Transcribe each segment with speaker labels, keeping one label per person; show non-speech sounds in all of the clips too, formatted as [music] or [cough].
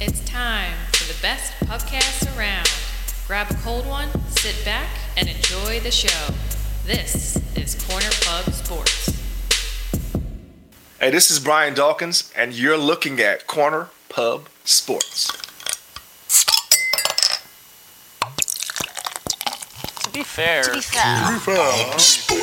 Speaker 1: It's time for the best pubcast around. Grab a cold one, sit back, and enjoy the show. This is Corner Pub Sports.
Speaker 2: Hey, this is Brian Dawkins, and you're looking at Corner Pub Sports.
Speaker 3: To be fair,
Speaker 4: To be fair,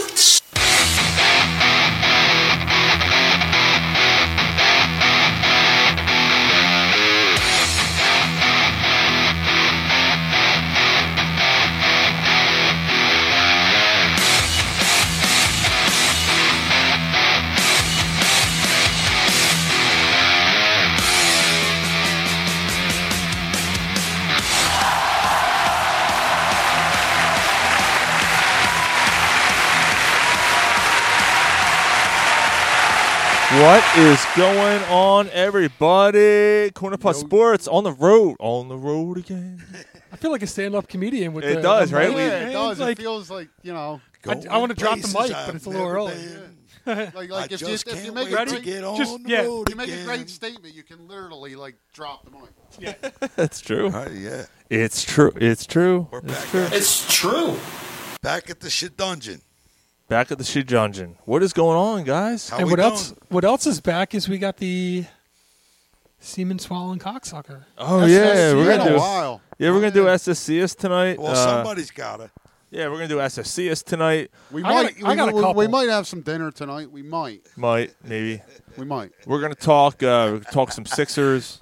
Speaker 5: What is going on, everybody? Corner Pod Sports on the road, on the road again.
Speaker 6: I feel like a stand-up comedian with
Speaker 5: It
Speaker 6: the,
Speaker 5: does,
Speaker 6: the
Speaker 5: right?
Speaker 6: mic.
Speaker 5: We-
Speaker 7: Yeah,
Speaker 5: Yeah,
Speaker 7: it does.
Speaker 6: like-
Speaker 7: it feels like you
Speaker 8: [laughs]
Speaker 7: know,
Speaker 6: I- I wanna drop the
Speaker 8: places
Speaker 6: mic, but
Speaker 8: I've
Speaker 6: it's a little
Speaker 8: never
Speaker 6: early.
Speaker 8: been.
Speaker 7: like
Speaker 8: I
Speaker 7: like if, you,
Speaker 8: just
Speaker 7: if you
Speaker 8: can't
Speaker 7: make a
Speaker 6: wait to
Speaker 7: great,
Speaker 8: get on
Speaker 6: Just-
Speaker 8: the
Speaker 6: yeah.
Speaker 8: road
Speaker 7: you make a
Speaker 8: again.
Speaker 7: great statement, you can literally like drop the mic.
Speaker 5: [laughs] That's true.
Speaker 8: Right, yeah.
Speaker 5: It's true. It's true.
Speaker 8: We're
Speaker 5: It's
Speaker 8: back.
Speaker 5: true.
Speaker 9: It's true.
Speaker 8: Back at the shit dungeon.
Speaker 5: Back at the shoe dungeon. What is going on, guys?
Speaker 8: How
Speaker 6: And
Speaker 8: we
Speaker 6: what
Speaker 8: doing?
Speaker 6: else? What else is back is we got the semen swallowing cocksucker.
Speaker 5: Oh
Speaker 7: That's-
Speaker 5: yeah,
Speaker 7: that's
Speaker 5: we're
Speaker 7: been
Speaker 5: gonna
Speaker 7: a
Speaker 5: do.
Speaker 7: while.
Speaker 5: Yeah, we're gonna do SSCS tonight.
Speaker 8: Well,
Speaker 5: Uh,
Speaker 8: somebody's got to.
Speaker 5: yeah, we're gonna do SSCS tonight.
Speaker 6: I
Speaker 7: We
Speaker 6: got
Speaker 7: might.
Speaker 6: a- I
Speaker 7: we-
Speaker 6: got a
Speaker 7: we, we
Speaker 6: couple.
Speaker 7: might have some dinner tonight. We might.
Speaker 5: Might maybe.
Speaker 7: We might.
Speaker 5: We're gonna talk. Uh, we're gonna talk some Sixers,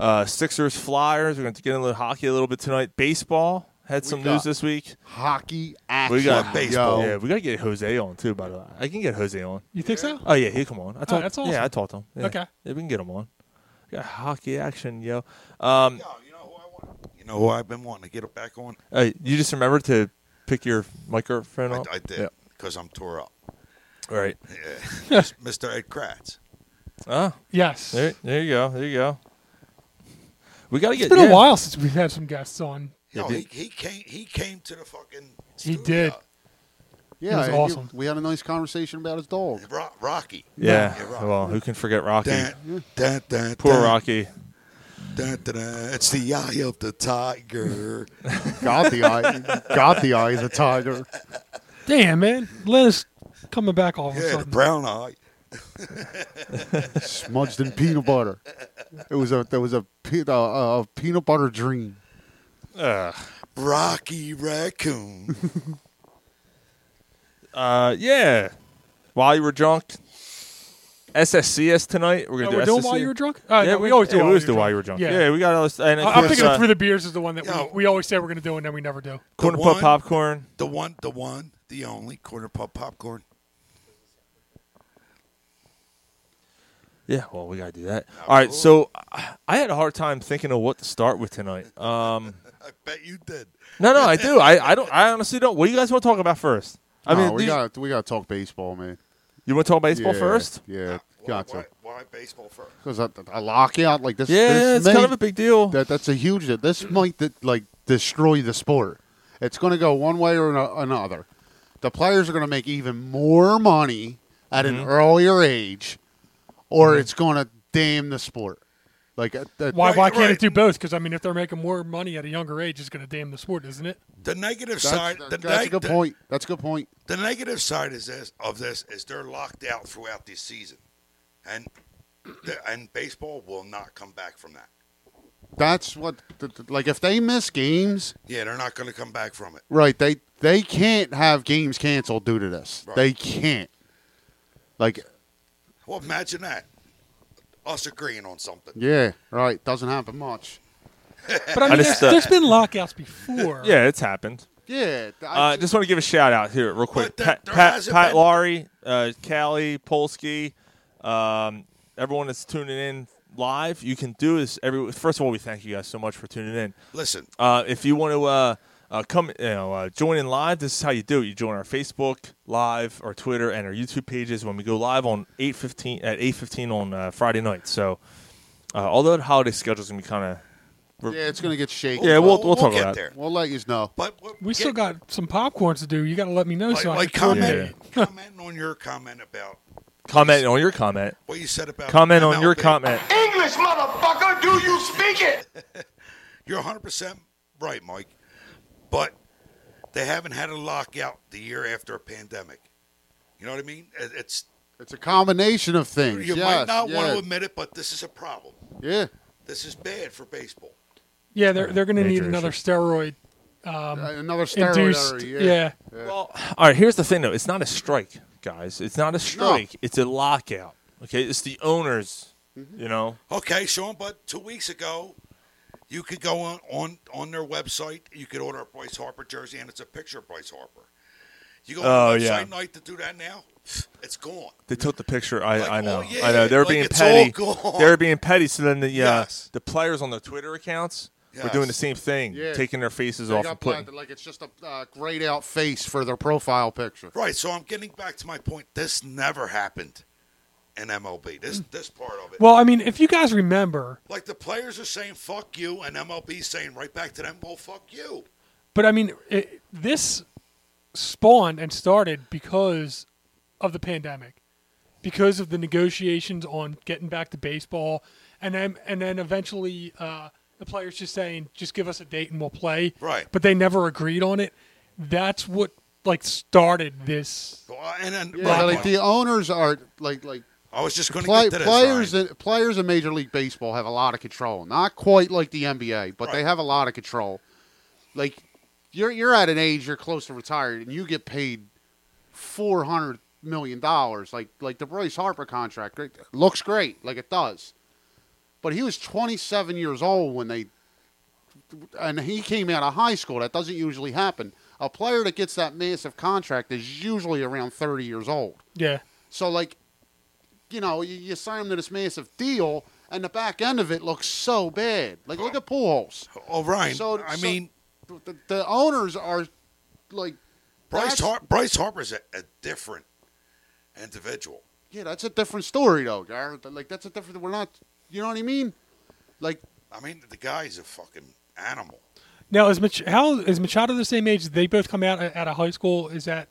Speaker 5: uh, Sixers Flyers. We're gonna get into hockey a little bit tonight. Baseball had some news
Speaker 7: got-
Speaker 5: this week.
Speaker 7: Hockey action.
Speaker 5: We got
Speaker 8: Love baseball.
Speaker 5: Yeah, we gotta get Jose on too. By the way, I can get Jose on.
Speaker 6: You think so?
Speaker 5: Oh yeah, he'll come on. I talked.
Speaker 6: that's
Speaker 5: Yeah,
Speaker 6: awesome.
Speaker 5: I talked to him. Yeah.
Speaker 6: Okay.
Speaker 5: yeah, we can get him on. We got hockey action, yo. Um,
Speaker 8: you know who I want. You know who I've been wanting to get it back on.
Speaker 5: uh, you just remember to pick your microphone
Speaker 8: I,
Speaker 5: up.
Speaker 8: I did because I'm tore up.
Speaker 5: Yeah. Right.
Speaker 8: Mr. Ed Kratz.
Speaker 5: Ah,
Speaker 6: Yes.
Speaker 5: there, there you go. There you go. We gotta
Speaker 6: It's
Speaker 5: get.
Speaker 6: been
Speaker 5: yeah.
Speaker 6: a while since we've had some guests on.
Speaker 8: Yo,
Speaker 5: Yeah,
Speaker 8: he, he came. He came to the fucking.
Speaker 6: He
Speaker 8: studio.
Speaker 6: did.
Speaker 7: Yeah,
Speaker 6: was
Speaker 7: you-
Speaker 6: awesome.
Speaker 7: we had a nice conversation about his dog.
Speaker 8: Ro- Rocky.
Speaker 5: Yeah.
Speaker 8: Yeah, Rocky.
Speaker 5: well, who can forget Rocky?
Speaker 8: Dun, dun, dun,
Speaker 5: Poor
Speaker 8: dun,
Speaker 5: Rocky.
Speaker 8: dun, dun, dun. It's the eye of the tiger.
Speaker 7: Got the eye. [laughs] got the eye of the tiger.
Speaker 6: Damn man, Liz coming back all of a
Speaker 8: yeah, the
Speaker 6: sudden.
Speaker 8: brown eye.
Speaker 7: Smudged in peanut butter. It was a. There was a, pe- a, a peanut butter dream.
Speaker 8: Rocky raccoon.
Speaker 5: Uh, yeah. While you were drunk. SSCS tonight. We're
Speaker 6: Oh,
Speaker 5: gonna do
Speaker 6: we're doing
Speaker 5: SSCS.
Speaker 6: while you were drunk. Uh,
Speaker 5: yeah,
Speaker 6: no, we always do.
Speaker 5: yeah,
Speaker 6: while
Speaker 5: we always do
Speaker 6: you're drunk.
Speaker 5: while you were drunk. Yeah,
Speaker 6: Yeah,
Speaker 5: we got all this. And of
Speaker 6: I- I'm
Speaker 5: course,
Speaker 6: thinking
Speaker 5: uh,
Speaker 6: of through the beers is the one that
Speaker 8: Yo.
Speaker 6: we, we always say we're gonna do and then we never do.
Speaker 5: corner
Speaker 8: The
Speaker 5: pop
Speaker 8: one-
Speaker 5: popcorn.
Speaker 8: The one, the one, the only corner pop popcorn.
Speaker 5: Yeah, well, we gotta do that. Oh. All right, so I- I had a hard time thinking of what to start with tonight. Um,
Speaker 8: I bet you did.
Speaker 5: no, no, I do. I, I don't. I honestly don't. What do you guys want to talk about first? I
Speaker 7: No,
Speaker 5: mean,
Speaker 7: we
Speaker 5: these-
Speaker 7: got we got to talk baseball, man.
Speaker 5: you want to talk baseball
Speaker 7: Yeah,
Speaker 5: first?
Speaker 7: Yeah, got
Speaker 8: why,
Speaker 7: to.
Speaker 8: why baseball first?
Speaker 7: Because a, a lockout like this.
Speaker 5: Yeah,
Speaker 7: this
Speaker 5: it's kind
Speaker 7: may-
Speaker 5: of a big deal.
Speaker 7: That that's a huge. This might th- like destroy the sport. It's going to go one way or ano- another. The players are going to make even more money at
Speaker 5: Mm-hmm.
Speaker 7: an earlier age, or it's going to damn the sport. Like uh, that,
Speaker 6: Why?
Speaker 8: Right,
Speaker 6: why can't
Speaker 8: right.
Speaker 6: it do both? Because I mean, if they're making more money at a younger age, it's gonna damn the sport, isn't it?
Speaker 8: The negative
Speaker 7: That's,
Speaker 8: side. the,
Speaker 7: that's a
Speaker 8: neg-
Speaker 7: good
Speaker 8: the-
Speaker 7: point. That's a good point.
Speaker 8: The negative side is this of this is they're locked out throughout this season, and the, and baseball will not come back from that.
Speaker 7: That's what th- th- like if they miss games,
Speaker 8: Yeah, they're not going to come back from it.
Speaker 7: Right. They they can't have games canceled due to this.
Speaker 8: Right.
Speaker 7: They can't. Like
Speaker 8: Well, imagine that. Us agreeing on something.
Speaker 7: yeah, right. Doesn't happen much.
Speaker 6: But I mean,
Speaker 5: just,
Speaker 6: there's,
Speaker 5: uh,
Speaker 6: there's been lockouts before.
Speaker 5: Yeah, it's happened.
Speaker 7: Yeah. I
Speaker 5: Uh,
Speaker 7: ju-
Speaker 5: just want to give a shout out here, real quick.
Speaker 8: But there-
Speaker 5: Pat,
Speaker 8: there
Speaker 5: Pat,
Speaker 8: hasn't
Speaker 5: Pat
Speaker 8: been-
Speaker 5: Laurie, uh, Callie, Polsky, um, everyone that's tuning in live. You can do is every. First of all, we thank you guys so much for tuning in.
Speaker 8: Listen,
Speaker 5: Uh, if you want to uh, uh, come, you know, uh, join in live. This is how you do it. You join our Facebook live, our Twitter, and our YouTube pages when we go live on eight fifteen at eight fifteen on uh, Friday night. So, uh, although the holiday schedule is gonna be kind of,
Speaker 7: yeah, it's gonna get shaken.
Speaker 5: Yeah, we'll- we'll talk
Speaker 8: get
Speaker 5: about it.
Speaker 8: there.
Speaker 7: We'll let you know.
Speaker 8: But what-
Speaker 6: We
Speaker 8: get-
Speaker 6: still got some popcorns to do. You got to let me know
Speaker 8: like,
Speaker 6: so I
Speaker 8: like
Speaker 6: can
Speaker 8: comment comment on your comment about
Speaker 5: comment on your comment,
Speaker 8: what you said about
Speaker 5: comment on your
Speaker 8: MLB.
Speaker 5: comment.
Speaker 9: English motherfucker, do
Speaker 2: do you speak it?
Speaker 8: You're 100% right, Mike. But they haven't had a lockout the year after a pandemic. You know what I mean? It- It's
Speaker 7: It's a combination of things.
Speaker 8: you
Speaker 7: yes,
Speaker 8: might not
Speaker 7: yeah,
Speaker 8: want to admit it, but this is a problem.
Speaker 7: Yeah.
Speaker 8: This is bad for baseball.
Speaker 6: Yeah, they're they're going to need
Speaker 5: Major
Speaker 6: another steroid
Speaker 8: Um,
Speaker 7: Uh, Another steroid.
Speaker 6: induced.
Speaker 7: error,
Speaker 6: yeah.
Speaker 5: Well, all right. Here's the thing, though. It's not a strike, guys. It's not a strike. It's a lockout. Okay. It's the owners.
Speaker 8: Mm-hmm.
Speaker 5: You know.
Speaker 8: Okay, Sean, but two weeks ago, you could go on, on, on their website. You could order a Bryce Harper jersey, and it's a picture of Bryce Harper. You go
Speaker 5: Oh,
Speaker 8: on the website
Speaker 5: yeah.
Speaker 8: night to do that now, it's gone.
Speaker 5: They took the picture. I,
Speaker 8: Like,
Speaker 5: I
Speaker 8: oh,
Speaker 5: know.
Speaker 8: yeah,
Speaker 5: I know. They're
Speaker 8: like,
Speaker 5: being
Speaker 8: it's
Speaker 5: petty.
Speaker 8: all gone.
Speaker 5: They're being petty. So then the uh,
Speaker 8: Yes.
Speaker 5: the players on their Twitter accounts were
Speaker 8: Yes.
Speaker 5: doing the same thing,
Speaker 7: Yeah.
Speaker 5: taking their faces
Speaker 7: They
Speaker 5: off
Speaker 7: got
Speaker 5: and putting.
Speaker 7: black, like it's just a uh, grayed out face for their profile picture.
Speaker 8: Right, so I'm getting back to my point. This never happened in MLB. This
Speaker 7: Mm.
Speaker 8: this part of it.
Speaker 6: Well, I mean, if you guys remember,
Speaker 8: like the players are saying fuck you and MLB saying right back to them, well fuck you.
Speaker 6: but I mean, it, this spawned and started because of the pandemic, because of the negotiations on getting back to baseball, and then and then eventually uh, the players just saying, just give us a date and we'll play.
Speaker 8: Right.
Speaker 6: But they never agreed on it. That's what like started this.
Speaker 8: So, uh, and then
Speaker 7: Yeah,
Speaker 8: Rob,
Speaker 7: like the owners are like like
Speaker 8: I was just going to
Speaker 7: play,
Speaker 8: get to this,
Speaker 7: players
Speaker 8: Ryan.
Speaker 7: in, players in Major League Baseball have a lot of control. Not quite like the NBA, but they
Speaker 8: Right.
Speaker 7: have a lot of control. Like you're you're at an age you're close to retired and you get paid four hundred million dollars. Like like the Bryce Harper contract great, looks great, like it does. But he was twenty seven years old when they and he came out of high school. That doesn't usually happen. A player that gets that massive contract is usually around thirty years old.
Speaker 6: Yeah.
Speaker 7: So like, you know, you, you sign him to this massive deal, and the back end of it looks so bad. Like, look at Pujols.
Speaker 8: Oh Ryan,
Speaker 7: So
Speaker 8: I
Speaker 7: so
Speaker 8: mean
Speaker 7: the, the owners are like,
Speaker 8: Bryce
Speaker 7: that's-
Speaker 8: Har- Bryce Harper's a, a different individual.
Speaker 7: yeah, that's a different story though, Garrett. Like, that's a different. We're not. You know what I mean? Like,
Speaker 8: I mean the guy's a fucking animal.
Speaker 6: Now is Mach- how is Machado the same age? Did they both come out out of high school? Is that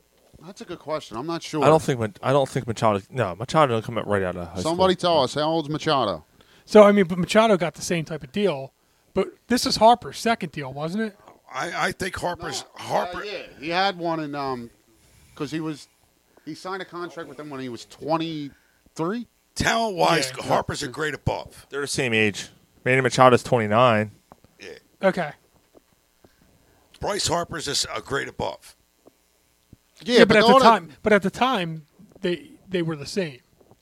Speaker 7: that's a good question. I'm not sure.
Speaker 5: I don't think. Ma- I don't think Machado. No, Machado don't come out right out of high
Speaker 7: Somebody
Speaker 5: school.
Speaker 7: tell us how old's Machado?
Speaker 6: so? I mean, but Machado got the same type of deal, but this is Harper's second deal, wasn't it?
Speaker 8: I, I think Harper's
Speaker 7: Uh,
Speaker 8: Harper
Speaker 7: yeah, he had one in um, because he was he signed a contract with them when he was 23.
Speaker 8: talent wise
Speaker 6: Yeah.
Speaker 8: Harper's a grade above.
Speaker 5: They're the same age. Manny Machado's 29.
Speaker 8: Yeah.
Speaker 6: Okay,
Speaker 8: Bryce Harper's a, s- a grade above.
Speaker 7: Yeah,
Speaker 6: but, at the
Speaker 7: all that-
Speaker 6: time, but at the time, they they were the same.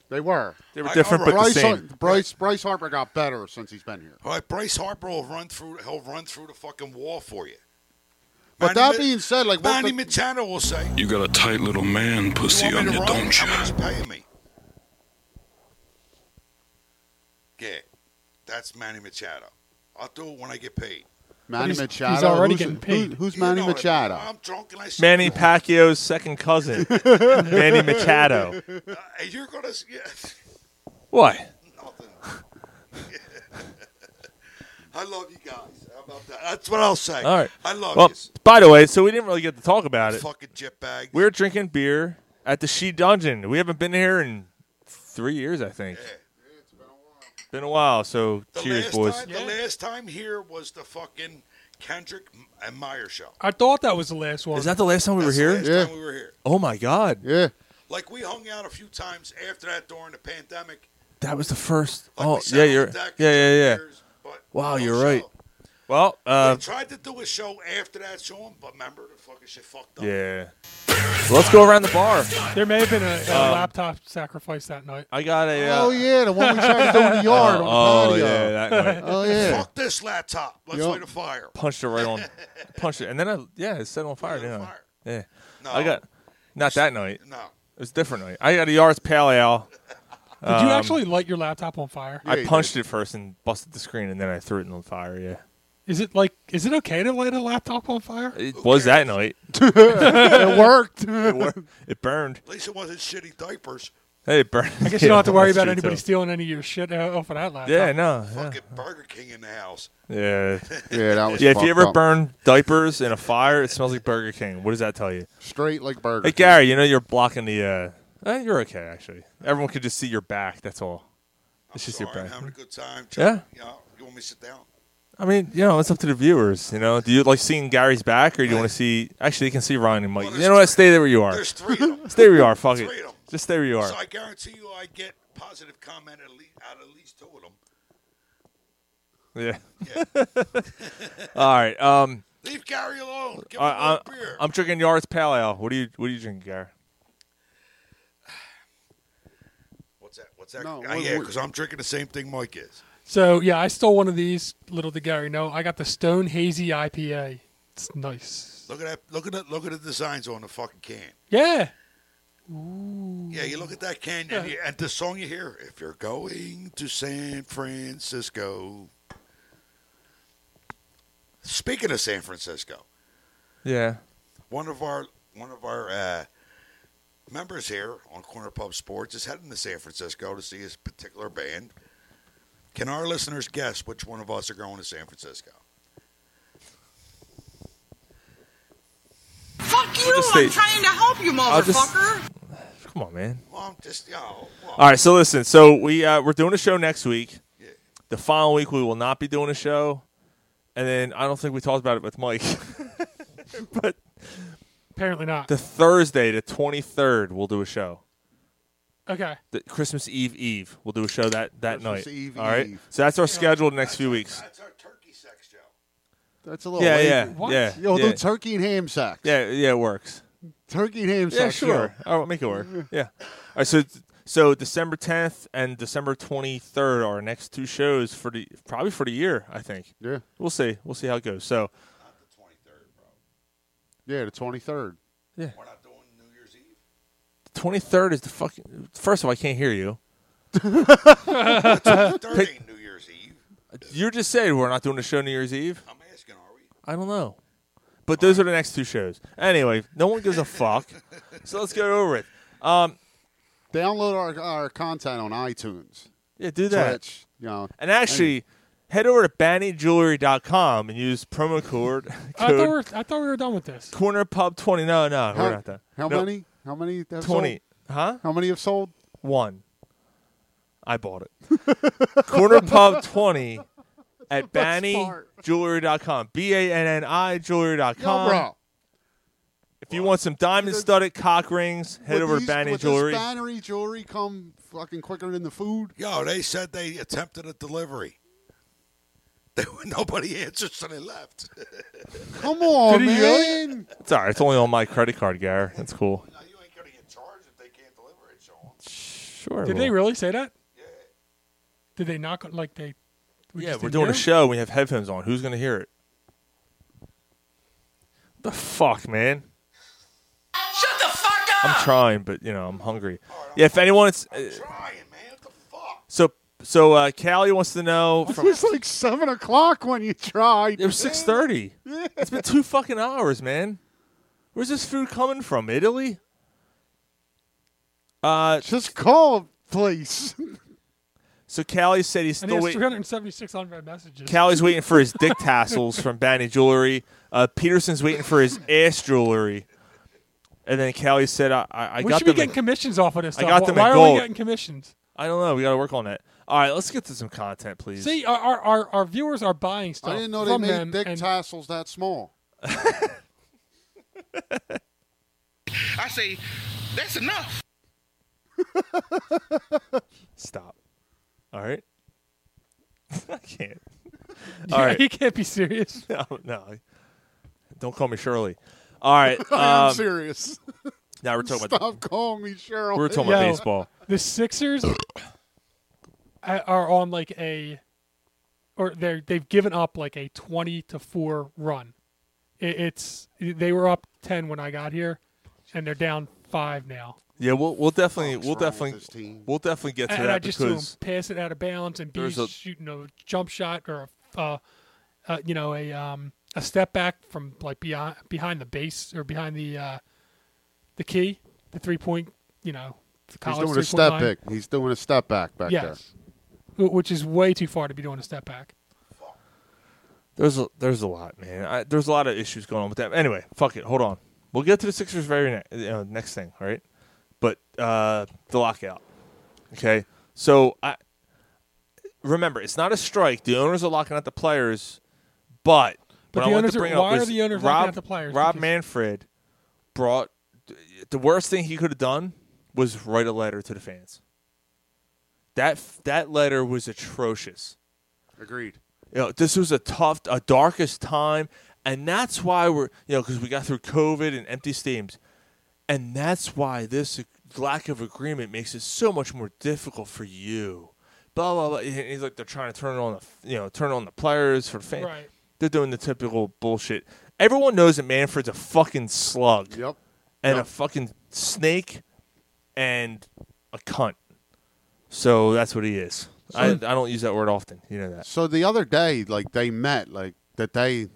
Speaker 7: they were.
Speaker 5: They were
Speaker 8: I-
Speaker 5: different, but
Speaker 8: alright.
Speaker 5: the
Speaker 7: Bryce, [laughs]
Speaker 5: same.
Speaker 7: Har- Bryce, Bryce Harper got better since he's been here.
Speaker 8: All right, Bryce Harper will run through. He'll run through the fucking wall for you.
Speaker 7: But
Speaker 8: Manny
Speaker 7: that
Speaker 8: Ma-
Speaker 7: being said, like what
Speaker 8: Manny
Speaker 7: the-
Speaker 8: Machado will say,
Speaker 3: You got a tight little man pussy
Speaker 8: "You want
Speaker 3: on
Speaker 8: me
Speaker 3: you,
Speaker 8: to run?
Speaker 3: don't you?
Speaker 8: How much you paying me?" Yeah, that's Manny Machado. I'll do it when I get paid.
Speaker 7: Manny
Speaker 6: he's-
Speaker 7: Machado.
Speaker 6: he's already
Speaker 7: who's,
Speaker 6: getting
Speaker 7: who-
Speaker 6: paid.
Speaker 7: who's
Speaker 8: You
Speaker 7: Manny
Speaker 8: know Um, what I mean.
Speaker 7: Machado?
Speaker 8: I'm drunk and I. see-
Speaker 5: Manny Pacquiao's second
Speaker 7: [laughs]
Speaker 5: cousin, Manny Machado.
Speaker 8: Uh, you're gonna. s- Yeah, [laughs]
Speaker 5: What?
Speaker 8: nothing. [laughs] I love you guys. How about that? That's what I'll say.
Speaker 5: All right.
Speaker 8: I love
Speaker 5: Well,
Speaker 8: you.
Speaker 5: by the way, so we didn't really get to talk about it.
Speaker 8: Fucking jet bag.
Speaker 5: We're drinking beer at the She Dungeon. We haven't been here in three years, I think. Been a while, so
Speaker 8: The
Speaker 5: cheers,
Speaker 8: last
Speaker 5: boys.
Speaker 8: Time, The last time here was the fucking Kendrick M- and Meyer show.
Speaker 6: I thought that was the last one.
Speaker 5: Is that the last time we
Speaker 8: That's
Speaker 5: were here?
Speaker 8: The last
Speaker 7: Yeah.
Speaker 8: time we were here.
Speaker 5: Oh my God,
Speaker 7: Yeah,
Speaker 8: Like we hung out a few times after that during the pandemic.
Speaker 5: that was the first.
Speaker 8: Like,
Speaker 5: oh
Speaker 8: we sat
Speaker 5: yeah,
Speaker 8: on the
Speaker 5: you're yeah,
Speaker 8: deck and
Speaker 5: yeah, yeah.
Speaker 8: drank beers, but
Speaker 5: Wow,
Speaker 8: no
Speaker 5: you're
Speaker 8: show.
Speaker 5: right. Well, uh,
Speaker 8: we tried to do a show after that, Sean, but remember the fucking shit fucked up.
Speaker 5: yeah. So let's go around the bar.
Speaker 6: there may have been a, a
Speaker 5: Um,
Speaker 6: laptop sacrifice that night.
Speaker 5: I got a. Uh,
Speaker 7: Oh yeah, the one we tried to do in the yard
Speaker 5: [laughs]
Speaker 7: on
Speaker 5: oh,
Speaker 7: the patio.
Speaker 5: yeah, that
Speaker 8: [laughs]
Speaker 5: night.
Speaker 7: Oh yeah.
Speaker 8: Fuck this laptop. Let's
Speaker 7: Yup.
Speaker 8: light a fire.
Speaker 5: punched it right on. Punched it, and then I yeah, it set on fire.
Speaker 8: Set on
Speaker 5: Didn't I?
Speaker 8: fire. Oh.
Speaker 5: Yeah.
Speaker 8: No,
Speaker 5: I got not that night.
Speaker 8: no.
Speaker 5: It was a different night. I got a Yard's Pale Ale.
Speaker 6: Did
Speaker 5: um,
Speaker 6: you actually light your laptop on fire?
Speaker 5: I punched it first and busted the screen, and then I threw it in the fire. Yeah,
Speaker 6: Is it like is it okay to light a laptop on fire?
Speaker 5: it was that
Speaker 8: [laughs]
Speaker 5: night.
Speaker 7: it worked. [laughs]
Speaker 5: It burned.
Speaker 8: At least it wasn't shitty diapers.
Speaker 5: Hey, it burned.
Speaker 6: I guess you
Speaker 5: [laughs]
Speaker 6: don't have to worry about anybody
Speaker 5: anybody.
Speaker 6: stealing any of your shit uh, off of that laptop.
Speaker 5: Yeah, no. Yeah.
Speaker 8: Fucking Burger King in the house.
Speaker 5: Yeah,
Speaker 7: Yeah, that was.
Speaker 5: yeah if
Speaker 7: fucked
Speaker 5: you ever
Speaker 7: up.
Speaker 5: burn diapers in a fire, it smells like Burger King. What does that tell you?
Speaker 7: straight like burger.
Speaker 5: Hey,
Speaker 7: King.
Speaker 5: Gary, you know you're blocking the. uh eh, You're okay, actually. Everyone could just see your back. That's all. It's just
Speaker 8: sorry,
Speaker 5: your
Speaker 8: I'm
Speaker 5: back.
Speaker 8: having a good time.
Speaker 5: Yeah.
Speaker 8: You, you want me to sit down?
Speaker 5: I mean, you know, it's up to the viewers. You know, do you like seeing Gary's back, or do you want to see? Actually, you can see Ryan and Mike.
Speaker 8: Well,
Speaker 5: you know what? Stay there where you are.
Speaker 8: There's three
Speaker 5: [laughs]
Speaker 8: of them.
Speaker 5: Stay where you are. Fuck it.
Speaker 8: three of 'em.
Speaker 5: Just stay where you are.
Speaker 8: So I guarantee you, I get positive comment at least, out of at least two of them.
Speaker 5: [laughs] yeah. All right. Um,
Speaker 8: Leave Gary alone. Give him
Speaker 5: I,
Speaker 8: a
Speaker 5: I,
Speaker 8: beer.
Speaker 5: I'm drinking Yard's Pale Ale. What do you What are you drinking, Gary?
Speaker 8: What's that? What's that?
Speaker 7: No,
Speaker 8: Ah,
Speaker 7: what-
Speaker 8: yeah,
Speaker 7: what-
Speaker 8: because I'm drinking the same thing Mike is.
Speaker 6: So yeah, I stole one of these. Little did Gary know, I got the Stone Hazy IPA. It's nice.
Speaker 8: Look at that. Look at that. Look at the designs on the fucking can.
Speaker 6: Yeah,
Speaker 8: Yeah, you look at that can, and, you, and the song you hear. If you're going to San Francisco. Speaking of San Francisco,
Speaker 5: Yeah.
Speaker 8: one of our one of our uh, members here on Corner Pub Sports is heading to San Francisco to see his particular band. Can our listeners guess which one of us are going to San Francisco?
Speaker 4: Fuck you!
Speaker 5: just
Speaker 4: I'm
Speaker 5: say-
Speaker 4: trying to help you,
Speaker 5: I'll just-
Speaker 4: motherfucker.
Speaker 5: Come on, man.
Speaker 8: Well, I'm just you know, well,
Speaker 5: All right. So listen. So we uh, we're doing a show next week. The following week we will not be doing a show, and then I don't think we talked about it with Mike. [laughs] but
Speaker 6: apparently not.
Speaker 5: the Thursday, the 23rd, we'll do a show.
Speaker 6: Okay,
Speaker 5: the Christmas Eve Eve. We'll do a show that that
Speaker 7: Christmas
Speaker 5: night.
Speaker 7: Eve
Speaker 5: All right.
Speaker 7: Eve.
Speaker 5: So that's our schedule the next few weeks.
Speaker 8: that's our turkey sex show.
Speaker 7: That's a little.
Speaker 5: Yeah,
Speaker 7: late.
Speaker 5: yeah,
Speaker 6: What?
Speaker 5: yeah,
Speaker 7: Yo,
Speaker 5: yeah,
Speaker 7: do turkey and ham sacks.
Speaker 5: yeah, yeah. It works.
Speaker 7: Turkey and ham
Speaker 5: Yeah,
Speaker 7: sacks.
Speaker 5: sure. All right, we'll make it work. Yeah. All right. So so December 10th and December 23rd are our next two shows for the probably for the year. I think.
Speaker 7: Yeah.
Speaker 5: We'll see. We'll see how it goes. So
Speaker 7: Yeah, the 23rd.
Speaker 8: We're not doing New Year's Eve.
Speaker 5: the 23rd is the fucking. First of all, I can't hear you.
Speaker 8: Third ain't New Year's Eve.
Speaker 5: You're just saying we're not doing a show New Year's Eve.
Speaker 8: I'm asking, are we?
Speaker 5: I don't know. But those are the next two shows. Anyway, no one gives a fuck. so let's get over it.
Speaker 7: Download our, our content on iTunes,
Speaker 5: Yeah, do that.
Speaker 7: Twitch. You know,
Speaker 5: And actually, head over to BannyJewelry.com and use promo code,
Speaker 6: I thought, we
Speaker 5: code
Speaker 6: were, I thought we were done with this.
Speaker 5: Corner Pub Twenty. No, no,
Speaker 7: how,
Speaker 5: we're not that.
Speaker 7: how
Speaker 5: No,
Speaker 7: many? How many? Have
Speaker 5: Twenty?
Speaker 7: Sold?
Speaker 5: Huh?
Speaker 7: How many have sold?
Speaker 5: One. I bought it.
Speaker 7: [laughs]
Speaker 5: Corner Pub Twenty at BannyJewelry.com. B a n n i
Speaker 7: Yo,
Speaker 5: jewelry.com.
Speaker 7: bro.
Speaker 5: If you want some diamond-studded cock rings, head
Speaker 7: would
Speaker 5: over
Speaker 7: these-
Speaker 5: to Banny
Speaker 7: would
Speaker 5: Jewelry.
Speaker 7: This Bannery jewelry come fucking quicker than the food.
Speaker 8: Yo, they said they attempted a delivery. [laughs] They, nobody answered, so they left.
Speaker 7: Come on,
Speaker 6: Did he really?
Speaker 7: man. [laughs]
Speaker 5: It's all right. It's only on my credit card, Gary. That's cool.
Speaker 8: now you ain't gonna get charged if they can't deliver it, Sean.
Speaker 5: Sure.
Speaker 6: Did they really say that? Did they not go- like they? we
Speaker 5: Yeah,
Speaker 6: just
Speaker 5: we're
Speaker 6: didn't
Speaker 5: doing
Speaker 6: hear
Speaker 5: a
Speaker 6: them?
Speaker 5: show. We have headphones on. Who's gonna hear it? The fuck, man!
Speaker 4: Shut the fuck up!
Speaker 5: I'm trying, but you know I'm hungry. Yeah, if anyone, it's, uh,
Speaker 8: Trying, man. What the fuck?
Speaker 5: so so uh, Callie wants to know.
Speaker 7: It
Speaker 5: From,
Speaker 7: was like seven o'clock when you tried.
Speaker 5: it was six thirty. It's been two fucking hours, man. Where's this food coming from? Italy? Uh,
Speaker 7: Just call, [laughs] please.
Speaker 5: so Callie said he's
Speaker 6: And
Speaker 5: still
Speaker 6: he has
Speaker 5: waiting.
Speaker 6: 376 unread messages.
Speaker 5: Callie's waiting for his dick tassels from Banny Jewelry. Uh, Peterson's waiting for his ass jewelry. And then Callie said, "I, I, I
Speaker 6: we
Speaker 5: got
Speaker 6: should be
Speaker 5: them.
Speaker 6: getting
Speaker 5: in-
Speaker 6: commissions off of this.
Speaker 5: I
Speaker 6: Stuff.
Speaker 5: got
Speaker 6: Why-
Speaker 5: them in
Speaker 6: Why are we
Speaker 5: gold.
Speaker 6: getting commissions?
Speaker 5: I don't know. We got to work on that. All right, let's get to some content, please.
Speaker 6: See, our, our, our, our viewers are buying stuff
Speaker 7: I didn't know they
Speaker 6: from
Speaker 7: made
Speaker 6: them.
Speaker 7: dick
Speaker 6: and
Speaker 7: tassels that small.
Speaker 9: I say, that's enough.
Speaker 5: stop. All right. [laughs] I can't.
Speaker 6: [laughs] Yeah,
Speaker 5: All right.
Speaker 6: you can't be serious.
Speaker 5: No, no. Don't call me Shirley. All
Speaker 6: [laughs]
Speaker 5: right.
Speaker 7: I'm
Speaker 5: Um,
Speaker 7: serious. [laughs]
Speaker 5: now we're talking about
Speaker 7: Stop calling me Cheryl.
Speaker 5: we're talking
Speaker 6: Yo.
Speaker 5: about baseball.
Speaker 6: The
Speaker 7: [coughs]
Speaker 6: Sixers a- are on like a, or they are they've given up like a 20 to four run. It, it's they were up 10 when I got here, and they're down five now.
Speaker 5: Yeah, we'll we'll definitely
Speaker 7: Fuck's
Speaker 5: we'll
Speaker 7: wrong with
Speaker 5: definitely
Speaker 7: this team?
Speaker 5: we'll definitely get to
Speaker 6: and
Speaker 5: that
Speaker 6: I just saw him
Speaker 5: because
Speaker 6: pass it out of bounds and be
Speaker 5: there's a-
Speaker 6: shooting a jump shot or a, uh, uh, you know, a um, a step back from like behind behind the base or behind the uh, the key, the three point, you know, the
Speaker 7: He's
Speaker 6: college
Speaker 7: doing a
Speaker 6: three-point
Speaker 7: step
Speaker 6: line.
Speaker 7: back. He's doing a step back back there.
Speaker 6: Yes, Wh- which is way too far to be doing a step back.
Speaker 5: there's a, there's a lot, man. I, there's a lot of issues going on with that. Anyway, fuck it. Hold on. We'll get to the Sixers very ne- uh, next thing, all right? But uh, the lockout. Okay. So I remember, it's not a strike. The owners are locking out the players, but what
Speaker 6: But the
Speaker 5: I want
Speaker 6: owners
Speaker 5: to
Speaker 6: are-
Speaker 5: bring
Speaker 6: why
Speaker 5: up
Speaker 6: are
Speaker 5: was
Speaker 6: the owners locking
Speaker 5: Rob,
Speaker 6: out the players?
Speaker 5: Rob
Speaker 6: Because-
Speaker 5: Manfred brought the worst thing he could have done was write a letter to the fans. That that letter was atrocious.
Speaker 7: Agreed.
Speaker 5: You know, this was a tough, a darkest time, and that's why we're you know because we got through COVID and empty stadiums, and that's why this lack of agreement makes it so much more difficult for you. Blah blah blah. And He's like they're trying to turn it on the you know turn it on the players for fans.
Speaker 6: Right.
Speaker 5: They're doing the typical bullshit. Everyone knows that Manfred's a fucking slug
Speaker 7: Yep.
Speaker 5: and
Speaker 7: Yep.
Speaker 5: a fucking snake and a cunt. So that's what he is. I, I don't use that word often. You know that.
Speaker 7: So the other day, like they met, like the day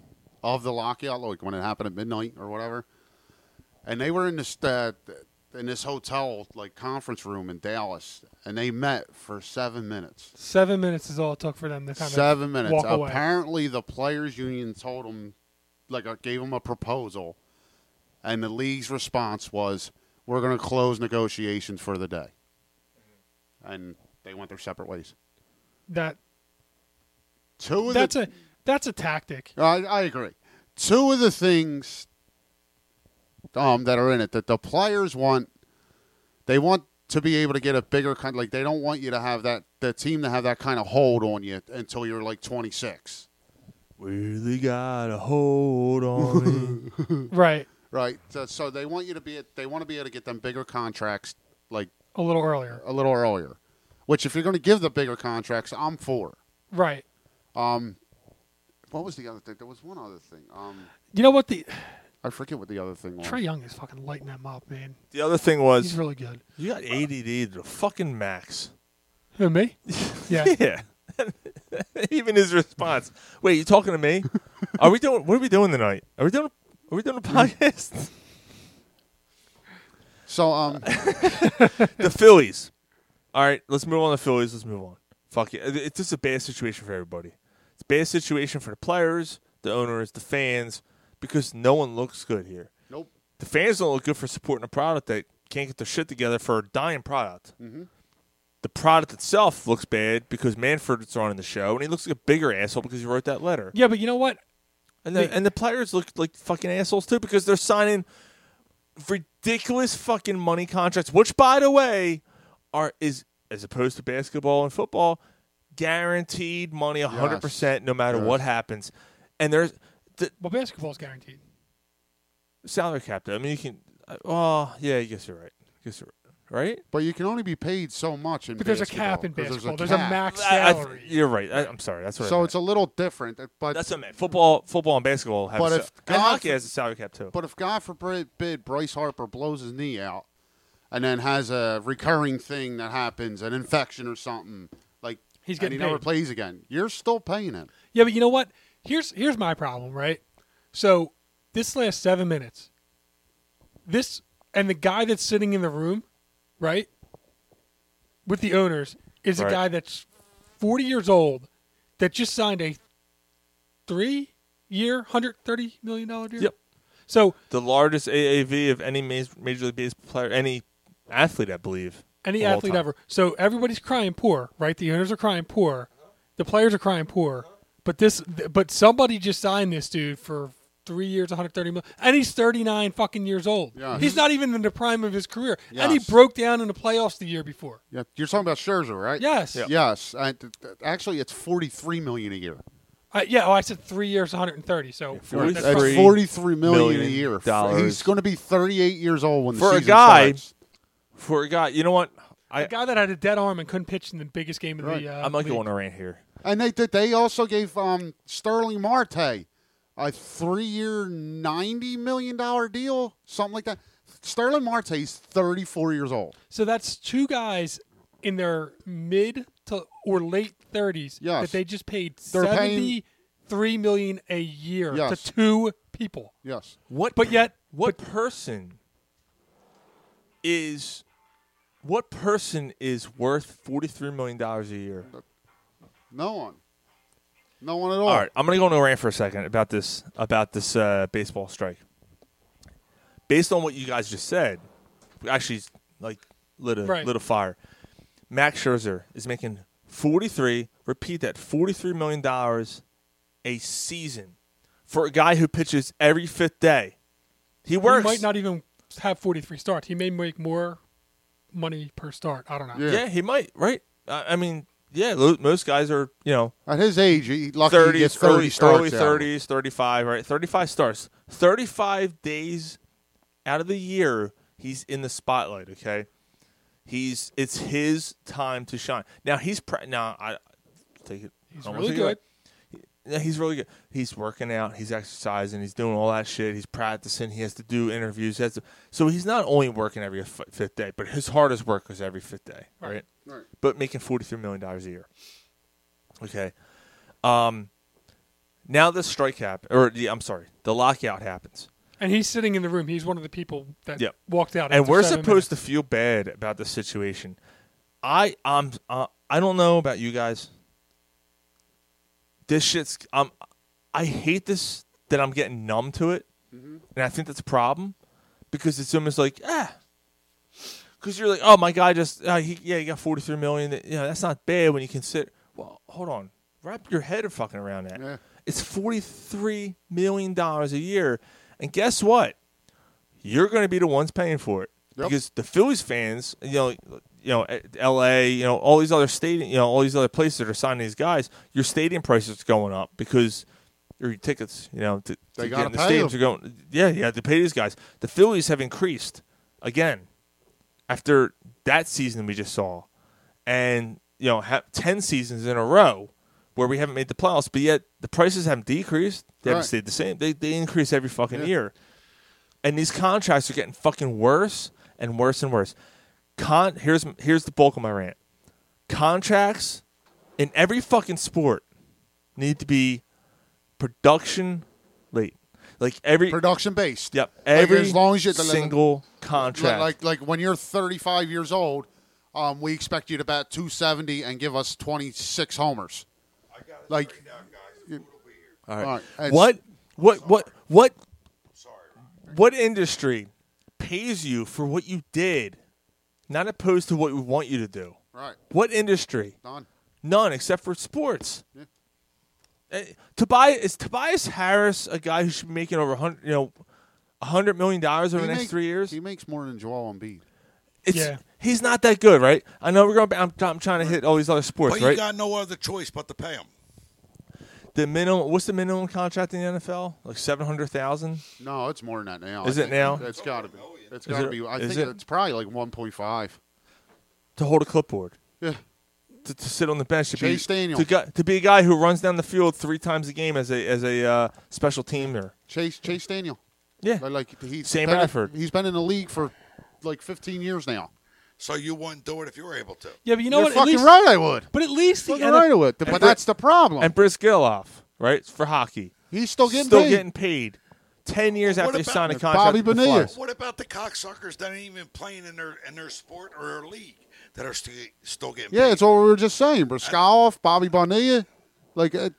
Speaker 7: of the lockout, like when it happened at midnight or whatever, and they were in this uh, in this hotel like conference room in Dallas, and they met for seven minutes.
Speaker 6: Seven minutes is all it took for them to kind
Speaker 7: seven
Speaker 6: of
Speaker 7: minutes.
Speaker 6: walk away.
Speaker 7: Apparently, the players' union told them, like, uh, gave them a proposal, and the league's response was, "We're going to close negotiations for the day," and they went their separate ways.
Speaker 6: that
Speaker 7: Two of
Speaker 6: that's
Speaker 7: the,
Speaker 6: a that's a tactic.
Speaker 7: I, I agree. Two of the things um, that are in it that the players want, they want to be able to get a bigger kind. Like they don't want you to have that the team to have that kind of hold on you until you're like 26,
Speaker 5: Really got a hold on it.
Speaker 6: Right.
Speaker 7: right? So, so they want you to be they want to be able to get them bigger contracts like
Speaker 6: A little earlier.
Speaker 7: a little earlier. Which, if you're going to give the bigger contracts, I'm for.
Speaker 6: Right.
Speaker 7: What was the other thing? There was one other thing. Um,
Speaker 6: You know what the
Speaker 7: I forget what the other thing was.
Speaker 6: Trey Young is fucking lighting them up, man.
Speaker 5: [laughs] The other thing was
Speaker 6: He's really good.
Speaker 5: you got ADD to the fucking max. [laughs]
Speaker 6: Who me? [laughs] Yeah.
Speaker 5: Yeah. [laughs] Even his response. Wait, you talking to
Speaker 6: [laughs]
Speaker 5: me? Are we doing? What are we doing tonight? Are we doing? Are we doing
Speaker 6: Mm-hmm.
Speaker 5: a podcast? [laughs]
Speaker 7: So, um,
Speaker 5: the Phillies. All right, let's move on. to The Phillies. Let's move on. Fuck it. It- It's just a bad situation for everybody. It's a bad situation for the players, the owners, the fans, because no one looks good here.
Speaker 7: nope.
Speaker 5: the fans don't look good for supporting a product that can't get their shit together for a dying product. The product itself looks bad because Manfred's running the show, and he looks like a bigger asshole because he wrote that letter.
Speaker 6: Yeah, but you know what?
Speaker 5: And the, and the players look like fucking assholes too because they're signing ridiculous fucking money contracts, which by the way are is as opposed to basketball and football, guaranteed money hundred percent no matter what happens. And there's the
Speaker 6: Well, basketball's guaranteed.
Speaker 5: salary cap. though. I mean, you can. uh, Oh, yeah, I guess you're right. I guess you're right. Right?
Speaker 7: But you can only be paid so much in
Speaker 6: But there's a cap in
Speaker 7: 'cause
Speaker 6: basketball. There's a,
Speaker 7: cap.
Speaker 6: max
Speaker 5: I- I th-
Speaker 6: salary.
Speaker 5: you're right. I, I'm sorry. That's what. I
Speaker 7: So
Speaker 5: meant.
Speaker 7: it's a little different. uh, But
Speaker 5: That's what I meant. Football, football, and basketball have.
Speaker 7: But
Speaker 5: a,
Speaker 7: if
Speaker 5: sa- and
Speaker 7: God
Speaker 5: hockey
Speaker 7: for-
Speaker 5: has a salary cap too.
Speaker 7: but if God forbid Bryce Harper blows his knee out, and then has a recurring thing that happens, an infection or something, like
Speaker 6: He's
Speaker 7: and he
Speaker 6: getting
Speaker 7: never
Speaker 6: paid.
Speaker 7: plays again, you're still paying him.
Speaker 6: Yeah, but you know what? Here's here's my problem, right? So this last seven minutes, this and the guy that's sitting in the room, right, with the owners is
Speaker 5: Right.
Speaker 6: a guy that's forty years old that just signed a three year, hundred thirty million dollar deal.
Speaker 5: Yep.
Speaker 6: So
Speaker 5: the largest AAV of any ma- major league baseball player, any athlete, I believe.
Speaker 6: any
Speaker 5: of all
Speaker 6: athlete
Speaker 5: time.
Speaker 6: ever. So everybody's crying poor, right? The owners are crying poor, the players are crying poor, but this, but somebody just signed this dude for three years, 130 million, and he's 39 fucking years old.
Speaker 7: Yes.
Speaker 6: He's not even in the prime of his career, and he
Speaker 7: Yes.
Speaker 6: broke down in the playoffs the year before.
Speaker 7: Yeah, you're talking about Scherzer, right?
Speaker 6: Yes. Yeah.
Speaker 7: Yes. And th- th- actually, it's forty-three million a year.
Speaker 6: I, yeah, oh, I said three years, 130. So
Speaker 5: forty-
Speaker 6: that's
Speaker 7: That's
Speaker 5: Three
Speaker 7: forty-three million a
Speaker 5: million
Speaker 7: year. F-
Speaker 5: dollars.
Speaker 7: He's going to be thirty-eight years old when the
Speaker 5: For a
Speaker 7: season
Speaker 5: guy-
Speaker 7: starts.
Speaker 5: For a guy, you know what? I
Speaker 6: a guy that had a dead arm and couldn't pitch in the biggest game of
Speaker 7: Right.
Speaker 6: the. Uh,
Speaker 5: I might go
Speaker 6: league.
Speaker 5: on a rant here.
Speaker 7: And they did. They also gave um, Sterling Marte a three-year, ninety million dollar deal, something like that. Sterling Marte's thirty-four years old.
Speaker 6: So that's two guys in their mid to or late thirties
Speaker 7: Yes.
Speaker 6: that they just paid
Speaker 7: They're
Speaker 6: seventy
Speaker 7: paying-
Speaker 6: three million a year
Speaker 7: Yes.
Speaker 6: to two people.
Speaker 7: Yes,
Speaker 5: What?
Speaker 6: But yet-
Speaker 5: what person is? What person is worth forty-three million dollars a year?
Speaker 7: no one, no one at all.
Speaker 5: All right, I'm gonna go on a rant for a second about this about this uh, baseball strike. Based on what you guys just said, actually, like lit a
Speaker 6: Right.
Speaker 5: lit a fire. Max Scherzer is making 43, repeat that, $43 million a season for a guy who pitches every fifth day. He works.
Speaker 6: He might not even have 43 starts. He may make more money per start. I don't know.
Speaker 7: Yeah.
Speaker 5: yeah, he might, right? I, I mean, yeah, lo- most guys are, you know,
Speaker 7: At his age, he lucky he
Speaker 5: 30,
Speaker 7: gets 30
Speaker 5: early,
Speaker 7: starts
Speaker 5: early
Speaker 7: out.
Speaker 5: 30s, 35, right? 35 starts. 35 days out of the year, he's in the spotlight, okay? He's it's his time to shine. Now he's pre- now I take it.
Speaker 6: He's
Speaker 5: I won't
Speaker 6: really
Speaker 5: take it away.
Speaker 6: good.
Speaker 5: Yeah, he's really good. He's working out, he's exercising, he's doing all that shit. He's practicing. He has to do interviews. He has to, so he's not only working every f- fifth day, but his hardest work is every fifth day, right? right? But making forty three million dollars a year. Okay. Um. Now the strike happens, or the, I'm sorry, the lockout happens,
Speaker 6: And he's sitting in the room. He's one of the people that
Speaker 5: Yep.
Speaker 6: walked out.
Speaker 5: and
Speaker 6: after
Speaker 5: we're
Speaker 6: seven
Speaker 5: supposed to feel bad about the situation. I I'm uh, I don't know about you guys. This shit's um, I hate this that I'm getting numb to it, and I think that's a problem because it's almost like ah, because you're like oh my guy just uh, he, yeah he got forty three million that- you know that's not bad when you consider well hold on wrap your head fucking around that
Speaker 7: Yeah.
Speaker 5: it's forty three million dollars a year and guess what you're going to be the ones paying for it
Speaker 7: Yep.
Speaker 5: because the Phillies fans, you know, you know, L.A., you know, all these other stadium, you know, all these other places that are signing these guys, your stadium prices going up because your tickets, you know, to,
Speaker 7: They
Speaker 5: to get
Speaker 7: gotta
Speaker 5: in the
Speaker 7: pay
Speaker 5: stadiums
Speaker 7: them.
Speaker 5: are going. Yeah, yeah, to pay these guys. The Phillies have increased again after that season we just saw, and you know, have ten seasons in a row where we haven't made the playoffs, but yet the prices haven't decreased. They haven't
Speaker 7: Right.
Speaker 5: stayed the same. They they increase every fucking year and these contracts are getting fucking worse and worse and worse. Con here's here's the bulk of my rant. Contracts in every fucking sport need to be production late. Like every
Speaker 7: Production based.
Speaker 5: yep
Speaker 7: Like,
Speaker 5: every
Speaker 7: as long as you
Speaker 5: single
Speaker 7: like,
Speaker 5: contract.
Speaker 7: like like when you're 35 years old, um, we expect you to bat 270 and give us 26 homers.
Speaker 8: I got it
Speaker 7: Like-
Speaker 8: straightened out, guys. The food will be here.
Speaker 5: All right.
Speaker 7: It's-
Speaker 5: What what what what
Speaker 8: Sorry, Ron.
Speaker 5: what industry pays you for what you did, not opposed to what we want you to do?
Speaker 7: Right.
Speaker 5: What industry?
Speaker 7: Don.
Speaker 5: None except for sports. Eh, Tobias is Tobias Harris a guy who should be making over hundred you know hundred million dollars over
Speaker 7: He
Speaker 5: the next
Speaker 7: make-
Speaker 5: three years?
Speaker 7: He makes more than Joel Embiid.
Speaker 5: It's,
Speaker 6: Yeah.
Speaker 5: he's not that good, right? I know we're going. back- I'm, I'm trying to hit all these other sports,
Speaker 8: But you
Speaker 5: right?
Speaker 8: got no other choice but to pay them.
Speaker 5: the minimum. What's the minimum contract in the NFL? Like seven hundred thousand.
Speaker 7: No, it's more than that now. I
Speaker 5: Is it
Speaker 7: think.
Speaker 5: now?
Speaker 7: It's got to be. It's
Speaker 5: Is
Speaker 7: got to
Speaker 5: it-
Speaker 7: be. I
Speaker 5: is
Speaker 7: think
Speaker 5: it?
Speaker 7: it's probably like 1.5.
Speaker 5: to hold a clipboard.
Speaker 7: Yeah.
Speaker 5: To, to sit on the bench to
Speaker 7: Chase
Speaker 5: be
Speaker 7: Daniel.
Speaker 5: to, gu- to be a guy who runs down the field three times a game as a as a uh, special teamer.
Speaker 7: Chase Chase Daniel.
Speaker 5: Yeah,
Speaker 7: Like, like he's
Speaker 5: Sam
Speaker 7: been-
Speaker 5: Bradford.
Speaker 7: He's been in the league for like 15 years now.
Speaker 8: So you wouldn't do it if you were able to.
Speaker 6: Yeah, but you know
Speaker 7: You're
Speaker 6: what? At
Speaker 7: fucking
Speaker 6: least-
Speaker 7: right. I would.
Speaker 6: But at least the
Speaker 7: Fucking
Speaker 6: NFL
Speaker 7: right. I would. But that's the problem.
Speaker 5: and Briss Giloff, right for hockey,
Speaker 7: he's still getting
Speaker 5: still
Speaker 7: paid.
Speaker 5: getting paid ten years
Speaker 8: What
Speaker 5: after he
Speaker 8: about
Speaker 5: signed a
Speaker 7: Bobby
Speaker 5: contract. with the
Speaker 7: Bonilla?
Speaker 5: Flyers.
Speaker 8: What about the cocksuckers that ain't even playing in their in their sport or their league that are still still getting?
Speaker 7: yeah,
Speaker 8: paid?
Speaker 7: it's what we were just saying. Braskoff, Bobby Bonilla, like it,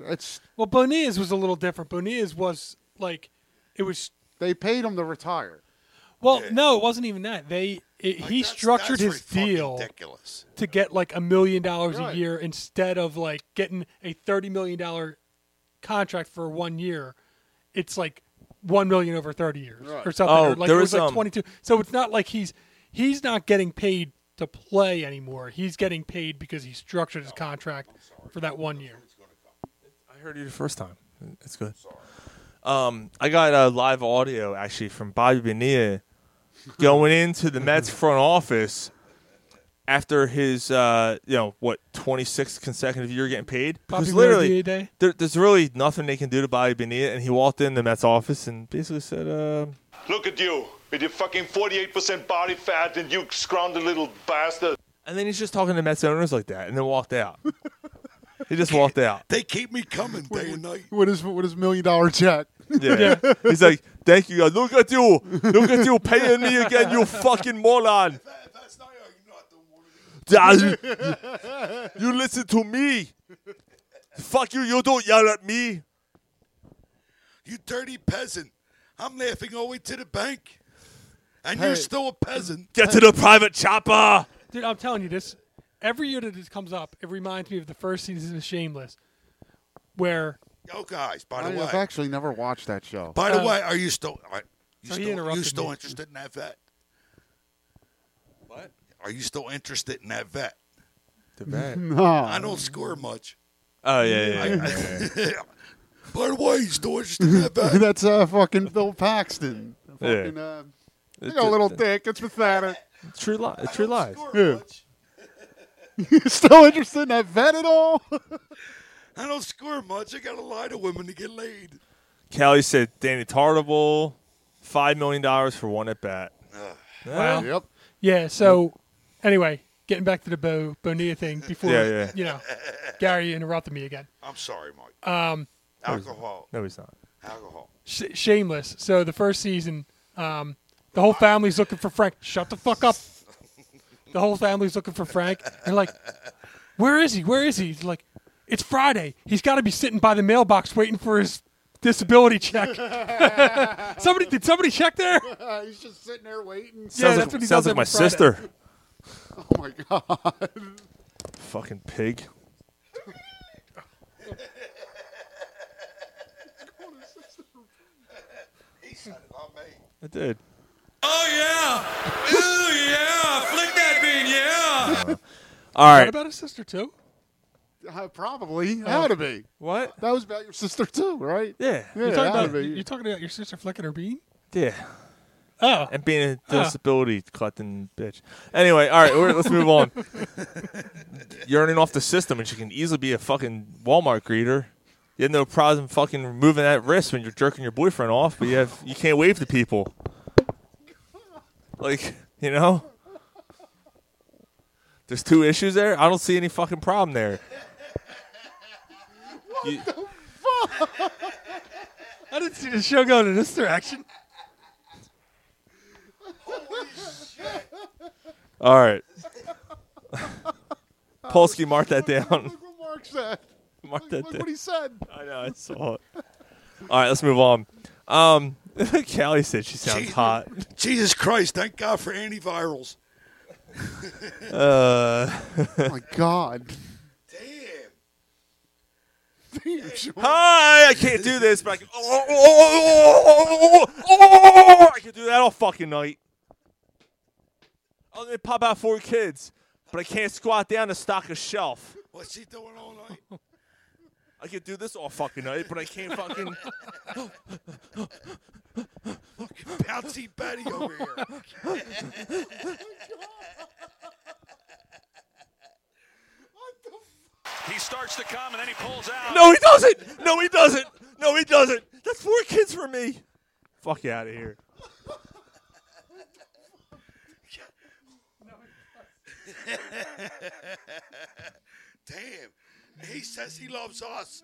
Speaker 7: it's
Speaker 6: Well, Bonilla's was a little different. Bonilla's was like, it was.
Speaker 7: they paid him to retire.
Speaker 6: Well, no, it wasn't even that. They it,
Speaker 8: Like,
Speaker 6: he
Speaker 8: that's-
Speaker 6: structured
Speaker 8: that's
Speaker 6: his
Speaker 8: fucking
Speaker 6: deal
Speaker 8: Ridiculous.
Speaker 6: to get like a million dollars a
Speaker 7: Right.
Speaker 6: year instead of like getting a thirty million dollar contract for one year. It's like one million over thirty years or something.
Speaker 5: Oh,
Speaker 6: or like
Speaker 5: there
Speaker 6: it was,
Speaker 5: was,
Speaker 6: like
Speaker 5: um,
Speaker 6: twenty two. So it's not like he's he's not getting paid to play anymore. He's getting paid because he structured his contract for that one year.
Speaker 5: I heard you the first time. That's good. Um, I got a live audio actually from Bobby [laughs] Bonilla going into the Mets front office after his, uh, you know, what, 26th consecutive year getting paid.
Speaker 6: Bobby
Speaker 5: Because literally,
Speaker 6: Bonilla Day?
Speaker 5: there, there's really nothing they can do to Bobby Bonilla, and he walked in the Mets office and basically said, uh,
Speaker 10: Look at you with your fucking 48% body fat and you scrounded little bastard.
Speaker 5: and then he's just talking to Mets owners like that, and then walked out. [laughs] he just walked [laughs] out.
Speaker 8: They keep me coming day and night.
Speaker 7: What is what is million dollar check?
Speaker 5: Yeah. He's like, thank you. Look at you. Look at you paying me again, you fucking moron.
Speaker 8: If that's not how you're not doing one of these.
Speaker 5: Ah, you, you listen to me. Fuck you. You don't yell at me.
Speaker 8: You dirty peasant. I'm laughing all the way to the bank. And
Speaker 7: Hey.
Speaker 8: you're still a peasant.
Speaker 5: Get to the private chopper.
Speaker 6: Dude, I'm telling you this. every year that this comes up, it reminds me of the first season of Shameless, where
Speaker 8: Yo, guys, by
Speaker 7: I,
Speaker 8: the way,
Speaker 7: have actually never watched that show.
Speaker 8: by the
Speaker 6: Um,
Speaker 8: way, are you still are
Speaker 6: so
Speaker 8: you
Speaker 6: he
Speaker 8: still, you
Speaker 6: interrupted
Speaker 8: still
Speaker 6: me.
Speaker 8: interested in that vet?
Speaker 5: What?
Speaker 8: Are you still interested in that vet?
Speaker 5: The vet.
Speaker 8: I don't score much.
Speaker 5: Oh yeah, yeah.
Speaker 8: [laughs]
Speaker 5: yeah.
Speaker 8: By the way, you still interested in that vet?
Speaker 7: [laughs] That's uh, fucking Bill Paxton.
Speaker 5: Yeah.
Speaker 7: Fucking, uh,
Speaker 5: It's
Speaker 7: you got a little
Speaker 5: a-
Speaker 7: dick. It's pathetic. [laughs]
Speaker 5: True lies. True lies.
Speaker 8: Score
Speaker 7: Yeah.
Speaker 8: much.
Speaker 7: You still interested in that vet at all? [laughs]
Speaker 8: I don't score much. I gotta lie to women to get laid.
Speaker 5: Callie said Danny Tartable, five million dollars for one at bat. Ah.
Speaker 6: wow.
Speaker 7: yep.
Speaker 6: Yeah. So, anyway, getting back to the Bo
Speaker 5: [laughs]
Speaker 6: Bonilla thing before
Speaker 5: Yeah, yeah.
Speaker 6: you know, Gary interrupted me again.
Speaker 8: I'm sorry, Mike. Um, alcohol,
Speaker 5: No, he's not.
Speaker 8: alcohol.
Speaker 6: Sh- shameless. So the first season, um, the whole family's looking for Frank. Shut the fuck up. The whole family's looking for Frank. They're like, "Where is he? Where is he?" He's like, "It's Friday. He's got to be sitting by the mailbox waiting for his disability check." [laughs] somebody did somebody check there?
Speaker 7: Uh, he's just sitting there waiting.
Speaker 6: Yeah,
Speaker 5: sounds
Speaker 6: that's
Speaker 5: like,
Speaker 6: what he
Speaker 5: sounds like
Speaker 6: does
Speaker 5: my
Speaker 6: every Friday.
Speaker 5: sister.
Speaker 7: Oh my god. [laughs]
Speaker 5: Fucking pig.
Speaker 8: He said it, not me.
Speaker 5: I did. Oh yeah. Ooh yeah. Flick that bean. Yeah. All
Speaker 6: What
Speaker 5: right.
Speaker 6: about his sister too?
Speaker 7: Uh, probably. Had to be.
Speaker 5: What?
Speaker 7: That was about your sister too, [laughs] right?
Speaker 5: Yeah.
Speaker 7: Yeah,
Speaker 6: You're talking,
Speaker 7: had
Speaker 6: about,
Speaker 7: to be.
Speaker 6: you're talking about your sister flicking her bean?
Speaker 5: Yeah.
Speaker 6: Oh,
Speaker 5: And being a disability collecting bitch. Anyway, all right, we're, let's move
Speaker 6: [laughs]
Speaker 5: on. Yearning off the system, and she can easily be a fucking Walmart greeter. You have no problem fucking removing that wrist when you're jerking your boyfriend off, but you have you can't wave to people. Like you know, there's two issues there. I don't see any fucking problem there. You-
Speaker 6: I didn't see the show going in this direction.
Speaker 5: all right, Polsky, mark that down.
Speaker 7: Look what Mark said.
Speaker 5: [laughs] Mark that
Speaker 7: Look
Speaker 5: down.
Speaker 7: [laughs] what he said.
Speaker 5: I know, I saw it. All right, let's move on. Um, [laughs] Callie said she sounds
Speaker 8: Jeez.
Speaker 5: hot.
Speaker 8: Jesus Christ! Thank God for antivirals.
Speaker 7: Oh my [laughs] god.
Speaker 8: Damn.
Speaker 7: Damn, Sean.
Speaker 5: Hi, I can't do this, but I can. Oh, oh, oh, oh, oh, I can do that all fucking night. I'll let me pop out four kids, but I can't squat down to stock a shelf.
Speaker 8: What's he doing all night?
Speaker 5: I can do this all fucking night, but I can't fucking.
Speaker 8: Bouncy Betty over here.
Speaker 11: He starts to come and then he pulls out.
Speaker 5: No, he doesn't. No, he doesn't. No, he doesn't. That's four kids for me. Fuck you out of here.
Speaker 8: Damn. He says he loves us.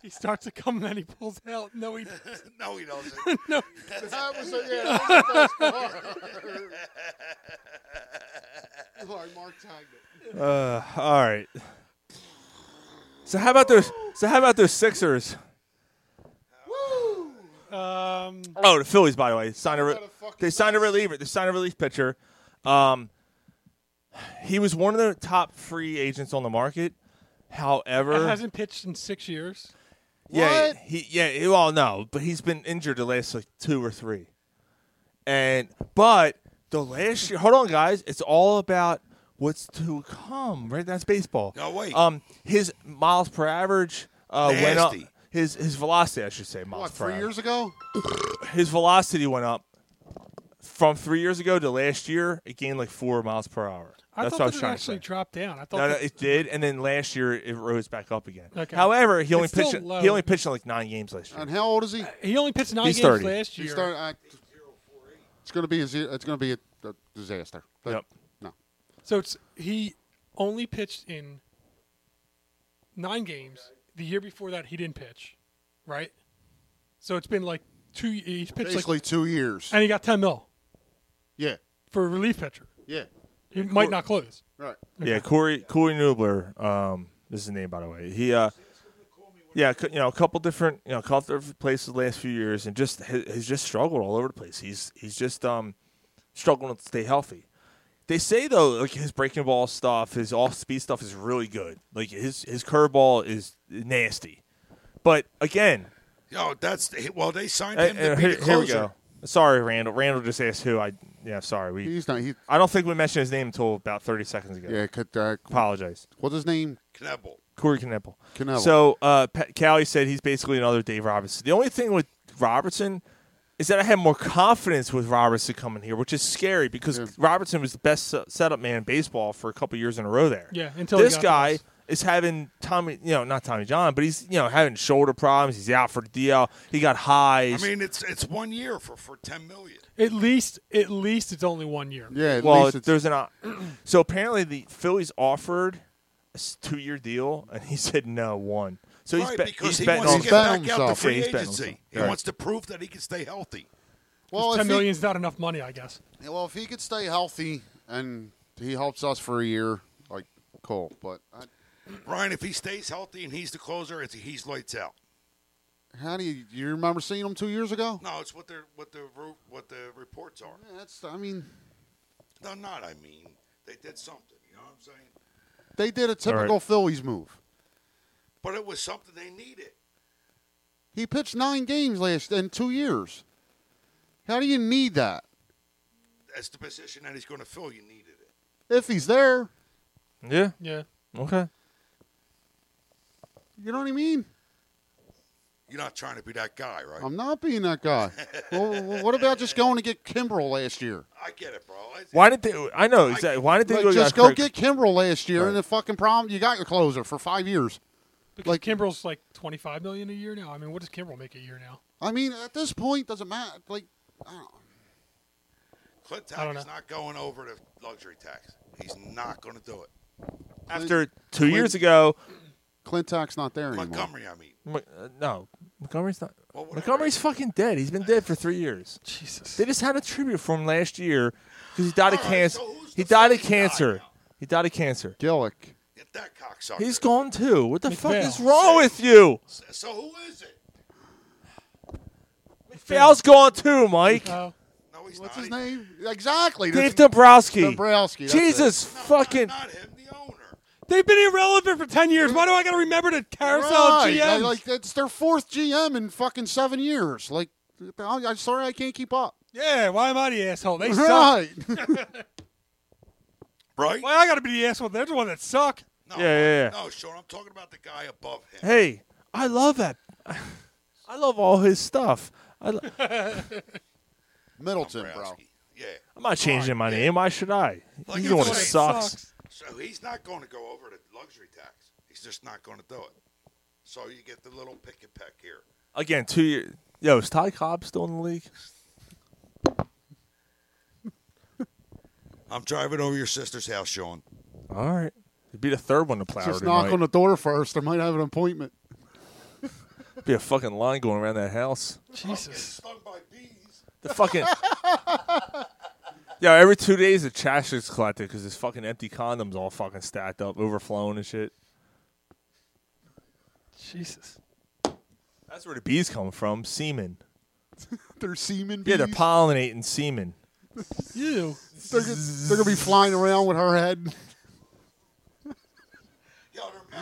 Speaker 6: He starts to come and then he pulls out. No, he.
Speaker 8: No, he doesn't.
Speaker 5: [laughs]
Speaker 7: That was a, yeah, that was the [laughs] best part. Lord, Mark tagged it.
Speaker 5: Uh, all right. So how about those? So how about those Sixers?
Speaker 6: Um,
Speaker 5: Oh, the Phillies, by the way, signed a re-
Speaker 7: What a fucking
Speaker 5: they signed a reliever. They signed a relief pitcher. Um, he was one of the top free agents on the market. However,
Speaker 6: hasn't pitched in six years.
Speaker 5: yeah,
Speaker 7: What?
Speaker 5: he yeah, you all know, but he's been injured the last like two or three. And but the last year, hold on, guys, it's all about what's to come, right? That's baseball.
Speaker 8: No, wait.
Speaker 5: Um, his miles per average uh, went up.
Speaker 8: Nasty.
Speaker 5: His his velocity, I should say, miles
Speaker 7: What,
Speaker 5: per
Speaker 7: three
Speaker 5: hour.
Speaker 7: years ago?
Speaker 5: His velocity went up from three years ago to last year. It gained like four miles per hour.
Speaker 6: I
Speaker 5: That's
Speaker 6: thought
Speaker 5: what I was
Speaker 6: that it
Speaker 5: trying
Speaker 6: actually
Speaker 5: to say.
Speaker 6: dropped down. I thought
Speaker 5: No, no,
Speaker 6: that-
Speaker 5: it did, and then last year it rose back up again.
Speaker 6: Okay.
Speaker 5: However, he only
Speaker 6: It's still
Speaker 5: pitched.
Speaker 6: low.
Speaker 5: He only pitched in like nine games last year.
Speaker 7: And how old is he?
Speaker 6: he only pitched nine
Speaker 5: He's
Speaker 6: games
Speaker 5: 30.
Speaker 6: last year.
Speaker 7: He's starting. I, it's gonna be a zero, it's gonna be a, a disaster. That-
Speaker 5: Yep.
Speaker 7: No.
Speaker 6: so it's he only pitched in nine games. The year before that, he didn't pitch, right? So it's been like two. He's pitched
Speaker 7: Basically
Speaker 6: like,
Speaker 7: two years.
Speaker 6: and he got ten mil
Speaker 7: yeah.
Speaker 6: for a relief pitcher.
Speaker 7: Yeah.
Speaker 6: He might not close.
Speaker 7: Right.
Speaker 5: Yeah, Corey Corey Nubler, um, is his name by the way. He, uh, yeah, c- you know, a couple different, you know, a couple different places the last few years, and just has, has just struggled all over the place. He's he's just um, struggling to stay healthy. They say though, like his breaking ball stuff, his off speed stuff is really good. Like his his curveball is nasty. But again,
Speaker 8: Yo, that's well. They signed
Speaker 5: Uh,
Speaker 8: him to
Speaker 5: uh,
Speaker 8: be
Speaker 5: here,
Speaker 8: the
Speaker 5: here we
Speaker 8: closer.
Speaker 5: go. Sorry, Randall. Randall just asked who I. Yeah, sorry. We.
Speaker 7: He's not- he-
Speaker 5: I don't think we mentioned his name until about thirty seconds ago.
Speaker 7: Yeah, could, uh,
Speaker 5: apologize.
Speaker 7: What's his name?
Speaker 8: Knebel.
Speaker 5: Corey Knebel.
Speaker 7: Knebel.
Speaker 5: So uh, Pat Callie said he's basically another Dave Robertson. The only thing with Robertson is that I had more confidence with Robertson coming here, which is scary because Robertson was the best se- setup man in baseball for a couple years in a row there.
Speaker 6: Yeah, until he
Speaker 5: this
Speaker 6: got
Speaker 5: guy is having Tommy, you know, not Tommy John, but he's you know having shoulder problems. He's out for the DL. He got
Speaker 8: I
Speaker 5: highs.
Speaker 8: mean, it's it's one year for for ten million.
Speaker 6: At least, at least it's only one year.
Speaker 5: well, there's an [clears throat] op- so apparently the Phillies offered a two year deal, and he [laughs] said no one. So he's
Speaker 8: right,
Speaker 5: bet-
Speaker 8: because
Speaker 5: he's
Speaker 8: he
Speaker 5: betting
Speaker 8: wants
Speaker 5: on
Speaker 8: to get back
Speaker 5: himself.
Speaker 8: out
Speaker 5: Yeah,
Speaker 8: to free
Speaker 5: he's betting on
Speaker 8: agency.
Speaker 5: himself.
Speaker 8: He
Speaker 5: Right.
Speaker 8: wants to prove that he can stay healthy.
Speaker 7: Well,
Speaker 6: ten
Speaker 7: if he-
Speaker 6: million is not enough money, I guess.
Speaker 7: Yeah, well, if he could stay healthy and he helps us for a year, like cool. But uh, I,
Speaker 8: Ryan, if he stays healthy and he's the closer, it's, he's lights out.
Speaker 7: how do you you remember seeing him two years ago?
Speaker 8: No, it's what the what the ru- what the reports are.
Speaker 7: that's I mean,
Speaker 8: no, not I mean. They did something. You know what I'm saying?
Speaker 7: They did a typical Phillies move.
Speaker 8: But it was something they needed.
Speaker 7: He pitched nine games last in two years. How do you need that
Speaker 8: That's the position that he's going to fill. You needed it.
Speaker 7: if he's there?
Speaker 5: Yeah.
Speaker 6: Yeah.
Speaker 5: Okay.
Speaker 7: You know what I mean?
Speaker 8: You're not trying to be that guy, right?
Speaker 7: I'm not being that guy. well, what about just going to get Kimbrel last year?
Speaker 8: I get it, bro. It's-
Speaker 5: Why did they? I know exactly. Why did they
Speaker 7: Like,
Speaker 5: go
Speaker 7: just
Speaker 5: after
Speaker 7: go
Speaker 5: Kirk-
Speaker 7: get Kimbrel last year,
Speaker 5: Right.
Speaker 7: and the fucking problem you got your closer for five years.
Speaker 6: Because like Kimbrel's like twenty five million a year now. I mean, what does Kimbrel make a year now?
Speaker 7: I mean, at this point, doesn't matter. Like,
Speaker 8: Clint
Speaker 6: I don't
Speaker 8: Tag is not going over the luxury tax. He's not going to do it.
Speaker 5: after two years ago?
Speaker 7: Clintock's not there anymore.
Speaker 8: Montgomery, I mean.
Speaker 5: Mc- uh, no, Montgomery's not. Montgomery's fucking dead. He's been dead for three years.
Speaker 6: Jesus.
Speaker 5: They just had a tribute for him last year because he died of
Speaker 8: All right,
Speaker 5: cancer.
Speaker 8: so
Speaker 5: he died of cancer. He died of cancer.
Speaker 7: Gillick.
Speaker 8: Get that cocksucker.
Speaker 5: He's gone too. What the fuck
Speaker 8: McPhail.
Speaker 5: is wrong with you?
Speaker 8: So- So who is it?
Speaker 5: Fail's gone too, Mike.
Speaker 6: Oh,
Speaker 8: No, he's
Speaker 7: What's
Speaker 8: not.
Speaker 7: his name? Exactly.
Speaker 5: Dave
Speaker 7: That's-
Speaker 5: Dombrowski.
Speaker 7: Dombrowski, that's
Speaker 5: Jesus
Speaker 7: it.
Speaker 5: fucking.
Speaker 8: Not him, the owner.
Speaker 12: They've been irrelevant for 10 years. Why do I got to remember the carousel
Speaker 5: oh,
Speaker 12: of
Speaker 7: Right.
Speaker 12: GMs?
Speaker 7: Like, it's their fourth GM in fucking seven years. Like, I'm I'm sorry, I can't keep up.
Speaker 12: yeah, why am I the asshole?
Speaker 7: [laughs]
Speaker 6: Uh-huh.
Speaker 12: They
Speaker 7: right.
Speaker 12: suck.
Speaker 8: Right?
Speaker 12: Why I got to be the asshole? They're the one that suck.
Speaker 8: No,
Speaker 5: Yeah, yeah, yeah.
Speaker 8: No, Sean, I'm talking about the guy above him.
Speaker 5: Hey, I love that. I love all his stuff. I lo-
Speaker 7: Middleton, bro.
Speaker 8: Yeah.
Speaker 5: I'm not changing my name. Why should I? He's the one that sucks.
Speaker 8: So he's not going to go over the luxury tax. He's just not going to do it. So you get the little pick and peck here.
Speaker 5: Again, two years. Yo, is Ty Cobb still in the league?
Speaker 8: I'm driving over your sister's house, Sean.
Speaker 5: All right. He'd be the third one to plow.
Speaker 7: Just
Speaker 5: it,
Speaker 7: knock
Speaker 5: Mike.
Speaker 7: on the door first. I might have an appointment. [laughs]
Speaker 5: Be a fucking line going around that house.
Speaker 6: Jesus.
Speaker 5: The fucking [laughs] yeah. Every two days, the trash is collected because there's fucking empty condoms all fucking stacked up, overflowing and shit.
Speaker 6: Jesus.
Speaker 5: That's where the bees come from. Semen.
Speaker 7: They're semen bees.
Speaker 5: Yeah, they're pollinating semen.
Speaker 6: You.
Speaker 7: They're, gonna- they're gonna be flying around with her head. [laughs]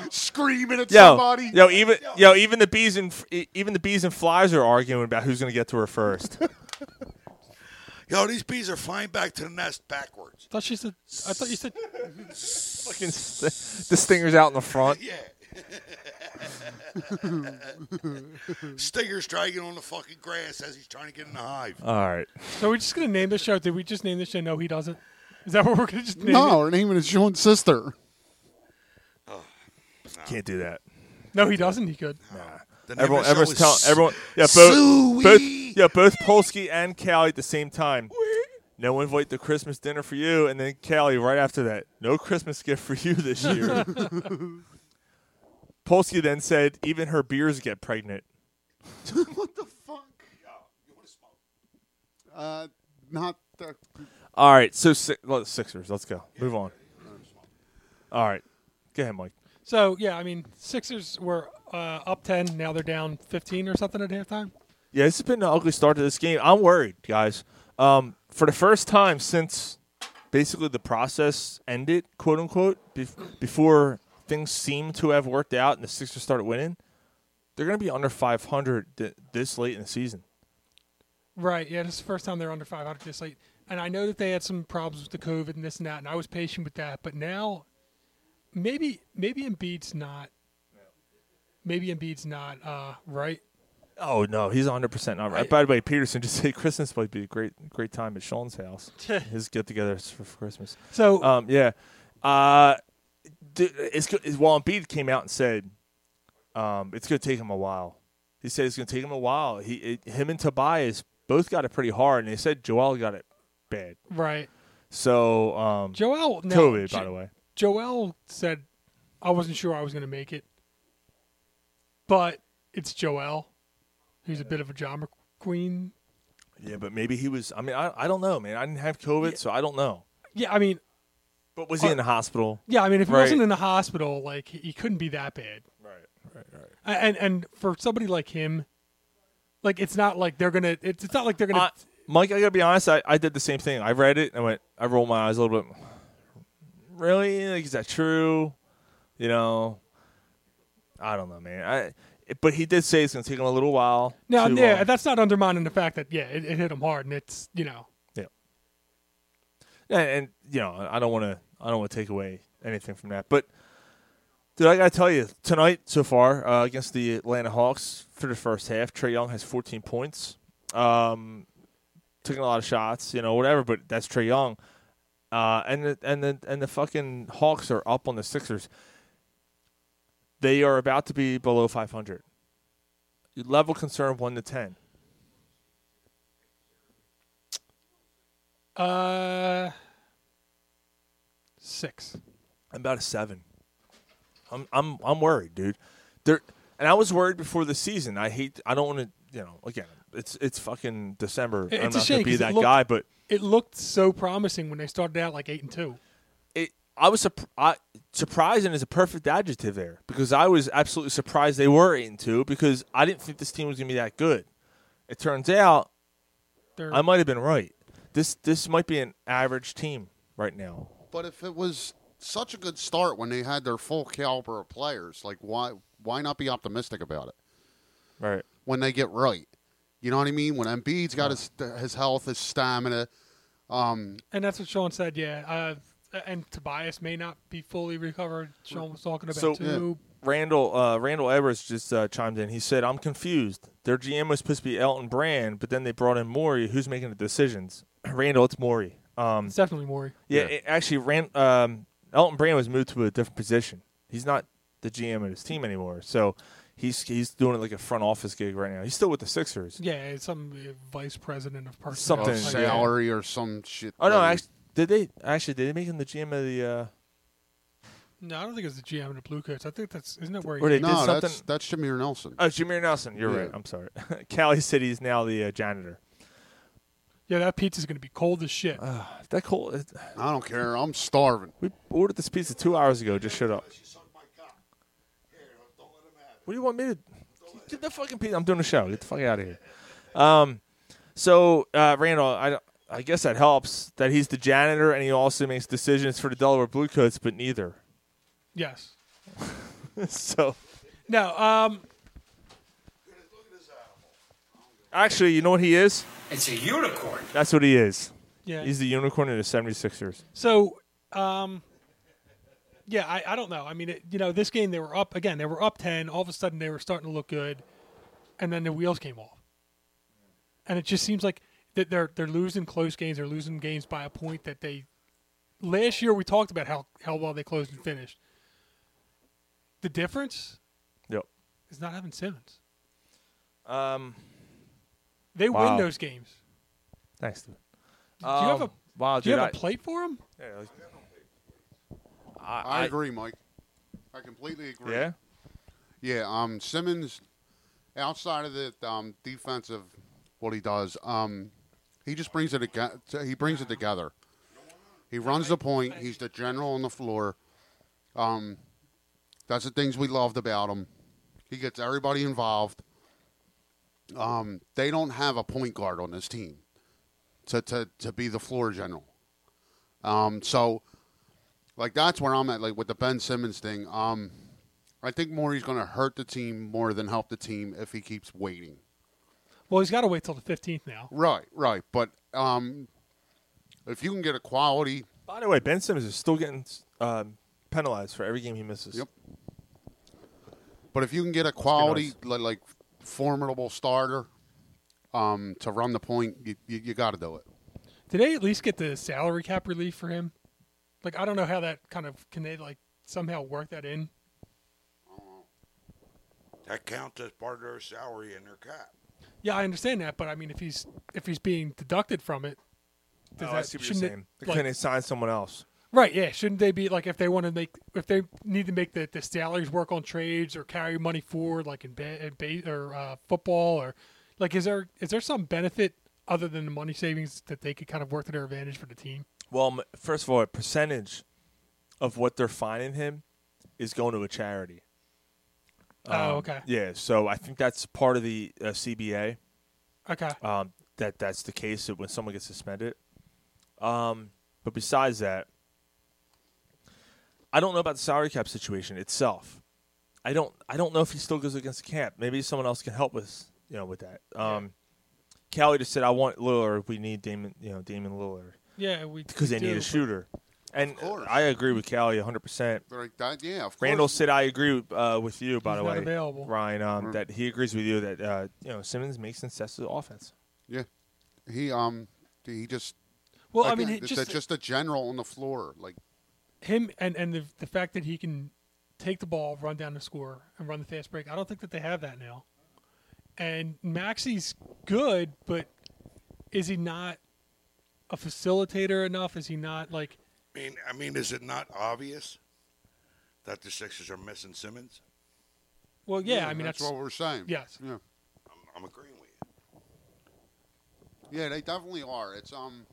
Speaker 5: [laughs]
Speaker 7: Screaming at
Speaker 5: Yo,
Speaker 7: somebody.
Speaker 5: yo, even yo, even the bees and f- e- even the bees and flies are arguing about who's gonna get to her
Speaker 8: [laughs]
Speaker 5: first.
Speaker 8: Yo, these bees are flying back to the nest backwards.
Speaker 6: I thought she said. I thought you said.
Speaker 5: fucking st- the stinger's out in the front.
Speaker 8: Yeah. Stinger's dragging on the fucking grass as he's trying to get in the hive.
Speaker 5: All right.
Speaker 6: So we're just gonna name this show. Did we just name this show? No, he doesn't. Is that what we're gonna just name?
Speaker 7: No,
Speaker 6: it?
Speaker 7: her name is Sean's sister.
Speaker 5: Can't do that.
Speaker 6: No, he doesn't. He could.
Speaker 8: The name
Speaker 5: Everyone,
Speaker 8: of the show
Speaker 5: everyone's
Speaker 8: is
Speaker 5: telling
Speaker 8: Su-
Speaker 5: everyone. Yeah, both,
Speaker 8: Suey.
Speaker 5: both, yeah, both Polsky and Callie at the same time. No invite to Christmas dinner for you, and then Callie right after that. No Christmas gift for you this
Speaker 8: [laughs]
Speaker 5: year. Polsky then said, "Even her beers get pregnant."
Speaker 7: what the fuck? Uh, not the
Speaker 5: All right, so si- well, Sixers, let's go. Move on. All right, go ahead, Mike.
Speaker 6: So yeah, I mean, Sixers were uh, up ten. Now they're down fifteen or something at halftime.
Speaker 5: Yeah, this has been an ugly start to this game. I'm worried, guys. Um, for the first time since basically the process ended, quote unquote, bef- before things seemed to have worked out and the Sixers started winning, they're going to be under 500 th- this late in the season.
Speaker 6: Right. Yeah, this is the first time they're under 500 this late. And I know that they had some problems with the COVID and this and that, and I was patient with that. But now, maybe maybe Embiid's not. Maybe Embiid's not uh, right.
Speaker 5: Oh no, he's 100 percent not right.
Speaker 6: I-
Speaker 5: By the way, Peterson just [laughs] said Christmas might be a great great time at Sean's [laughs] house. His get-togethers for Christmas.
Speaker 6: So-
Speaker 5: um, yeah, uh, d- it's go- it's- well, Embiid came out and said um, it's going to take him a while. He said it's going to take him a while. He it, him and Tobias both got it pretty hard, and they said Joel got it bad.
Speaker 6: Right.
Speaker 5: So um,
Speaker 6: Joel. Now,
Speaker 5: COVID,
Speaker 6: Jo-
Speaker 5: by the way.
Speaker 6: Joel said, "I wasn't sure I was going to make it, but it's Joel. He's a bit of a drama queen.
Speaker 5: Yeah, but maybe he was. I mean, I, I don't know, man. I didn't have COVID, so I don't know.
Speaker 6: Yeah, I mean,
Speaker 5: But was he in the hospital?
Speaker 6: Yeah, I mean, if he
Speaker 5: Right.
Speaker 6: wasn't in the hospital, like he he couldn't be that bad. Right, right, right. And and for somebody like him, like it's not like they're gonna. It's, it's not like they're gonna.
Speaker 5: I- Mike, I gotta be honest. I, I did the same thing. I read it and I went. I rolled my eyes a little bit. Really? Like, is that true? You know, I don't know, man. I but he did say it's gonna take him a little while.
Speaker 6: no,
Speaker 5: to,
Speaker 6: yeah,
Speaker 5: um,
Speaker 6: that's not undermining the fact that yeah, it, it hit him hard, and it's you know,
Speaker 5: and, and you know, I don't want to. I don't want to take away anything from that. But dude, I gotta tell you, tonight so far uh, against the Atlanta Hawks for the first half, Trey Young has 14 points. Um, taking a lot of shots, you know, whatever. But that's Trey Young. Uh, and the, and the and the fucking Hawks are up on the Sixers. They are about to be below 500. Level concern one to ten.
Speaker 6: uh, six.
Speaker 5: I'm about a seven. I'm I'm I'm worried, dude. There, and I was worried before the season. I hate. I don't want to. You know, again, it's it's fucking December.
Speaker 6: It-
Speaker 5: I'm
Speaker 6: it's a
Speaker 5: not
Speaker 6: shame
Speaker 5: gonna be
Speaker 6: 'cause it
Speaker 5: that
Speaker 6: looked-
Speaker 5: guy, but
Speaker 6: It looked so promising when they started out like eight and two.
Speaker 5: it. I was surp- I, surprising is a perfect adjective there because I was absolutely surprised they were eight and two because I didn't think this team was gonna be that good. It turns out
Speaker 6: They're,
Speaker 5: I might have been right. This this might be an average team right now.
Speaker 7: But if it was such a good start when they had their full caliber of players, like why why not be optimistic about it
Speaker 5: Right.
Speaker 7: when they get right? You know what I mean? When Embiid's got his his health, his stamina, um,
Speaker 6: and that's what Sean said. Yeah, uh, and Tobias may not be fully recovered. Sean was talking about
Speaker 5: So
Speaker 6: too.
Speaker 5: Randall uh, Randall Edwards just uh, chimed in. He said, "I'm confused. Their GM was supposed to be Elton Brand, but then they brought in Morey. Who's making the decisions? [clears throat] Randall, it's Morey. Um,
Speaker 6: It's definitely Maury.
Speaker 5: yeah, it- actually, Rand, um, Elton Brand was moved to a different position. He's not the GM of his team anymore. So he's he's doing it like a front office gig right now. He's still with the Sixers.
Speaker 6: Yeah, it's some uh, vice president of Oh, personnel.
Speaker 5: Something,
Speaker 6: Like,
Speaker 5: yeah.
Speaker 7: salary, or some shit.
Speaker 5: Oh no,
Speaker 7: like-
Speaker 5: actually, did they actually did they make him the GM of the? Uh,
Speaker 6: No, I don't think it's the GM of the Blue Coats. I think that's isn't that where
Speaker 5: Where
Speaker 6: he
Speaker 5: they did
Speaker 7: no, that's
Speaker 5: something-
Speaker 7: that's Jameer Nelson.
Speaker 5: oh, Jameer Nelson. You're
Speaker 7: Yeah.
Speaker 5: right. I'm sorry. [laughs] Cali City is now the uh, janitor.
Speaker 6: Yeah, that pizza's gonna be cold as shit.
Speaker 5: Is that cool? Is-
Speaker 7: I don't care. I'm starving.
Speaker 5: We ordered this pizza two hours ago. Just showed up. What do you want me to? Get the fucking pizza. I'm doing a show. Get the fuck out of here. Um, so uh, Randall, I I guess that helps that he's the janitor and he also makes decisions for the Delaware Bluecoats, but neither. [laughs]
Speaker 6: yes.
Speaker 5: so
Speaker 6: No. Um.
Speaker 5: actually, you know what he is?
Speaker 13: It's a unicorn.
Speaker 5: That's what he is.
Speaker 6: Yeah.
Speaker 5: He's the unicorn of the 76ers.
Speaker 6: So. Um. Yeah, I, I don't know. I mean, it, you know, this game they were up again. They were up ten. All of a sudden, they were starting to look good, and then the wheels came off. And it just seems like that they're they're losing close games. They're losing games by a point that they. Last year we talked about how how well they closed and finished. The difference
Speaker 5: Yep.
Speaker 6: is not having Simmons.
Speaker 5: Um.
Speaker 6: They
Speaker 5: Wow.
Speaker 6: win those games.
Speaker 5: Thanks, dude.
Speaker 6: Do you have a
Speaker 5: Um, wow,
Speaker 6: Do you
Speaker 5: dude,
Speaker 6: have a
Speaker 5: I-
Speaker 6: plate for him?
Speaker 5: Yeah, like-
Speaker 7: I, agree, Mike. I completely agree.
Speaker 5: Yeah.
Speaker 7: Yeah, um, Simmons, outside of the um, defensive, what he does, um, he just brings it aga- he brings it together. He runs the point. He's the general on the floor. Um, that's the things we loved about him. He gets everybody involved. Um, they don't have a point guard on this team to to, to be the floor general. Um, so, like that's where I'm at. Like with the Ben Simmons thing, um, I think Maury's going to hurt the team more than help the team if he keeps waiting.
Speaker 6: Well, he's got to wait till the fifteenth now.
Speaker 7: Right, right. But um, if you can get a quality,
Speaker 5: By the way, Ben Simmons is still getting um, penalized for every game he misses. Yep.
Speaker 7: but if you can get a quality li- like formidable starter um, to run the point, you, you, you got to do it.
Speaker 6: Did they at least get the salary cap relief for him? Like, I don't know how that kind of can they like somehow work that in.
Speaker 8: That counts as part of their salary in their cap.
Speaker 6: Yeah, I understand that, but I mean, if he's if he's being deducted from it, does
Speaker 5: Oh, I
Speaker 6: that
Speaker 5: see what you're
Speaker 6: shouldn't it,
Speaker 5: saying.
Speaker 6: like-
Speaker 5: Can they sign someone else?
Speaker 6: Right, yeah. Shouldn't they be like if they want to make if they need to make the, the salaries work on trades or carry money forward like in, ba- in ba- or uh, football or like is there is there some benefit other than the money savings that they could kind of work to their advantage for the team?
Speaker 5: Well, m- first of all, a percentage of what they're finding him is going to a charity.
Speaker 6: Oh, okay.
Speaker 5: Um, Yeah, so I think that's part of the uh, CBA.
Speaker 6: Okay.
Speaker 5: Um, that that's the case that when someone gets suspended. Um, but besides that, I don't know about the salary cap situation itself. I don't. I don't know if he still goes against the camp. Maybe someone else can help us. You know, with that. Um, Callie just said, "I want Lillard. We need Damon. You know, Damon Lillard.
Speaker 6: Yeah, we
Speaker 5: because they
Speaker 6: do,
Speaker 5: need a
Speaker 6: but-
Speaker 5: shooter." And I agree with Callie 100. percent
Speaker 7: Like that, yeah. Of
Speaker 5: Randall
Speaker 7: course.
Speaker 5: said, "I agree uh, with you." By
Speaker 7: He's
Speaker 5: the
Speaker 7: not
Speaker 5: way,
Speaker 7: available.
Speaker 5: Ryan, um,
Speaker 7: Mm.
Speaker 5: that he agrees with you that uh, you know Simmons makes sense offense.
Speaker 7: Yeah, he um he just
Speaker 6: Well, I
Speaker 5: uh,
Speaker 6: mean,
Speaker 7: again,
Speaker 6: he
Speaker 7: it's
Speaker 6: just-
Speaker 7: a, just a general on the floor like
Speaker 6: Him and and the the fact that he can take the ball, run down the score, and run the fast break. I don't think that they have that now. And Maxi's good, but is he not a facilitator enough? Is he not like
Speaker 8: I mean, I mean, is it not obvious that the Sixers are missing Simmons?
Speaker 6: Well, yeah, I mean
Speaker 7: that's, what we're saying.
Speaker 6: Yes.
Speaker 7: Yeah.
Speaker 8: I'm agreeing with you.
Speaker 7: Yeah, they definitely are. It's um,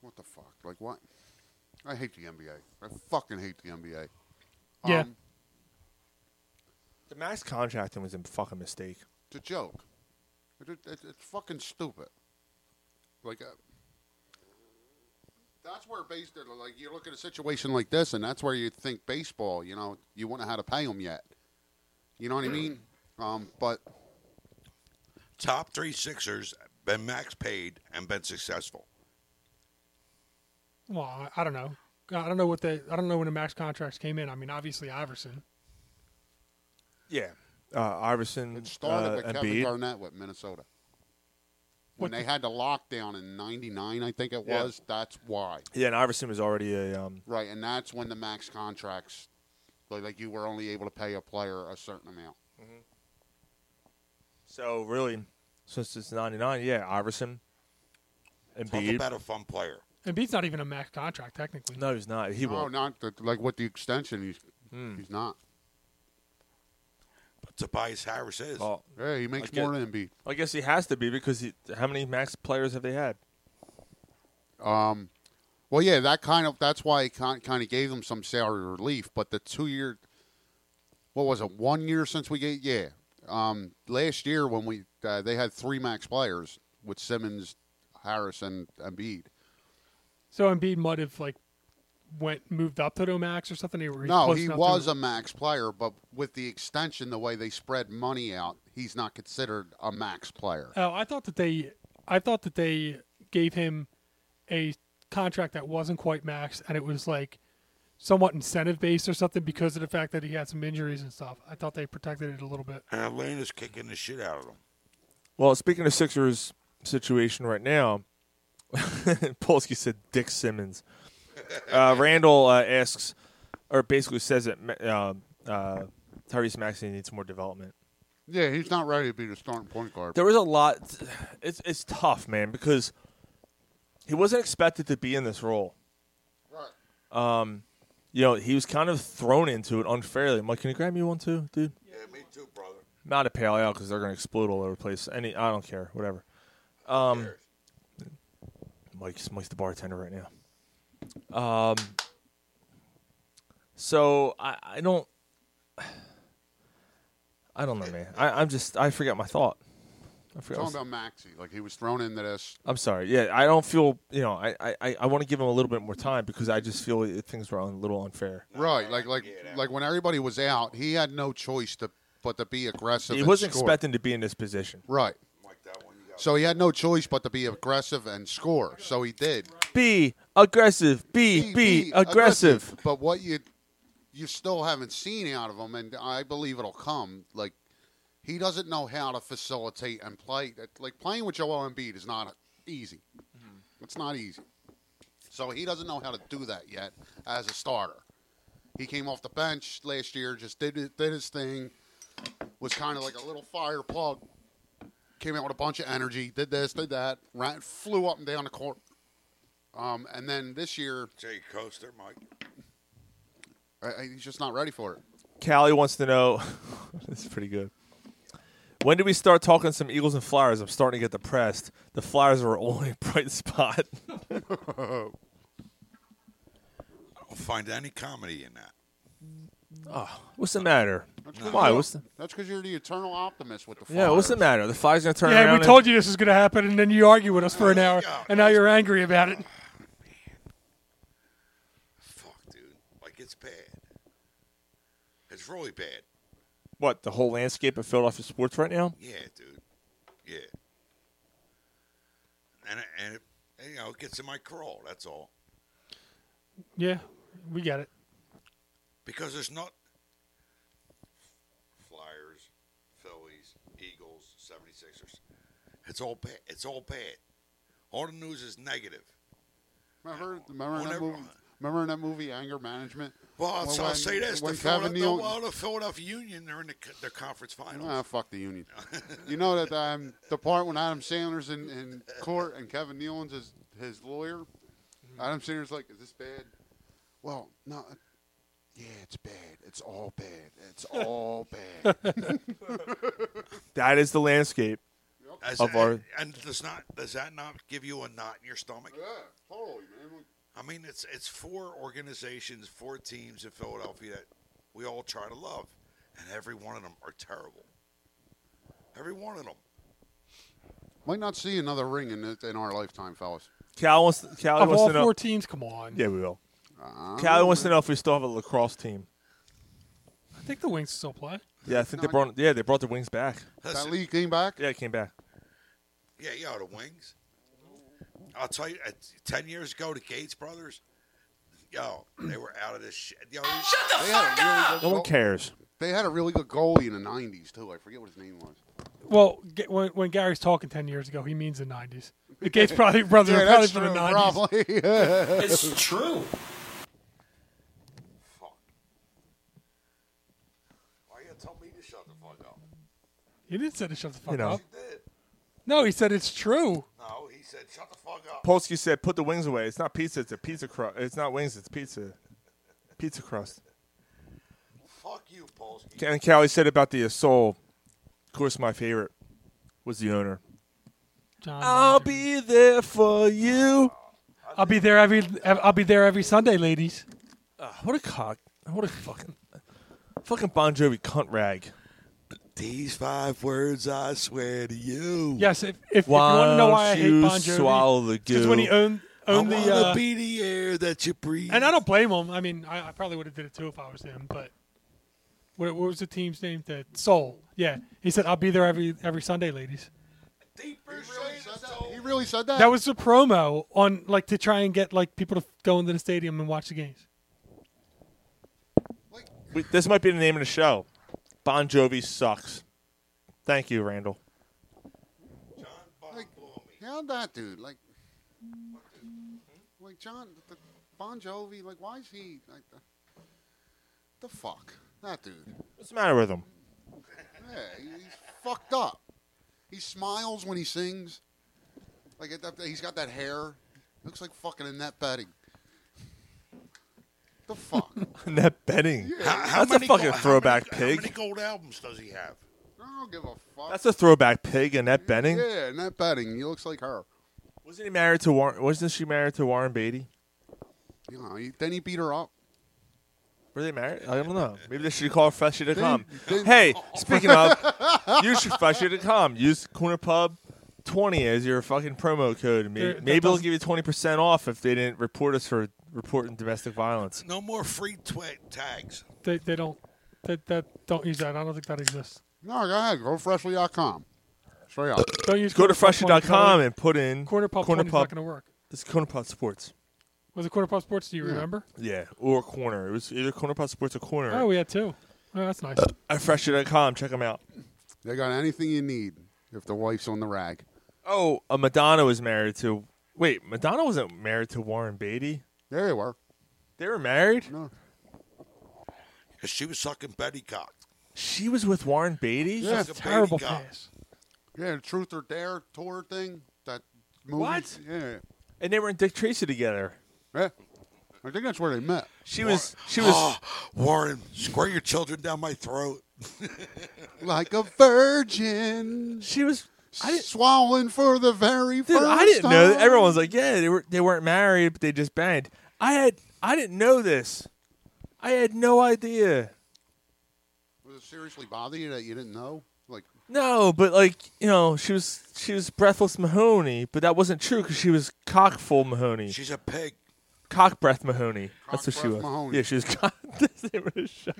Speaker 7: what the fuck? Like what? I hate the NBA. I fucking hate the NBA.
Speaker 6: Yeah.
Speaker 7: Um,
Speaker 5: The max contracting was a fucking mistake.
Speaker 7: it's a joke. It, it, it- it's fucking stupid. Like uh, that's where based it. Like you look at a situation like this, and that's where you think baseball. You know, you wouldn't know how to pay them yet. You know what I mean? Um, but
Speaker 8: Top three Sixers been max paid and been successful.
Speaker 6: Well, I- I don't know. I don't know what the I don't know when the max contracts came in. I mean, obviously Iverson.
Speaker 5: Yeah, uh, Iverson
Speaker 7: started
Speaker 5: uh,
Speaker 7: with
Speaker 5: Embiid.
Speaker 7: Kevin Garnett with Minnesota. When
Speaker 6: What
Speaker 7: they
Speaker 6: the-
Speaker 7: had the lockdown in '99, I think it
Speaker 5: Yeah.
Speaker 7: was. That's why,
Speaker 5: Yeah, and Iverson was already a um,
Speaker 7: right? And that's when the max contracts, like, like you were only able to pay a player a certain amount.
Speaker 5: so really since it's '99. Yeah, Iverson,
Speaker 8: Talk
Speaker 5: Embiid.
Speaker 8: about a fun player.
Speaker 6: Embiid's not even a max contract technically.
Speaker 5: No, he's not. He Hmm.
Speaker 7: no,
Speaker 5: won't.
Speaker 7: not the, like with the extension. He's he's not.
Speaker 8: But Tobias Harris is.
Speaker 5: Well,
Speaker 7: Yeah, he makes
Speaker 5: I guess-
Speaker 7: more than Embiid.
Speaker 5: I guess he has to be because he, how many max players have they had?
Speaker 7: Um, well, yeah, that kind of that's why it kind kind of gave them some salary relief. But the two year, what was it? One year since we get yeah. Um, last year when we uh, they had three max players with Simmons, Harris, and Embiid.
Speaker 6: So Embiid might have like went moved up to the max or something. They were
Speaker 7: No,
Speaker 6: close
Speaker 7: he
Speaker 6: enough to-
Speaker 7: was a max player, but with the extension, the way they spread money out, he's not considered a max player.
Speaker 6: Oh, I thought that they I thought that they gave him a contract that wasn't quite max, and it was like somewhat incentive based or something because of the fact that he had some injuries and stuff. I thought they protected it a little bit.
Speaker 8: And Atlanta's kicking the shit out of them.
Speaker 5: Well, speaking of Sixers situation right now, [laughs] Polsky said Dick Simmons.
Speaker 7: [laughs]
Speaker 5: Uh, Randall uh, asks, or basically says that uh, uh, Tyrese Maxey needs more development.
Speaker 7: Yeah, he's not ready to be the starting point guard.
Speaker 5: There was a lot. It's it's tough, man, because he wasn't expected to be in this role. Right. Um, you know, he was kind of thrown into it unfairly. I'm like, can you grab me one too, dude?
Speaker 8: Yeah, me too, brother.
Speaker 5: Not a pale ale because they're going to explode all over the place. Any, I don't care, whatever. Um, Mike's Mike's the bartender right now. Um, so I, I don't, I don't know, man. I, I'm just I forgot my thought. I forgot.
Speaker 7: Talking about Maxi, like he was thrown into this.
Speaker 5: I'm sorry. Yeah, I don't feel. You know, I I- I, I want to give him a little bit more time because I just feel that things were a little unfair.
Speaker 7: Right, like like like when everybody was out, he had no choice to but to be aggressive.
Speaker 5: He
Speaker 7: and
Speaker 5: wasn't
Speaker 7: score.
Speaker 5: expecting to be in this position.
Speaker 7: Right. So he had no choice but to be aggressive and score. So he did.
Speaker 5: Be aggressive. Be be, aggressive.
Speaker 7: But what you you still haven't seen out of him, and I believe it'll come. Like he doesn't know how to facilitate and play. Like playing with Joel Embiid is not easy. It's not easy. So he doesn't know how to do that yet as a starter. He came off the bench last year, just did his- did his thing. Was kind of like a little fire plug. Came out with a bunch of energy. Did this, did that. Ran, flew up and down the court. Um, and then this year,
Speaker 8: Jay Coaster, Mike.
Speaker 7: I, I- he's just not ready for it.
Speaker 5: Callie wants to know. [laughs] this is pretty good. When do we start talking some Eagles and Flyers? I'm starting to get depressed. The Flyers are our only [laughs] bright spot.
Speaker 8: I don't find any comedy in that.
Speaker 5: oh, what's the matter?
Speaker 7: That's
Speaker 5: Why?
Speaker 7: you're-
Speaker 5: What's the
Speaker 7: That's because you're the eternal optimist with the
Speaker 5: yeah? What's the matter? The Flyers gonna turn
Speaker 6: yeah,
Speaker 5: around?
Speaker 6: we told you this was going to happen, and then you argue with us for an hour, and now you're angry about it.
Speaker 8: Like it's bad. It's really bad.
Speaker 5: what the whole landscape of Philadelphia sports right now?
Speaker 8: Yeah, dude. Yeah. And it- and it, and, you know it gets in my crawl. That's all.
Speaker 6: Yeah, we got it.
Speaker 8: Because there's not Flyers, Phillies, Eagles, 76ers. It's all bad. It's all bad. All the news is negative.
Speaker 7: Remember, remember in
Speaker 8: Well,
Speaker 7: that
Speaker 8: never-
Speaker 7: movie? Remember in that movie, Anger Management?
Speaker 8: Well,
Speaker 7: Where
Speaker 8: I'll, I'll
Speaker 7: when-
Speaker 8: say this: the,
Speaker 7: when Kevin
Speaker 8: Philadelphia,
Speaker 7: Neal-
Speaker 8: well, the Philadelphia Union they're in the, co- their conference finals.
Speaker 7: Ah, fuck the union. you know that um, the part when Adam Sandler's in, in court and Kevin Nealon's his, his lawyer.
Speaker 8: Mm-hmm.
Speaker 7: Adam Sandler's like, "Is this bad?" Well, no. Yeah, it's bad. It's all bad.
Speaker 8: [laughs]
Speaker 7: It's all bad.
Speaker 5: That is the landscape
Speaker 8: As-
Speaker 5: of our.
Speaker 8: and does not does that not give you a knot in your stomach? Yeah,
Speaker 7: uh, totally, man.
Speaker 8: I mean, it's it's four organizations, four teams in Philadelphia that we all try to love, and every one of them are terrible. Every one of them.
Speaker 7: Might not see another ring in it- in our lifetime, fellas.
Speaker 5: Cal wants. Cal
Speaker 6: of
Speaker 5: wants
Speaker 6: all
Speaker 5: to know.
Speaker 6: four teams, come on.
Speaker 5: Yeah, we will.
Speaker 7: Uh,
Speaker 5: Cal wants to know if we still have a lacrosse team.
Speaker 6: I think the Wings still play.
Speaker 5: Yeah, I think they brought. Yeah, they brought the wings back.
Speaker 7: That league came back.
Speaker 5: Yeah, it came back.
Speaker 8: Yeah, yeah, the wings. I'll tell you, uh, ten years ago, the Gates brothers, yo, they were out of this shit. Yo, Shut
Speaker 7: the fuck
Speaker 5: No
Speaker 7: Oh.
Speaker 5: one cares.
Speaker 7: They had a really good goalie in the '90s too. I forget what his name was.
Speaker 6: Well, ga- when, when Gary's talking ten years ago, he means the '90s. The Gates probably brother
Speaker 7: Yeah,
Speaker 6: probably
Speaker 7: that's
Speaker 6: from the
Speaker 7: true,
Speaker 6: '90s.
Speaker 7: probably. It's
Speaker 6: true.
Speaker 8: Why you tell me to shut the fuck up?
Speaker 6: He didn't say to shut the fuck
Speaker 5: You know.
Speaker 6: up. No, he said it's true.
Speaker 8: No, he said, shut the fuck up.
Speaker 5: Polsky said, "Put the wings away. It's not pizza. It's a pizza crust. It's not wings. It's pizza. Pizza crust."
Speaker 8: Fuck you, Polsky.
Speaker 5: And Callie said about the soul. Of course, my favorite was the owner.
Speaker 6: I'll
Speaker 5: be there for you.
Speaker 6: I'll be there every I'll be there every Sunday, ladies.
Speaker 5: Ah, what a cock! What a fucking, fucking Bon Jovi cunt rag.
Speaker 8: These five words, I swear to you.
Speaker 6: Yes, if, if, if you want to know why I hate
Speaker 5: you
Speaker 6: Bon Jovi,
Speaker 5: swallow the
Speaker 6: because when he
Speaker 5: goo.
Speaker 6: owned owned
Speaker 8: I
Speaker 6: the,
Speaker 8: wanna
Speaker 6: uh,
Speaker 8: be the air that you breathe.
Speaker 6: and I don't blame him. I mean, I, I probably would have did it too if I was him. But what, what was the team's name? The Soul. Yeah, he said I'll be there every every Sunday, ladies.
Speaker 7: [laughs] He really said that.
Speaker 6: That was the promo on like to try and get like people to go into the stadium and watch the games.
Speaker 5: We, this might be the name of the show. Bon Jovi sucks. Thank you, Randall.
Speaker 7: Like, how'd that dude? Like, like John the, Bon Jovi. Like, why is he like the, the fuck that dude?
Speaker 5: What's the matter with him?
Speaker 7: Yeah, he- he's fucked up. He smiles when he sings. Like, it- that- he's got that hair. Looks like fucking in net betting. The [laughs] fuck?
Speaker 8: [laughs]
Speaker 5: Net betting.
Speaker 8: How- how
Speaker 5: That's
Speaker 8: many
Speaker 5: a fucking
Speaker 8: gold- how
Speaker 5: throwback
Speaker 8: many- How
Speaker 5: pig.
Speaker 8: many gold albums does he have?
Speaker 7: I don't give a fuck.
Speaker 5: That's a throwback pig. And net betting.
Speaker 7: yeah, net betting. He looks like her.
Speaker 5: Wasn't he married to Warren? Wasn't she married to Warren Beatty?
Speaker 7: You know, he, then he beat her up.
Speaker 5: Were they married? I don't know. Maybe they should call Freshie.com. Hey, speaking of, use Freshie.com. Use Corner Pub 20 as your fucking promo code.
Speaker 8: There-
Speaker 5: Maybe,
Speaker 8: that
Speaker 5: maybe they'll
Speaker 8: doesn't-
Speaker 5: give you 20% off if they didn't report us for reporting domestic violence.
Speaker 8: No more free twi- tags.
Speaker 6: They they don't that that don't use that. I don't think that exists.
Speaker 7: No, go ahead. Go to freshly.com. Straight up.
Speaker 6: Don't use
Speaker 5: Go to
Speaker 6: cornerpop20
Speaker 5: Freshie.com and put in
Speaker 6: corner pop.
Speaker 5: Corner
Speaker 6: 20 is
Speaker 5: Pub-
Speaker 6: not going to work.
Speaker 5: It's Corner Pub Sports.
Speaker 6: Was it corner pop sports? Do you remember?
Speaker 5: Yeah, or Corner. It was either Corner Pop Sports or Corner.
Speaker 6: Oh, we had two. Oh, that's nice.
Speaker 5: At Freshie.com, check them out.
Speaker 7: They got anything you need if the wife's on the rag.
Speaker 5: Oh, uh, Madonna was married to. Wait, Madonna wasn't married to Warren Beatty.
Speaker 7: There they were.
Speaker 5: They were married.
Speaker 7: No.
Speaker 8: She was sucking Betty cock.
Speaker 5: She was with Warren Beatty.
Speaker 7: Yeah,
Speaker 8: Sucking Betty cock.
Speaker 7: Yeah, Truth or Dare tour thing. That movie.
Speaker 5: What?
Speaker 7: Yeah.
Speaker 5: And they were in Dick Tracy together.
Speaker 7: Yeah. I think that's where they met.
Speaker 5: She was. She was.
Speaker 7: [gasps]
Speaker 8: Ah, Warren, square your children down my throat.
Speaker 7: like a virgin.
Speaker 5: She was
Speaker 7: swallowing for the very
Speaker 5: Dude,
Speaker 7: first
Speaker 5: I didn't
Speaker 7: time.
Speaker 5: know. Everyone was like, "Yeah, they were. They weren't married, but they just banged." I had. I didn't know this. I had no idea.
Speaker 7: Was it seriously bother you that you didn't know? Like,
Speaker 5: No, but like you know, she was she was breathless Mahoney, but that wasn't true because she was cockful Mahoney.
Speaker 8: She's a pig.
Speaker 5: Cock breath Mahoney. That's what she
Speaker 7: breath
Speaker 5: was.
Speaker 7: Mahoney.
Speaker 5: Yeah, she was. [laughs] Cock- That's the name of the show.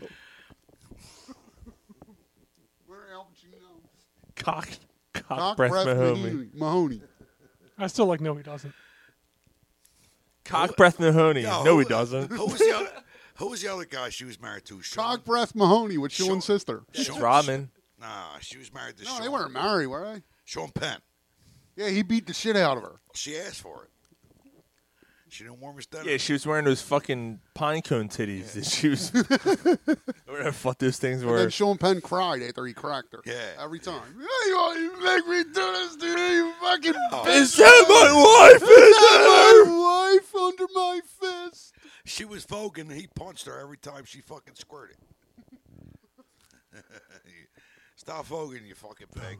Speaker 5: Cock, cock,
Speaker 7: Cock
Speaker 5: breath,
Speaker 7: breath
Speaker 5: Mahoney.
Speaker 7: Mahoney. Mahoney.
Speaker 6: I still like no, he doesn't.
Speaker 5: Cock breath Mahoney.
Speaker 8: Yo,
Speaker 5: no,
Speaker 8: who-
Speaker 5: he doesn't.
Speaker 7: [laughs]
Speaker 8: Who was
Speaker 5: [laughs]
Speaker 8: the other, who was the other guy she was married to? Sean.
Speaker 7: Cock breath Mahoney with Sean's sister.
Speaker 5: It's Robin.
Speaker 8: Nah, she was married to
Speaker 7: No,
Speaker 8: Sean.
Speaker 7: they weren't married, were they?
Speaker 8: Sean Penn.
Speaker 7: Yeah, he beat the shit out of her.
Speaker 8: She asked for it. She didn't warm us down.
Speaker 5: Yeah, she was wearing those fucking pine cone titties. that She
Speaker 7: [laughs]
Speaker 5: was. whatever the fuck those things
Speaker 7: And
Speaker 5: were.
Speaker 7: then Sean Penn cried after he cracked her.
Speaker 8: Yeah.
Speaker 7: Every time. Yeah, you always make me do this, dude. You fucking
Speaker 5: Is
Speaker 8: Oh,
Speaker 7: bitch.
Speaker 5: that my wife? Is that my
Speaker 7: my wife under my fist?
Speaker 8: She was voguing. and He punched her every time she fucking squirted. [laughs] Stop voguing, you fucking pig.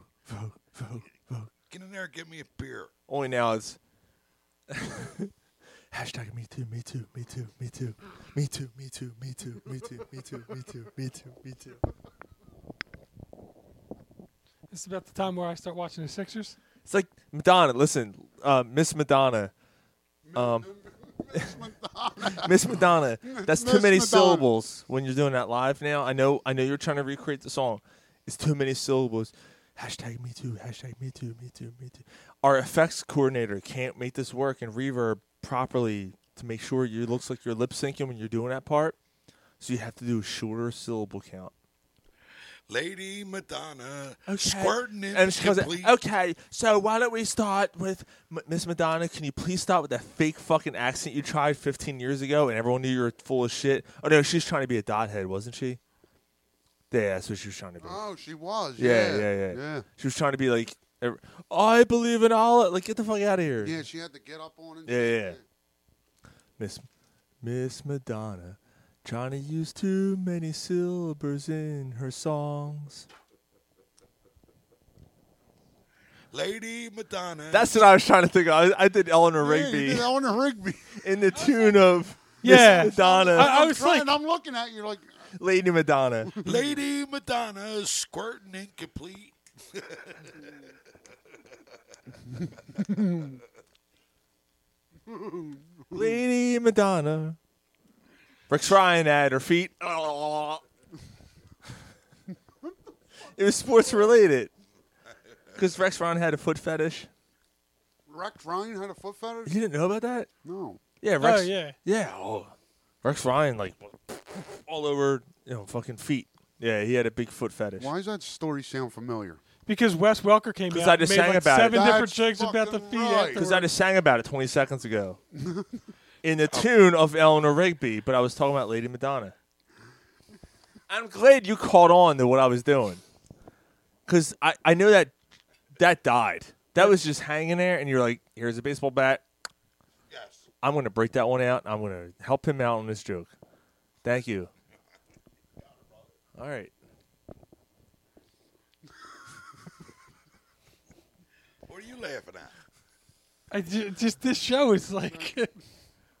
Speaker 8: Get in there and give me a beer.
Speaker 5: Only now it's. [laughs] Hashtag me too, me too, me too, me too, me too, me too, me too, me too, me too, me too, me too, me too.
Speaker 6: It's about the time where I start watching the Sixers.
Speaker 5: It's like Madonna. Listen, uh, Miss Madonna. Um, Miss Madonna. That's too
Speaker 7: [laughs] Miss
Speaker 5: many
Speaker 7: Madonna.
Speaker 5: syllables when you're doing that live now. I know. I know you're trying to recreate the song. It's too many syllables. Hashtag me too. Hashtag me too. Me too. Me too. Our effects coordinator can't make this work and reverb properly to make sure you looks like you're lip syncing when you're doing that part. So you have to do a shorter syllable count.
Speaker 8: Lady Madonna
Speaker 5: Okay.
Speaker 8: squirting in
Speaker 5: and she goes, "Oh,
Speaker 8: complete.
Speaker 5: okay, so why don't we start with M- Miss Madonna? Can you please start with that fake fucking accent you tried 15 years ago and everyone knew you were full of shit? Oh, no, she's trying to be a dothead, wasn't she? Yeah, that's what she was trying to be.
Speaker 7: Oh, she was.
Speaker 5: yeah,
Speaker 7: Yeah,
Speaker 5: yeah, yeah,
Speaker 7: Yeah,
Speaker 5: She was trying to be like, ev- I believe in Allah. Like, get the fuck out of here.
Speaker 7: Yeah, she had to get up on it.
Speaker 5: Yeah, yeah, yeah. Miss Miss Madonna trying to use too many syllables in her songs.
Speaker 8: Lady Madonna.
Speaker 5: That's what I was trying to think of. I, I did Eleanor
Speaker 7: Yeah,
Speaker 5: Rigby.
Speaker 7: you did
Speaker 5: [laughs]
Speaker 7: Eleanor Rigby.
Speaker 5: in the tune of
Speaker 6: Yeah.
Speaker 5: Miss Madonna,
Speaker 6: I- I
Speaker 7: I'm
Speaker 6: was
Speaker 7: trying,
Speaker 6: like-
Speaker 7: I'm looking at you like,
Speaker 5: Lady Madonna.
Speaker 8: Lady Madonna squirting incomplete.
Speaker 5: Lady Madonna. Rick's Ryan at her feet. it was sports related. Because Rex Ryan had a foot fetish.
Speaker 7: Rex Ryan had a foot fetish?
Speaker 5: You didn't know about that?
Speaker 7: No.
Speaker 5: Yeah, Rex.
Speaker 6: Oh yeah.
Speaker 5: Yeah. Oh. Rex Ryan, like, all over, you know, fucking feet. Yeah, he had a big foot fetish.
Speaker 7: Why does that story sound familiar?
Speaker 6: Because Wes Welker came
Speaker 5: 'Cause
Speaker 6: out
Speaker 5: I
Speaker 6: and
Speaker 5: just
Speaker 6: made
Speaker 5: sang
Speaker 6: like
Speaker 5: about it.
Speaker 6: seven
Speaker 7: That's
Speaker 6: different jokes about the
Speaker 7: fucking
Speaker 6: feet.
Speaker 7: right.
Speaker 6: afterwards.
Speaker 5: Because I just sang about it 20 seconds ago. In the tune of Eleanor Rigby, but I was talking about Lady Madonna. I'm glad you caught on to what I was doing. Because I, I know that that died. That was just hanging there, and you're like, here's a baseball bat.
Speaker 8: Yes.
Speaker 5: I'm going to break that one out. and I'm going to help him out on this joke. Thank you. All right.
Speaker 8: What are you laughing at?
Speaker 6: I ju- just this show is like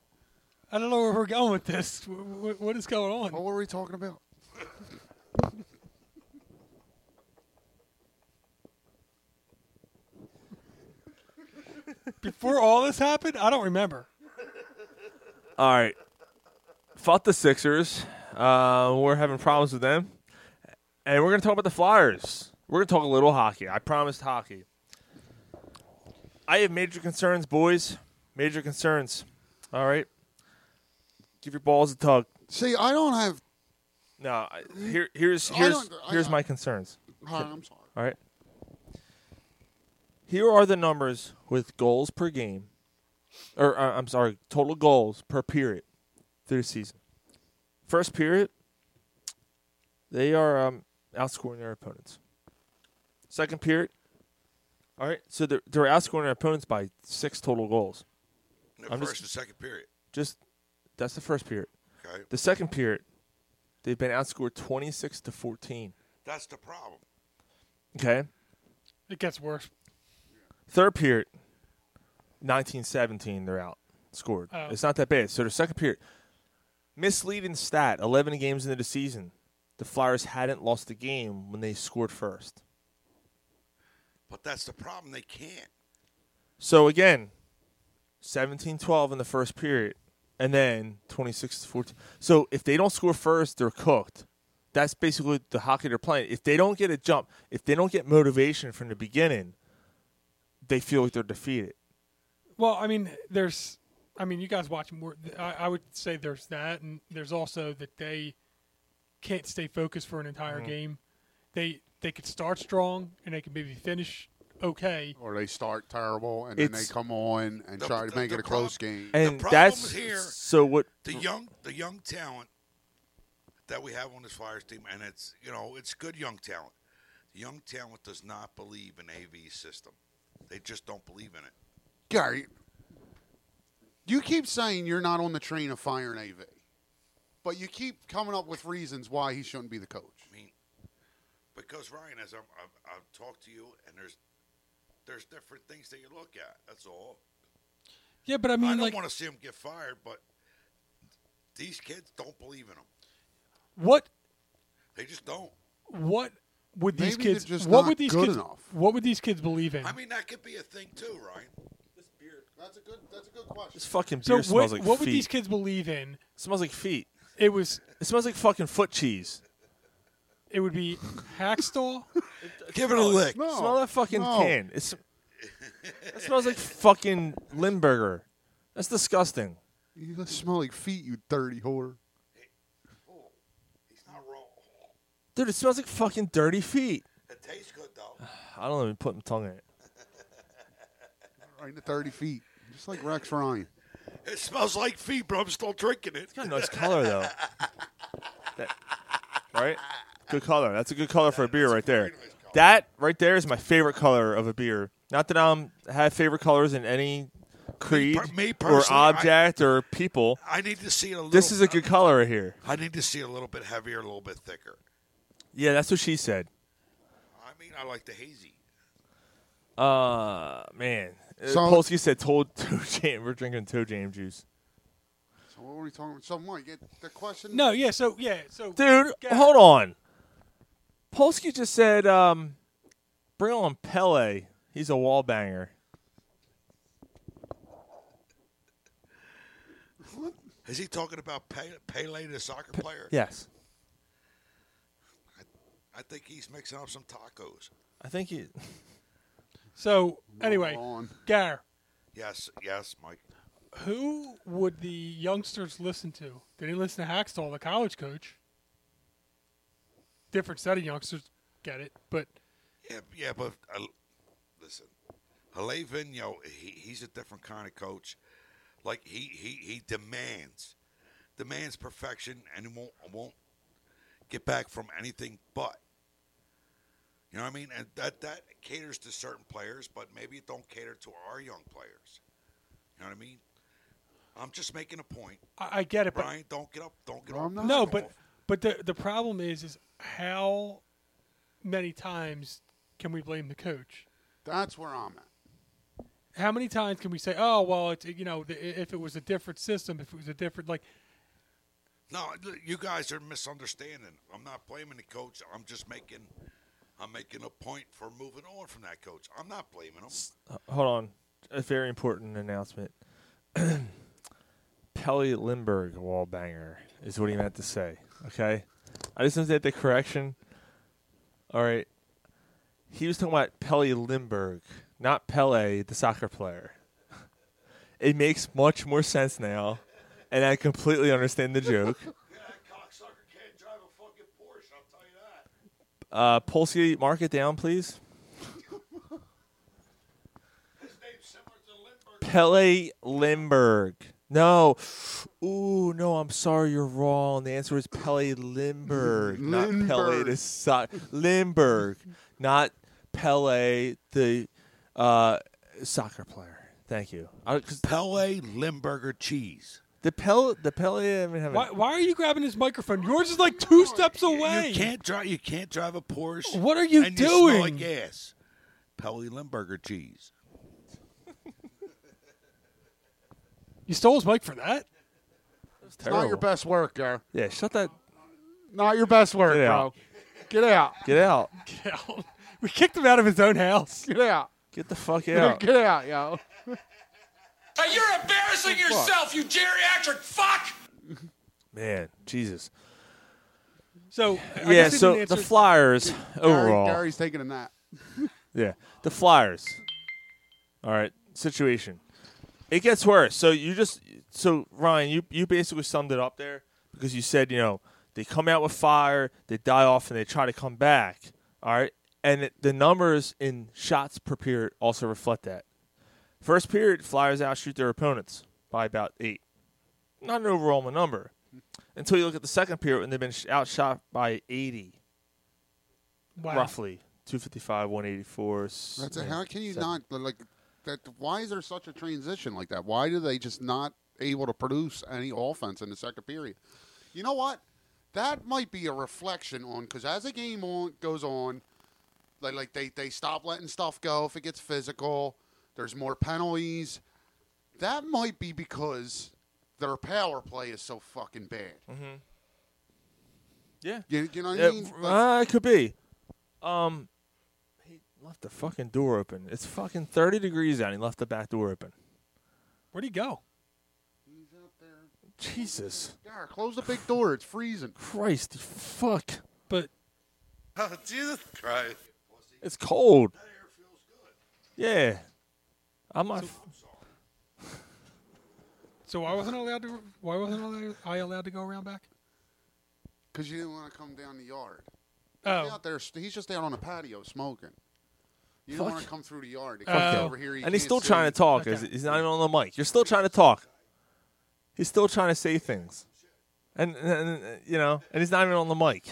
Speaker 6: [laughs] I don't know where we're going with this. What, what is going on?
Speaker 7: What were we talking about?
Speaker 6: Before all this happened, I don't remember.
Speaker 5: All right. Fought the Sixers. Uh, we're having problems with them. And we're going to talk about the Flyers. We're going to talk a little hockey. I promised hockey. I have major concerns, boys. Major concerns. All right. Give your balls a tug.
Speaker 7: See, I don't have.
Speaker 5: No, I- here, here's
Speaker 7: I
Speaker 5: here's
Speaker 7: don't- I-
Speaker 5: here's my concerns.
Speaker 7: All right, I'm sorry.
Speaker 5: All right. Here are the numbers with goals per game, or uh, I'm sorry, total goals per period through the season. First period, they are um, outscoring their opponents. Second period, all right, so they're, they're outscoring their opponents by six total goals.
Speaker 8: In the
Speaker 5: I'm
Speaker 8: first
Speaker 5: just-
Speaker 8: and second period.
Speaker 5: just that's the first period.
Speaker 8: Okay.
Speaker 5: The second period, they've been outscored twenty six to fourteen.
Speaker 8: That's the problem.
Speaker 5: Okay.
Speaker 6: It gets worse.
Speaker 5: Third period, 1917, they're out scored.
Speaker 6: Oh.
Speaker 5: It's not that bad. So the second period, misleading stat: 11 games into the season, the Flyers hadn't lost a game when they scored first.
Speaker 8: But that's the problem. They can't.
Speaker 5: So again, 17-12 in the first period, and then 26-14. So if they don't score first, they're cooked. That's basically the hockey they're playing. If they don't get a jump, if they don't get motivation from the beginning, they feel like they're defeated.
Speaker 6: Well, I mean, there's, I mean, you guys watch more. I, I would say there's that, and there's also that they can't stay focused for an entire
Speaker 8: Mm-hmm.
Speaker 7: Mhm.
Speaker 6: game. They they could start strong and they could maybe finish okay.
Speaker 7: Or they start terrible and then
Speaker 5: It's-
Speaker 7: they come on and try to make it a close game.
Speaker 5: And
Speaker 8: problem
Speaker 5: that's
Speaker 8: here-
Speaker 5: so what
Speaker 6: Mm.
Speaker 8: The young, the young talent that we have on this Flyers team, and it's you know it's good young talent. The young talent does not believe in AV system. They just don't believe in it.
Speaker 7: Gary, you keep saying you're not on the train of firing AV, but you keep coming up with reasons why he shouldn't be the coach.
Speaker 8: I mean, because Ryan, as I'm, I've, I've talked to you, and there's there's different things that you look at. That's all.
Speaker 6: Yeah, but I mean,
Speaker 8: I don't
Speaker 6: like,
Speaker 8: want to see him get fired, but these kids don't believe in him.
Speaker 6: what
Speaker 8: They just don't.
Speaker 6: what would these
Speaker 8: Maybe they're
Speaker 6: kids?
Speaker 8: just
Speaker 6: what
Speaker 8: not
Speaker 6: would these
Speaker 8: good
Speaker 6: kids?
Speaker 8: enough.
Speaker 6: What would these kids believe in?
Speaker 8: I mean, that could be a thing too, Ryan. This beard.
Speaker 7: That's a good. That's a good question.
Speaker 5: This fucking
Speaker 6: so
Speaker 5: beer
Speaker 6: what,
Speaker 5: smells like
Speaker 6: what
Speaker 5: feet.
Speaker 6: would these kids believe in?
Speaker 5: It smells like feet.
Speaker 6: It was.
Speaker 5: It smells like fucking foot cheese.
Speaker 6: It would
Speaker 8: [laughs]
Speaker 6: be Hackstall.
Speaker 8: Give it a lick.
Speaker 5: No. Smell that fucking
Speaker 6: No.
Speaker 5: can. It's, it smells like fucking Limburger. That's disgusting.
Speaker 7: You smell like feet, you dirty whore.
Speaker 5: Dude, it smells like fucking dirty feet.
Speaker 8: It tastes good though.
Speaker 5: I don't even put my tongue in it.
Speaker 7: Right into thirty feet, just like Rex Ryan.
Speaker 8: It smells like feet, bro. I'm still drinking it. It's
Speaker 5: got a nice color though. That, right? Good color. That's a good color for a beer right there. That right there is my favorite color of a beer. Not that I'm have favorite colors in any creed
Speaker 8: me
Speaker 5: or
Speaker 8: personally, I-
Speaker 5: object or people.
Speaker 8: I need to see it a little.
Speaker 5: This is a good color right here.
Speaker 8: I need to see it a little bit heavier, a little bit thicker.
Speaker 5: Yeah, that's what she said.
Speaker 8: I mean, I like the hazy.
Speaker 5: Uh man. Uh,
Speaker 7: So-
Speaker 5: Polsky said told [laughs] toe jam we're drinking toe jam juice.
Speaker 7: So what were we talking about? So Mike, it, the question.
Speaker 6: No, yeah. So yeah. So
Speaker 5: Dude, hold on. Polsky just said um bring on Pele. He's a wall banger.
Speaker 8: Is he talking about Pe- Pele, the soccer player?
Speaker 5: Yes.
Speaker 8: I think he's mixing up some tacos.
Speaker 5: I think he
Speaker 6: So anyway, Gar,
Speaker 8: Yes, yes, Mike.
Speaker 6: who would the youngsters listen to? They didn't listen to Hackstall, the college coach. Different set of youngsters, get it? But
Speaker 8: Yeah, yeah, but uh, listen, Haley Vigneault, he, he's a different kind of coach. Like he he he demands demands perfection, and he won't won't get back from anything but. You know what I mean? And that that caters to certain players, but maybe it don't cater to our young players. You know what I mean? I'm just making a point.
Speaker 6: I, I get it. But
Speaker 8: Brian, don't get up. Don't get up.
Speaker 6: no, but but the the problem is is how many times can we blame the coach?
Speaker 7: That's where I'm at.
Speaker 6: how many times can we say, "Oh, well, it's you know, th- if it was a different system, if it was a different like."
Speaker 8: No, you guys are misunderstanding. I'm not blaming the coach. I'm just making, I'm making a point for moving on from that coach. I'm not blaming him.
Speaker 5: Uh, hold on. A very important announcement. [clears throat] Pelly Lindbergh wall banger is what he meant to say. Okay? I just want to get the correction. All right. He was talking about Pelly Lindbergh, not Pele, the soccer player. [laughs] it makes much more sense now, and I completely understand the joke. Uh, Polsky, mark it down, please. Pele Lindbergh. No. Ooh, no, I'm sorry, you're wrong. The answer is Pele Lindbergh, not Pele
Speaker 13: Lindbergh.
Speaker 5: the so- Lindbergh, not Pele the uh, soccer player. Thank you. Uh,
Speaker 8: Pele Limburger cheese.
Speaker 5: The Pele, the Pele. I mean, have a-
Speaker 6: Why, why are you grabbing his microphone? Yours is like two steps away.
Speaker 8: You can't drive. You can't drive a Porsche.
Speaker 6: What are you
Speaker 8: and
Speaker 6: doing?
Speaker 8: You smell like gas. Pele Limburger cheese.
Speaker 6: You stole his mic for that. [laughs]
Speaker 7: It's not your best work, Gar.
Speaker 5: Yeah, shut that.
Speaker 7: Not your best work,
Speaker 5: Get
Speaker 7: bro.
Speaker 5: out.
Speaker 7: Get out.
Speaker 5: Get out.
Speaker 6: Get out. We kicked him out of his own house.
Speaker 7: Get out.
Speaker 5: Get the fuck out.
Speaker 7: [laughs] Get out, yo.
Speaker 4: Uh, you're embarrassing yourself, you geriatric fuck.
Speaker 5: Man, Jesus.
Speaker 6: So I
Speaker 5: yeah,
Speaker 6: guess they
Speaker 5: so
Speaker 6: didn't
Speaker 5: the
Speaker 6: answer-
Speaker 5: Flyers overall.
Speaker 7: Gary, Gary's taking a nap.
Speaker 5: Yeah, the Flyers. All right, situation. It gets worse. So you just so Ryan, you you basically summed it up there because you said you know they come out with fire, they die off, and they try to come back. All right, and it, the numbers in shots per period also reflect that. First period, Flyers outshoot their opponents by about eight. Not an overwhelming number. Until you look at the second period when they've been sh- outshot by 80,
Speaker 7: Wow.
Speaker 5: roughly 255, 184. s-
Speaker 7: That's
Speaker 5: yeah,
Speaker 7: a, how can you
Speaker 5: seven.
Speaker 7: not like that? Why is there such a transition like that? Why do they just not able to produce any offense in the second period? You know what? That might be a reflection on because as the game on goes on, like like they they stop letting stuff go if it gets physical. There's more penalties. That might be because their power play is so fucking bad.
Speaker 5: Mm-hmm. Yeah.
Speaker 7: You, you know what
Speaker 5: Yeah,
Speaker 7: I mean?
Speaker 5: v-
Speaker 7: Like-
Speaker 5: uh, it could be. Um, he left the fucking door open. It's fucking thirty degrees out. and He left the back door open.
Speaker 6: Where'd he go?
Speaker 5: Jesus
Speaker 7: Gar, close the big door. It's freezing.
Speaker 5: Christ, fuck.
Speaker 6: But
Speaker 8: [laughs] Oh, Jesus Christ.
Speaker 5: It's cold. Yeah. I'm not.
Speaker 6: So why wasn't I allowed to? Why wasn't I allowed- I allowed to go around back?
Speaker 7: Because you didn't want to come down the yard.
Speaker 6: Oh.
Speaker 7: He's out there. He's just out on the patio smoking. You don't
Speaker 5: Fuck.
Speaker 7: want to come through the yard. He
Speaker 5: Fuck
Speaker 7: comes
Speaker 5: him.
Speaker 7: over here. you
Speaker 5: and he's
Speaker 7: can't
Speaker 5: still
Speaker 7: see
Speaker 5: trying
Speaker 7: him.
Speaker 5: to talk. He's- He's not even on the mic. You're still trying to talk. He's still trying to say things, and, and, and, you know, and he's not even on the mic.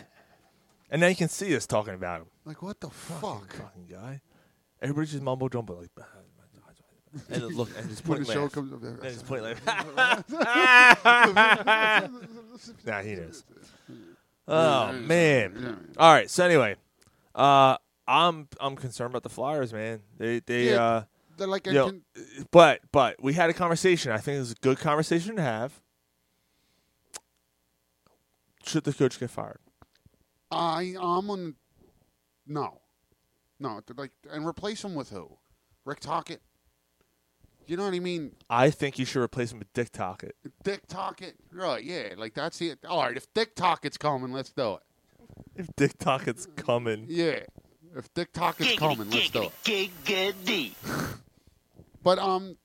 Speaker 5: And now you can see us talking about him.
Speaker 7: Like what the fuck?
Speaker 5: Fucking guy. Everybody's just mumble jumble like. And look, and just
Speaker 7: When
Speaker 5: point
Speaker 7: the show
Speaker 5: laugh.
Speaker 7: comes up,
Speaker 5: And just point laugh.
Speaker 7: [laughs]
Speaker 5: nah, he knows. Oh man! All right. So anyway, uh, I'm I'm concerned about the Flyers, man. They they
Speaker 7: Yeah,
Speaker 5: uh,
Speaker 7: they're like a
Speaker 5: you know,
Speaker 7: con-
Speaker 5: but but we had a conversation. I think it was a good conversation to have. Should the coach get fired?
Speaker 7: I I'm on. No, no. they're Like and replace him with who? Rick Tockett. You know what I mean?
Speaker 5: I think you should replace him with Dick Tockett.
Speaker 7: Dick Tockett. Right? Yeah. Like that's it. All right. If Dick Tockett's coming, let's do it.
Speaker 5: If Dick Tockett's coming,
Speaker 7: Yeah. If Dick Tockett's coming, let's do it. But um,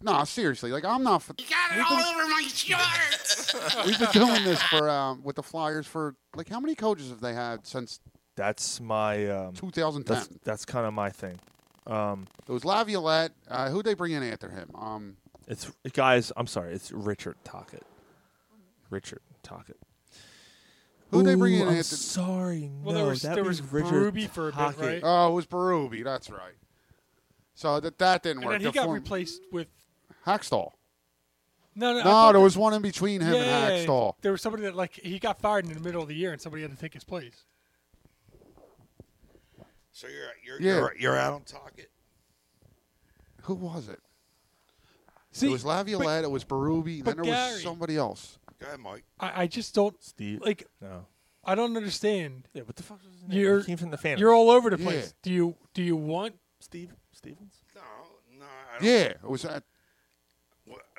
Speaker 7: nah, seriously, like I'm not. f-
Speaker 4: Got it all over my shorts.
Speaker 7: We've been doing this for um with the Flyers for like how many coaches have they had since
Speaker 5: That's my um,
Speaker 7: 2010.
Speaker 5: That's, that's kind of my thing. Um,
Speaker 7: it was Laviolette? Uh, who'd they bring in after him? Um,
Speaker 5: It's guys. I'm sorry. It's Richard Tockett. Richard Tockett.
Speaker 7: who'd they bring
Speaker 5: Ooh,
Speaker 7: in
Speaker 5: I'm
Speaker 7: after?
Speaker 5: sorry,
Speaker 6: Well, there no, was- that there was was Richard Berube for a bit, Tockett. right?
Speaker 7: Oh, it was Berube. That's right. So that that didn't
Speaker 6: And
Speaker 7: work.
Speaker 6: then he
Speaker 7: The
Speaker 6: got
Speaker 7: form-
Speaker 6: replaced with
Speaker 7: Hackstall.
Speaker 6: no, no. I
Speaker 7: No,
Speaker 6: thought
Speaker 7: there
Speaker 6: that-
Speaker 7: was one in between him
Speaker 6: Yeah,
Speaker 7: and Hackstall.
Speaker 6: There was somebody that like he got fired in the middle of the year, and somebody had to take his place.
Speaker 8: So you're you're
Speaker 7: Yeah.
Speaker 8: you're, you're out on Tockett.
Speaker 7: Who was it?
Speaker 6: See,
Speaker 7: it was Laviolette. It was Barubi.
Speaker 6: but
Speaker 7: Then there
Speaker 6: Gary-
Speaker 7: was somebody else.
Speaker 8: Go ahead, Mike.
Speaker 6: I, I just don't
Speaker 5: Steve.
Speaker 6: like.
Speaker 5: No.
Speaker 6: I don't understand.
Speaker 5: Yeah, what the fuck was his name?
Speaker 6: You're
Speaker 5: He came from the Phantom.
Speaker 6: You're all over the
Speaker 5: Yeah.
Speaker 6: place. Do you do you want
Speaker 5: Steve Stevens?
Speaker 8: No, no. I don't-
Speaker 7: Yeah, it was uh, that.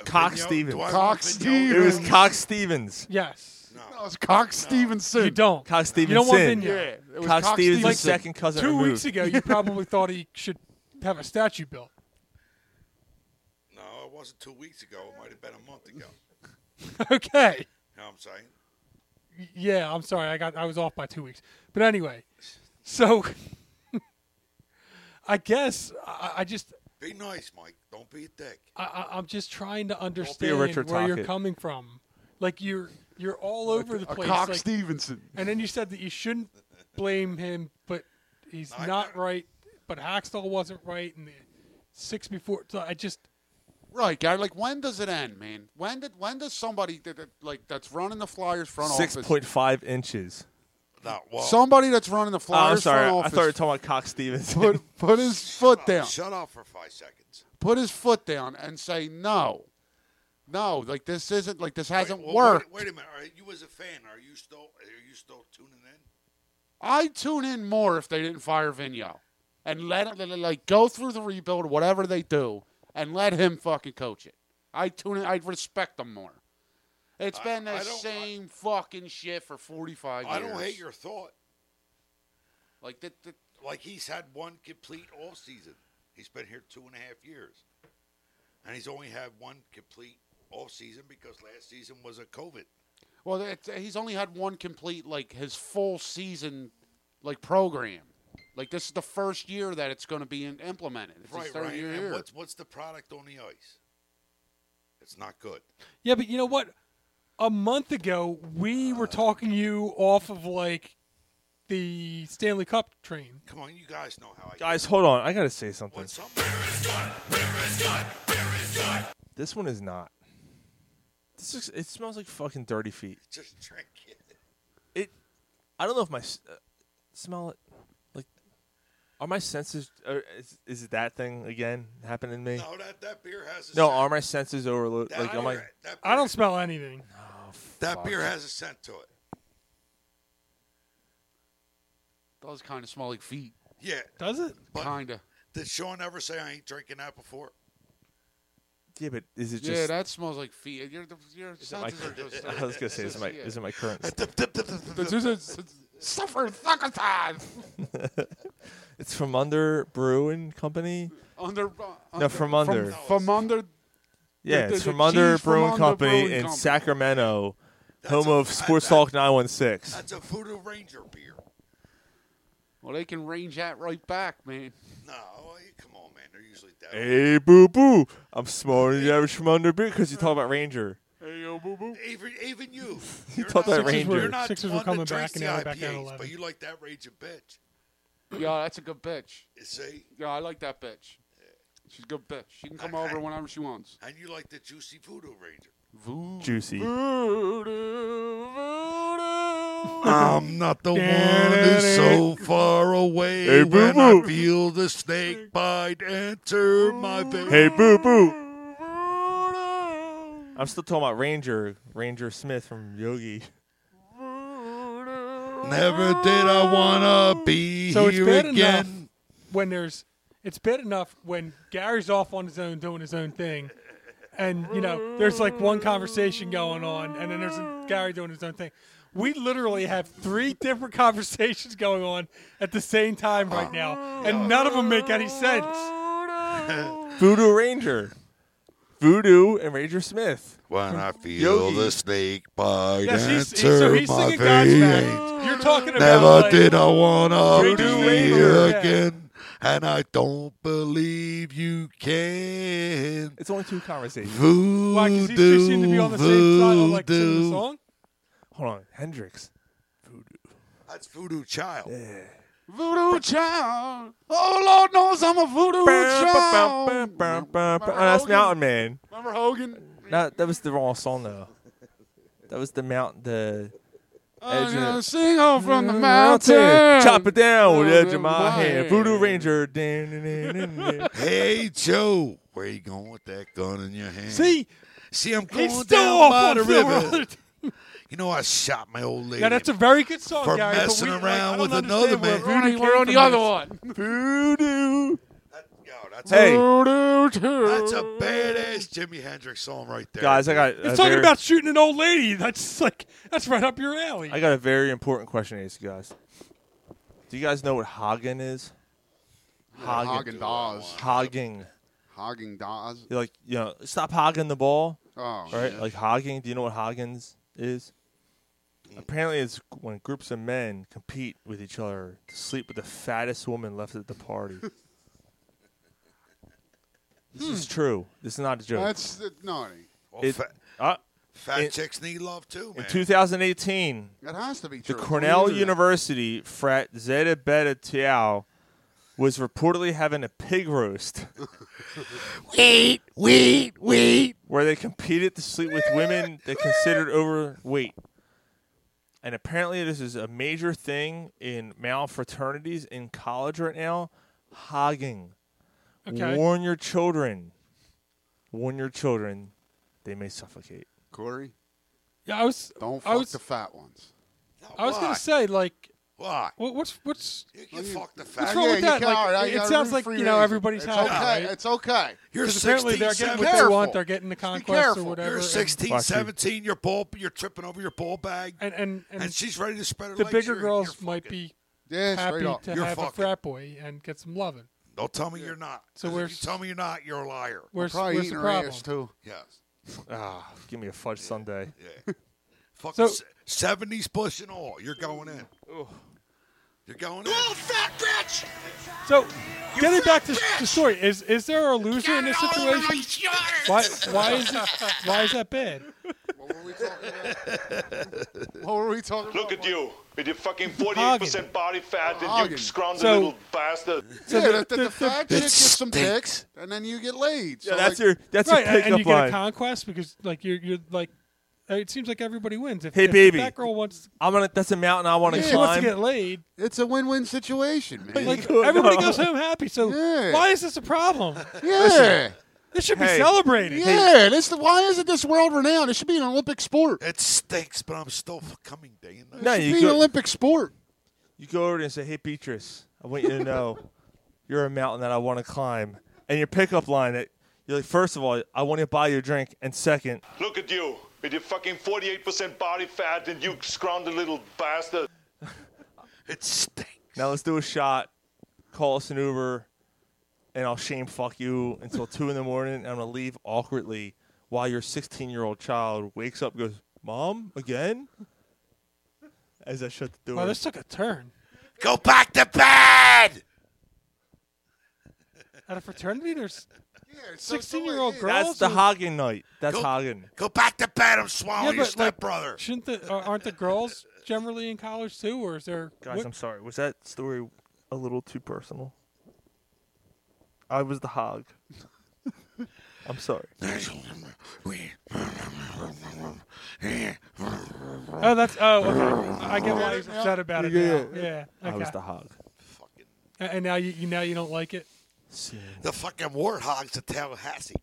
Speaker 5: Cock
Speaker 8: Video-
Speaker 5: Stevens.
Speaker 8: do I
Speaker 7: Cock
Speaker 8: want
Speaker 7: Stevens.
Speaker 8: video?
Speaker 5: It was Cock Stevens.
Speaker 6: Yes.
Speaker 7: No, it was Cock Stevenson.
Speaker 6: You don't.
Speaker 5: Cock Stevenson.
Speaker 6: You don't want Vigneault.
Speaker 7: Yeah, it was
Speaker 5: Cock
Speaker 7: Cock
Speaker 5: Stevens'
Speaker 7: Stevenson.
Speaker 5: second cousin.
Speaker 6: Two
Speaker 5: removed.
Speaker 6: weeks ago, you [laughs] probably thought he should have a statue built.
Speaker 8: No, it wasn't two weeks ago. It might have been a month ago.
Speaker 6: okay.
Speaker 8: You know what I'm saying?
Speaker 6: Y- Yeah, I'm sorry. I got I was off by two weeks. But anyway, so [laughs] I guess I, I just
Speaker 8: Be nice, Mike. Don't be a dick.
Speaker 6: I, I, I'm just trying to
Speaker 5: be a
Speaker 6: understand where
Speaker 5: Richard
Speaker 6: you're
Speaker 5: Tockett.
Speaker 6: coming from. Like you're you're all over the
Speaker 7: A
Speaker 6: place.
Speaker 7: Cock
Speaker 6: like-
Speaker 7: Stevenson.
Speaker 6: and then you said that you shouldn't blame him, but he's
Speaker 8: I-
Speaker 6: not right. But Hackstall wasn't right, and the six before. So I just
Speaker 7: Right, guy. Like, when does it end, man? When did when does somebody that, that, like that's running the Flyers front
Speaker 5: Six
Speaker 7: office?
Speaker 5: point five inches.
Speaker 8: No, well,
Speaker 7: Somebody that's running the
Speaker 5: Oh, I'm
Speaker 7: Flyers
Speaker 5: sorry.
Speaker 7: front
Speaker 5: I
Speaker 7: office
Speaker 5: thought you were talking about Cock Stevens.
Speaker 7: put [laughs] put his foot down.
Speaker 8: shut up for five seconds.
Speaker 7: Put his foot down and say no, no. Like this isn't like this hasn't
Speaker 8: Wait, well,
Speaker 7: worked.
Speaker 8: Wait, wait a minute. Are you as a fan, are you still are you still tuning in?
Speaker 7: I tune in more if they didn't fire Vigneault and let him like go through the rebuild, whatever they do, and let him fucking coach it. I tune in. I respect them more. It's
Speaker 8: I-
Speaker 7: been the
Speaker 8: I don't-
Speaker 7: same fucking shit for forty five years.
Speaker 8: I don't hate your thought.
Speaker 7: like that. that
Speaker 8: Like he's had one complete off season. He's been here two and a half years, and he's only had one complete off season because last season was a COVID.
Speaker 7: well, it's, he's only had one complete like his full season like program. Like this is the first year that it's going to be in, implemented. It's his
Speaker 8: right,
Speaker 7: third
Speaker 8: right.
Speaker 7: year.
Speaker 8: And
Speaker 7: here.
Speaker 8: what's what's the product on the ice? It's not good.
Speaker 6: yeah, but you know what? A month ago, we were talking you off of like the Stanley Cup train.
Speaker 8: Come on, you guys know how
Speaker 5: [laughs]
Speaker 8: I.
Speaker 5: Guys, hold on. I gotta say something.
Speaker 8: What's up?
Speaker 5: This one is not. This is, it smells like fucking dirty feet.
Speaker 8: [laughs] Just drink it.
Speaker 5: It. I don't know if my s- uh, smell it. Like, are my senses? Are, is, is it that thing again happening to me?
Speaker 8: No, that, that beer has a
Speaker 5: No,
Speaker 8: scent.
Speaker 5: are my senses overloaded?
Speaker 8: That
Speaker 5: Like, am I?
Speaker 8: beer- that
Speaker 6: I don't smell anything.
Speaker 8: That
Speaker 5: Fuck.
Speaker 8: beer has a scent to it.
Speaker 7: does kind of smell like feet.
Speaker 8: Yeah.
Speaker 6: Does it?
Speaker 8: But-
Speaker 7: Kinda.
Speaker 8: Did Sean ever say I ain't drinking that before?
Speaker 5: Yeah, but is it
Speaker 7: yeah,
Speaker 5: just?
Speaker 7: that smells like feet. Your, your
Speaker 5: my-
Speaker 7: senses are
Speaker 5: [laughs]
Speaker 7: just.
Speaker 5: I was gonna say, is it my is it my current?
Speaker 7: Suffer thuckatons
Speaker 5: It's from Under Brewing Company.
Speaker 7: [laughs] under, uh, under
Speaker 5: No, from under.
Speaker 7: from, from under.
Speaker 5: Yeah,
Speaker 7: the-
Speaker 5: it's
Speaker 7: the
Speaker 5: from Under
Speaker 7: cheese from
Speaker 5: Brewing
Speaker 7: Under
Speaker 5: Company
Speaker 7: Brewing
Speaker 5: in
Speaker 7: Company.
Speaker 5: Sacramento, home
Speaker 8: a-
Speaker 5: of Sports
Speaker 8: that-
Speaker 5: Talk 916.
Speaker 8: That's a Voodoo Ranger beer.
Speaker 7: Well, they can range that right back, man.
Speaker 8: No, you- come on, man. They're usually dead.
Speaker 5: Hey, boo boo. I'm smarter than the average from Under Brewing because you talk about Ranger.
Speaker 7: Hey, yo, boo boo.
Speaker 8: Even, even
Speaker 5: [laughs]
Speaker 8: you. You're
Speaker 5: thought
Speaker 8: not-
Speaker 5: that Sixers were-
Speaker 8: You're not
Speaker 6: Sixers were
Speaker 8: one that
Speaker 6: coming
Speaker 8: drinks
Speaker 6: back and
Speaker 8: the
Speaker 6: now they're back down
Speaker 8: IPAs,
Speaker 6: 11.
Speaker 8: But you like that raging bitch.
Speaker 7: Yeah, that's a good bitch.
Speaker 8: You see?
Speaker 7: Yeah, I like that bitch. She's a good bitch. She can come over whenever she wants.
Speaker 8: And you like the juicy Voodoo Ranger.
Speaker 5: Juicy.
Speaker 8: I'm not the one who's so far away hey,
Speaker 5: when I boo-boo.
Speaker 8: feel the snake bite enter my veins.
Speaker 5: Hey, boo boo. I'm still talking about Ranger, Ranger Smith from Yogi.
Speaker 8: Never did I wanna be
Speaker 6: So it's bad enough when there's. It's bad enough when Gary's off on his own doing his own thing, and you know there's like one conversation going on, and then there's Gary doing his own thing. We literally have three different [laughs] conversations going on at the same time right now, and none of them make any sense.
Speaker 5: Voodoo Ranger. Voodoo and Ranger Smith.
Speaker 6: [laughs]
Speaker 8: When I feel
Speaker 5: Yogi.
Speaker 8: the snake bite
Speaker 6: Yes, he's, he's, so
Speaker 8: enter
Speaker 6: he's
Speaker 8: my
Speaker 6: singing
Speaker 8: veins.
Speaker 6: Godsmack. You're talking about
Speaker 8: Never
Speaker 6: like,
Speaker 8: did I wanna
Speaker 6: Ranger
Speaker 8: be
Speaker 6: Ranger,
Speaker 8: here
Speaker 6: yeah.
Speaker 8: again, and I don't believe you can.
Speaker 5: It's only two conversations.
Speaker 8: Voodoo,
Speaker 6: why? Because these two seem to be on the same side on like singing the
Speaker 8: voodoo.
Speaker 6: song.
Speaker 5: Hold on. Hendrix.
Speaker 8: That's Voodoo Child.
Speaker 7: Voodoo child. Oh Lord
Speaker 6: [laughs]
Speaker 7: knows I'm a voodoo child.
Speaker 5: Oh, that's Mountain Man.
Speaker 7: Remember Hogan?
Speaker 5: No, that was the wrong song though. That was the mount the Edge
Speaker 7: I'm
Speaker 5: in it.
Speaker 7: gonna sing home from the mountain.
Speaker 5: Mountain. Chop it down with the edge of my
Speaker 7: my
Speaker 5: hand. Voodoo Ranger. Dun, dun, dun, dun, dun.
Speaker 8: Hey Joe, where you going with that gun in your hand?
Speaker 12: See?
Speaker 8: see, I'm going
Speaker 12: He's still
Speaker 8: down
Speaker 12: off
Speaker 8: by
Speaker 12: on
Speaker 8: the
Speaker 12: Phil
Speaker 6: [laughs]
Speaker 8: river.
Speaker 12: Rudd.
Speaker 8: you know, I shot my old lady.
Speaker 12: Yeah, that's a very good song,
Speaker 8: for
Speaker 12: Gary. but
Speaker 8: messing
Speaker 12: we- like,
Speaker 8: around
Speaker 12: I don't
Speaker 8: with another
Speaker 12: understand where
Speaker 8: man.
Speaker 12: Voodoo
Speaker 8: We're
Speaker 12: came
Speaker 8: on the
Speaker 12: from.
Speaker 8: other
Speaker 12: It's-
Speaker 5: Voodoo.
Speaker 8: That's
Speaker 5: Hey.
Speaker 8: a, that's a badass Jimi Hendrix song right there,
Speaker 5: Guys, I got. a
Speaker 12: It's talking
Speaker 5: very-
Speaker 12: about shooting an old
Speaker 6: [laughs]
Speaker 12: lady. That's like that's right up your alley.
Speaker 5: I got a very important question to ask you guys. Do you guys know what Hagen is?
Speaker 7: Hagen Dazs.
Speaker 5: Hagen.
Speaker 7: Hagen Dazs.
Speaker 5: You're like, you know, stop hogging the ball.
Speaker 7: Oh,
Speaker 5: right.
Speaker 7: shit.
Speaker 5: Like hogging. Do you know what hoggins is? Apparently, it's when groups of men compete with each other to sleep with the fattest woman left at the
Speaker 7: [laughs]
Speaker 5: party. this is true. This is not a joke.
Speaker 7: That's that's naughty.
Speaker 5: It- uh,
Speaker 8: Fat
Speaker 5: in-
Speaker 8: chicks need love too,
Speaker 5: in
Speaker 8: man.
Speaker 5: 2018,
Speaker 7: That has to be
Speaker 5: the
Speaker 7: true.
Speaker 5: Cornell
Speaker 7: Who knew that?
Speaker 5: University frat Zeta Beta Tau was reportedly having a pig roast.
Speaker 8: Wait, wait, wait.
Speaker 5: where they competed to sleep with women that considered overweight. And apparently, this is a major thing in male fraternities in college right now. Hogging.
Speaker 6: Okay.
Speaker 5: Warn your children. Warn your children. They may suffocate.
Speaker 7: Corey,
Speaker 6: Yeah, I was.
Speaker 7: don't
Speaker 6: I
Speaker 7: fuck
Speaker 6: was.
Speaker 7: the fat ones.
Speaker 6: I was
Speaker 8: Why?
Speaker 6: gonna say like,
Speaker 8: Why?
Speaker 6: what, what's what's
Speaker 8: You can fuck the
Speaker 6: what's
Speaker 8: fat.
Speaker 6: wrong
Speaker 7: Uh, Yeah,
Speaker 6: with
Speaker 7: you
Speaker 6: that?
Speaker 7: can- all
Speaker 6: Like,
Speaker 7: right,
Speaker 6: it-
Speaker 7: you
Speaker 6: it
Speaker 7: gotta
Speaker 6: sounds
Speaker 7: root
Speaker 6: like
Speaker 7: for
Speaker 6: you
Speaker 7: your
Speaker 6: know
Speaker 7: reason.
Speaker 6: everybody's
Speaker 7: it's
Speaker 6: happy.
Speaker 7: okay.
Speaker 6: right?
Speaker 7: It's okay.
Speaker 8: You're
Speaker 6: 'Cause apparently
Speaker 8: 16,
Speaker 6: they're getting what they
Speaker 7: careful.
Speaker 6: want. They're getting the conquest or
Speaker 7: careful.
Speaker 6: whatever.
Speaker 8: You're
Speaker 6: and-
Speaker 8: 16,
Speaker 5: Watch you.
Speaker 8: 17. You're ball. You're tripping over your ball bag, and,
Speaker 6: and and, and,
Speaker 8: she's ready to spread her
Speaker 6: the
Speaker 8: legs.
Speaker 6: bigger
Speaker 8: You're-
Speaker 6: girls
Speaker 8: you're
Speaker 6: might
Speaker 8: fucking-
Speaker 6: be
Speaker 7: Yeah, straight
Speaker 6: happy
Speaker 7: up.
Speaker 6: to
Speaker 8: You're
Speaker 6: have a
Speaker 8: fucking-
Speaker 6: frat boy and get some loving.
Speaker 8: Don't tell me you're not.
Speaker 6: So
Speaker 8: 'cause if
Speaker 6: we're
Speaker 8: you tell me you're not. You're a liar.
Speaker 6: Where's,
Speaker 7: Probably
Speaker 6: where's
Speaker 7: eating
Speaker 6: the
Speaker 7: her
Speaker 6: problem?
Speaker 7: ass too.
Speaker 8: Yes.
Speaker 5: Ah, give me a fudge sundae.
Speaker 8: Yeah. Fucking
Speaker 6: So-
Speaker 8: seventies push and all. You're going in. You're going in. Little fat bitch.
Speaker 6: So, getting back to
Speaker 8: bitch!
Speaker 6: the story, is is there a loser in this situation? Why why is it, why is that bad?
Speaker 7: What were we talking about? what were we talking
Speaker 10: Look
Speaker 7: about?
Speaker 10: at you with your fucking 48% body fat and
Speaker 7: Hogging.
Speaker 10: you scroungy
Speaker 6: So-
Speaker 10: little bastard.
Speaker 7: Yeah,
Speaker 6: the-
Speaker 7: the, the,
Speaker 6: the-
Speaker 7: the fat
Speaker 8: the-
Speaker 7: chick gets some
Speaker 8: stinks.
Speaker 7: dicks, and then you get laid. So
Speaker 5: Yeah, that's
Speaker 7: like,
Speaker 5: your that's
Speaker 6: right,
Speaker 5: your
Speaker 6: and-
Speaker 5: pickup
Speaker 6: and you get
Speaker 5: line.
Speaker 6: a conquest because like you're you're like, it seems like everybody wins. If,
Speaker 5: Hey,
Speaker 6: if
Speaker 5: baby.
Speaker 6: that girl wants
Speaker 5: I'm gonna. That's a mountain I want to
Speaker 7: Yeah.
Speaker 6: she wants to
Speaker 5: climb. [laughs]
Speaker 6: get laid,
Speaker 7: It's a win-win situation, man.
Speaker 6: like
Speaker 5: No.
Speaker 6: everybody goes home happy. So
Speaker 7: Yeah.
Speaker 6: why is this a problem?
Speaker 7: yeah,
Speaker 6: This should
Speaker 5: Hey.
Speaker 6: be celebrated.
Speaker 7: yeah. This the, why isn't this world renowned? It should be an Olympic sport. It
Speaker 8: It stinks, but I'm still f- coming day and night.
Speaker 5: no,
Speaker 7: should be
Speaker 5: you
Speaker 7: an
Speaker 5: go,
Speaker 7: Olympic sport.
Speaker 5: you go over there and say, "Hey, Beatrice, I want you to know [laughs] you're a mountain that I want to climb." And your pickup line that you're like, first of all, I want to buy you a drink, and second,
Speaker 10: Look at you with your fucking 48% body fat and you scroungy little bastard.
Speaker 8: It stinks.
Speaker 5: now let's do a shot. Call us an Uber, and I'll shame fuck you until two in the morning. And I'm gonna leave awkwardly while your 16 year old child wakes up, and goes, "Mom, again." As I shut the door.
Speaker 6: Wow, Oh, this took a turn.
Speaker 8: Go back to bed.
Speaker 6: At a fraternity, there's
Speaker 7: Yeah, so- so
Speaker 6: 16 year old
Speaker 7: it-
Speaker 6: girls.
Speaker 5: That's the
Speaker 6: who-
Speaker 5: Hagen night. That's
Speaker 8: Go-
Speaker 5: Hagen.
Speaker 8: Go back to bed. I'm
Speaker 7: Oh,
Speaker 6: Yeah,
Speaker 8: swallowing your
Speaker 6: but, like,
Speaker 8: stepbrother.
Speaker 6: Shouldn't the are- aren't the girls generally in college too, or is there?
Speaker 5: Guys,
Speaker 6: what-
Speaker 5: I'm sorry. Was that story a little too personal? I was the [laughs] hog. I'm sorry.
Speaker 6: oh, that's oh, okay. I get why he's upset about it.
Speaker 5: Yeah.
Speaker 6: now. Yeah,
Speaker 5: I was
Speaker 6: okay.
Speaker 5: the hog.
Speaker 6: A- And now you, you now you don't like it.
Speaker 8: the fucking warthogs of Tallahassee.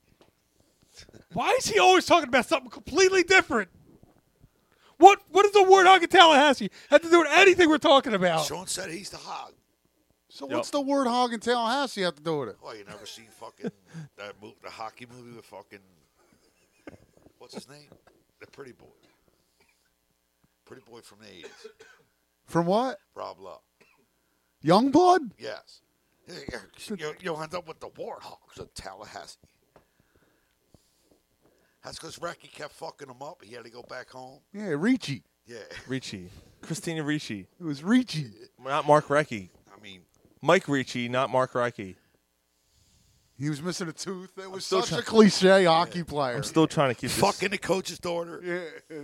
Speaker 12: Why is he always talking about something completely different? What what does the warthog in Tallahassee have to do with anything we're talking
Speaker 6: Oh.
Speaker 12: about?
Speaker 8: Sean said he's the hog.
Speaker 7: So what's the word hog and Tallahassee have to do with it?
Speaker 8: Oh, you never seen fucking that move, the hockey movie with fucking what's his name? The pretty boy. Pretty boy from the eighties.
Speaker 7: From what?
Speaker 8: Rob Lowe.
Speaker 7: Young blood?
Speaker 8: Yes. You'll, you'll end up with the Warhawks of Tallahassee. That's because Recky kept fucking him up. He had to go back home.
Speaker 7: Yeah, Ricci.
Speaker 8: Yeah. [laughs]
Speaker 5: Ricci. Christina Ricci.
Speaker 7: It was Ricci.
Speaker 5: Not Mark Recchi.
Speaker 8: I mean,
Speaker 5: Mike Ricci, not Mark Recchi.
Speaker 7: He was missing a tooth. That was
Speaker 5: still
Speaker 7: such
Speaker 5: try-
Speaker 7: a cliche hockey player.
Speaker 5: I'm still trying to keep this.
Speaker 8: fucking the coach's daughter.
Speaker 7: yeah.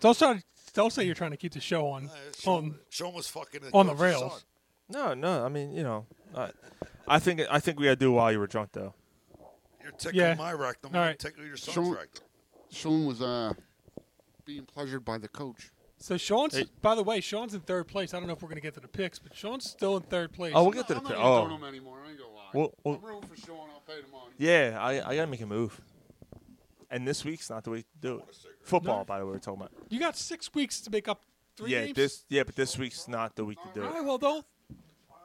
Speaker 6: Don't start. Don't say you're trying to keep the show on.
Speaker 5: Uh,
Speaker 8: Sean,
Speaker 6: on
Speaker 8: Sean was fucking the
Speaker 6: on the
Speaker 8: coach's
Speaker 6: rails.
Speaker 8: son.
Speaker 5: No, no. I mean, you know, I, I think I think we gotta do it while you were drunk, though.
Speaker 8: You're tickling
Speaker 6: Yeah.
Speaker 8: my rectum.
Speaker 6: All
Speaker 8: All
Speaker 6: right.
Speaker 8: right. Tickling your son's
Speaker 7: Sean-
Speaker 8: rectum.
Speaker 7: Sean was uh being pleasured by the coach.
Speaker 6: So Sean's, by the way, Sean's in third place. I don't know if we're going to get to the picks, but Sean's still in third place.
Speaker 5: Oh, we'll get to the
Speaker 7: I'm not
Speaker 5: pick.
Speaker 7: even
Speaker 5: Oh.
Speaker 7: doing them anymore. I ain't gonna lie.
Speaker 5: Well- well-
Speaker 7: I'm rooting for Sean. I'll pay the money.
Speaker 5: Yeah, I, I gotta make a move. And this week's not the week to do it. Football,
Speaker 6: No.
Speaker 5: by the way, we're talking about.
Speaker 6: You got six weeks to make up three
Speaker 5: yeah,
Speaker 6: games.
Speaker 5: this yeah, but this week's not the week to do
Speaker 6: All right,
Speaker 5: it.
Speaker 6: well, don't.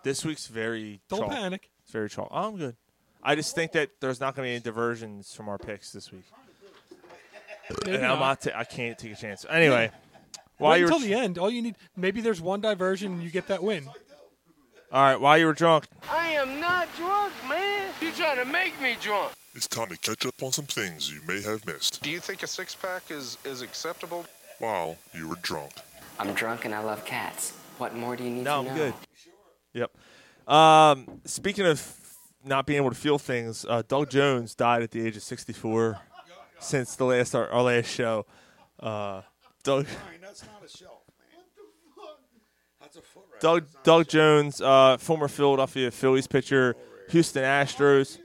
Speaker 5: This week's very
Speaker 6: Don't
Speaker 5: chalk.
Speaker 6: panic.
Speaker 5: It's very chalk. I'm good. I just think that there's not gonna be any diversions from our picks this week.
Speaker 6: Maybe
Speaker 5: and I'm
Speaker 6: not.
Speaker 5: not ta- I can't take a chance. Anyway, while
Speaker 6: Wait
Speaker 5: you were
Speaker 6: until the end. All you need, maybe there's one diversion and you get that win.
Speaker 5: all right, while you were drunk,
Speaker 13: I am not drunk, man. You trying to make me drunk?
Speaker 14: It's time to catch up on some things you may have missed.
Speaker 15: Do you think a six pack is, is acceptable?
Speaker 14: While you were drunk.
Speaker 16: I'm drunk and I love cats. What more do you need
Speaker 5: No,
Speaker 16: to know?
Speaker 5: I'm good. Yep. Um, speaking of not being able to feel things, uh, Doug Jones died at the age of 64. Since the last our, our last show, uh, Doug
Speaker 8: Fine, that's not a shelf, man. That's a foot rack.
Speaker 5: Doug Doug Jones, uh, former Philadelphia Phillies pitcher, Houston Astros.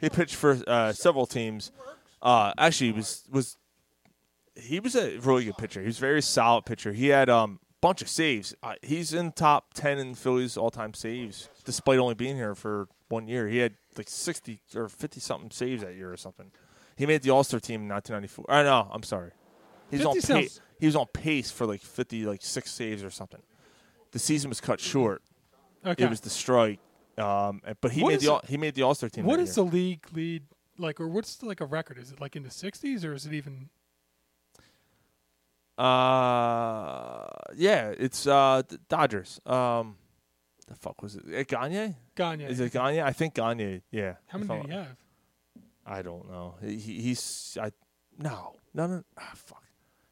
Speaker 5: He pitched for uh, several teams. Uh, actually, he was was he was a really good pitcher. He was a very solid pitcher. He had um, bunch of saves. Uh, he's in top ten in Phillies all time saves, despite only being here for one year. He had like sixty or fifty something saves that year or something. He made the All Star team in nineteen ninety four. I no, I'm sorry. He's on
Speaker 6: 50
Speaker 5: pace.
Speaker 6: sounds-
Speaker 5: He was on pace for like fifty, like six saves or something. The season was cut short.
Speaker 6: Okay.
Speaker 5: It was the strike. Um, and- but he
Speaker 6: What
Speaker 5: made
Speaker 6: is
Speaker 5: the all,
Speaker 6: it-
Speaker 5: he made the All Star team.
Speaker 6: What
Speaker 5: that
Speaker 6: is
Speaker 5: year.
Speaker 6: the league lead like, or what's like a record? Is it like in the 60s, or is it even?
Speaker 5: Uh, yeah, it's uh the Dodgers. Um, the fuck was it? Eh, Gagne?
Speaker 6: Gagne.
Speaker 5: Is it Gagne? I think Gagne. Yeah.
Speaker 6: How
Speaker 5: If
Speaker 6: many
Speaker 5: I'm-
Speaker 6: do you have?
Speaker 5: I don't know. He, he- he's I no no no ah, fuck.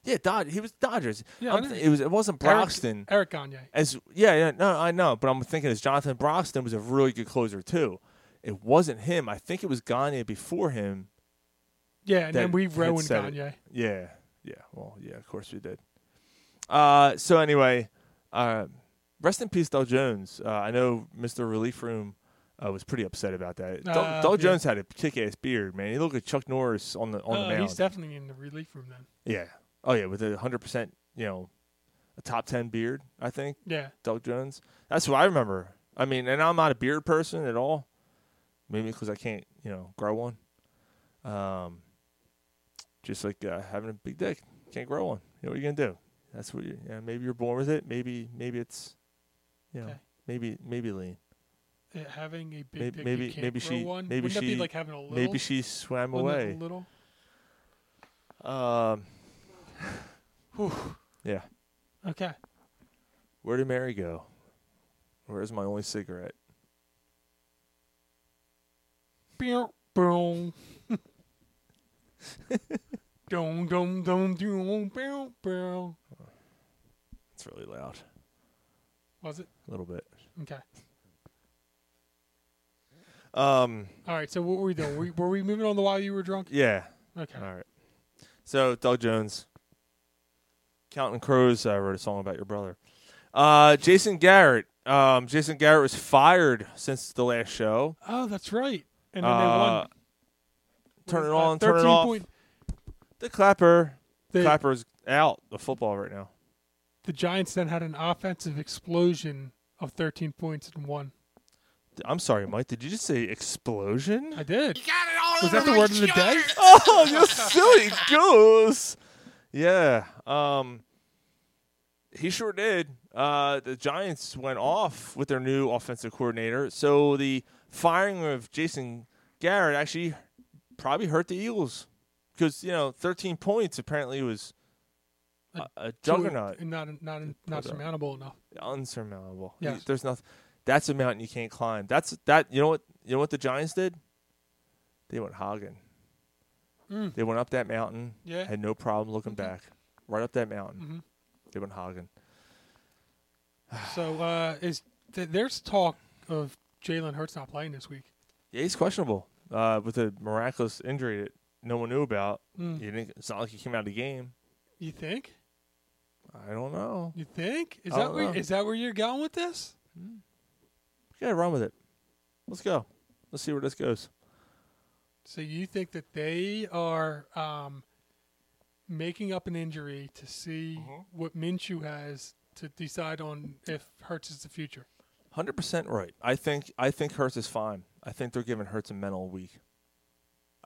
Speaker 5: Yeah, Dod- he was Dodgers.
Speaker 6: Yeah,
Speaker 5: I'm
Speaker 6: I know.
Speaker 5: th- it was it wasn't
Speaker 6: Eric-
Speaker 5: Broxton.
Speaker 6: Eric Gagne.
Speaker 5: As yeah, yeah, no, I know, but I'm thinking as Jonathan Broxton was a really good closer too. It wasn't him. I think it was Gagne before him.
Speaker 6: Yeah, and
Speaker 5: that
Speaker 6: then we
Speaker 5: had
Speaker 6: ruined
Speaker 5: said it.
Speaker 6: Gagne.
Speaker 5: Yeah, yeah. Well, yeah. Of course we did. Uh, so anyway, uh, rest in peace, Doug Jones. Uh, I know Mr. Relief Room uh, was pretty upset about that. Doug,
Speaker 6: Uh,
Speaker 5: Doug
Speaker 6: yeah.
Speaker 5: Jones had a kick-ass beard, man. He looked like Chuck Norris on the on the
Speaker 6: Uh,
Speaker 5: mound.
Speaker 6: he's definitely in the relief room then.
Speaker 5: Yeah. Oh yeah, with a hundred percent, you know, a top ten beard, I think.
Speaker 6: Yeah.
Speaker 5: Doug Jones. That's what I remember. I mean, and I'm not a beard person at all. Maybe because I can't, you know, grow one. Um, just like uh, having a big dick, can't grow one. You know what you gonna do? That's what you. Yeah, maybe you're born with it. Maybe maybe it's, you know,
Speaker 6: Okay.
Speaker 5: maybe maybe lean.
Speaker 6: Yeah, uh, having a big
Speaker 5: Maybe
Speaker 6: dick,
Speaker 5: maybe,
Speaker 6: you can't
Speaker 5: maybe
Speaker 6: grow
Speaker 5: she
Speaker 6: one.
Speaker 5: maybe
Speaker 6: Wouldn't
Speaker 5: she
Speaker 6: that be like having a little?
Speaker 5: maybe she swam
Speaker 6: Wouldn't that be
Speaker 5: away.
Speaker 6: a little.
Speaker 5: Um,
Speaker 6: Whew.
Speaker 5: yeah.
Speaker 6: Okay.
Speaker 5: Where did Mary go? Where's my only cigarette?
Speaker 6: Boom,
Speaker 5: [laughs]
Speaker 6: boom. Dum dum dum dum boom boom.
Speaker 5: It's really loud.
Speaker 6: Was it
Speaker 5: A little bit.
Speaker 6: okay?
Speaker 5: Um.
Speaker 6: All right. So what were we doing? Were, were we moving on the while you were drunk?
Speaker 5: Yeah.
Speaker 6: Okay.
Speaker 5: All right. So Doug Jones, Counting Crows uh, wrote a song about your brother. Uh, Jason Garrett. Um, Jason Garrett was fired since the last show.
Speaker 6: Oh, that's right. And then they won.
Speaker 5: Uh, Turn it
Speaker 6: What is
Speaker 5: on.
Speaker 6: that?
Speaker 5: Turn it
Speaker 6: 13
Speaker 5: off.
Speaker 6: point-
Speaker 5: The clapper.
Speaker 6: The-
Speaker 5: Clapper's out of football right now.
Speaker 6: The Giants then had an offensive explosion of 13 points and won.
Speaker 5: I'm sorry, Mike. Did you just say explosion?
Speaker 6: I did.
Speaker 5: Was that
Speaker 6: the word of the day?
Speaker 4: [laughs]
Speaker 5: Oh, you silly goose! Yeah. Um. He sure did. Uh, the Giants went off with their new offensive coordinator, so the firing of Jason Garrett actually probably hurt the Eagles because you know 13 points apparently was a, a juggernaut,
Speaker 6: Too- Not not not
Speaker 5: Juggernaut.
Speaker 6: surmountable enough.
Speaker 5: unsurmountable.
Speaker 6: Yes.
Speaker 5: You- There's nothing. That's a mountain you can't climb. That's that. You know what? You know what the Giants did? They went hogging.
Speaker 6: Mm.
Speaker 5: They went up that mountain.
Speaker 6: Yeah. Mm-hmm.
Speaker 5: Had no problem looking back. Right up that mountain.
Speaker 6: Mhm.
Speaker 5: They went hogging.
Speaker 6: So uh, is th- there's talk of Jalen Hurts not playing this week?
Speaker 5: Yeah, he's questionable uh, with a miraculous injury that no one knew about.
Speaker 6: Mm.
Speaker 5: He didn't, it's not like he came out of the game.
Speaker 6: You think?
Speaker 5: I don't know.
Speaker 6: You think? Is
Speaker 5: I
Speaker 6: that
Speaker 5: don't
Speaker 6: where
Speaker 5: know.
Speaker 6: is that where you're going with this?
Speaker 5: Yeah, run with it. Let's go. Let's see where this goes.
Speaker 6: So you think that they are um, making up an injury to see
Speaker 5: Mm-hmm.
Speaker 6: what Minshew has to decide on if Hurts is the future.
Speaker 5: Hundred percent right. I think I think Hurts is fine. I think they're giving Hurts a mental week.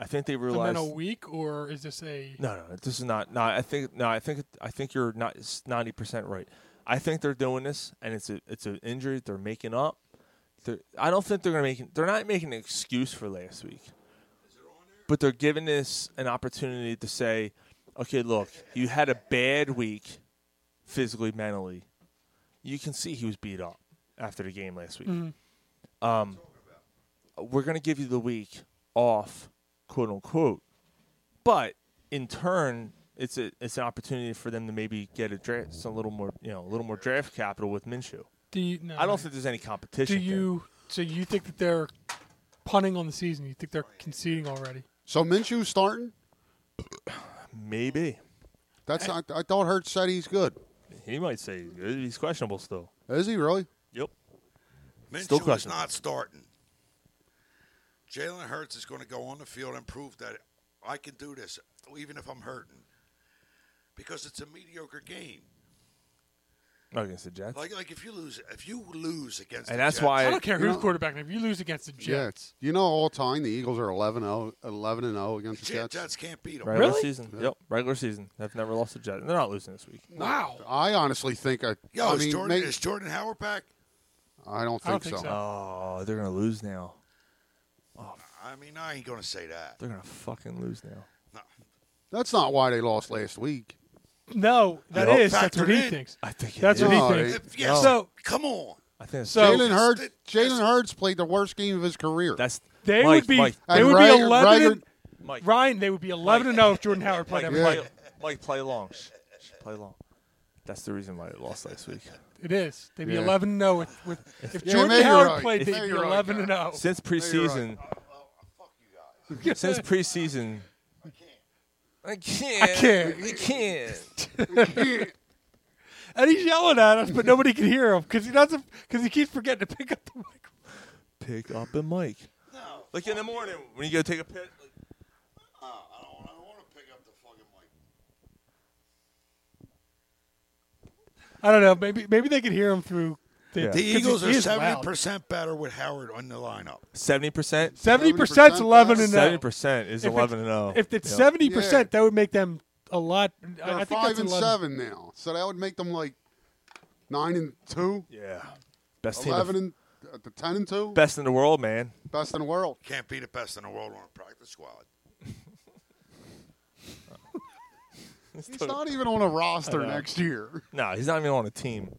Speaker 5: I think they
Speaker 6: Is it
Speaker 5: realize
Speaker 6: been a week, or is this a
Speaker 5: No, no, this is not. No, I think no, I think I think you're not ninety percent right. I think they're doing this, and it's a it's an injury that they're making up. They're, I don't think they're gonna make. They're not making an excuse for last week, but they're giving this an opportunity to say, okay, look, you had a bad week, physically, mentally. You can see he was beat up after the game last week.
Speaker 6: Mhm.
Speaker 5: Um, we're gonna give you the week off, quote unquote, but in turn, it's a it's an opportunity for them to maybe get a draft, some little more you know a little more draft capital with Minshew.
Speaker 6: Do you- no,
Speaker 5: I don't
Speaker 6: no.
Speaker 5: think there's any competition.
Speaker 6: do
Speaker 5: there.
Speaker 6: you? So you think that they're punting on the season? You think they're conceding already?
Speaker 7: So Minshew's starting.
Speaker 5: Maybe.
Speaker 7: That's I, I thought Hurts said he's good.
Speaker 5: He might say he's questionable still.
Speaker 7: Is he really?
Speaker 5: Yep. Still
Speaker 8: Minshew is
Speaker 5: questionable.
Speaker 8: not starting. Jalen Hurts is going to go on the field and prove that I can do this, even if I'm hurting, because it's a mediocre game.
Speaker 5: Not against the Jets.
Speaker 8: Like, like if you lose, if you lose against,
Speaker 5: And
Speaker 8: the
Speaker 5: that's
Speaker 8: Jets-
Speaker 5: why-
Speaker 6: I don't care
Speaker 7: You
Speaker 6: who's
Speaker 7: know-
Speaker 6: quarterback. If you lose against the Jets,
Speaker 7: Yeah. You know, all time the Eagles are 11 0 11 and 0 against the Jets.
Speaker 8: can't beat
Speaker 5: Regular season. Yep. Regular season. They've never lost a Jet. They're not losing this week.
Speaker 6: Wow.
Speaker 7: I honestly think I.
Speaker 8: Yo,
Speaker 7: I
Speaker 8: is,
Speaker 7: mean,
Speaker 8: Jordan,
Speaker 7: may-
Speaker 8: is Jordan Howard back?
Speaker 7: I don't
Speaker 8: I
Speaker 7: think,
Speaker 8: don't think
Speaker 7: so.
Speaker 8: so.
Speaker 5: Oh, they're gonna lose now.
Speaker 8: I mean, I ain't going to say that.
Speaker 5: They're gonna fucking lose now.
Speaker 7: That's not why they lost last week.
Speaker 6: No, that
Speaker 7: No.
Speaker 6: is. That's
Speaker 7: Factor
Speaker 6: what he
Speaker 7: in.
Speaker 6: thinks.
Speaker 7: I think it
Speaker 6: that's
Speaker 7: is.
Speaker 6: what
Speaker 7: No,
Speaker 6: he thinks.
Speaker 7: it- Yes,
Speaker 6: So
Speaker 8: come on.
Speaker 5: I think
Speaker 6: So-
Speaker 7: Jalen Hurts. Jalen Hurts played the worst game of his career.
Speaker 5: That's
Speaker 6: they would be. They would be eleven. and- Ryan, they would be eleven and zero if Jordan Howard played
Speaker 5: Mike,
Speaker 6: every
Speaker 5: play,
Speaker 6: game.
Speaker 5: Mike, play long. Shh, shh, Play long. That's the reason why they lost last week.
Speaker 6: It is. They'd be
Speaker 5: Yeah.
Speaker 6: eleven and zero with, with if
Speaker 5: Yeah,
Speaker 6: Jordan
Speaker 5: maybe you're
Speaker 6: Howard
Speaker 5: right.
Speaker 6: played,
Speaker 5: If-
Speaker 6: they'd
Speaker 5: maybe
Speaker 6: be
Speaker 5: you're right,
Speaker 6: eleven and zero
Speaker 5: Since preseason,
Speaker 6: oh.
Speaker 5: since preseason, I can't.
Speaker 6: I can't.
Speaker 5: I can't.
Speaker 6: [laughs] and he's yelling at us, but nobody can hear him because he doesn't. Because he keeps forgetting to pick up the mic.
Speaker 5: Pick up a mic. Like in the morning when you go take a pit. Like,
Speaker 6: I don't know. Maybe maybe they could hear him through.
Speaker 5: Yeah.
Speaker 8: The
Speaker 6: 'cause he
Speaker 8: Eagles are
Speaker 6: is loud.
Speaker 8: seventy percent better with Howard on the lineup.
Speaker 5: Seventy percent.
Speaker 6: 70% is 11 and 0.
Speaker 5: Seventy percent is
Speaker 6: If it's-
Speaker 5: eleven and zero.
Speaker 6: If it's
Speaker 5: Yeah.
Speaker 6: seventy percent, that would make them a lot. I,
Speaker 7: They're
Speaker 6: I think
Speaker 7: five
Speaker 6: that's
Speaker 7: and
Speaker 6: 11.
Speaker 7: seven now, so that would make them like nine and two.
Speaker 5: Yeah, best team.
Speaker 7: eleven
Speaker 5: Of,
Speaker 7: and uh, the ten and two.
Speaker 5: best in the world, man.
Speaker 7: Best in the world.
Speaker 8: Can't be the best in the world on a practice squad.
Speaker 7: He's not even on a roster
Speaker 5: I know.
Speaker 7: next year.
Speaker 5: No, he's not even on a team.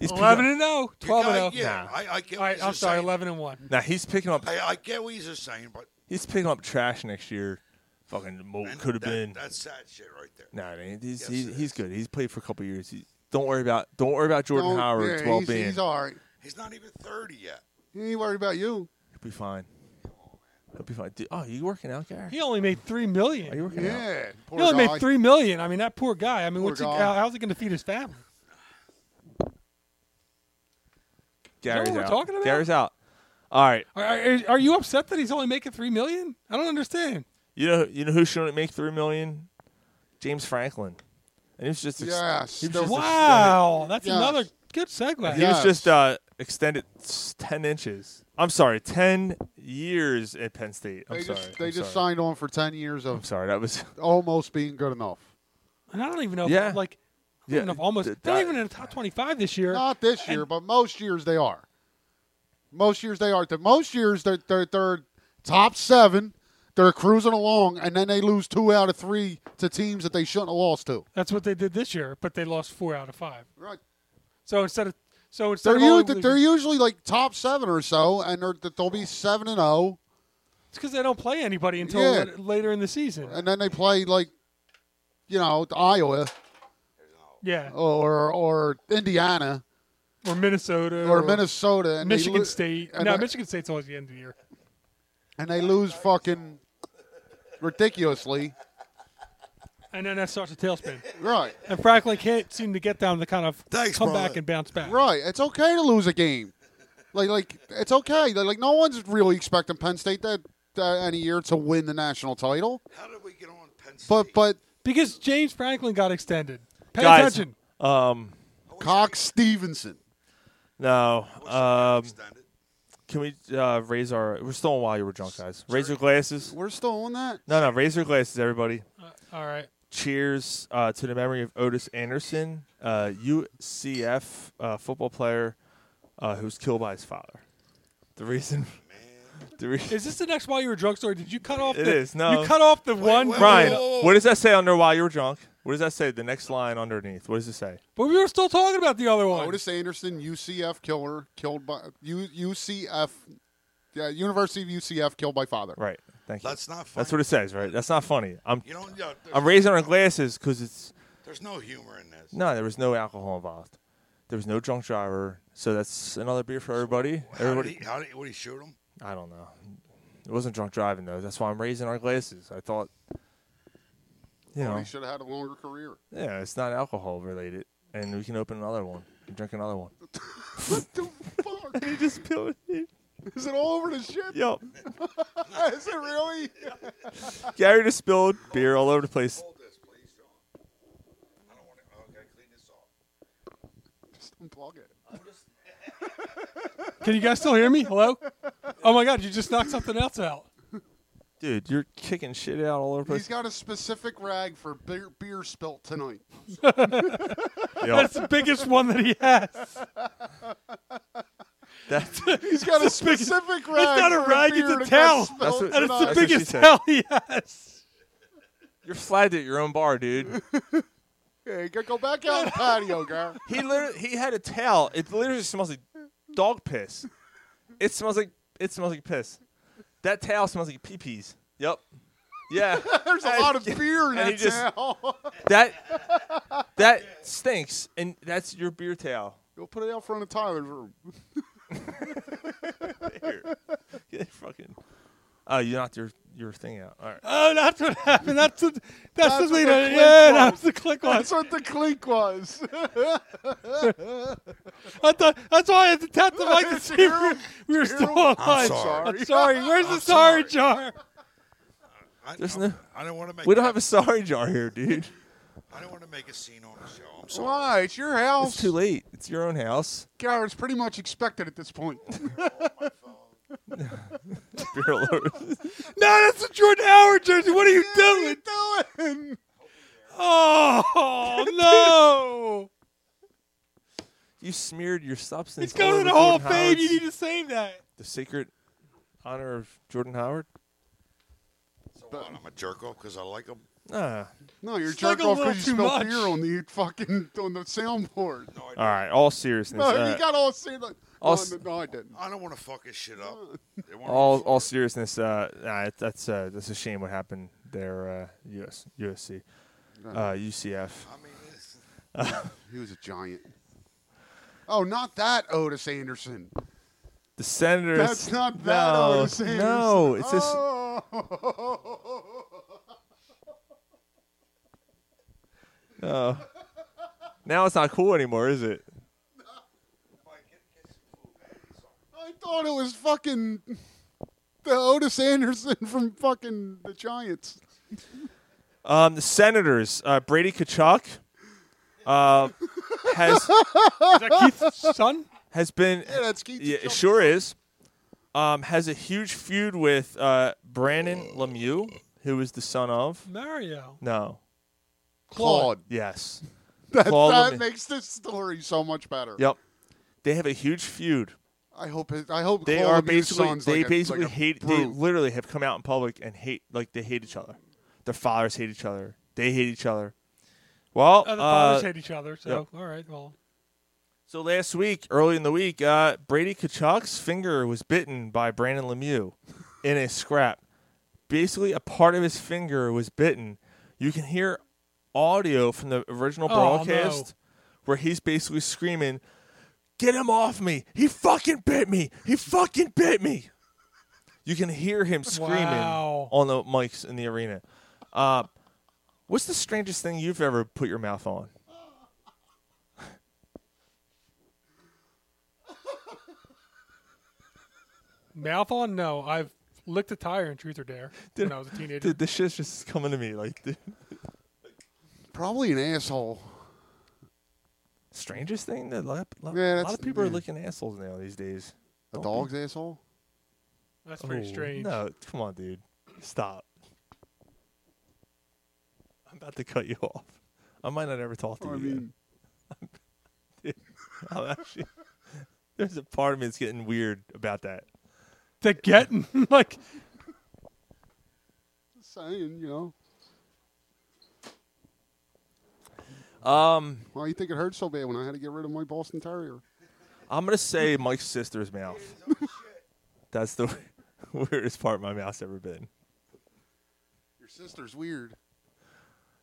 Speaker 5: He's picking
Speaker 6: Eleven
Speaker 5: up-
Speaker 6: and 0, 12 and
Speaker 5: oh.
Speaker 6: oh. 0.
Speaker 8: guy- yeah, I- I get
Speaker 6: All
Speaker 8: what
Speaker 6: right,
Speaker 8: you're
Speaker 6: I'm sorry,
Speaker 8: saying.
Speaker 6: eleven and one.
Speaker 5: Nah, he's picking up.
Speaker 8: I, I get what he's saying, but
Speaker 5: He's picking up trash next year. Fucking mo-
Speaker 8: and
Speaker 5: could have
Speaker 8: that-
Speaker 5: been.
Speaker 8: That's sad shit right there.
Speaker 5: No, nah, man, he's,
Speaker 8: Yes,
Speaker 5: he's,
Speaker 8: it
Speaker 5: he's good. He's played for a couple years. He, don't worry about don't worry about Jordan
Speaker 7: Don't-
Speaker 5: Howard's
Speaker 7: yeah,
Speaker 5: well
Speaker 7: he's-
Speaker 5: being.
Speaker 7: He's all right.
Speaker 8: He's not even thirty yet.
Speaker 7: He ain't worried about you.
Speaker 5: He'll be fine. He'll be fine. Dude, oh, you working out, Gary?
Speaker 6: He only made three million.
Speaker 5: Are you working out?
Speaker 7: Yeah.
Speaker 6: he only made three million. I mean, that poor guy. I mean,
Speaker 7: Poor
Speaker 6: what's he,
Speaker 7: guy.
Speaker 6: how- how's he going to feed his family?
Speaker 5: Gary's
Speaker 6: what we're
Speaker 5: out.
Speaker 6: talking about?
Speaker 5: Gary's out. All right.
Speaker 6: Are, are, are you upset that he's only making three million? I don't understand.
Speaker 5: You know you know who shouldn't make three million? James Franklin. And he was just ex-
Speaker 7: Yes,
Speaker 5: he was
Speaker 7: the-
Speaker 5: just
Speaker 6: Wow,
Speaker 5: extended-
Speaker 6: that's
Speaker 7: Yes.
Speaker 6: another good segue.
Speaker 5: He was just uh, extended s- ten inches. I'm sorry, ten years at Penn State. I'm
Speaker 7: They
Speaker 5: sorry.
Speaker 7: just they
Speaker 5: I'm
Speaker 7: just
Speaker 5: sorry.
Speaker 7: signed on for ten years of
Speaker 5: Sorry, that was
Speaker 7: almost being good enough.
Speaker 6: and I don't even know.
Speaker 5: Yeah.
Speaker 6: If, like, I
Speaker 5: [laughs]
Speaker 6: don't
Speaker 5: Yeah,
Speaker 6: even know if almost.
Speaker 5: th-
Speaker 6: they're not
Speaker 5: that-
Speaker 6: even in the top twenty-five this year.
Speaker 7: Not this year, but most years they are. Most years they are. The most years they're they're, they're top seven. They're cruising along, and then they lose two out of three to teams that they shouldn't have lost to.
Speaker 6: That's what they did this year, but they lost four out of five.
Speaker 7: Right.
Speaker 6: So instead of so instead
Speaker 7: They're
Speaker 6: of
Speaker 7: u-
Speaker 6: only
Speaker 7: they're usually like top seven or so, and they're, they'll be seven and oh, zero,
Speaker 6: it's because they don't play anybody until
Speaker 7: Yeah.
Speaker 6: la- later in the season.
Speaker 7: and then they play like, you know, Iowa
Speaker 6: Yeah,
Speaker 7: or or Indiana
Speaker 6: or Minnesota,
Speaker 7: or Minnesota, and they
Speaker 6: Michigan
Speaker 7: lo-
Speaker 6: State.
Speaker 7: and
Speaker 6: No,
Speaker 7: they-
Speaker 6: Michigan State's always the end of the year.
Speaker 7: and they lose fucking ridiculously.
Speaker 6: And then that starts a tailspin.
Speaker 7: Right.
Speaker 6: And Franklin can't seem to get down to kind of
Speaker 8: Thanks,
Speaker 6: come
Speaker 8: brother.
Speaker 6: back and bounce back.
Speaker 7: Right. It's okay to lose a game. Like like it's okay. Like, like, no one's really expecting Penn State that, that any year to win the national title.
Speaker 8: How did we get on Penn State?
Speaker 7: But but
Speaker 6: Because James Franklin got extended. Pay
Speaker 5: Guys,
Speaker 6: attention.
Speaker 5: Um,
Speaker 7: Cox Stevenson.
Speaker 5: No. Um, can we uh, raise our? We're still on while you were drunk, guys. Raise your glasses.
Speaker 7: We're still on that.
Speaker 5: No, no. Raise your glasses, everybody.
Speaker 6: All right.
Speaker 5: Cheers uh, to the memory of Otis Anderson, uh, UCF uh, football player uh, who was killed by his father. The reason. The re-
Speaker 6: Is this the next while you were drunk story? Did you cut off?
Speaker 5: It
Speaker 6: the,
Speaker 5: is, no.
Speaker 6: You cut off the one.
Speaker 5: Brian, what does that say under while you were drunk? What does that say? The next line underneath. What does it say?
Speaker 6: But we were still talking about the other one.
Speaker 7: Otis Anderson, UCF killer, killed by U, UCF, yeah, University of UCF, killed by father.
Speaker 5: Right. Thank you.
Speaker 8: That's not
Speaker 5: That's what it says, right? That's not funny. I'm.
Speaker 8: You don't- yeah, there's-
Speaker 5: I'm raising our glasses because it's
Speaker 8: There's no humor in this.
Speaker 5: No, there was no alcohol involved. There was no drunk driver, so that's another beer for everybody.
Speaker 8: How did
Speaker 5: Everybody,
Speaker 8: he, how did, what did he shoot him?
Speaker 5: I don't know. It wasn't drunk driving though. That's why I'm raising our glasses. I thought, you
Speaker 7: Well,
Speaker 5: know,
Speaker 7: he should have had a longer career. [laughs]
Speaker 5: yeah, it's not alcohol related, and we can open another one and drink another one.
Speaker 7: he
Speaker 5: just spilled it.
Speaker 7: Is it all over the shit?
Speaker 5: Yup.
Speaker 7: Is it really?
Speaker 5: [laughs]
Speaker 7: [laughs]
Speaker 5: Gary just spilled beer all over the place.
Speaker 7: Just unplug it.
Speaker 6: Can you guys still hear me? Hello? Oh my God! You just knocked something else out.
Speaker 5: Dude, you're kicking shit out all over the
Speaker 7: He's
Speaker 5: place.
Speaker 7: got a specific rag for beer, beer spilt tonight.
Speaker 6: That's the biggest one that he has.
Speaker 5: [laughs] That's
Speaker 7: He's got a specific rag.
Speaker 6: It's not a
Speaker 7: for
Speaker 6: rag,
Speaker 7: beer
Speaker 6: it's a
Speaker 7: that got
Speaker 6: towel.
Speaker 7: spilt
Speaker 5: That's what-
Speaker 7: tonight.
Speaker 6: That is the
Speaker 5: That's what she
Speaker 6: biggest
Speaker 5: said.
Speaker 6: hell he has.
Speaker 5: You're flagged at your own bar, dude.
Speaker 7: Hey, go- go back out on the patio, girl.
Speaker 5: He literally he had a towel. It literally smells like dog piss. It smells like it smells like piss. That towel smells like pee pees. Yep. Yeah. [laughs]
Speaker 7: There's
Speaker 6: [laughs]
Speaker 7: a lot of beer
Speaker 5: and
Speaker 7: in that
Speaker 5: he just-
Speaker 7: towel. [laughs]
Speaker 5: That that stinks, and that's your beer
Speaker 6: [laughs]
Speaker 5: towel.
Speaker 7: Go put it out front of Tyler's room.
Speaker 5: Get fucking. Oh, you knocked your your thing out. All right.
Speaker 6: Oh, that's what happened. That's the that's, the
Speaker 7: what
Speaker 6: thing.
Speaker 7: the
Speaker 6: that-
Speaker 7: click
Speaker 6: yeah,
Speaker 7: was.
Speaker 6: that was the click one.
Speaker 7: That's what the clink was.
Speaker 6: I thought that's why [laughs] I had to tap the
Speaker 7: [laughs]
Speaker 6: mic to see if
Speaker 7: Gerald,
Speaker 6: we were, we were still online.
Speaker 8: I'm sorry.
Speaker 6: I'm sorry. Where's the sorry, jar?
Speaker 8: I,
Speaker 5: There's
Speaker 8: I,
Speaker 5: no-
Speaker 8: I don't want to make.
Speaker 5: We don't have a sorry jar here,
Speaker 6: [laughs]
Speaker 5: dude.
Speaker 8: I don't want to make a scene on the show. I'm sorry.
Speaker 7: Why? [laughs] It's your house.
Speaker 5: It's too late. It's your own
Speaker 6: [laughs]
Speaker 5: house.
Speaker 7: Garrett's pretty much expected at this point.
Speaker 5: Beer [laughs] lord.
Speaker 6: No, that's the Jordan Howard jersey. What are you doing?
Speaker 7: what are you doing?
Speaker 6: Oh [laughs] no!
Speaker 5: Oh, You smeared your substance.
Speaker 6: It's
Speaker 5: all
Speaker 6: going to
Speaker 5: over
Speaker 6: the Hall of
Speaker 5: Jordan
Speaker 6: Fame. You
Speaker 5: Howard's-
Speaker 6: need to save that.
Speaker 5: the secret honor of Jordan Howard.
Speaker 8: So what, I'm a jerk off because I like him.
Speaker 5: Ah.
Speaker 7: No, you're
Speaker 6: It's like
Speaker 7: jerk
Speaker 6: a
Speaker 7: off
Speaker 6: little
Speaker 7: because you
Speaker 6: too
Speaker 7: spilled
Speaker 6: much.
Speaker 7: beer on the fucking on the soundboard.
Speaker 8: No, I,
Speaker 5: All right. All seriousness.
Speaker 7: No,
Speaker 5: uh,
Speaker 7: you got all see the.
Speaker 5: I'll
Speaker 7: no,
Speaker 5: s-
Speaker 7: no, no, I didn't.
Speaker 8: I don't want to fuck his shit up. They want
Speaker 5: all all seriousness, uh, nah, it- that's uh, that's a shame what happened there. Uh, US USC, uh, UCF.
Speaker 8: I mean, it's-
Speaker 7: He was a giant. Oh, not that Otis Anderson.
Speaker 5: The Senators.
Speaker 7: That's not that
Speaker 5: no,
Speaker 7: Otis Anderson.
Speaker 5: No, it's just
Speaker 7: Oh. [laughs]
Speaker 5: no. Now it's not cool anymore, is it?
Speaker 7: I thought it was fucking the Otis Anderson [laughs] from fucking the Giants.
Speaker 5: Um, the Senators. Uh, Brady Kachuk
Speaker 7: [laughs]
Speaker 5: uh, has
Speaker 6: Is that [laughs] Keith's son?
Speaker 5: has been.
Speaker 7: Yeah, that's Keith
Speaker 5: Yeah, it
Speaker 7: Kachuk.
Speaker 5: sure is. Um, has a huge feud with uh, Brandon Lemieux, who is the son of
Speaker 6: Mario.
Speaker 5: no.
Speaker 7: Claude.
Speaker 5: Yes.
Speaker 7: That,
Speaker 5: Claude
Speaker 7: that
Speaker 5: Lemieux.
Speaker 7: makes this story so much better.
Speaker 5: Yep. They have a huge feud.
Speaker 7: I hope. It, I hope
Speaker 5: They
Speaker 7: Claude
Speaker 5: are
Speaker 7: Lemieux
Speaker 5: basically
Speaker 7: sounds
Speaker 5: they
Speaker 7: like a-
Speaker 5: basically
Speaker 7: like a
Speaker 5: hate they
Speaker 7: brute.
Speaker 5: literally have come out in public and hate like they hate each other. Their fathers hate each other. They hate each other. Well,
Speaker 6: Oh, the
Speaker 5: uh,
Speaker 6: fathers hate each other. So all right, well,
Speaker 5: so last week, early in the week, uh, Brady Kachuk's finger was bitten by Brandon Lemieux in a scrap. Basically, a part of his finger was bitten. You can hear audio from the original
Speaker 6: Oh, no.
Speaker 5: broadcast where he's basically screaming, "Get him off me! He fucking bit me! He fucking bit me!" You can hear him screaming
Speaker 6: Wow.
Speaker 5: on the mics in the arena. Uh, what's the strangest thing you've ever put your mouth on?
Speaker 6: mouth on. No, I've licked a tire in Truth or Dare when I was a teenager.
Speaker 5: Dude, this shit's just coming to me like, dude.
Speaker 7: Probably an asshole.
Speaker 5: Strangest thing that a lot, lot-
Speaker 7: Yeah,
Speaker 5: a lot
Speaker 7: that's-
Speaker 5: of people are
Speaker 7: yeah.
Speaker 5: licking assholes now these days.
Speaker 7: A
Speaker 5: Don't
Speaker 7: dog's
Speaker 5: be-
Speaker 7: asshole?
Speaker 6: That's pretty
Speaker 5: Oh,
Speaker 6: strange.
Speaker 5: No, come on, dude. Stop. I'm about to cut you [laughs] off. I might not ever talk to
Speaker 7: I
Speaker 5: you. again. Dude, [laughs] I'm actually, [laughs] there's a part of me that's getting weird about that.
Speaker 6: The getting [laughs] like
Speaker 7: Saying, you know.
Speaker 5: Um,
Speaker 7: Why you think it hurt so bad when I had to get rid of my Boston Terrier?
Speaker 5: I'm gonna say Mike's sister's
Speaker 6: [laughs]
Speaker 5: mouth.
Speaker 6: Oh,
Speaker 5: That's the [laughs] weirdest part my mouth's ever been.
Speaker 7: Your sister's weird.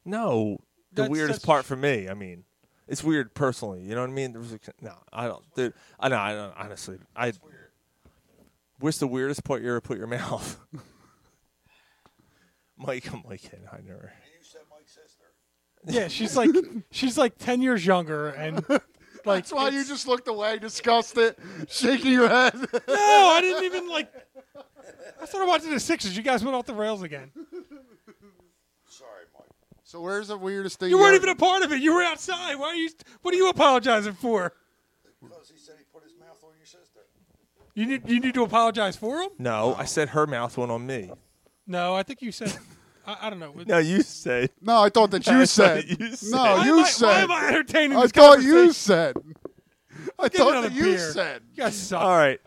Speaker 5: No, the
Speaker 7: That's-
Speaker 5: weirdest
Speaker 7: that's-
Speaker 5: part for me. I mean, it's weird personally. You know what I mean? There was a, no, I don't. Dude, I know. I don't. Honestly, I. Where's the weirdest part you ever put your [laughs] mouth? Mike, I'm like, yeah, I never.
Speaker 6: yeah, she's like she's like ten years younger
Speaker 7: [laughs]
Speaker 6: and like
Speaker 7: That's why you just looked away, discussed it, [laughs] shaking your head.
Speaker 6: [laughs] No, I didn't even like I started watching the Sixers. You guys went off the rails again.
Speaker 7: So where's the weirdest thing?
Speaker 6: You weren't
Speaker 7: ever-
Speaker 6: even a part of it. You were outside. Why are you what are you apologizing for? Hmm. Because he said he put his mouth on your sister. You need you need to apologize for him?
Speaker 5: No, I said her mouth went on me.
Speaker 6: No, I think you said I, I don't
Speaker 7: [laughs]
Speaker 6: know.
Speaker 5: No, you said.
Speaker 7: No, I
Speaker 6: [laughs]
Speaker 7: thought that you
Speaker 5: That's
Speaker 7: said.
Speaker 5: what you said.
Speaker 7: No,
Speaker 5: Why
Speaker 7: you
Speaker 5: am I- why
Speaker 7: said.
Speaker 5: am I entertaining
Speaker 7: I
Speaker 5: this
Speaker 7: thought you said. I
Speaker 6: Give me
Speaker 7: thought
Speaker 6: another
Speaker 7: that you
Speaker 6: beer.
Speaker 7: said.
Speaker 6: You guys suck.
Speaker 5: All right.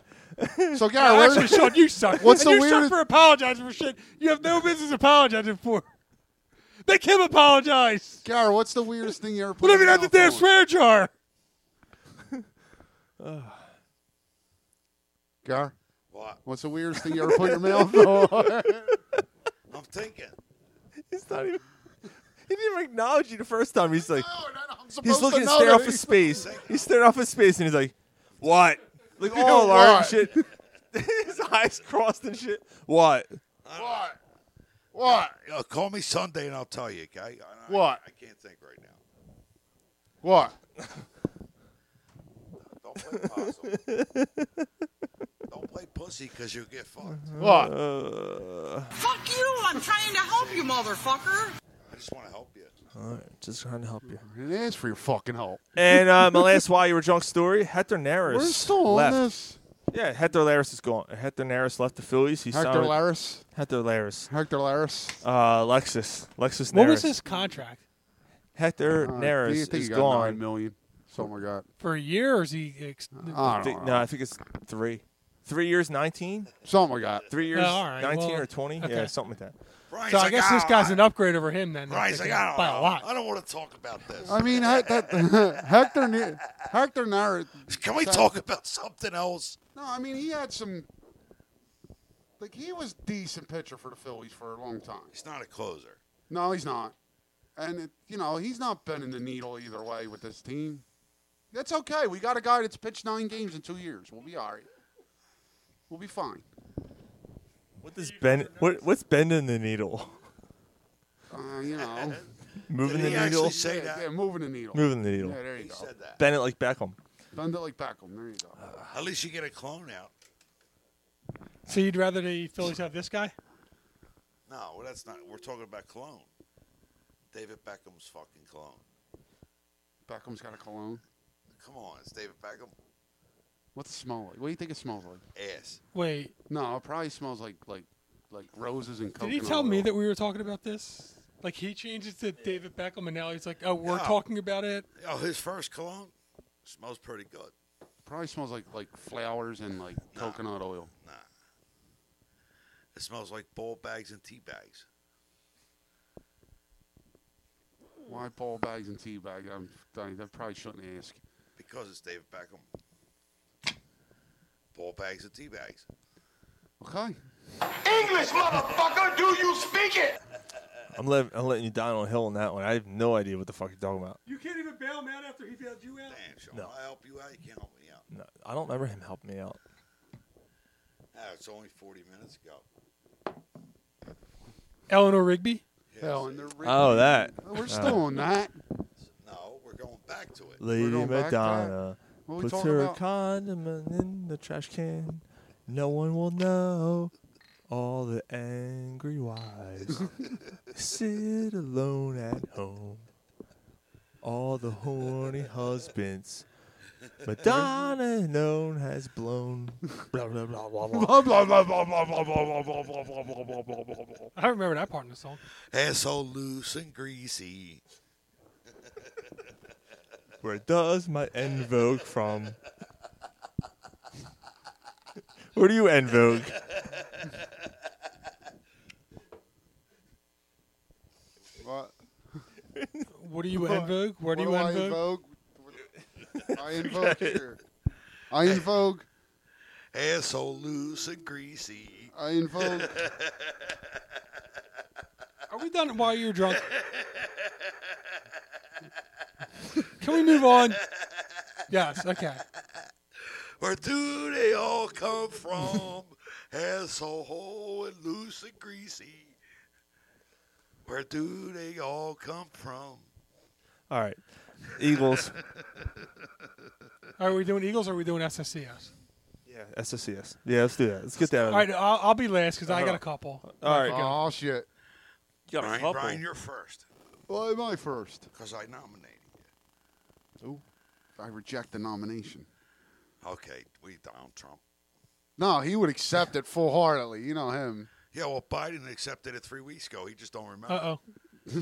Speaker 7: So, Gary,
Speaker 6: No,
Speaker 7: where's-
Speaker 6: actually, Sean, you suck.
Speaker 7: [laughs] What's
Speaker 6: and
Speaker 7: the
Speaker 6: you
Speaker 7: weirdest?
Speaker 6: suck for apologizing for shit you have no business apologizing for. Make him apologize.
Speaker 7: Gar, what's the weirdest thing you ever put?
Speaker 6: What if you
Speaker 7: your
Speaker 6: have the
Speaker 7: mouth
Speaker 6: damn
Speaker 7: on?
Speaker 6: swear jar?
Speaker 7: Gar,
Speaker 8: What?
Speaker 7: what's the weirdest thing you ever put your mouth on?
Speaker 6: [laughs]
Speaker 8: I'm thinking.
Speaker 5: It's not even. He didn't even acknowledge you the first time. He's like,
Speaker 7: supposed
Speaker 5: he's
Speaker 7: to
Speaker 5: looking
Speaker 7: know
Speaker 5: straight
Speaker 7: that
Speaker 5: off
Speaker 7: he-
Speaker 5: at
Speaker 7: [laughs]
Speaker 5: space. He's staring off at space, and he's like, "What?" Like all
Speaker 7: Oh, What?
Speaker 5: alert and shit. [laughs] His eyes crossed and shit. What?
Speaker 7: What? What?
Speaker 8: Yo, Uh, call me Sunday and I'll tell you, okay? I- I-
Speaker 7: What?
Speaker 8: I can't think right now.
Speaker 7: What?
Speaker 8: Don't play possum.
Speaker 6: [laughs]
Speaker 8: Don't play pussy because you'll get fucked.
Speaker 6: Uh-huh.
Speaker 7: What?
Speaker 5: Uh,
Speaker 17: Fuck you! I'm trying to help you, motherfucker!
Speaker 8: I just want to help you.
Speaker 5: all right, just trying to help you.
Speaker 7: It is for your fucking help.
Speaker 5: And uh, my [laughs] last while you were drunk story, Hector Neris
Speaker 7: We're still on
Speaker 5: left.
Speaker 7: this.
Speaker 5: Yeah, Hector Laris is gone. Hector Neris left the Phillies. He
Speaker 7: Hector
Speaker 5: signed with-
Speaker 7: Laris.
Speaker 5: Hector Laris.
Speaker 7: Hector Laris.
Speaker 5: Uh, Lexus. Lexus
Speaker 6: What was
Speaker 5: Neris.
Speaker 6: his contract?
Speaker 5: Hector
Speaker 7: Uh, do you
Speaker 5: Neris
Speaker 7: think
Speaker 5: is
Speaker 7: he got nine
Speaker 5: gone.
Speaker 7: million? Something like that.
Speaker 6: For a year, or is he? Ex-
Speaker 7: I don't
Speaker 5: Thi-
Speaker 7: know.
Speaker 5: no, I think it's three. Three years, 19?
Speaker 7: Something like that.
Speaker 5: Three years,
Speaker 6: Oh, all right,
Speaker 5: 19
Speaker 6: well,
Speaker 5: or 20? Yeah,
Speaker 6: okay.
Speaker 5: something like that.
Speaker 6: so I guess this guy's an upgrade over him then.
Speaker 8: "Oh, Right,
Speaker 6: I
Speaker 8: "Ah, like,
Speaker 6: think,
Speaker 8: I don't
Speaker 6: by
Speaker 8: know.
Speaker 6: a lot.
Speaker 8: I don't want to talk about this.
Speaker 7: I mean, he- that, [laughs] Hector Ne- Hector Naris.
Speaker 8: Can we talk about something else?
Speaker 7: No, I mean he had some. Like he was decent pitcher for the Phillies for a long time.
Speaker 8: He's not a closer.
Speaker 7: No, he's not. And it, you know he's not bending the needle either way with this team. That's okay. We got a guy that's pitched nine games in two years. We'll be all right. We'll be fine.
Speaker 5: What does Ben? What, what's bending the needle?
Speaker 7: Uh, you
Speaker 8: [laughs]
Speaker 7: know,
Speaker 5: Moving
Speaker 8: Did he
Speaker 5: the
Speaker 8: actually
Speaker 5: needle.
Speaker 8: say
Speaker 7: yeah,
Speaker 8: that?
Speaker 7: yeah, moving the needle.
Speaker 5: Moving the needle.
Speaker 7: Yeah, there you
Speaker 8: He
Speaker 7: go.
Speaker 8: said that.
Speaker 5: Bend it like Beckham.
Speaker 7: Bend it like Beckham. There you go.
Speaker 8: At least you get a clone out.
Speaker 6: So you'd rather the Phillies have this guy?
Speaker 8: No, well, that's not. We're talking about clone. David Beckham's fucking clone.
Speaker 7: Beckham's got a cologne.
Speaker 8: Come on, it's David Beckham.
Speaker 7: What's it smell like? What do you think it smells like?
Speaker 8: Ass.
Speaker 6: Wait,
Speaker 7: No, it probably smells like like like roses and
Speaker 8: Oh,
Speaker 6: did
Speaker 7: coconut.
Speaker 6: he tell me
Speaker 7: oil.
Speaker 6: that we were talking about this? Like he changed it to David Beckham, and now he's like, "Oh, we're
Speaker 8: Yeah.
Speaker 6: talking about it."
Speaker 8: Oh, his first cologne smells pretty good.
Speaker 7: Probably smells like like flowers and like coconut oil.
Speaker 8: Nah. It smells like bowl bags and tea bags.
Speaker 7: Why ball bags and tea bags? I'm dying. I probably shouldn't ask.
Speaker 8: Because it's David Beckham. Ball bags and tea bags.
Speaker 7: Okay.
Speaker 9: English, motherfucker, do you speak it?
Speaker 5: I'm, let, I'm letting you down on a hill on that one. I have no idea what the fuck you're talking about.
Speaker 6: You can't even bail him out after he bailed you out.
Speaker 8: Damn, Sean,
Speaker 5: No.
Speaker 8: I help you out. You can't help me out.
Speaker 5: No, I don't remember him helping me out.
Speaker 8: Ah, it's only 40 minutes ago.
Speaker 6: Eleanor Rigby.
Speaker 7: Hell, and they're re-
Speaker 5: Oh, that.
Speaker 7: we're still on that.
Speaker 8: No, we're going back to it.
Speaker 5: Lady
Speaker 7: going back to-
Speaker 5: Madonna
Speaker 7: What we
Speaker 5: puts
Speaker 7: talking
Speaker 5: her
Speaker 7: about?
Speaker 5: condiment in the trash can. No one will know. All the angry wives sit alone at home. all the horny husbands. Madonna known has blown. Blah blah blah blah [laughs] blah.
Speaker 6: I remember that part in the song.
Speaker 8: Asshole loose and greasy.
Speaker 5: [laughs] Where does my en vogue from? Where do you en vogue?
Speaker 7: What?
Speaker 6: What are you en vogue?
Speaker 5: [laughs]
Speaker 6: Where do you
Speaker 7: What
Speaker 6: en
Speaker 7: I
Speaker 6: vogue?
Speaker 7: invoke? I invoke here. I invoke.
Speaker 8: Asshole loose and greasy.
Speaker 7: I invoke.
Speaker 5: [laughs]
Speaker 6: Are we done while you're drunk? Can we move on? Yes, okay.
Speaker 8: Where do they all come from? [laughs] Asshole and loose and greasy. Where do they all come from?
Speaker 5: All right, Eagles.
Speaker 6: Are we doing Eagles or are we doing SSCS?
Speaker 5: Yeah, SSCS. Yeah, let's do that. Let's get that.
Speaker 6: All right, I'll, I'll be last because I got a couple.
Speaker 5: All right.
Speaker 7: Oh shit.
Speaker 5: You
Speaker 8: Brian, Brian, you're first
Speaker 7: Why am I first?
Speaker 8: because I nominated you.
Speaker 7: Ooh. I reject the nomination.
Speaker 8: Okay, we down Trump.
Speaker 7: No, he would accept it full heartedly. You know him.
Speaker 8: Yeah, well, Biden accepted it three weeks ago. He just don't remember.
Speaker 6: Uh
Speaker 8: [laughs]
Speaker 6: oh.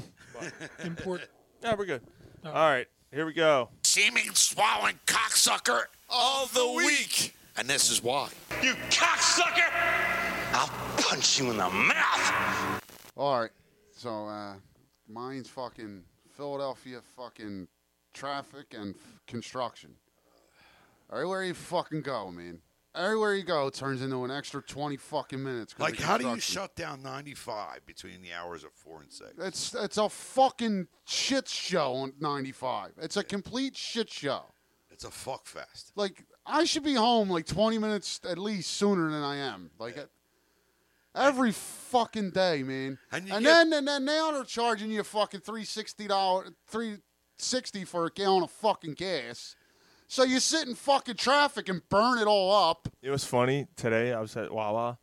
Speaker 6: Import.
Speaker 5: Yeah, we're good. All right, here we go.
Speaker 10: Seeming swallowing cocksucker of the week. And this is why. You cocksucker! I'll punch you in the mouth.
Speaker 7: All right. So uh, mine's fucking Philadelphia fucking traffic and f- construction. Everywhere you fucking go, man. Everywhere you go, it turns into an extra twenty fucking minutes. 'cause
Speaker 8: Like,
Speaker 7: of
Speaker 8: how do you
Speaker 7: construction.
Speaker 8: shut down 95 between the hours of 4 and 6?
Speaker 7: It's it's a fucking shit show on ninety five. It's a complete shit show.
Speaker 8: It's a fuck fest.
Speaker 7: Like I should be home like twenty minutes at least sooner than I am. Like every fucking day, man.
Speaker 8: And
Speaker 7: And,
Speaker 8: you get-
Speaker 7: then and then now they're charging you fucking three sixty dollar three sixty for a gallon of fucking gas. So you sit in fucking traffic and burn it all up.
Speaker 5: It was funny today. I was at Wawa,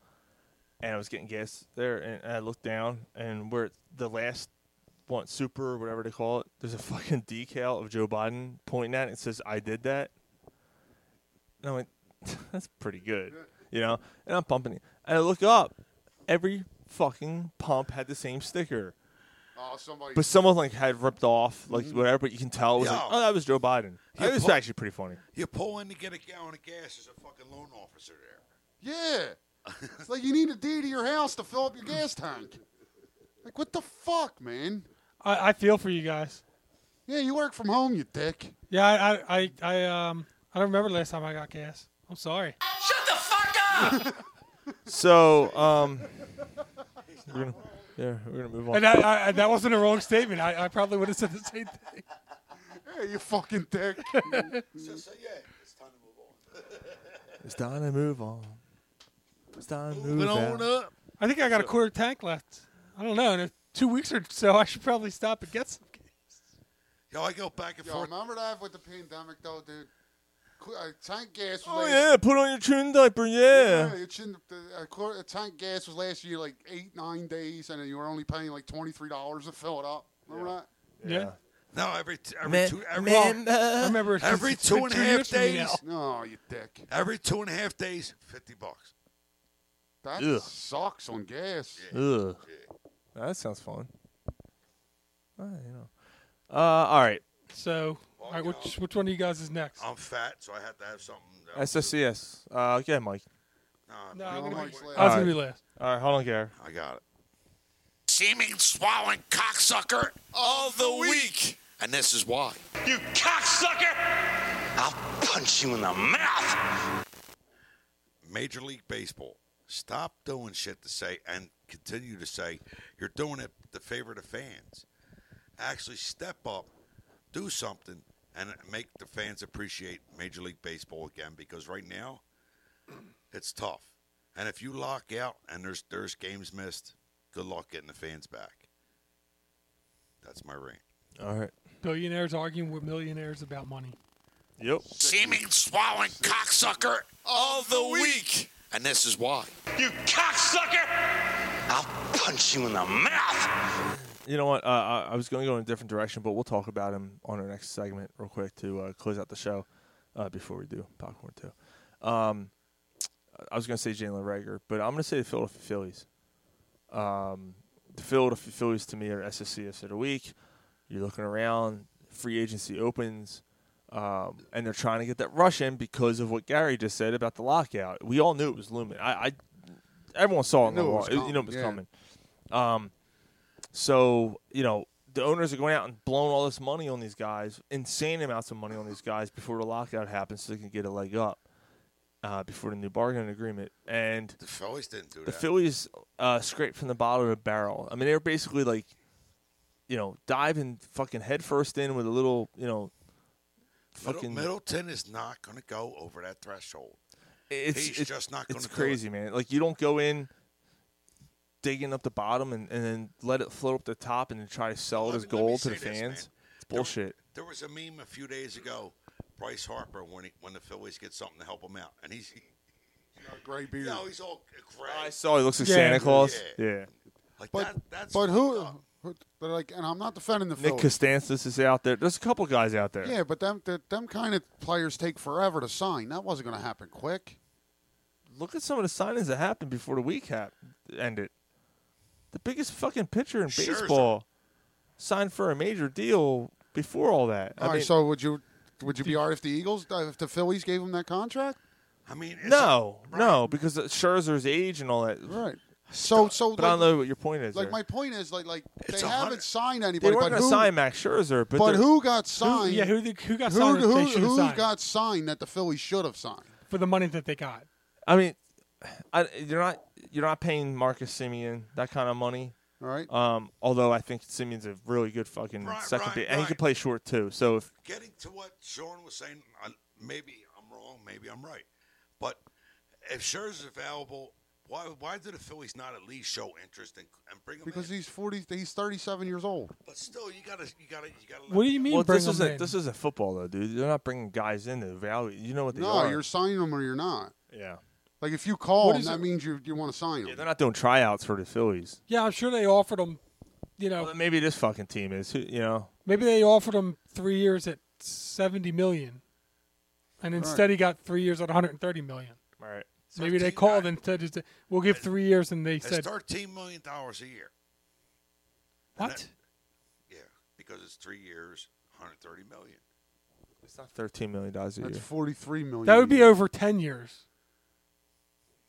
Speaker 5: and I was getting gas there, and I looked down, and we're at the last one, super or whatever they call it. There's a fucking decal of Joe Biden pointing at it. It says, "I did that," and I went, [laughs] "That's pretty good," you know. And I'm pumping it, and I look up. Every fucking pump had the same sticker,
Speaker 7: Oh, somebody.
Speaker 5: but someone like had ripped off, like
Speaker 6: Mm-hmm.
Speaker 5: whatever. But you can tell it was like,
Speaker 8: Yo.
Speaker 5: "Oh, that was Joe Biden."
Speaker 8: You
Speaker 5: It was
Speaker 8: pull-
Speaker 5: actually pretty funny.
Speaker 8: You pull in to get a gallon of gas, there's a fucking loan officer there.
Speaker 7: Yeah. it's like you need a deed to your house to fill up your gas tank. Like what the fuck, man?
Speaker 6: I, I feel for you guys.
Speaker 7: Yeah, you work from home, you dick.
Speaker 6: Yeah, I, I, I, I, um, I don't remember the last time I got gas. I'm sorry.
Speaker 10: Shut the fuck up!
Speaker 5: So, um, we're gonna, yeah, we're gonna move on.
Speaker 6: And I, I, and that wasn't a wrong statement. I, I probably would have said the same thing.
Speaker 7: Yeah, you fucking dick. [laughs]
Speaker 8: So, so yeah, it's time to move on.
Speaker 5: It's time to move on. It's time to
Speaker 8: Moving
Speaker 5: move on.
Speaker 8: on up.
Speaker 6: I think I got a quarter tank left. I don't know. In a- two weeks or so, I should probably stop and get some.
Speaker 8: Yo, I go back and
Speaker 7: Yo,
Speaker 8: forth.
Speaker 7: remember that with the pandemic though, dude. Qu- Uh, tank gas. Was
Speaker 5: Oh
Speaker 7: last-
Speaker 5: yeah, put on your chin diaper.
Speaker 7: Yeah,
Speaker 5: Yeah.
Speaker 7: it shouldn't. The, uh, quar- uh, tank gas was last year like eight, nine days, and then you were only paying like twenty three dollars to fill it up. Remember that?
Speaker 6: Yeah.
Speaker 8: No, every t- every
Speaker 5: Man-
Speaker 8: two every,
Speaker 5: man,
Speaker 6: I remember it's
Speaker 8: every
Speaker 6: it's
Speaker 8: two and a
Speaker 6: two
Speaker 8: half
Speaker 6: years from me
Speaker 8: days,
Speaker 6: now.
Speaker 7: No, you dick.
Speaker 8: every two and a half days, fifty bucks.
Speaker 7: That
Speaker 5: Ugh.
Speaker 7: sucks on gas.
Speaker 5: Ugh. That sounds fun. Uh, you know. Uh, all right.
Speaker 6: So, all right, which which one of you guys is next?
Speaker 8: I'm fat, so I have to have something. that-
Speaker 5: SSCS. Uh, yeah, Mike.
Speaker 8: Nah,
Speaker 6: No, I'm
Speaker 7: No,
Speaker 6: gonna be,
Speaker 7: Mike's
Speaker 6: I was
Speaker 5: last.
Speaker 6: gonna be last.
Speaker 5: All right, hold on, Gary.
Speaker 8: I got it.
Speaker 10: Seeming swallowing cocksucker of the week. And this is why. You cocksucker! I'll punch you in the mouth.
Speaker 8: Major League Baseball, stop doing shit to say and continue to say you're doing it to favor the fans. Actually, step up, do something, and make the fans appreciate Major League Baseball again because right now it's tough. And if you lock out and there's there's games missed, good luck getting the fans back. That's my rant.
Speaker 5: All right.
Speaker 6: Billionaires arguing with millionaires about money.
Speaker 5: Yep.
Speaker 10: Seeming swallowing cocksucker of the week. And this is why. You cocksucker! I'll punch you in the mouth.
Speaker 5: You know what? Uh, I, I was going to go in a different direction, but we'll talk about him on our next segment real quick to uh, close out the show uh, before we do popcorn too. Um, I was going to say Jalen Rager, but I'm going to say the Philadelphia Phillies. Um, the Philadelphia Phillies to me are SSCS of the week. You're looking around, free agency opens, um, and they're trying to get that rush in because of what Gary just said about the lockout. We all knew it was looming. I, I everyone saw it.
Speaker 7: Knew it
Speaker 5: on the
Speaker 7: was
Speaker 5: wall. It- you know it was
Speaker 7: coming,
Speaker 5: coming. Um, so you know the owners are going out and blowing all this money on these guys, insane amounts of money on these guys before the lockout happens, so they can get a leg up uh, before the new bargaining agreement. And
Speaker 8: the Phillies didn't do
Speaker 5: the
Speaker 8: that.
Speaker 5: Phillies uh, scraped from the bottom of the barrel. I mean, they were basically like, you know, diving fucking headfirst in with a little, you know,
Speaker 8: Middle-
Speaker 5: fucking
Speaker 8: Middleton is not going to go over that threshold.
Speaker 5: It's
Speaker 8: He's
Speaker 5: it's-
Speaker 8: just not going
Speaker 5: It's
Speaker 8: to.
Speaker 5: crazy, man. Like you don't go in digging up the bottom and, and then let it float up the top and then try to sell it as gold to the
Speaker 8: say this,
Speaker 5: fans.
Speaker 8: man.
Speaker 5: It's bullshit.
Speaker 8: There was a meme a few days ago. Bryce Harper when he, when the Phillies get something to help him out, and he's he,
Speaker 5: Uh,
Speaker 7: got a gray beard.
Speaker 8: No, he's all gray. I
Speaker 5: saw he looks like Santa Claus. Yeah.
Speaker 8: Like
Speaker 7: but
Speaker 8: that- that's
Speaker 7: but who? who- They're like, and I'm not defending the
Speaker 5: Nick
Speaker 7: Phillies.
Speaker 5: Costanzas is out there. There's a couple guys out there.
Speaker 7: Yeah, but them that, them kind of players take forever to sign. That wasn't going to happen quick.
Speaker 5: Look at some of the signings that happened before the week hap- ended. The biggest fucking pitcher in
Speaker 7: Scherzer.
Speaker 5: baseball signed for a major deal before all that.
Speaker 7: All right,
Speaker 5: I mean,
Speaker 7: so would you would you be all right if the Eagles if the Phillies gave him that contract?
Speaker 8: I mean,
Speaker 5: no, no, because of Scherzer's age and all that.
Speaker 7: Right. So so
Speaker 5: But I don't
Speaker 7: like-
Speaker 5: know what your point is.
Speaker 7: Like
Speaker 5: there.
Speaker 7: my point is like like
Speaker 8: It's
Speaker 7: they
Speaker 8: a
Speaker 7: haven't
Speaker 8: hundred-
Speaker 7: signed
Speaker 5: they
Speaker 7: anybody.
Speaker 5: weren't
Speaker 7: but
Speaker 5: going to
Speaker 7: who-
Speaker 5: sign Max Scherzer, but,
Speaker 7: But,
Speaker 5: they're-
Speaker 7: who got signed?
Speaker 6: yeah, who the- who got
Speaker 7: who,
Speaker 6: signed that
Speaker 7: Who,
Speaker 6: they should've
Speaker 7: who
Speaker 6: signed?
Speaker 7: got signed that the Phillies should have signed?
Speaker 6: for the money that they got.
Speaker 5: I mean, I, you're not you're not paying Marcus Simeon that kind of money.
Speaker 7: All right.
Speaker 5: Um, although I think Simeon's a really good fucking second
Speaker 8: right,
Speaker 5: base, and he can
Speaker 8: right.
Speaker 5: play short too. So if
Speaker 8: Getting to what Sean was saying, I, maybe I'm wrong, maybe I'm right, but if Scherzer's available, why why do the Phillies not at least show interest and, and bring him?
Speaker 7: Because he's forty, he's thirty-seven years old.
Speaker 8: But still, you gotta you gotta you gotta.
Speaker 5: What do you
Speaker 7: mean
Speaker 5: well, this
Speaker 7: bring
Speaker 5: isn't
Speaker 7: him in?
Speaker 5: this isn't football though, dude. They're not bringing guys in to value. You know what they
Speaker 7: no,
Speaker 5: are.
Speaker 7: you're signing them or you're not.
Speaker 5: Yeah.
Speaker 7: Like if you call
Speaker 6: What
Speaker 7: them,
Speaker 6: is
Speaker 7: that
Speaker 6: it-
Speaker 7: means you you want to sign them.
Speaker 5: they're not doing tryouts for the Phillies.
Speaker 6: Yeah, I'm sure they offered them. You know,
Speaker 5: But maybe this fucking team is. who- You know,
Speaker 6: maybe they offered him three years at seventy million, and
Speaker 5: Right.
Speaker 6: instead he got three years at one hundred and thirty million.
Speaker 5: Right.
Speaker 6: Maybe they called and said, just, "We'll give three years," and they
Speaker 8: It's
Speaker 6: said,
Speaker 8: thirteen million dollars a year.
Speaker 6: "What?"
Speaker 8: Yeah, because it's three years, hundred thirty million.
Speaker 5: it's not thirteen million dollars a
Speaker 7: That's
Speaker 5: year.
Speaker 7: forty-three million.
Speaker 6: That would be
Speaker 7: a year.
Speaker 6: over ten years.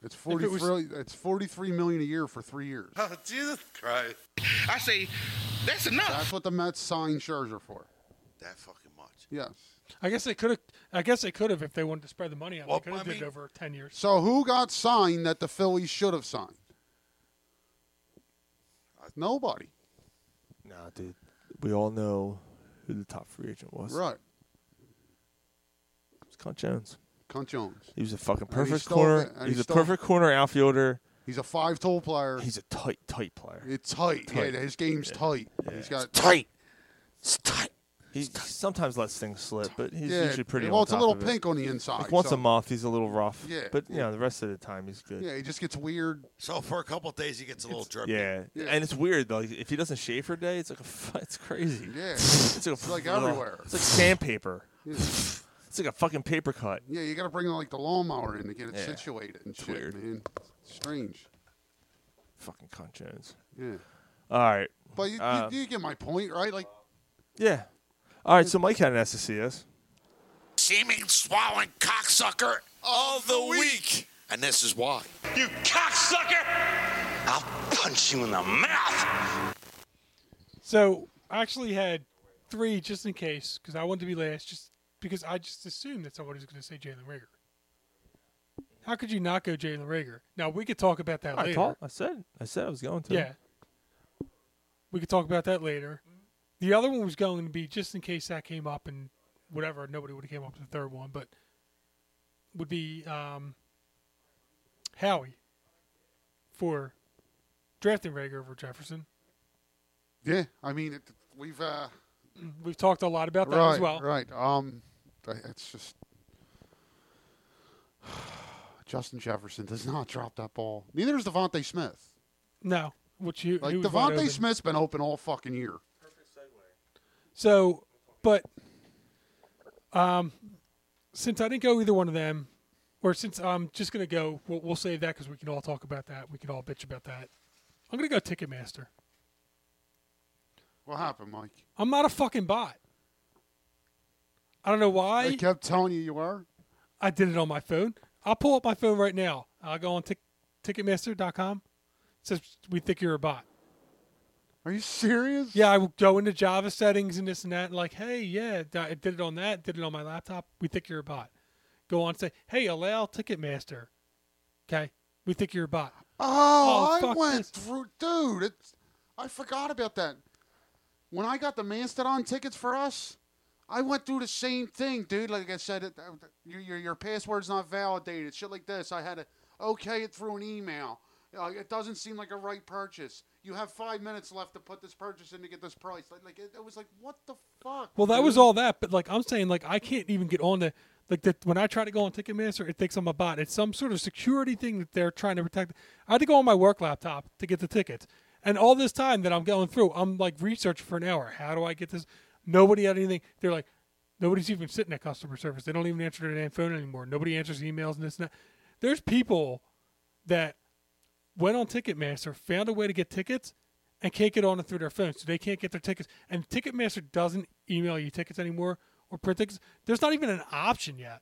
Speaker 7: It's
Speaker 6: if it was-
Speaker 7: forty-three. it's forty-three million a year for three years.
Speaker 18: Oh, Jesus Christ. I say, that's enough.
Speaker 7: That's what the Mets signed Scherzer for.
Speaker 8: That fucking much.
Speaker 7: Yes.
Speaker 6: I guess they could have. I guess they could have if they wanted to spread the money out.
Speaker 7: Well,
Speaker 6: they could
Speaker 7: I
Speaker 6: have did
Speaker 7: mean-
Speaker 6: it over ten years.
Speaker 7: So who got signed that the Phillies should have signed? Nobody.
Speaker 5: No, dude. We all know who the top free agent was.
Speaker 7: Right.
Speaker 5: It's Cunt Jones.
Speaker 7: Cunt Jones.
Speaker 5: He was a fucking
Speaker 7: And he's
Speaker 5: perfect
Speaker 7: still-
Speaker 5: corner.
Speaker 7: and
Speaker 5: He's
Speaker 7: he's
Speaker 5: a
Speaker 7: still-
Speaker 5: perfect corner outfielder.
Speaker 7: He's a five-tool player.
Speaker 5: He's a tight, tight player.
Speaker 7: It's tight. Yeah, his game's tight. He's got
Speaker 5: It's tight. He sometimes lets things slip, but he's
Speaker 7: Yeah,
Speaker 5: usually pretty.
Speaker 7: well,
Speaker 5: on
Speaker 7: it's a
Speaker 5: top
Speaker 7: little
Speaker 5: of it.
Speaker 7: pink on the inside,
Speaker 5: Like once
Speaker 7: so-
Speaker 5: a month, he's a little rough.
Speaker 7: Yeah.
Speaker 5: but you know the rest of the time he's good.
Speaker 7: Yeah, he just gets weird.
Speaker 8: So for a couple of days, he gets a little jerky.
Speaker 5: Yeah. and it's weird though. If he doesn't shave for a day, it's like a, fu- [laughs] it's crazy.
Speaker 7: Yeah.
Speaker 5: it's like, a
Speaker 7: It's like
Speaker 5: little-
Speaker 7: everywhere.
Speaker 5: It's like sandpaper.
Speaker 7: Yeah.
Speaker 5: It's like a fucking paper cut.
Speaker 7: Yeah, you got to bring like the lawnmower in to get it
Speaker 5: Yeah.
Speaker 7: situated and
Speaker 5: It's
Speaker 7: shit,
Speaker 5: weird.
Speaker 7: man. It's strange.
Speaker 5: Fucking cunt Jones.
Speaker 7: Yeah.
Speaker 5: All right.
Speaker 7: But you,
Speaker 5: Uh,
Speaker 7: you, you get my point, right? Like,
Speaker 5: yeah. All right. So Mike had an SSCS.
Speaker 19: Seeming swallowing cocksucker of the week. And this is why.
Speaker 20: You cocksucker!
Speaker 19: I'll punch you in the mouth.
Speaker 6: So I actually had three just in case because I wanted to be last, just because I just assumed that somebody was going to say Jalen Rager. How could you not go Jalen Rager? Now we could talk about that
Speaker 5: I
Speaker 6: later.
Speaker 5: talked. I said. I said I was going to.
Speaker 6: Yeah, we could talk about that later. The other one was going to be just in case that came up and whatever. Nobody would have came up with the third one, but would be um, Howie for drafting Rager over Jefferson.
Speaker 7: yeah, I mean, it, we've uh,
Speaker 6: We've talked a lot about that
Speaker 7: right,
Speaker 6: as well.
Speaker 7: right. Um, I- it's just [sighs] Justin Jefferson does not drop that ball. Neither is Devontae Smith.
Speaker 6: No. What you
Speaker 7: Like
Speaker 6: who was wide
Speaker 7: Devontae
Speaker 6: open.
Speaker 7: Smith's been open all fucking year.
Speaker 6: So, but um, since I didn't go either one of them, or since I'm just gonna go, we'll, we'll save that because we can all talk about that. We can all bitch about that. I'm gonna go Ticketmaster.
Speaker 7: What happened, Mike?
Speaker 6: I'm not a fucking bot. I don't know why.
Speaker 7: They kept telling you you are.
Speaker 6: I did it on my phone. I'll pull up my phone right now. I'll go on tick Ticketmaster.com. It says we think you're a bot.
Speaker 7: Are you
Speaker 6: [laughs]
Speaker 7: serious?
Speaker 6: Yeah, I will go into Java settings and this and that. And like, hey, yeah, d- I did it on that. Did it on my laptop. We think you're a bot. Go on and say, hey, allow Ticketmaster. Okay, we think you're a bot.
Speaker 7: Oh, I
Speaker 6: fuck
Speaker 7: went
Speaker 6: this.
Speaker 7: through, dude. It's, I forgot about that. When I got the Mastodon tickets for us, I went through the same thing, dude. Like I said, it, uh, your, your your password's not validated. Shit like this. I had to okay it through an email. Uh, it doesn't seem like a right purchase. You have five minutes left to put this purchase in to get this price. Like, like it, it was like, what the fuck?
Speaker 6: Well, that
Speaker 7: dude?
Speaker 6: was all that, but like I'm saying, like I can't even get on the like that when I try to go on Ticketmaster, it thinks I'm a bot. It's some sort of security thing that they're trying to protect. I had to go on my work laptop to get the tickets, and all this time that I'm going through, I'm like researching for an hour. How do I get this? Nobody had anything. They're like, nobody's even sitting at customer service. They don't even answer their damn phone anymore. Nobody answers emails and this and that. There's people that went on Ticketmaster, found a way to get tickets, and can't get on it through their phone, so they can't get their tickets. And Ticketmaster doesn't email you tickets anymore or print tickets. There's not even an option yet.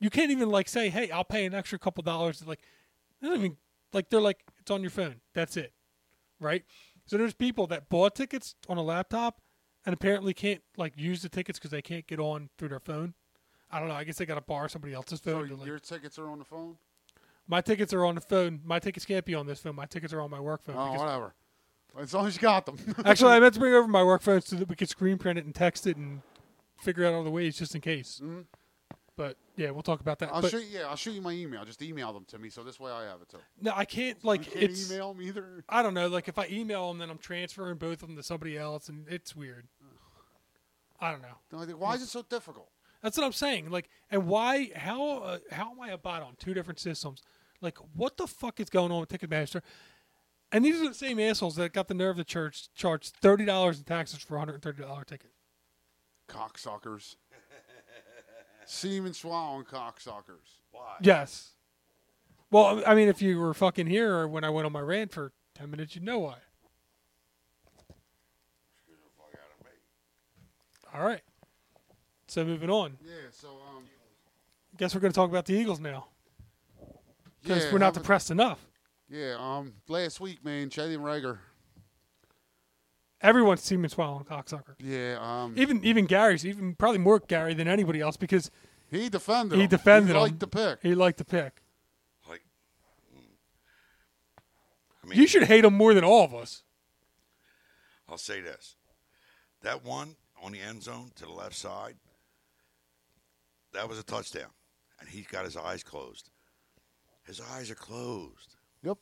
Speaker 6: You can't even like say, "Hey, I'll pay an extra couple dollars." Like, they don't even like they're like it's on your phone. That's it, right? So there's people that bought tickets on a laptop and apparently can't like use the tickets because they can't get on through their phone. I don't know. I guess they got to borrow somebody else's phone.
Speaker 7: So
Speaker 6: to, like-
Speaker 7: Oh, your tickets are on the phone.
Speaker 6: my tickets are on the phone. My tickets can't be on this phone. My tickets are on my work phone.
Speaker 7: Oh,
Speaker 6: because-
Speaker 7: whatever. As long as you got them.
Speaker 6: Actually, I meant to bring over my work phone so that we could screen print it and text it and figure out all the ways just in case.
Speaker 7: Mhm.
Speaker 6: But yeah, we'll talk about that.
Speaker 7: [laughs] I'll
Speaker 6: But
Speaker 7: show you, yeah, I'll show you my email. Just email them to me, so this way I have it too.
Speaker 6: no, I can't like
Speaker 7: can't
Speaker 6: it's,
Speaker 7: email 'em either?
Speaker 6: I don't know. Like if I email them, then I'm transferring both of them to somebody else, and it's weird. I don't know.
Speaker 7: Why is it so difficult?
Speaker 6: That's what I'm saying. Like, and why? How? Uh, how am I a bot on two different systems? Like, what the fuck is going on with Ticketmaster? And these are the same assholes that got the nerve to church charge thirty dollars in taxes for a hundred and thirty dollar ticket.
Speaker 7: cocksuckers. Semen swallowing cocksuckers. Why?
Speaker 6: Yes. Well, I mean, if you were fucking here or when I went on my rant for ten minutes, you'd know why. All right. So moving on.
Speaker 7: Yeah. So um.
Speaker 6: Guess we're going to talk about the Eagles now because
Speaker 7: Yeah,
Speaker 6: we're
Speaker 7: have
Speaker 6: not
Speaker 7: a-
Speaker 6: depressed enough.
Speaker 7: Yeah. Um. Last week, man, Chetty and Rager.
Speaker 6: Everyone's seeming swallowing cocksucker.
Speaker 7: Yeah. Um.
Speaker 6: Even even Gary's even probably more Gary than anybody else because
Speaker 7: he defended.
Speaker 6: He
Speaker 7: him.
Speaker 6: defended
Speaker 7: He
Speaker 6: him.
Speaker 7: liked the pick.
Speaker 6: He liked the pick.
Speaker 8: Like, mm.
Speaker 6: you should hate him more than all of us.
Speaker 8: I'll say this. That one on the end zone to the left side, that was a touchdown. And he's got his eyes closed. His eyes are closed.
Speaker 7: Yep.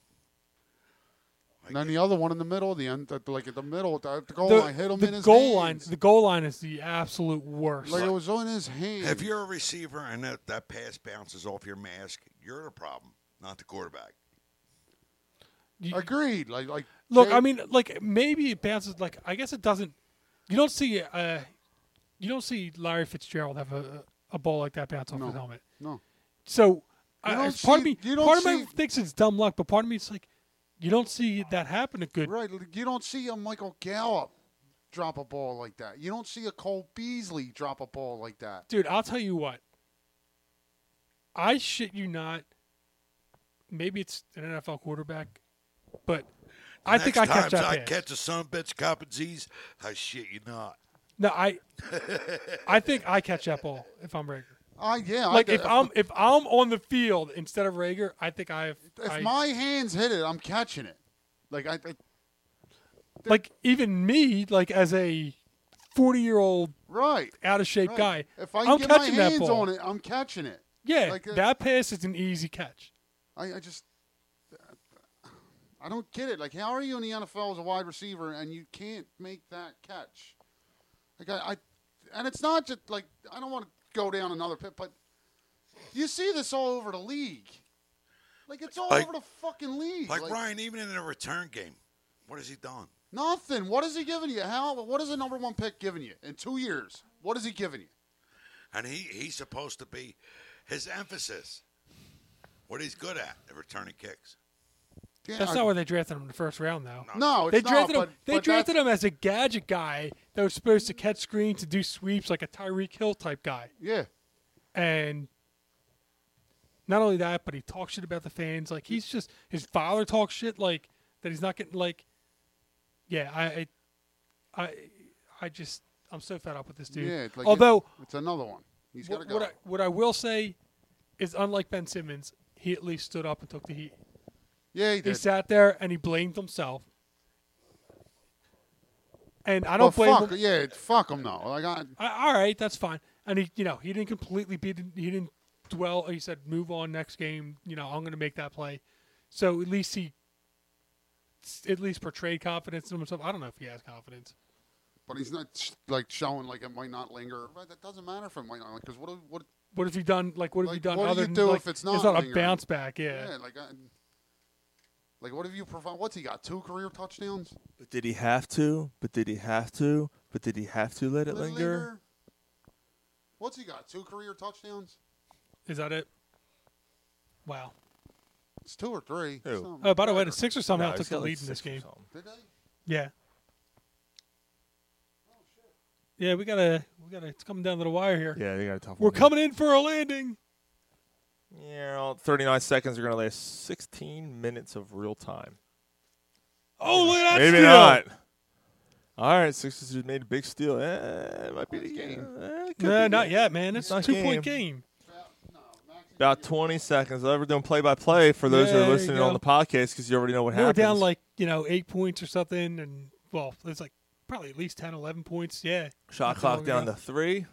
Speaker 7: And then the other one in the middle, the end, at the- like at the middle, at the, goal
Speaker 6: the
Speaker 7: line, hit him
Speaker 6: the
Speaker 7: in his
Speaker 6: goal
Speaker 7: hand.
Speaker 6: line. The goal line is the absolute worst.
Speaker 7: Like it was on his hand.
Speaker 8: If you're a receiver and that, that pass bounces off your mask, you're the problem, not the quarterback.
Speaker 7: Agreed. Like like.
Speaker 6: Look,
Speaker 7: Jay-
Speaker 6: I mean, like maybe it bounces. Like I guess it doesn't. You don't see. Uh, you don't see Larry Fitzgerald have a a ball like that bounce off his helmet.
Speaker 7: No.
Speaker 6: So,
Speaker 7: You
Speaker 6: I,
Speaker 7: don't
Speaker 6: part of
Speaker 7: see-
Speaker 6: me,
Speaker 7: you don't
Speaker 6: part of me
Speaker 7: see-
Speaker 6: thinks it's dumb luck, but part of me it's like, you don't see that happen. A good.
Speaker 7: Right. like, You don't see a Michael Gallup drop a ball like that. You don't see a Cole Beasley drop a ball like that.
Speaker 6: Dude, I'll tell you what. I shit you not. Maybe it's an NFL quarterback, but I think I
Speaker 8: Next
Speaker 6: catch
Speaker 8: time
Speaker 6: that.
Speaker 8: I
Speaker 6: pass.
Speaker 8: catch a son of a bitch cop and Z's, I shit you not.
Speaker 6: No, I, I think I catch that ball if I'm Rager.
Speaker 7: I yeah. I
Speaker 6: like
Speaker 7: did-
Speaker 6: if I'm if I'm on the field instead of Rager, I think I've
Speaker 7: if
Speaker 6: I,
Speaker 7: my hands hit it, I'm catching it. Like I, I
Speaker 6: like even me like as a forty year old
Speaker 7: right
Speaker 6: out of shape
Speaker 7: right.
Speaker 6: guy,
Speaker 7: If I
Speaker 6: am
Speaker 7: get
Speaker 6: catching
Speaker 7: my
Speaker 6: that
Speaker 7: hands
Speaker 6: ball.
Speaker 7: on it, I'm catching it.
Speaker 6: yeah,
Speaker 7: like, uh,
Speaker 6: that pass is an easy catch.
Speaker 7: I, I just I don't get it. Like, how are you in the NFL as a wide receiver and you can't make that catch? Like, I, I and it's not just like I don't want to go down another pit, but you see this all over the league. Like it's all
Speaker 8: Like-
Speaker 7: over the fucking league.
Speaker 8: Like, Ryan, even in a return game, What has he done?
Speaker 7: Nothing. What is he giving you? How? What is the number one pick giving you in two years? What is he giving you?
Speaker 8: And he, he's supposed to be his emphasis. What he's good at, the returning kicks.
Speaker 6: that's not where they drafted him in the first round, though.
Speaker 7: No,
Speaker 6: they
Speaker 7: it's
Speaker 6: drafted
Speaker 7: not,
Speaker 6: him.
Speaker 7: but-
Speaker 6: They
Speaker 7: but
Speaker 6: drafted him as a gadget guy that was supposed to catch screens and do sweeps like a Tyreek Hill type guy.
Speaker 7: Yeah,
Speaker 6: and not only that, but he talks shit about the fans. Like he's just his father talks shit like that. He's not getting like, yeah, I, I, I, I just I'm so fed up with this dude.
Speaker 7: Yeah, it's like
Speaker 6: although
Speaker 7: it's, it's another one. He's got to
Speaker 6: what,
Speaker 7: go.
Speaker 6: what I, what I will say is, unlike Ben Simmons, he at least stood up and took the heat.
Speaker 7: Yeah, he
Speaker 6: He
Speaker 7: did.
Speaker 6: sat there and he blamed himself. And I
Speaker 7: Well,
Speaker 6: don't blame
Speaker 7: fuck,
Speaker 6: him.
Speaker 7: yeah, fuck him though. Like I,
Speaker 6: all right, that's fine. And he, you know, he didn't completely beat. He didn't dwell. He said, "Move on, next game." You know, I'm going to make that play. So at least he, at least portrayed confidence in himself. I don't know if he has confidence.
Speaker 7: but he's not sh- like showing like it might not linger. But that doesn't matter if it might not because what what
Speaker 6: What have you done? Like, what have you
Speaker 7: Like,
Speaker 6: done?
Speaker 7: what do
Speaker 6: other
Speaker 7: you
Speaker 6: than,
Speaker 7: do
Speaker 6: like,
Speaker 7: if it's not
Speaker 6: It's not a
Speaker 7: lingering?
Speaker 6: bounce back. Yeah.
Speaker 7: yeah, like I, like what have you provided? What's he got? Two career touchdowns.
Speaker 5: But did he have to? But did he have to? But did he have to let it
Speaker 7: Let it
Speaker 5: linger?
Speaker 7: linger. What's he got? Two career touchdowns.
Speaker 6: Is that it? Wow.
Speaker 7: It's two or three.
Speaker 5: Who?
Speaker 7: Something.
Speaker 6: Oh, by the way, the Sixers
Speaker 5: No,
Speaker 6: somehow took
Speaker 5: he's got
Speaker 6: the
Speaker 5: like
Speaker 6: lead in this
Speaker 5: six or
Speaker 6: game.
Speaker 5: something.
Speaker 7: Did they?
Speaker 6: Yeah. Yeah, we gotta, we gotta. It's coming down to the wire here.
Speaker 5: Yeah, they got a tough
Speaker 6: We're
Speaker 5: one.
Speaker 6: coming in for a landing.
Speaker 5: Yeah, well, 39 seconds are going to last 16 minutes of real time.
Speaker 6: Oh, look at that
Speaker 5: Maybe
Speaker 6: steal.
Speaker 5: not. All right, Sixers just made a big steal. Eh, it might be the game. Eh, it could be
Speaker 6: No,
Speaker 5: the
Speaker 6: not
Speaker 5: game.
Speaker 6: yet, man. It's a
Speaker 5: Not
Speaker 6: two-point game.
Speaker 5: About 20 seconds. We're doing play by play for those
Speaker 6: Yeah,
Speaker 5: that
Speaker 6: there
Speaker 5: are
Speaker 6: you
Speaker 5: listening
Speaker 6: go.
Speaker 5: on the podcast because you already know what
Speaker 6: we were
Speaker 5: happens.
Speaker 6: down like you know eight points or something, and well, it's like probably at least 10, 11 points. Oh, Yeah. [laughs]
Speaker 5: Shot
Speaker 6: Not too
Speaker 5: clock
Speaker 6: long
Speaker 5: down
Speaker 6: ago.
Speaker 5: to three.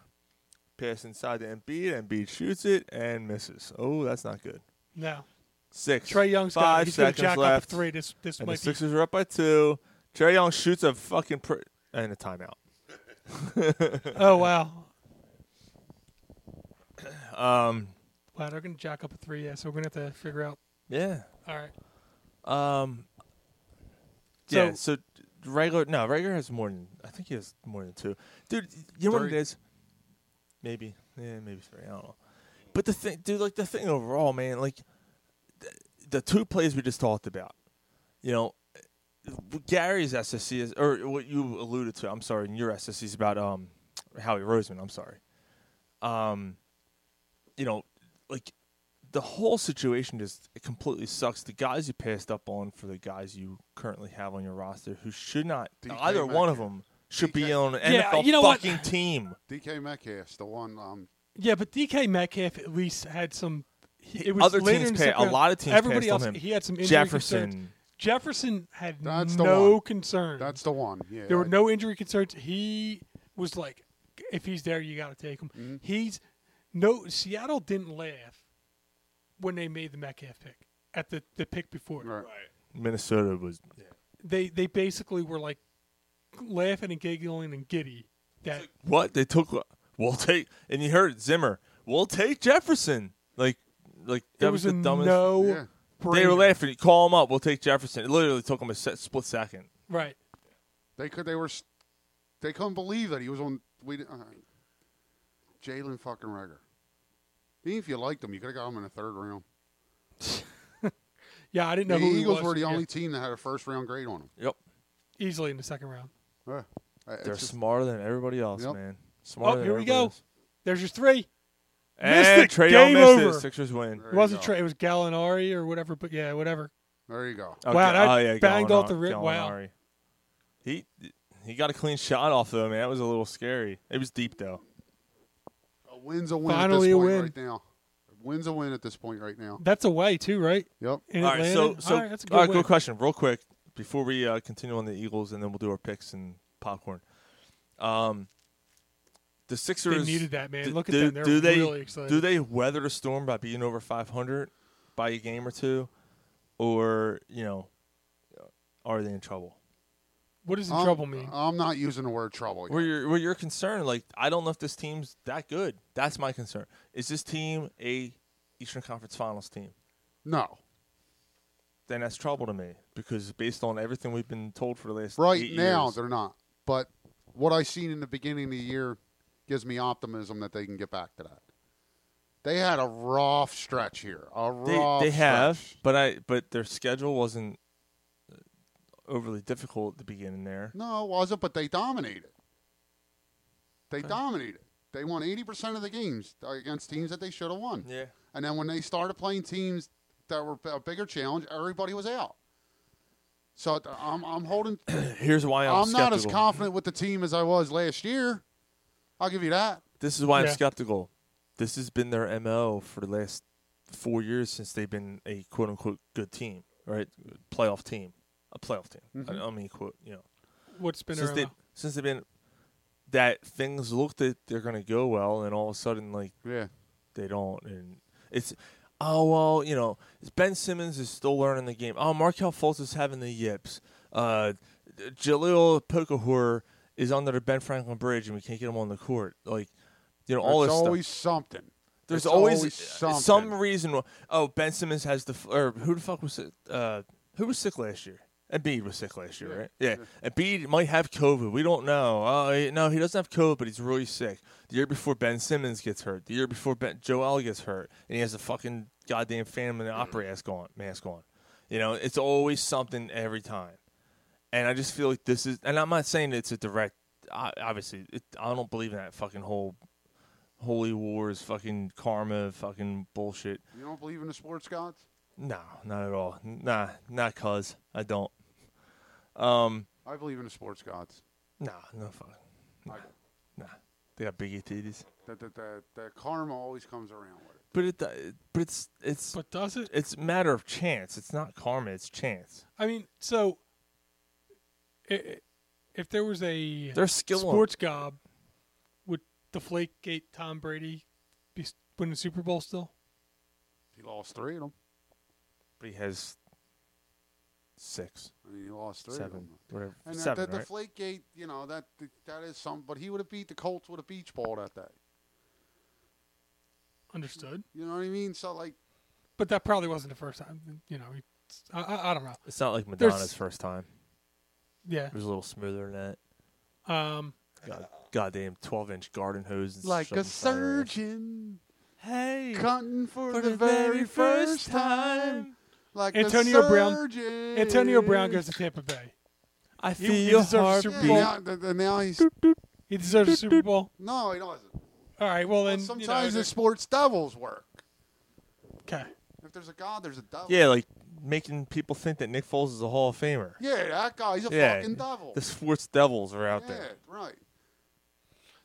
Speaker 5: Pass inside to Embiid. Embiid shoots it and misses. Oh, that's not good.
Speaker 6: No.
Speaker 5: Six.
Speaker 6: Trey Young's got-
Speaker 5: five
Speaker 6: he's gonna
Speaker 5: seconds
Speaker 6: jack up a
Speaker 5: left.
Speaker 6: three. This- this
Speaker 5: and
Speaker 6: might
Speaker 5: the
Speaker 6: be-
Speaker 5: Sixers are up by two. Trey Young shoots a fucking pr- and a timeout.
Speaker 6: Oh wow.
Speaker 5: Um.
Speaker 6: Wow, they're gonna jack up a three. Yeah, so we're gonna have to figure out.
Speaker 5: Yeah.
Speaker 6: All right.
Speaker 5: Um. yeah. So regular. No, regular has more than. I think he has more than two. Dude, you know what it
Speaker 6: Three.
Speaker 5: is? Maybe. Yeah, maybe three. I don't know. But the thing, dude, like the thing overall, man, like the, the two plays we just talked about. You know, Gary's SSC is, or what you alluded to. I'm sorry, in your SSC is about um Howie Roseman. I'm sorry. Um, you know, like the whole situation just it completely sucks. The guys you passed up on for the guys you currently have on your roster who should not
Speaker 7: DK
Speaker 5: either one of
Speaker 7: Metcalf.
Speaker 5: them should be on an
Speaker 6: Yeah,
Speaker 5: NFL
Speaker 6: you know what?
Speaker 5: fucking team.
Speaker 7: DK Metcalf's the one. Um,
Speaker 6: Yeah, but DK Metcalf at least had some. he- It was
Speaker 5: Other
Speaker 6: later
Speaker 5: teams
Speaker 6: in the
Speaker 5: pay-
Speaker 6: second
Speaker 5: a
Speaker 6: round.
Speaker 5: lot of teams
Speaker 6: Everybody
Speaker 5: passed on him.
Speaker 6: else, he had some injury Concerns.
Speaker 5: Jefferson.
Speaker 6: Jefferson had
Speaker 7: That's the
Speaker 6: no
Speaker 7: one.
Speaker 6: concern.
Speaker 7: that's the one. Yeah.
Speaker 6: There were
Speaker 7: I-
Speaker 6: no injury concerns. He was like, if he's there, you got to take him.
Speaker 7: Mm-hmm.
Speaker 6: He's no Seattle didn't laugh when they made the Metcalf pick at the, the pick before. Right.
Speaker 5: Minnesota was
Speaker 6: They they basically were like laughing and giggling and giddy that
Speaker 5: what they took. We'll take and you heard it, Zimmer. We'll take Jefferson. Like, like that
Speaker 6: it was,
Speaker 5: was,
Speaker 6: a
Speaker 5: the dumbest.
Speaker 6: no.
Speaker 5: They were
Speaker 6: brainer.
Speaker 5: laughing. Call him up. We'll take Jefferson. It literally took him a se- split second.
Speaker 6: Right.
Speaker 7: They could. They were. s- They couldn't believe that he was on. We. di- Uh, Jalen fucking Rager. Even if you liked him, you could have got him in the third round.
Speaker 6: Yeah, I didn't know
Speaker 7: the
Speaker 6: who he
Speaker 7: Eagles
Speaker 6: was.
Speaker 7: were the
Speaker 6: Yeah.
Speaker 7: only team that had a first round grade on him.
Speaker 5: Yep.
Speaker 6: easily in the second round.
Speaker 7: Yeah. Uh, it's
Speaker 5: They're
Speaker 7: just-
Speaker 5: smarter than everybody else,
Speaker 7: Yep.
Speaker 5: man. Smarter
Speaker 6: Oh,
Speaker 5: than
Speaker 6: here we
Speaker 5: everybody
Speaker 6: go.
Speaker 5: else.
Speaker 6: There's your three.
Speaker 5: And
Speaker 6: missed it.
Speaker 5: Trae Young
Speaker 6: Game
Speaker 5: missed it.
Speaker 6: over.
Speaker 5: Sixers win.
Speaker 6: It wasn't Trey. It was Gallinari or whatever. But yeah, whatever.
Speaker 7: There you go.
Speaker 5: Okay.
Speaker 6: Wow, that
Speaker 5: oh, yeah,
Speaker 6: banged off
Speaker 5: Gallinari-
Speaker 6: the rib. Wow.
Speaker 5: Gallinari. He he got a clean shot off though, man. That was a little scary. It was deep though.
Speaker 7: A win's a win
Speaker 6: Finally
Speaker 7: at
Speaker 6: a
Speaker 7: this point
Speaker 6: win.
Speaker 7: right now. Win's a win at this point right now.
Speaker 6: That's away too, right?
Speaker 7: Yep.
Speaker 6: In
Speaker 5: all right, so
Speaker 6: Atlanta?
Speaker 5: so
Speaker 6: all right, that's a good
Speaker 5: all right,
Speaker 6: win.
Speaker 5: good question, real quick, before we uh, continue on the Eagles, and then we'll do our picks and popcorn. Um, the Sixers
Speaker 6: needed that, man.
Speaker 5: d-
Speaker 6: Look at
Speaker 5: do,
Speaker 6: them. They're
Speaker 5: do they,
Speaker 6: really excited.
Speaker 5: Do they weather the storm by being over 500 by a game or two, or you know, are they in trouble?
Speaker 6: What does in
Speaker 7: I'm-
Speaker 6: trouble mean?
Speaker 7: I'm not using the word trouble.
Speaker 5: Where you're where you're concerned, like I don't know if this team's that good. That's my concern. Is this team a Eastern Conference Finals team?
Speaker 7: No.
Speaker 5: then that's trouble to me because based on everything we've been told for the last
Speaker 7: Right
Speaker 5: eight
Speaker 7: now,
Speaker 5: years-
Speaker 7: they're not. But what I seen in the beginning of the year gives me optimism that they can get back to that. They had a rough stretch here. A
Speaker 5: they,
Speaker 7: rough.
Speaker 5: they
Speaker 7: stretch.
Speaker 5: have, but I but their schedule wasn't uh, overly difficult at the beginning there.
Speaker 7: No, it wasn't. But they dominated. They
Speaker 5: Okay.
Speaker 7: dominated. They won eighty percent of the games against teams that they should have won.
Speaker 5: Yeah.
Speaker 7: And then when they started playing teams that were a bigger challenge, everybody was out. So I'm, I'm holding.
Speaker 5: Here's why [clears throat] I'm,
Speaker 7: I'm not as
Speaker 5: skeptical.
Speaker 7: confident with the team as I was last year. I'll give you that.
Speaker 5: This is why I'm
Speaker 7: Yeah.
Speaker 5: skeptical. This has been their MO for the last four years since they've been a quote unquote good team, right? Playoff team, a playoff team. I-
Speaker 7: Mm-hmm.
Speaker 6: Mhm.
Speaker 5: I, mean, quote, you know.
Speaker 6: What's been
Speaker 5: since
Speaker 6: their
Speaker 5: they
Speaker 6: MO?
Speaker 5: since they've been that things look that they're going to go well, and all of a sudden, like
Speaker 7: yeah,
Speaker 5: they don't, and it's oh well, you know, Ben Simmons is still learning the game. Oh, Markel Fultz is having the yips. Uh, Jaleel Pokahur is under the Ben Franklin Bridge, and we can't get him on the court. Like you know, all
Speaker 7: There's
Speaker 5: this stuff.
Speaker 7: always something.
Speaker 5: There's
Speaker 7: It's
Speaker 5: always,
Speaker 7: always something.
Speaker 5: some reason. why- Oh, Ben Simmons has the f- or who the fuck was it? Uh, who was sick last year? Embiid was sick last year, right? Yeah. Embiid might have COVID. We don't know. Oh, he- no, he doesn't have COVID, but he's really sick. The year before Ben Simmons gets hurt. The year before ben, Joel gets hurt, and he has a fucking goddamn family opera mask on. Mask on. You know, it's always something every time. And I just feel like this is, and I'm not saying it's a direct. I, obviously, it, I don't believe in that fucking whole holy wars, fucking karma, fucking bullshit.
Speaker 7: You don't believe in the sports gods?
Speaker 5: No, not at all. Nah, not cause I don't. Um,
Speaker 7: I believe in the sports gods.
Speaker 5: nah, no fuck. Nah, nah. they got biggie titties.
Speaker 7: That the, the, the karma always comes around with it.
Speaker 5: But it, uh, but it's, it's. But does it? It's a matter of chance. It's not karma. It's chance.
Speaker 6: I mean, so i- i- if there was a
Speaker 5: There's skill on-
Speaker 6: sports gob, would Deflategate Tom Brady be s- winning the Super Bowl still?
Speaker 7: He lost three of them.
Speaker 5: But he has six,
Speaker 7: I mean, he lost three. Of
Speaker 5: seven,
Speaker 7: them.
Speaker 5: whatever,
Speaker 7: And
Speaker 5: seven,
Speaker 7: the, the
Speaker 5: right?
Speaker 7: Flake Gate, you know that that is something. But he would have beat the Colts with a beach ball that day.
Speaker 6: Understood.
Speaker 7: You know what I mean? So like,
Speaker 6: But that probably wasn't the first time. You know, it's- I, I, I don't know.
Speaker 5: It's not like
Speaker 6: There's-
Speaker 5: Madonna's first time.
Speaker 6: Yeah.
Speaker 5: it was a little smoother than that.
Speaker 6: Um,
Speaker 5: God, goddamn, twelve-inch garden hose. And
Speaker 7: like
Speaker 5: shoved
Speaker 7: a
Speaker 5: inside her ass.
Speaker 7: surgeon,
Speaker 5: hey,
Speaker 7: cutting for, the, very first time. Like a
Speaker 6: Antonio Brown-
Speaker 7: surgeon.
Speaker 6: Antonio Brown goes to Tampa Bay.
Speaker 5: I
Speaker 6: He-
Speaker 5: feel
Speaker 6: he
Speaker 5: your
Speaker 6: deserves a
Speaker 5: heartbeat.
Speaker 6: Super Bowl.
Speaker 7: Yeah, th- th- now he's.
Speaker 6: He deserves a Super Bowl.
Speaker 7: No, he doesn't.
Speaker 6: All right. Well, then
Speaker 7: Sometimes
Speaker 6: you know,
Speaker 7: the sports devils work.
Speaker 6: Okay.
Speaker 7: If there's a god, there's a devil.
Speaker 5: Yeah, like making people think that Nick Foles is a Hall of Famer.
Speaker 7: Yeah, that guy's a fucking devil.
Speaker 5: The sports devils are out
Speaker 7: yeah,
Speaker 5: there.
Speaker 7: right.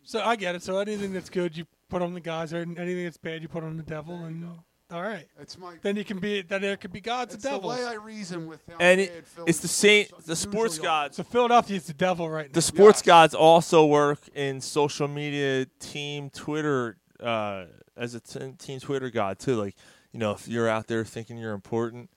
Speaker 6: So I get it. So anything that's good, you put on the guys, or anything that's bad, you put on the devil, and all right.
Speaker 7: It's my.
Speaker 6: Then you can be. Then there could be gods
Speaker 7: It's
Speaker 6: and
Speaker 7: the
Speaker 6: devils.
Speaker 7: way I reason with how
Speaker 5: And
Speaker 7: bad
Speaker 5: it,
Speaker 7: Philly
Speaker 5: it's the same. The sports gods.
Speaker 6: So Philadelphia is the devil right now.
Speaker 5: The sports gods also work in social media, team Twitter, uh, as a t- team Twitter god too. Like, you know, if you're out there thinking you're important,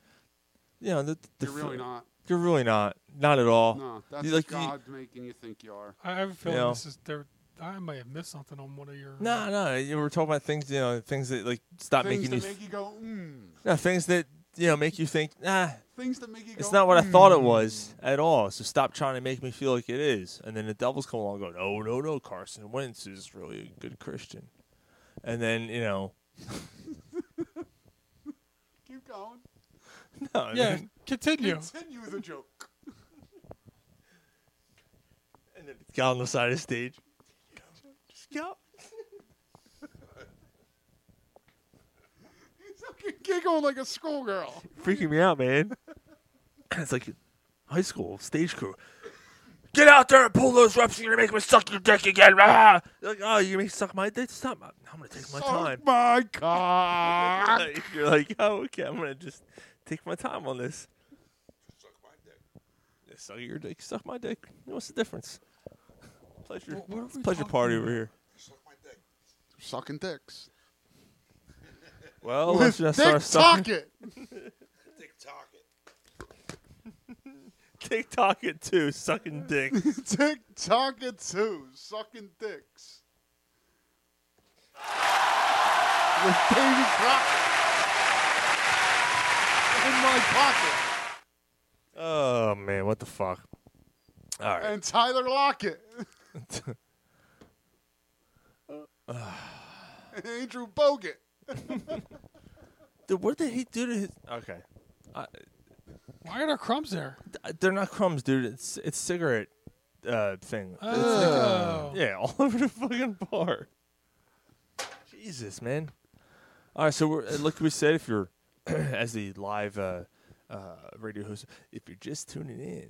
Speaker 5: you know, the, the
Speaker 7: You're really not.
Speaker 5: You're really not. Not at all.
Speaker 7: No, that's
Speaker 5: You- like, you-
Speaker 7: God making you think you are.
Speaker 6: I have a feeling
Speaker 5: Yeah.
Speaker 6: this is there. I might have missed something on one of your.
Speaker 5: No, no. You were talking about things, you know, things that like stop
Speaker 7: Things
Speaker 5: making
Speaker 7: that
Speaker 5: you.
Speaker 7: make you go, mm.
Speaker 5: no, things that you know make you think. Nah,
Speaker 7: Things that make you
Speaker 5: it's
Speaker 7: go,
Speaker 5: not what I thought it was
Speaker 7: Hmm.
Speaker 5: at all. So stop trying to make me feel like it is. And then the devils come along, and go, no, no, no. Carson Wentz is really a good Christian. And then you know, [laughs]
Speaker 7: Keep going.
Speaker 5: no, I
Speaker 6: Yeah,
Speaker 5: mean,
Speaker 6: continue.
Speaker 7: Continue the joke.
Speaker 5: it's got on the side of the stage.
Speaker 7: Just go. He's fucking giggling like a schoolgirl.
Speaker 5: freaking me out, man. [laughs] It's like high school stage crew. Get out there and pull those reps. You're gonna make me suck your dick again. [laughs] Ah! Like, oh, you're gonna make me suck my dick. Stop. I'm gonna take my time.
Speaker 7: Oh My cock.
Speaker 5: you're [laughs] like, oh, okay. I'm gonna just take my time on this. Yeah, Suck your dick. Suck my dick. What's the difference? Pleasure.
Speaker 7: What- what are
Speaker 5: it's
Speaker 7: we
Speaker 5: pleasure
Speaker 7: talking
Speaker 5: party
Speaker 7: about?
Speaker 5: over here.
Speaker 7: Sucking dicks.
Speaker 5: Well,
Speaker 7: With
Speaker 5: let's just
Speaker 7: Dick
Speaker 5: start sucking.
Speaker 7: Tockett.
Speaker 5: [laughs] Dick Tockett too. Sucking dick.
Speaker 7: [laughs] [laughs] Dick Tockett too. Sucking dicks. With David Crockett. In my pocket.
Speaker 5: Oh man, what the fuck? All right.
Speaker 7: And Tyler Lockett. and Andrew Bogut.
Speaker 5: Dude, what did he do to his? Okay, I,
Speaker 6: Why are there crumbs there?
Speaker 5: Uh, they're not crumbs, dude. It's it's cigarette uh, thing. It's
Speaker 6: Oh.
Speaker 5: like- yeah, [laughs] all over the fucking bar. Jesus, man. All right, so we're, uh, like we said, if you're [clears throat] as the live uh, uh, radio host, if you're just tuning in,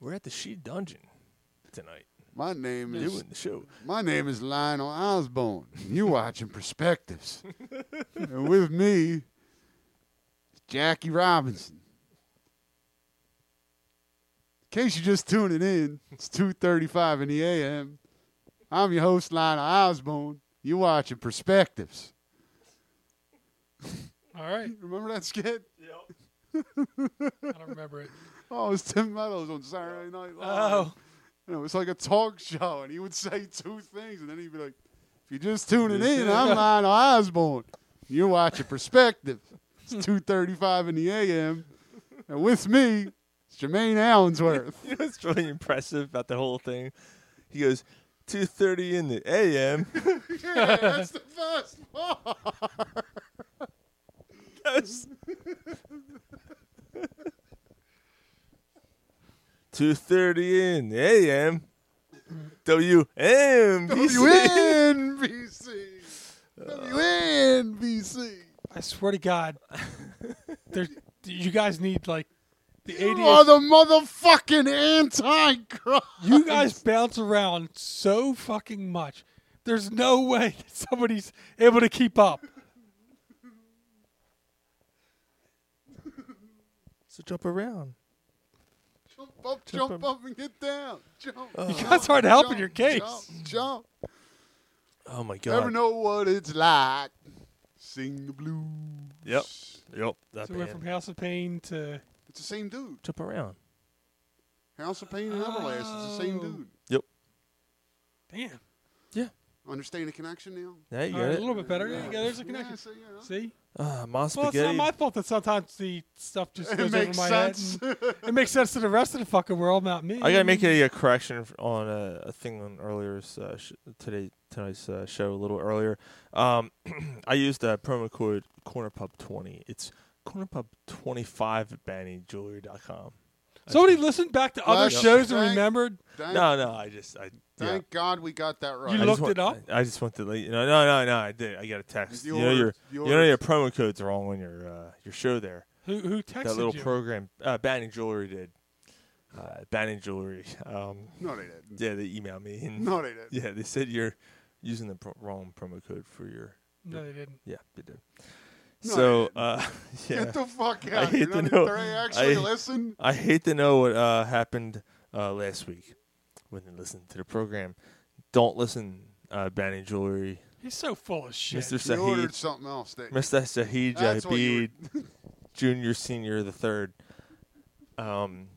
Speaker 5: we're at the She Dungeon tonight.
Speaker 7: My name
Speaker 5: Doing
Speaker 7: is
Speaker 5: the show. [laughs]
Speaker 7: My name is Lionel Osborne. and You're watching Perspectives, and with me, is Jackie Robinson. In case you're just tuning in, it's 2:35 in the a.m. I'm your host, Lionel Osborne. You're watching Perspectives.
Speaker 6: All right.
Speaker 7: Remember that skit?
Speaker 6: I don't remember it.
Speaker 7: Oh, it was Tim Meadows on Saturday Night Live.
Speaker 6: Oh.
Speaker 7: You know, it's like a talk show, and he would say two things, and then he'd be like, if you're just tuning in, I'm Lionel Osborne. You're watching Perspective. It's 2.35 in the a.m., and with me, it's Jermaine Allensworth.
Speaker 5: You know what's really impressive about the whole thing? He goes, 2.30 in the a.m.
Speaker 7: [laughs] yeah, that's the best part.
Speaker 5: Yes. 2.30 in the a.m. WMBC.
Speaker 7: WNBC. WNBC.
Speaker 6: I swear to God, there's, you guys need like the
Speaker 7: You are
Speaker 6: ADHD.
Speaker 7: the motherfucking anti-Christ.
Speaker 5: [laughs]
Speaker 6: You guys bounce around so fucking much. There's no way [laughs] that somebody's able to keep up.
Speaker 5: So jump around.
Speaker 7: Jump up, jump, up. and get down. Jump.
Speaker 5: You
Speaker 6: guys aren't helping your case.
Speaker 7: Jump, jump.
Speaker 5: Oh, my God.
Speaker 7: Never know what it's like. Sing the blues.
Speaker 5: Yep. Yep. That
Speaker 6: So we're
Speaker 5: band.
Speaker 6: from House of Pain to
Speaker 7: It's the same dude.
Speaker 5: jump around.
Speaker 7: House of Pain and Everlast. It's the
Speaker 6: Oh.
Speaker 7: same dude.
Speaker 5: Yep.
Speaker 6: Damn.
Speaker 7: Understand the connection now?
Speaker 5: Yeah, you
Speaker 6: All
Speaker 5: got
Speaker 6: right,
Speaker 5: it.
Speaker 6: a little bit better. Yeah,
Speaker 7: Yeah.
Speaker 6: there's a
Speaker 7: Yeah,
Speaker 6: connection.
Speaker 7: so, you know.
Speaker 6: See?
Speaker 5: Ah, Ma
Speaker 6: Well, it's
Speaker 5: Spaghetti.
Speaker 6: not my fault that sometimes the stuff just
Speaker 7: It
Speaker 6: goes
Speaker 7: makes
Speaker 6: over my
Speaker 7: sense.
Speaker 6: head. and- it makes sense to the rest of the fucking world, not me.
Speaker 5: I gotta make a, uh correction f- on a, a thing on earlier's uh, sh- today tonight's uh, show a little earlier. Um, [clears throat] I used uh, promo code cornerpub twenty. It's cornerpub twenty five at bannyjewelry.com.
Speaker 6: Somebody listened back to other
Speaker 7: Flash
Speaker 6: shows and
Speaker 7: Bank.
Speaker 6: remembered.
Speaker 7: [laughs] Thank,
Speaker 5: No, no, I just I yeah.
Speaker 7: thank God we got that right.
Speaker 6: You
Speaker 5: I just
Speaker 6: looked
Speaker 5: want-
Speaker 6: it up?
Speaker 5: I, I just want to let you know. No, no, no. I did. I got a text.
Speaker 7: The
Speaker 5: you know your
Speaker 7: orders- the
Speaker 5: you know your
Speaker 7: orders.
Speaker 5: promo code's wrong on your uh, your show there.
Speaker 6: Who who texted
Speaker 5: that little
Speaker 6: you?
Speaker 5: program uh, Banning Jewelry did. Uh, Banning Jewelry. [laughs] Um,
Speaker 7: No, they didn't.
Speaker 5: Yeah, they emailed me. And
Speaker 7: No, they
Speaker 5: [laughs]
Speaker 7: didn't.
Speaker 5: Yeah, they said you're using the pro- wrong promo code for your.
Speaker 6: no, they didn't.
Speaker 5: Yeah, they did.
Speaker 7: No,
Speaker 5: so, uh, [laughs]
Speaker 7: [laughs]
Speaker 5: yeah.
Speaker 7: Get the fuck
Speaker 5: I
Speaker 7: out.
Speaker 5: hate to
Speaker 7: You're not
Speaker 5: know.
Speaker 7: They actually
Speaker 5: I,
Speaker 7: listen.
Speaker 5: I hate to know what uh, happened uh, last week when they listened to the program. Don't listen, uh, Banning Jewelry.
Speaker 6: He's so full of shit.
Speaker 5: Mr.
Speaker 7: You ordered
Speaker 5: Saheed,
Speaker 7: something else. That
Speaker 5: Mr. Saheed
Speaker 7: That's what you
Speaker 5: Jabeed, junior, senior, the third. Um,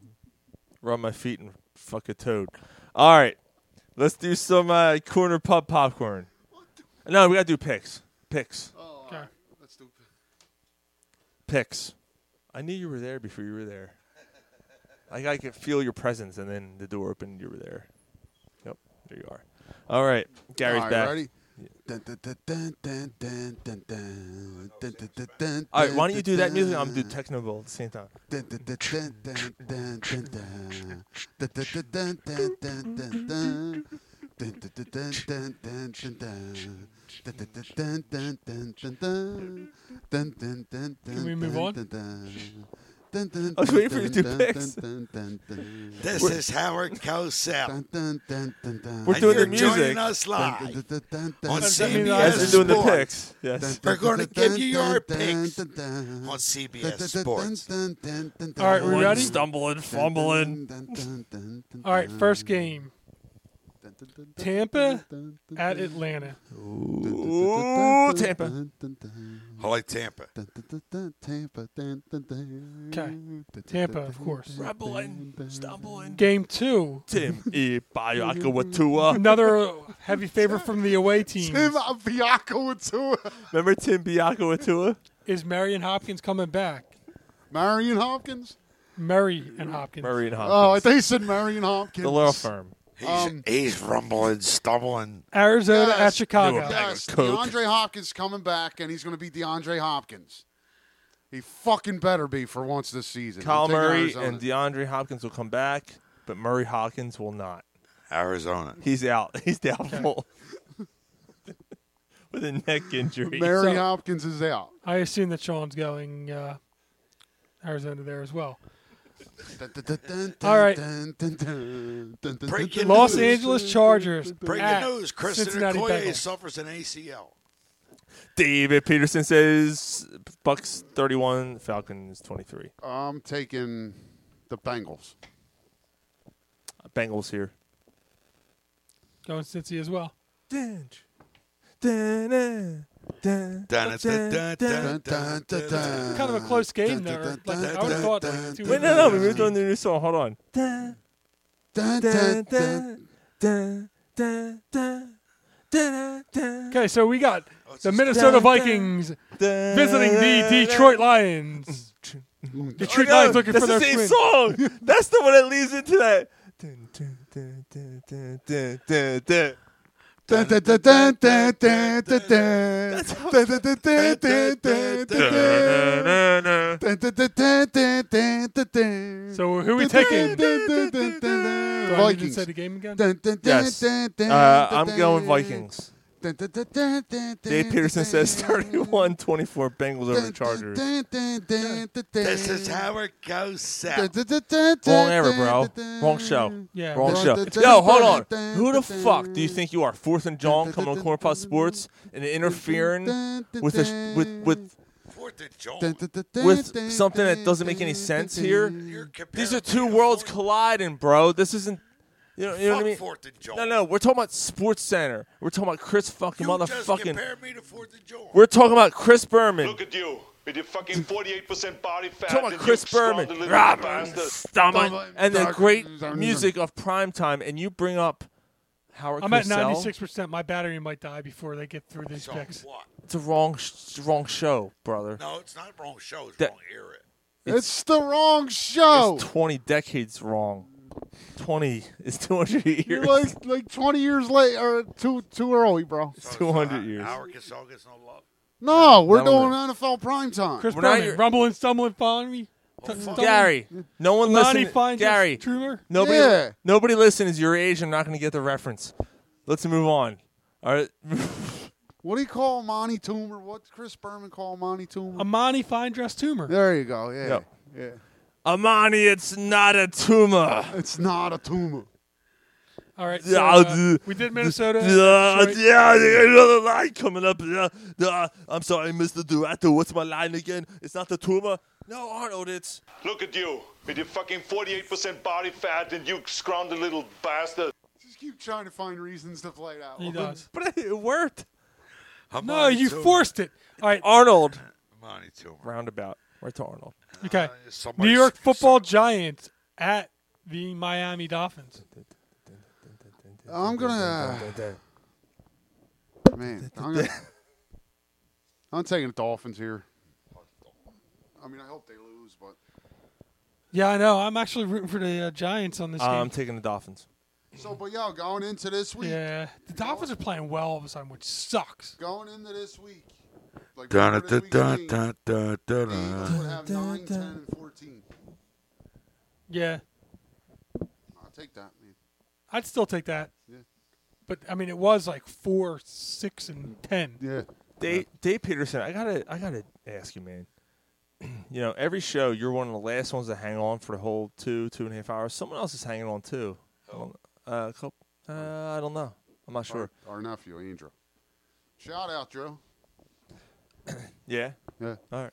Speaker 5: rub my feet and fuck a toad. All right, let's do some uh, corner pub popcorn. No, we gotta do picks, picks,
Speaker 6: Okay.
Speaker 7: That's stupid.
Speaker 5: picks. I knew you were there before you were there. Like I could feel your presence, and then the door opened. You were there. Yep, there you are. All right, Gary's
Speaker 7: All right,
Speaker 5: back.
Speaker 7: ready? Dun, dun, dun, dun, dun, dun, dun, dun, dun, dun, dun, dun,
Speaker 5: All right, why don't you do that
Speaker 7: dun,
Speaker 5: music? I'm gonna do techno bowl at the same time.
Speaker 7: dun, dun, dun, dun, dun, dun, dun, dun. Dun, dun, dun, dun, dun, dun, dun, dun. Dun, dun, dun, dun, dun, dun, dun, dun. Dun, dun, dun, dun, dun, dun, dun. Dun, dun, dun, dun,
Speaker 6: Can we
Speaker 7: dun,
Speaker 6: move on?
Speaker 7: dun, dun. Dun, dun,
Speaker 5: I was
Speaker 7: dun,
Speaker 5: waiting for you to do
Speaker 7: dun,
Speaker 5: picks.
Speaker 7: dun, dun, dun, dun.
Speaker 8: This is Howard Cosell.
Speaker 7: Dun, dun, dun, dun, dun.
Speaker 5: We're
Speaker 8: and
Speaker 5: doing
Speaker 8: you're
Speaker 5: the music.
Speaker 8: joining us live.
Speaker 7: Dun, dun, dun, dun,
Speaker 8: on
Speaker 7: dun,
Speaker 6: Doesn't
Speaker 7: dun,
Speaker 6: mean
Speaker 7: dun,
Speaker 6: I-
Speaker 5: As
Speaker 8: CBS
Speaker 5: we're doing the
Speaker 8: Sports.
Speaker 5: picks, yes.
Speaker 8: We're gonna give you your picks.
Speaker 7: on
Speaker 8: on CBS Sports.
Speaker 6: All right, we ready?
Speaker 5: Stumbling, fumbling.
Speaker 6: All right, first game. Tampa at Atlanta.
Speaker 5: Ooh, Tampa.
Speaker 8: I like Tampa.
Speaker 6: Okay. Tampa, of course.
Speaker 5: Rumbling, stumbling.
Speaker 6: Game two.
Speaker 5: Tim [laughs] E. Bayokawatua.
Speaker 6: Another heavy favorite from the away team.
Speaker 7: Tim Aviakowatua.
Speaker 5: Remember Tim Biakawatua?
Speaker 6: Is Marion Hopkins coming back?
Speaker 7: Marion Hopkins?
Speaker 6: Murray and Hopkins.
Speaker 5: Murray and Hopkins.
Speaker 7: Oh, I think he said Marion Hopkins.
Speaker 5: The law firm.
Speaker 8: He's,
Speaker 7: Um,
Speaker 8: he's rumbling, stumbling.
Speaker 6: Arizona
Speaker 7: Yes.
Speaker 6: at Chicago.
Speaker 7: Yes, DeAndre Hopkins coming back, and he's going to be DeAndre Hopkins. He fucking better be for once this season.
Speaker 5: Kyle
Speaker 7: I'm taking
Speaker 5: Murray
Speaker 7: Arizona.
Speaker 5: and DeAndre Hopkins will come back, but Murray Hopkins will not.
Speaker 8: Arizona.
Speaker 5: He's out. [laughs] He's doubtful with a neck injury.
Speaker 7: Mary Hopkins is out.
Speaker 6: I assume that Sean's going uh, Arizona there as well. All right.
Speaker 8: Breaking
Speaker 6: Los
Speaker 8: news.
Speaker 6: Angeles Chargers.
Speaker 8: Breaking
Speaker 6: at
Speaker 8: news: Kristen
Speaker 6: Cincinnati
Speaker 8: Okoye
Speaker 6: Bengals.
Speaker 8: suffers an ACL.
Speaker 5: David Peterson says Bucks 31, Falcons 23.
Speaker 7: I'm taking the Bengals.
Speaker 5: Bengals here.
Speaker 6: Going Cincy as well. Kind
Speaker 5: Kind
Speaker 6: of a close game there. Like, I would have thought like two
Speaker 5: Wait, no, no, we were doing the new song. Hold on.
Speaker 6: Okay, so we got the Minnesota Vikings visiting the Detroit Lions. Detroit
Speaker 5: Oh, no,
Speaker 6: Lions looking
Speaker 5: that's
Speaker 6: for their
Speaker 5: the same
Speaker 6: swing.
Speaker 5: song. [laughs] That's the one that leads into that. Dun, dun, dun, dun, dun, dun, dun, dun.
Speaker 6: So who we taking?
Speaker 7: The
Speaker 6: I need to say the game again?
Speaker 5: Yes. Uh, I'm going Vikings. Dave Peterson says [laughs] 31 24 Bengals over Chargers.
Speaker 8: This is how it goes south.
Speaker 5: Wrong era, bro. Wrong show.
Speaker 8: Yeah.
Speaker 5: Wrong show. Yo, hold on. Who the fuck do you think you are? Fourth and John coming on Cornpot Sports and interfering with a sh- with with with something that doesn't make any sense here. These are two worlds colliding, bro. This isn't. You know, you know what I
Speaker 8: Fuck
Speaker 5: mean?
Speaker 8: Fourth and John.
Speaker 5: No, no, we're talking about Sports Center. We're talking about Chris fucking
Speaker 10: You just
Speaker 5: motherfucking.
Speaker 10: compared me to Fourth and John.
Speaker 5: We're talking about Chris Berman.
Speaker 10: Look at you with
Speaker 5: [laughs]
Speaker 10: your fucking 48% body fat.
Speaker 5: Talking
Speaker 10: and
Speaker 5: about Chris
Speaker 10: you scrawny
Speaker 5: Berman,
Speaker 10: little
Speaker 5: Robert
Speaker 10: bastard.
Speaker 5: Stomach, and the great music of primetime, and you bring up Howard
Speaker 6: I'm at
Speaker 5: Cosell.
Speaker 6: 96%. My battery might die before they get through these picks.
Speaker 5: It's a wrong, sh- wrong show, brother.
Speaker 8: No, it's not wrong show. It's
Speaker 5: That-
Speaker 8: wrong era.
Speaker 7: It's the wrong show.
Speaker 5: It's twenty decades wrong. Twenty is two hundred
Speaker 7: You're
Speaker 5: years. [laughs]
Speaker 7: like like 20 years late or too too early, bro.
Speaker 5: two hundred years.
Speaker 8: Howard Gasol gets no love.
Speaker 7: No, we're
Speaker 5: Not on
Speaker 7: doing NFL prime time.
Speaker 6: Chris
Speaker 5: We're not
Speaker 6: Berman,
Speaker 5: your-
Speaker 6: rumbling, stumbling, following me. T- stumbling.
Speaker 5: Gary, no one
Speaker 6: Lonnie
Speaker 5: listens.
Speaker 6: finds us
Speaker 5: Gary,
Speaker 6: truer.
Speaker 5: nobody,
Speaker 6: Yeah.
Speaker 5: nobody listens. Your age, I'm not going to get the reference. Let's move on. All right,
Speaker 7: What do you call Monty Toomer? What does Chris Berman call Monty Toomer?
Speaker 6: Amani fine dress tumor.
Speaker 7: there you go. Yeah.
Speaker 5: Yo.
Speaker 7: Yeah.
Speaker 5: Amani, it's not a tumor.
Speaker 7: It's not a tumor.
Speaker 6: All right. So,
Speaker 5: Yeah,
Speaker 6: uh,
Speaker 5: the-
Speaker 6: we did Minnesota.
Speaker 5: Yeah,
Speaker 6: Detroit.
Speaker 5: yeah, yeah, another line coming up. Yeah, yeah. I'm sorry, Mr. Director. What's my line again? It's not the tumor. No, Arnold, it's.
Speaker 10: Look at you with your fucking 48% body fat and you scrawny little bastard.
Speaker 7: Just keep trying to find reasons to play that
Speaker 6: He
Speaker 7: one.
Speaker 6: does.
Speaker 5: But it worked.
Speaker 6: No, you forced it. All right.
Speaker 5: Arnold. Uh,
Speaker 8: Money to him.
Speaker 5: Roundabout. Right to Arnold.
Speaker 6: Uh, Okay. New
Speaker 8: somebody's-
Speaker 6: York Football Giants at the Miami Dolphins.
Speaker 5: [laughs]
Speaker 7: I'm gonna. Man, I'm, gonna, [laughs] I'm taking the Dolphins here. I mean, I hope they lose, but
Speaker 6: Yeah, I know. I'm actually rooting for the uh, Giants on this
Speaker 5: Um, I'm
Speaker 6: game.
Speaker 5: taking the Dolphins.
Speaker 7: so. But y'all going into this week,
Speaker 6: Yeah, the Dolphins are playing well all of a sudden, which sucks.
Speaker 7: going into this week, like
Speaker 8: Dun,
Speaker 7: remember
Speaker 8: dun,
Speaker 7: this week's
Speaker 8: dun,
Speaker 7: game,
Speaker 8: dun, dun, dun,
Speaker 7: the Eagles
Speaker 8: dun.
Speaker 7: would have nine, ten, and fourteen.
Speaker 6: Yeah,
Speaker 7: I'll take that, man.
Speaker 6: I'd still take that.
Speaker 7: Yeah.
Speaker 6: But I mean, it was like four, six, and ten.
Speaker 7: Yeah.
Speaker 5: Dave, Dave Peterson, I gotta, I gotta ask you, man. [clears throat] You know, every show you're one of the last ones to hang on for the whole two, two and a half hours. Someone else is hanging on too. Uh, couple, uh, I don't know. I'm not sure.
Speaker 7: Our, our nephew, Andrew. Shout out, Drew.
Speaker 5: Yeah.
Speaker 7: Yeah.
Speaker 5: All right.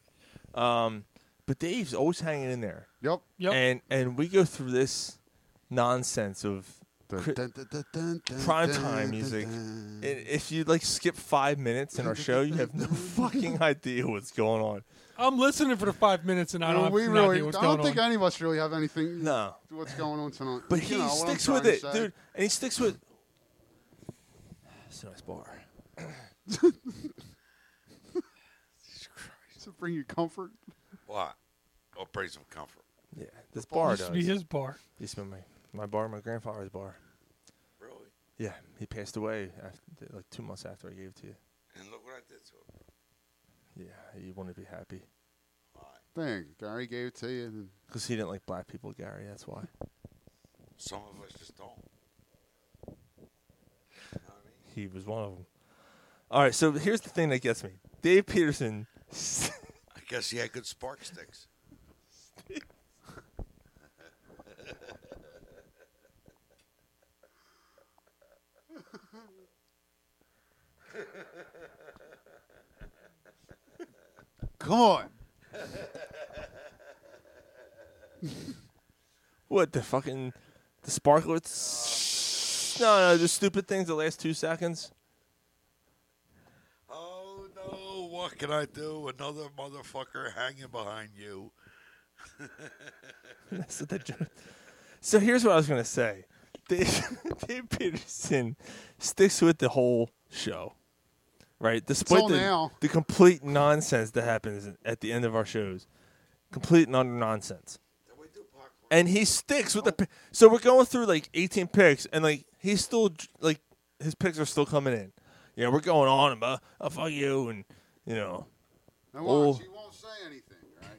Speaker 5: Um, but Dave's always hanging in there.
Speaker 7: Yep.
Speaker 6: Yep.
Speaker 5: And and we go through this nonsense of cri- prime time
Speaker 7: [laughs]
Speaker 5: music. And if you like skip five minutes in our show, you have
Speaker 7: [laughs]
Speaker 5: no fucking idea what's going on.
Speaker 6: I'm listening for the five minutes, and I
Speaker 7: No,
Speaker 6: don't.
Speaker 7: we
Speaker 6: have an
Speaker 7: really.
Speaker 6: idea what's
Speaker 7: I don't
Speaker 6: going
Speaker 7: think
Speaker 6: on.
Speaker 7: any of us really have anything.
Speaker 5: No.
Speaker 7: What's going on tonight?
Speaker 5: But
Speaker 7: You
Speaker 5: he
Speaker 7: know what I'm
Speaker 5: sticks with
Speaker 7: trying
Speaker 5: it,
Speaker 7: to say.
Speaker 5: dude. And he sticks
Speaker 7: [sighs]
Speaker 5: with. It's a nice bar.
Speaker 7: Does it bring you comfort?
Speaker 8: What? Oh, bring some comfort.
Speaker 5: Yeah, this bar
Speaker 6: used
Speaker 5: does.
Speaker 6: to be his bar.
Speaker 5: Used to be my, my bar, my grandfather's bar.
Speaker 8: Really?
Speaker 5: Yeah, he passed away after, like two months after I gave it to you.
Speaker 8: And look what I did to him.
Speaker 5: Yeah, you wouldn't be happy
Speaker 7: Thing, Gary gave it to you. and-
Speaker 5: because he didn't like black people, Gary. That's why.
Speaker 8: Some of us just don't.
Speaker 5: He was one of them. All right, so here's the thing that gets me. Dave Peterson.
Speaker 8: I guess he had good spark sticks.
Speaker 7: Come on.
Speaker 5: what the fucking the sparkler? it's- No, no, the stupid things. The last two seconds. [laughs]
Speaker 8: Oh no! What can I do? Another motherfucker hanging behind you.
Speaker 5: That's what the joke. So here's what I was gonna say. Dave, [laughs] Dave Peterson sticks with the whole show, right? Despite
Speaker 7: all
Speaker 5: the,
Speaker 7: now.
Speaker 5: the complete nonsense that happens at the end of our shows, complete and utter nonsense. And he sticks with the. pi- So we're going through like 18 picks, and like he's still like his picks are still coming in. Yeah, we're going on about oh fuck you and you know.
Speaker 7: Now watch,
Speaker 5: oh,
Speaker 7: he won't say anything, right?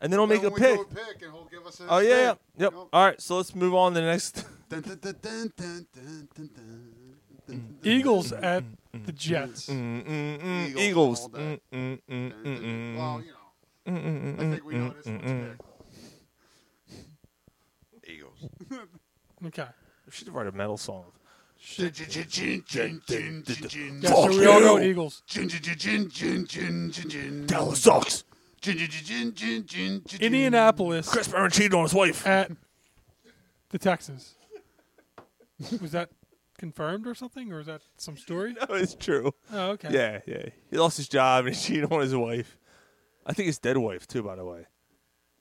Speaker 5: and then I'll make
Speaker 7: Then
Speaker 5: a
Speaker 7: when we
Speaker 5: pick.
Speaker 7: do a pick and he'll give us his
Speaker 5: oh yeah, yeah,
Speaker 7: pick.
Speaker 5: yep. All right, so let's move on to the next. [laughs]
Speaker 7: Dun, dun, dun, dun, dun, dun, dun, dun, dun, dun.
Speaker 6: Eagles
Speaker 5: Mm-hmm.
Speaker 6: at the Jets.
Speaker 5: Eagles.
Speaker 6: Eagles.
Speaker 5: Mm, mm, mm, mm, mm.
Speaker 7: Well, you know, I think we know this one's
Speaker 8: Eagles.
Speaker 6: Okay.
Speaker 5: We should write a metal song.
Speaker 6: Yeah, so we all go
Speaker 5: you.
Speaker 6: Eagles.
Speaker 5: Dallas sucks.
Speaker 6: Indianapolis.
Speaker 5: Chris Barron cheated on his [laughs] wife.
Speaker 6: At the Texans. Was that confirmed or something, or is that some story?
Speaker 5: No, it's true.
Speaker 6: Oh, okay.
Speaker 5: Yeah, yeah. He lost his job and he [laughs] cheated on his wife. I think his dead wife too, by the way. [laughs]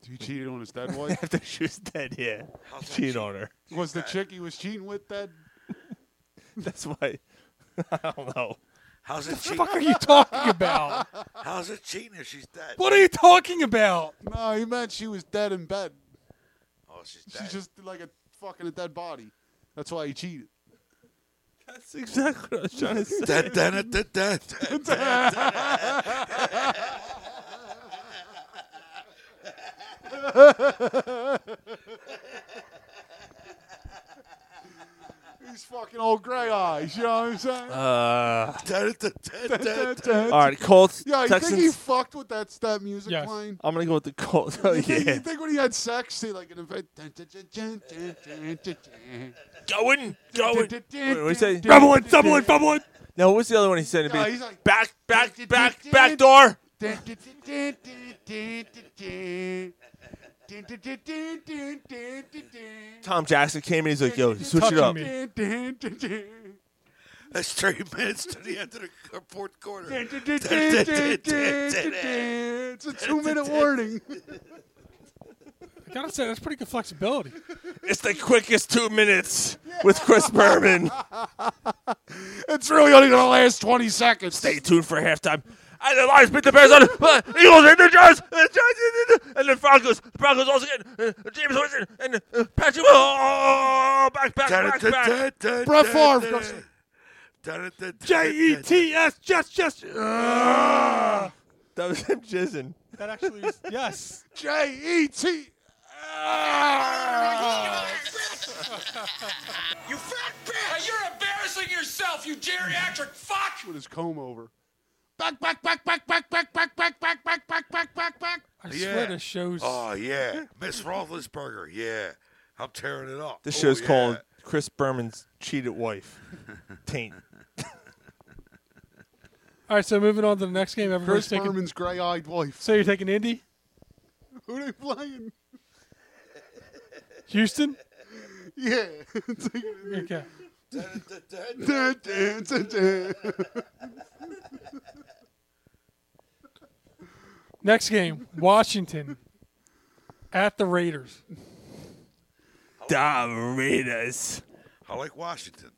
Speaker 7: He cheated on his dead wife.
Speaker 5: After she was dead, yeah,
Speaker 7: How's that
Speaker 5: cheated on her.
Speaker 7: was the chick he was cheating with dead?
Speaker 5: [laughs] That's why. I don't know.
Speaker 8: How's
Speaker 21: [laughs]
Speaker 8: it cheating?
Speaker 6: fuck are you talking about?
Speaker 8: How's it cheating if she's dead?
Speaker 6: What are you talking about?
Speaker 7: No, he meant she was dead in bed.
Speaker 8: Oh, she's dead.
Speaker 7: She's just like a fucking a dead body. That's why he cheated.
Speaker 5: That's exactly what I was trying to say.
Speaker 8: Dead, dead, dead, dead, dead,
Speaker 7: He's fucking old gray eyes. You know what I'm saying?
Speaker 5: Uh,
Speaker 7: Dun, dun,
Speaker 5: [laughs]
Speaker 7: dun.
Speaker 5: All right, Colts,
Speaker 7: Yeah, you think he
Speaker 5: Texans.
Speaker 7: fucked with that that music line?
Speaker 5: I'm gonna go with the Colts. [laughs] Oh
Speaker 7: You think-
Speaker 5: yeah,
Speaker 7: You think when he had sex, he like an event?
Speaker 5: going, going. Wait, what he say?
Speaker 7: Rumbling, tumbling,
Speaker 5: fumbling. No, what's the other one he said?
Speaker 7: No, he's like-
Speaker 5: back, back, back, back door. Tom Jackson came in. He's like, "Yo, switch it up."
Speaker 8: That's
Speaker 5: [laughs]
Speaker 8: three minutes to the end of the fourth quarter.
Speaker 7: It's a [laughs] two-minute warning.
Speaker 6: I gotta say, that's pretty good flexibility.
Speaker 5: It's the quickest two minutes with Chris
Speaker 7: [laughs]
Speaker 5: Berman.
Speaker 7: It's really only gonna last twenty seconds.
Speaker 5: Stay tuned for halftime. And the Lions beat the Bears on uh, Eagles and the Giants, and the Giants and the- and the Falcons. The Falcons also get uh, James Winston and uh, Patrick. Oh, back, back, back, back.
Speaker 7: Brett Favre goes-
Speaker 5: J E T S, just, just. uh. That was him jizzing.
Speaker 6: That actually was, yes.
Speaker 7: J E T.
Speaker 21: Ah.
Speaker 11: You fat bitch! You're embarrassing yourself, you geriatric fuck!
Speaker 7: With his comb over.
Speaker 21: Back, back, back, back, back, back, back, back, back, back, back, back, back, back.
Speaker 6: I
Speaker 8: Yeah.
Speaker 6: swear this shows.
Speaker 8: Oh yeah, Miss Roethlisberger. Yeah, I'm tearing it up.
Speaker 5: This
Speaker 8: Oh,
Speaker 5: show's
Speaker 8: yeah.
Speaker 5: called Chris Berman's Cheated Wife. Taint.
Speaker 6: All right, so moving on to the next game. Everybody's
Speaker 7: Chris
Speaker 6: taking.
Speaker 7: Berman's gray-eyed wife. [laughs]
Speaker 6: So you're taking Indy,
Speaker 7: Who they playing?
Speaker 6: Houston.
Speaker 7: Yeah. [laughs]
Speaker 6: Okay.
Speaker 7: Dun, dun, dun, dun.
Speaker 6: Next game, Washington at the Raiders.
Speaker 5: The Raiders.
Speaker 8: I like Washington.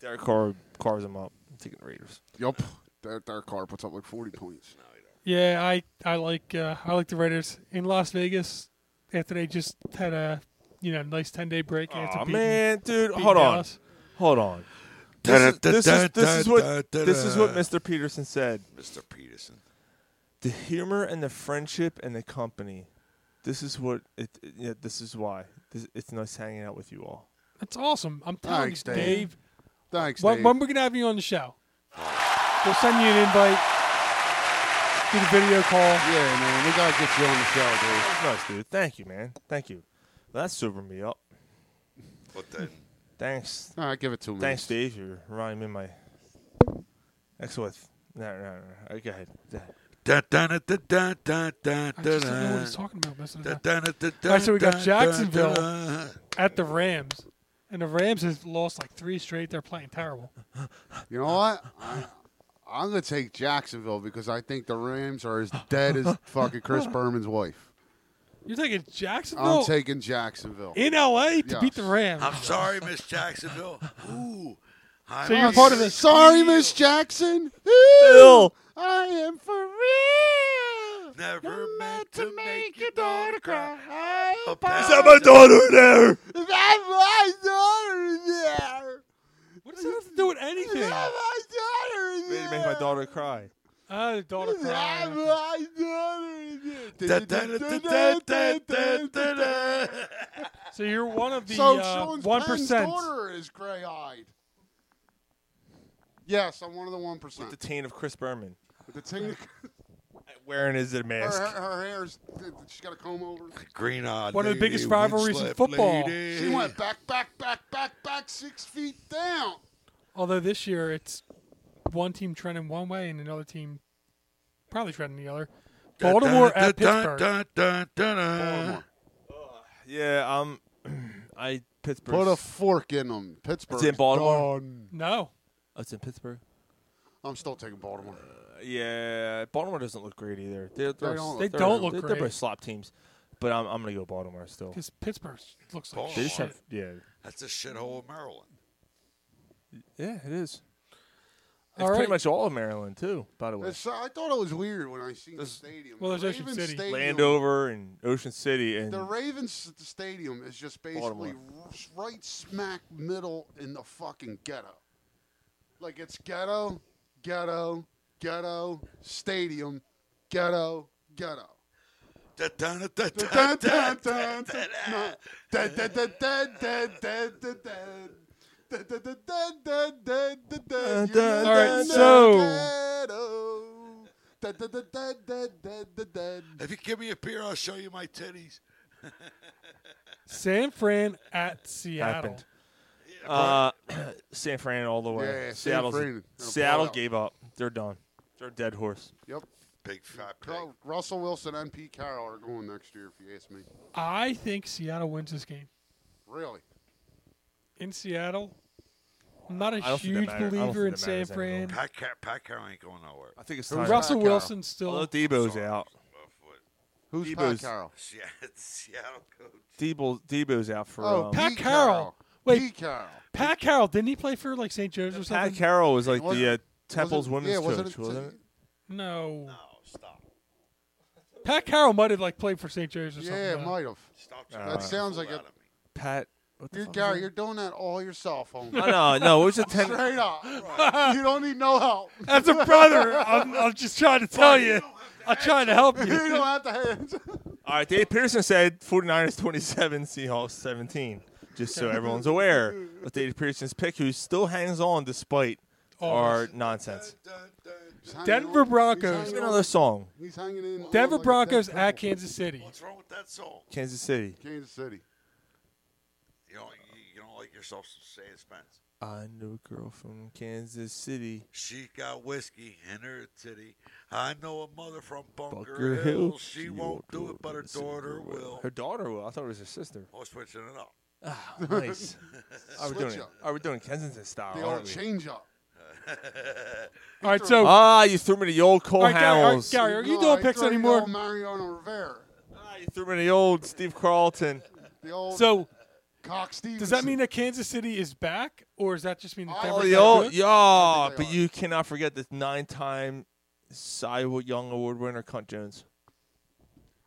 Speaker 5: Derek Carr cars him up. I'm taking the Raiders.
Speaker 7: Yup. That, that car puts up like 40 points.
Speaker 6: Yeah, I I like uh, I like the Raiders in Las Vegas. after they just had a you know nice ten day break. after
Speaker 5: Aw,
Speaker 6: beating-
Speaker 5: man, dude,
Speaker 6: beating
Speaker 5: hold on,
Speaker 6: Dallas.
Speaker 5: hold on. This is, this is- this is what this is what Mr. Peterson said.
Speaker 8: Mr. Peterson.
Speaker 5: The humor and the friendship and the company. This is what it. it- yeah, this is why this, it's nice hanging out with you all.
Speaker 6: That's awesome. I'm telling
Speaker 7: Thanks,
Speaker 6: you,
Speaker 7: Dave.
Speaker 6: Dave.
Speaker 7: Thanks,
Speaker 6: When,
Speaker 7: Dave.
Speaker 6: when we're gonna have you on the show? We'll send you an invite. Do the video call.
Speaker 7: Yeah, man, we gotta get you on the show, dude.
Speaker 5: That's nice, dude. Thank you, man. Thank you. Well, that sobered me up.
Speaker 8: What then?
Speaker 5: Thanks.
Speaker 7: All right, give it two
Speaker 5: Thanks, Dave. You're reminding me of my ex with. No, no, no. All right, go ahead. Go ahead.
Speaker 8: Da, da, da, da, da, da, da,
Speaker 6: I just don't know what
Speaker 8: da.
Speaker 6: he's talking about most of the
Speaker 8: Da,
Speaker 6: time.
Speaker 8: da, da, da,
Speaker 6: All right, so we
Speaker 8: da,
Speaker 6: got
Speaker 8: da,
Speaker 6: Jacksonville
Speaker 8: da.
Speaker 6: at the Rams, and the Rams has lost like three straight. They're playing terrible.
Speaker 7: You know what? I, I'm gonna take Jacksonville because I think the Rams are as dead
Speaker 8: [laughs]
Speaker 7: as fucking Chris Berman's wife.
Speaker 6: You're taking Jacksonville.
Speaker 7: I'm taking Jacksonville
Speaker 6: in LA to beat the Rams.
Speaker 8: I'm sorry, Miss Jacksonville. Ooh. I'm
Speaker 6: So you're part of
Speaker 8: sorry.
Speaker 6: the
Speaker 7: Sorry, Miss Jackson.
Speaker 5: Bill.
Speaker 7: I am for real.
Speaker 8: Never meant to make your
Speaker 7: daughter cry. I
Speaker 8: Is
Speaker 5: that my daughter there?
Speaker 7: That's my daughter in there.
Speaker 6: What does that have to do with anything?
Speaker 7: [laughs] That's my daughter in
Speaker 5: Ready
Speaker 7: there.
Speaker 5: to make my daughter cry.
Speaker 6: Ah, the daughter
Speaker 7: That's
Speaker 6: crying.
Speaker 7: my daughter in
Speaker 8: Da,
Speaker 7: there.
Speaker 8: da, da, da, da, da, da, da, da.
Speaker 6: So you're one of the
Speaker 7: so
Speaker 6: uh,
Speaker 7: Sean's
Speaker 6: one
Speaker 7: Penn's
Speaker 6: percent.
Speaker 7: daughter is gray eyed. Yes, I'm one of the one percent.
Speaker 5: The taint of Chris Berman.
Speaker 7: The thing,
Speaker 5: Wearing his
Speaker 7: her,
Speaker 5: mask.
Speaker 7: [laughs] her, her hair's she's got a comb over.
Speaker 8: Green eyed.
Speaker 6: One of the biggest rivalries in football.
Speaker 7: She went back, back, back, back, back, six feet down.
Speaker 6: Although this year it's one team trending one way and another team probably trending the other. Baltimore at Pittsburgh.
Speaker 8: Baltimore.
Speaker 5: Yeah, um, [clears throat] I Pittsburgh.
Speaker 7: Put a fork in them. Pittsburgh.
Speaker 5: It's in Baltimore.
Speaker 6: No.
Speaker 5: Oh, it's in Pittsburgh.
Speaker 7: I'm still taking Baltimore.
Speaker 5: Uh, Yeah, Baltimore doesn't look great either. They're, they're,
Speaker 7: They don't
Speaker 5: they
Speaker 7: look
Speaker 5: they're,
Speaker 6: great.
Speaker 5: they're, both slop teams, but I'm, I'm gonna go Baltimore still.
Speaker 6: Because Pittsburgh looks like
Speaker 5: They just
Speaker 6: shit.
Speaker 5: have, yeah,
Speaker 8: That's a shithole of Maryland.
Speaker 5: yeah, it is. It's
Speaker 6: All
Speaker 5: pretty
Speaker 6: right.
Speaker 5: much all of Maryland too. By the way,
Speaker 7: It's- uh, I thought it was weird when I seen the stadium.
Speaker 6: well, there's
Speaker 7: The
Speaker 6: Ocean
Speaker 7: Ravens
Speaker 6: City.
Speaker 7: Stadium-
Speaker 5: Landover and Ocean City and
Speaker 7: The Ravens s- stadium is just basically r- right smack middle in the fucking ghetto. Like it's ghetto, ghetto, ghetto, stadium, ghetto, ghetto.
Speaker 8: Da, da, da, da, da,
Speaker 7: Dun,
Speaker 8: da,
Speaker 7: dun,
Speaker 8: da,
Speaker 7: dun,
Speaker 8: da,
Speaker 7: dun,
Speaker 8: da.
Speaker 7: no. Dun, dun, dun, dun, dun, dun, dun, dun. Dun, dun, dun, dun, dun, dun, dun, dun.
Speaker 5: Dun,
Speaker 7: You're
Speaker 5: dun, dun, dun.
Speaker 7: in the
Speaker 5: So-
Speaker 7: ghetto. Dun, dun, dun, dun, dun, dun, dun, dun.
Speaker 8: If you give me a beer, I'll show you my titties.
Speaker 6: San Fran at Seattle.
Speaker 5: happened. Uh, [clears throat] San Fran all the way.
Speaker 7: Yeah, yeah, San
Speaker 5: Seattle's-
Speaker 7: Fran. They're a
Speaker 5: Seattle
Speaker 7: blowout.
Speaker 5: gave up. They're done. They're a dead horse.
Speaker 7: Yep.
Speaker 8: Big fat pig.
Speaker 7: Ru- Russell Wilson and Pete Carroll are going next year, if you ask me.
Speaker 6: I think Seattle wins this game.
Speaker 7: Really?
Speaker 6: In Seattle, I'm not a
Speaker 5: I don't think that
Speaker 6: huge
Speaker 5: matter- I don't
Speaker 6: believer
Speaker 5: think
Speaker 6: in
Speaker 5: that
Speaker 6: San
Speaker 5: matters anymore.
Speaker 6: Fran.
Speaker 8: Pat, Car- Pat Carroll ain't going nowhere.
Speaker 5: I think it's time.
Speaker 6: Russell
Speaker 7: Pacquiao.
Speaker 6: Wilson still.
Speaker 5: Although Debo's out.
Speaker 7: Who's
Speaker 5: Debo's-
Speaker 7: Pat Carroll?
Speaker 8: Se- [laughs] Seattle coach.
Speaker 5: Debo, Debo's out for.
Speaker 7: Oh,
Speaker 5: um,
Speaker 6: Pat
Speaker 7: Pete
Speaker 6: Carroll. Wait.
Speaker 7: Pete Carroll.
Speaker 6: Pat Carroll didn't he play for like St. Joe's or
Speaker 5: Pat
Speaker 6: something?
Speaker 5: Carroll was like
Speaker 7: Wasn't-
Speaker 5: the uh, Temple's
Speaker 7: wasn't-
Speaker 5: women's
Speaker 7: yeah, wasn't
Speaker 5: coach,
Speaker 7: it-
Speaker 5: wasn't it?
Speaker 6: no.
Speaker 8: Oh, stop.
Speaker 6: Pat Carroll might have like played for St. Joe's or
Speaker 7: Yeah,
Speaker 6: something.
Speaker 7: it might have.
Speaker 8: Stop
Speaker 5: Uh,
Speaker 8: trying
Speaker 7: That sounds like
Speaker 8: it.
Speaker 7: it.
Speaker 5: Pat. What the
Speaker 7: You're,
Speaker 5: fuck was
Speaker 7: Gary,
Speaker 5: it?
Speaker 7: you're doing that all yourself, homie.
Speaker 5: Oh, [laughs] no, no, it was a ten.
Speaker 7: [laughs] Straight up. You don't need no help.
Speaker 6: As a brother, I'm, I'm just trying to tell you. I'm trying to help
Speaker 7: [laughs] You
Speaker 6: you.
Speaker 7: don't have to hands. [laughs]
Speaker 5: All right, Dave Peterson said 49ers 27, Seahawks 17. Just so everyone's aware of Dave Peterson's pick, who still hangs on despite
Speaker 7: Oh,
Speaker 5: our nonsense.
Speaker 6: Denver Broncos.
Speaker 5: Let's get another song.
Speaker 7: He's hanging in. on
Speaker 6: Denver
Speaker 7: like a
Speaker 6: Broncos
Speaker 7: dead
Speaker 6: at
Speaker 7: turtle.
Speaker 6: Kansas City.
Speaker 8: What's wrong with that song?
Speaker 5: Kansas City.
Speaker 7: Kansas City.
Speaker 8: You don't, you, you don't like yourself some Sam Spence.
Speaker 5: I knew a girl from Kansas City.
Speaker 8: She got whiskey in her titty. I know a mother from Bunker,
Speaker 5: Bunker
Speaker 8: Hill.
Speaker 5: Hill.
Speaker 8: She, won't do it, but her daughter will.
Speaker 5: Her daughter will. I thought it was her sister.
Speaker 8: We're switching it up.
Speaker 7: [laughs]
Speaker 5: Nice. Are we doing
Speaker 7: Switch
Speaker 5: it?
Speaker 7: up.
Speaker 5: Are we doing Kensington style?
Speaker 7: The
Speaker 5: aren't
Speaker 7: old
Speaker 5: we?
Speaker 7: change up.
Speaker 6: All right, so
Speaker 7: Oh,
Speaker 5: Ah, you threw me the old Cole
Speaker 6: all right, Gary, all right,
Speaker 5: Hamels.
Speaker 6: Gary, are you
Speaker 7: No,
Speaker 6: doing
Speaker 7: I
Speaker 6: picks
Speaker 7: throw you the
Speaker 6: anymore?
Speaker 7: old Mariano Rivera.
Speaker 5: Ah, you threw me the old Steve Carlton.
Speaker 7: The old
Speaker 6: So
Speaker 7: cock Stevenson.
Speaker 6: does that mean that Kansas City is back, or does that just mean that
Speaker 7: Oh,
Speaker 5: Oh,
Speaker 6: Denver's
Speaker 5: the
Speaker 6: not
Speaker 5: old,
Speaker 6: good?
Speaker 5: yeah,
Speaker 7: think they
Speaker 5: but
Speaker 7: are.
Speaker 5: you cannot forget the nine-time Cy Young Award winner, Cunt Jones.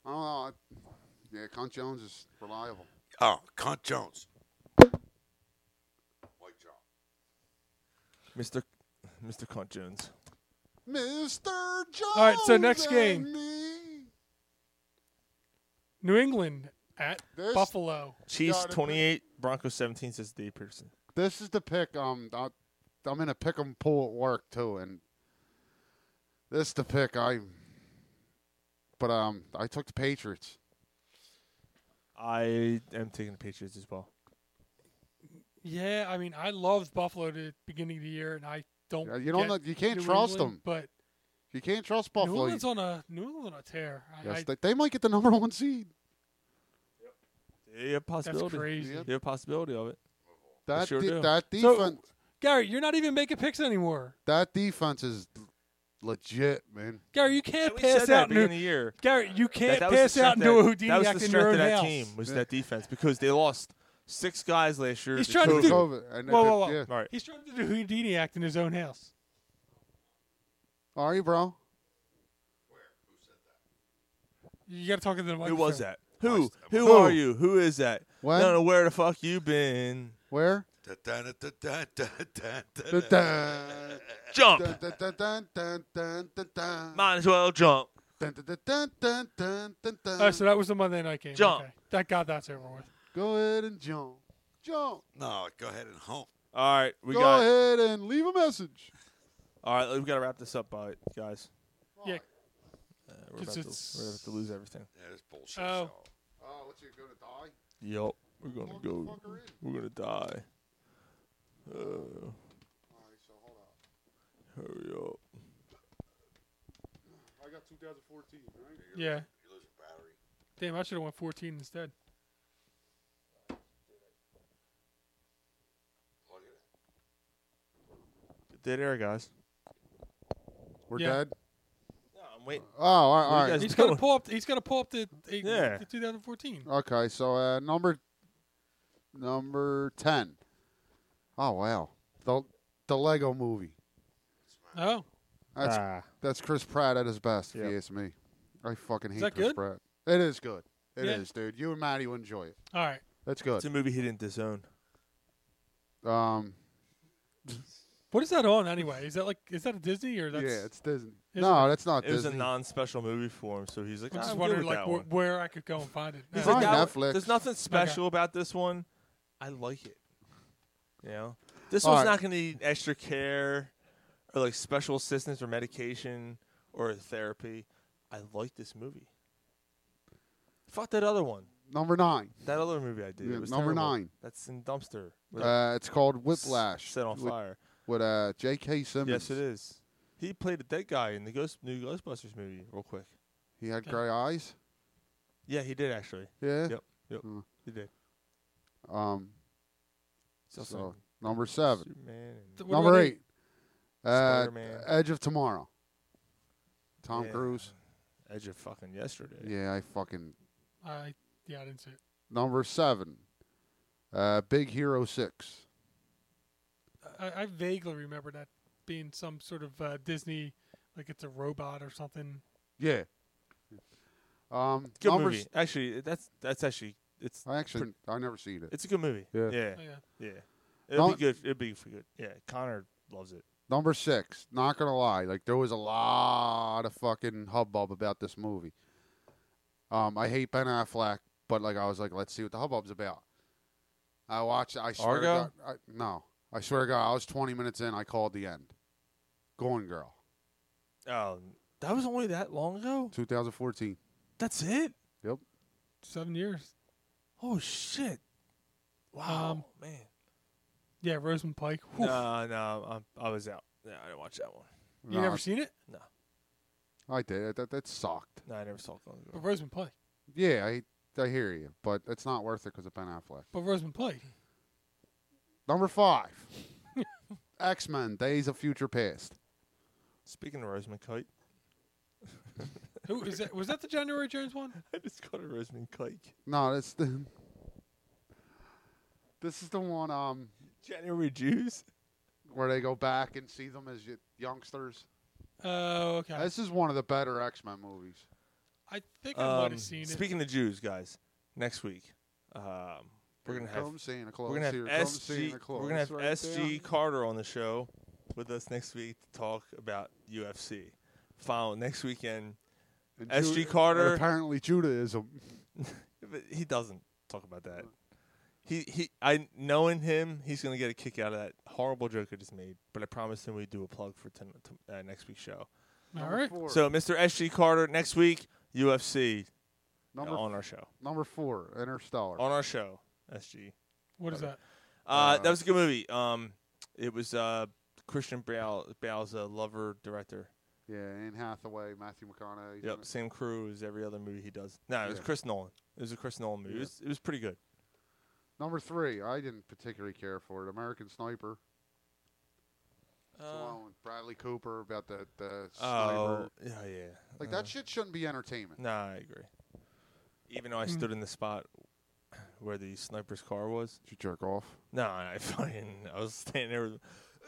Speaker 7: Oh, I don't know. Yeah, Cunt Jones is reliable.
Speaker 8: Oh, Cunt Jones.
Speaker 5: Mr. Mr. Cunt Jones.
Speaker 7: Mr. Jones.
Speaker 6: All right, so next
Speaker 7: and
Speaker 6: game.
Speaker 7: me.
Speaker 6: New England at
Speaker 7: This-
Speaker 6: Buffalo.
Speaker 5: Chiefs
Speaker 7: Gotta be-
Speaker 5: 28, Broncos 17, says Dave Peterson.
Speaker 7: This is the pick. Um, I, I'm in a pick 'em pool at work too, and this is the pick. I, but um, I took the Patriots.
Speaker 5: I am taking the Patriots as well.
Speaker 6: Yeah, I mean, I loved Buffalo at the beginning of the year, and I don't.
Speaker 7: Yeah, you don't
Speaker 6: get
Speaker 7: know- you can't
Speaker 6: New
Speaker 7: trust
Speaker 6: England,
Speaker 7: them.
Speaker 6: But
Speaker 7: You can't trust
Speaker 6: New
Speaker 7: Buffalo.
Speaker 6: England's on a New England on a tear. I-
Speaker 7: yes,
Speaker 6: I-
Speaker 7: they, they might get the number one seed.
Speaker 5: Yeah, possibility.
Speaker 6: crazy.
Speaker 5: Yeah, possibility of it. They
Speaker 7: That
Speaker 5: sure
Speaker 7: de-
Speaker 5: do.
Speaker 7: that
Speaker 6: So,
Speaker 7: defense
Speaker 6: Gary, you're not even making picks anymore.
Speaker 7: that defense is legit, man.
Speaker 6: Gary, you can't
Speaker 5: We
Speaker 6: pass
Speaker 5: said that
Speaker 6: out.
Speaker 5: beginning
Speaker 6: New-
Speaker 5: of the year.
Speaker 6: Gary, you can't
Speaker 5: that, that was the
Speaker 6: pass out and
Speaker 5: strength
Speaker 6: do a
Speaker 5: that-
Speaker 6: Houdini
Speaker 5: that was
Speaker 6: act
Speaker 5: the
Speaker 6: in your
Speaker 5: strength
Speaker 6: own
Speaker 5: of that
Speaker 6: house.
Speaker 5: team was that defense because they lost six guys last year.
Speaker 6: He's
Speaker 5: to
Speaker 6: trying to
Speaker 5: COVID.
Speaker 6: do. Whoa, whoa, whoa!
Speaker 5: All right.
Speaker 6: He's trying to do Houdini act in his own house.
Speaker 7: Are you, bro?
Speaker 6: You got to talk to the
Speaker 5: Who
Speaker 6: microphone.
Speaker 5: was that? Who? Who,
Speaker 6: Who?
Speaker 5: are you? Who is that?
Speaker 6: What?
Speaker 5: Don't know where the fuck you been.
Speaker 7: [laughs] Where?
Speaker 5: Jump. Might as well jump.
Speaker 6: Oh, so that was the Monday night game.
Speaker 5: Jump.
Speaker 6: Okay. That God, that's over with.
Speaker 7: Go ahead and jump. Jump.
Speaker 8: No, go ahead and home.
Speaker 5: All right, we
Speaker 7: Go
Speaker 5: got.
Speaker 7: ahead and leave a message.
Speaker 5: All right, we got to wrap this up, by guys.
Speaker 6: Yeah.
Speaker 5: Uh, we're,
Speaker 6: 'Cause
Speaker 5: about to,
Speaker 6: it's-
Speaker 5: we're about to lose everything.
Speaker 8: Yeah, that's bullshit.
Speaker 6: Oh,
Speaker 7: Oh, what's you gonna die?
Speaker 5: Yup, we're gonna go. We're gonna die. Uh, hurry up.
Speaker 7: I got 2014, right?
Speaker 6: yeah. Damn, I should have won 14
Speaker 5: [laughs]
Speaker 6: instead.
Speaker 5: Dead air, guys.
Speaker 7: We're
Speaker 6: Yeah.
Speaker 7: dead.
Speaker 5: No, I'm waiting.
Speaker 7: Oh, all right. All right.
Speaker 6: He's gonna pull up. He's gonna pull up the, the,
Speaker 7: Yeah.
Speaker 6: the 2014.
Speaker 7: Okay, so uh, number number ten. Oh wow, the the Lego Movie.
Speaker 6: Oh,
Speaker 7: That's
Speaker 5: Ah.
Speaker 7: that's Chris Pratt at his best. If you ask me, I fucking hate
Speaker 6: that
Speaker 7: Chris
Speaker 6: good?
Speaker 7: Pratt. It is good. It is,
Speaker 6: Yeah.
Speaker 7: dude. You and Maddie will enjoy it.
Speaker 6: all right.
Speaker 7: That's good.
Speaker 5: It's a movie he didn't disown.
Speaker 7: Um,
Speaker 6: What is that on anyway? Is that like is that a Disney or that's
Speaker 7: yeah, it's Disney.
Speaker 6: Is
Speaker 7: no,
Speaker 6: it?
Speaker 7: that's not
Speaker 5: it was
Speaker 7: Disney.
Speaker 5: a non-special movie for him, so he's like, "Ah,
Speaker 6: I'm just
Speaker 5: "I'm good
Speaker 6: wondering
Speaker 5: with
Speaker 6: like
Speaker 5: that
Speaker 6: wh-
Speaker 5: one."
Speaker 6: where I could go and find it.
Speaker 5: He's
Speaker 6: No.
Speaker 5: like,
Speaker 7: Probably
Speaker 5: "That-
Speaker 7: Netflix.
Speaker 5: There's nothing special about this one. I like it. You know, this
Speaker 7: All
Speaker 5: one's
Speaker 7: right.
Speaker 5: not going to need extra care or like special assistance or medication or therapy. I like this movie. Fuck that other one.
Speaker 7: number nine.
Speaker 5: That other movie I did.
Speaker 7: Yeah,
Speaker 5: it was
Speaker 7: number
Speaker 5: terrible.
Speaker 7: nine.
Speaker 5: That's in dumpster. with
Speaker 7: Uh, it's called Whiplash.
Speaker 5: Set on
Speaker 7: with-
Speaker 5: fire.
Speaker 7: with uh, J.K. Simmons.
Speaker 5: Yes, it is. He played a dead guy in the Ghost new Ghostbusters movie, real quick.
Speaker 7: He had gray eyes.
Speaker 5: Yeah, he did actually.
Speaker 7: Yeah.
Speaker 5: Yep. Yep.
Speaker 7: Mm.
Speaker 5: He did.
Speaker 7: Um,
Speaker 5: So,
Speaker 7: so number seven.
Speaker 5: Superman and-
Speaker 6: Th- what about
Speaker 7: Number
Speaker 6: the-
Speaker 7: eight, uh,
Speaker 5: Spider-Man.
Speaker 7: Edge of Tomorrow. Tom
Speaker 5: Yeah.
Speaker 7: Cruise.
Speaker 5: Edge of fucking yesterday.
Speaker 7: Yeah, I fucking
Speaker 6: I yeah, I didn't see it.
Speaker 7: number seven. Uh, Big Hero Six.
Speaker 6: I, I vaguely remember that being some sort of uh, Disney, like it's a robot or something.
Speaker 7: Yeah. Um,
Speaker 5: Good
Speaker 7: number
Speaker 5: movie.
Speaker 7: s-
Speaker 5: Actually, that's that's actually it's
Speaker 7: I actually I never seen it.
Speaker 5: it's a good movie.
Speaker 7: Yeah.
Speaker 5: Yeah.
Speaker 6: Oh,
Speaker 5: Yeah.
Speaker 6: yeah.
Speaker 5: It'll
Speaker 7: Don't-
Speaker 5: be good. It'll be for good. Yeah. Connor loves it.
Speaker 7: Number six. Not gonna lie, like there was a lot of fucking hubbub about this movie. Um, I hate Ben Affleck, but like I was like, let's see what the hubbub's about. I watched. I swear to
Speaker 5: Argo?
Speaker 7: God, I, no, I swear to God, I was 20 minutes in. I called the end. Going Girl,
Speaker 5: Oh, that was only that long ago.
Speaker 7: 2014.
Speaker 5: That's it.
Speaker 7: Yep.
Speaker 6: Seven years.
Speaker 5: Oh shit. Wow,
Speaker 6: Um,
Speaker 5: man.
Speaker 6: Yeah, Rosamund Pike. Whew.
Speaker 5: No, no, I'm, I was out. Yeah, I didn't watch that one.
Speaker 6: you
Speaker 7: Nah,
Speaker 6: never seen it?
Speaker 5: No,
Speaker 7: I did. That that sucked.
Speaker 5: no, I never saw Gone
Speaker 6: But
Speaker 5: Girl.
Speaker 6: Rosamund Pike.
Speaker 7: Yeah, I I hear you, but it's not worth it because of Ben Affleck.
Speaker 6: But Rosamund Pike.
Speaker 7: Number five, X Men: Days of Future Past.
Speaker 5: Speaking of Rosamund Pike,
Speaker 6: Who is that? Was that the January Jones one?
Speaker 5: [laughs] [laughs] I just called her Rosamund Pike.
Speaker 7: No, that's the. This is the one um
Speaker 5: January Jews.
Speaker 7: where they go back and see them as y- youngsters.
Speaker 6: Oh, okay.
Speaker 7: This is one of the better X Men movies.
Speaker 6: I think I might
Speaker 5: Um,
Speaker 6: have seen it.
Speaker 5: Speaking of Jews, guys, next week um, we're gonna have
Speaker 7: Come Santa Claus,
Speaker 5: we're gonna have
Speaker 7: here comes
Speaker 5: SG
Speaker 7: Santa Claus,
Speaker 5: we're gonna have
Speaker 7: right
Speaker 5: SG
Speaker 7: down.
Speaker 5: Carter on the show with us next week to talk about UFC. Following next weekend,
Speaker 7: And
Speaker 5: SG
Speaker 7: Ju- and
Speaker 5: Carter.
Speaker 7: apparently Judaism.
Speaker 5: But he doesn't talk about that. He he. I knowing him, he's gonna get a kick out of that horrible joke I just made. But I promised him we'd do a plug for ten, to, uh, next week's show.
Speaker 7: All right. Four.
Speaker 5: So Mr. SG Carter next week UFC
Speaker 7: Number
Speaker 5: uh, on
Speaker 7: f-
Speaker 5: our show
Speaker 7: Number four, Interstellar.
Speaker 5: on our show SG.
Speaker 6: What is that?
Speaker 5: Uh, that was a good movie. Um, it was uh Christian Bale Bale's uh, lover director.
Speaker 7: Yeah, Anne Hathaway, Matthew McConaughey.
Speaker 5: Yep, same crew as every other movie he does. No, it was
Speaker 7: Yeah.
Speaker 5: Chris Nolan. It was a Chris Nolan movie. It,
Speaker 7: Yeah.
Speaker 5: was, it was pretty good.
Speaker 7: Number three, I didn't particularly care for it. American Sniper. It's the
Speaker 5: Uh,
Speaker 7: one with Bradley Cooper about the, the
Speaker 5: Oh,
Speaker 7: sniper.
Speaker 5: yeah, yeah.
Speaker 7: Like
Speaker 5: Uh,
Speaker 7: that shit shouldn't be entertainment.
Speaker 5: Nah, I agree. Even though I stood in the spot where the sniper's car was.
Speaker 7: Did you jerk off?
Speaker 5: No, I [laughs] fucking I was standing there with,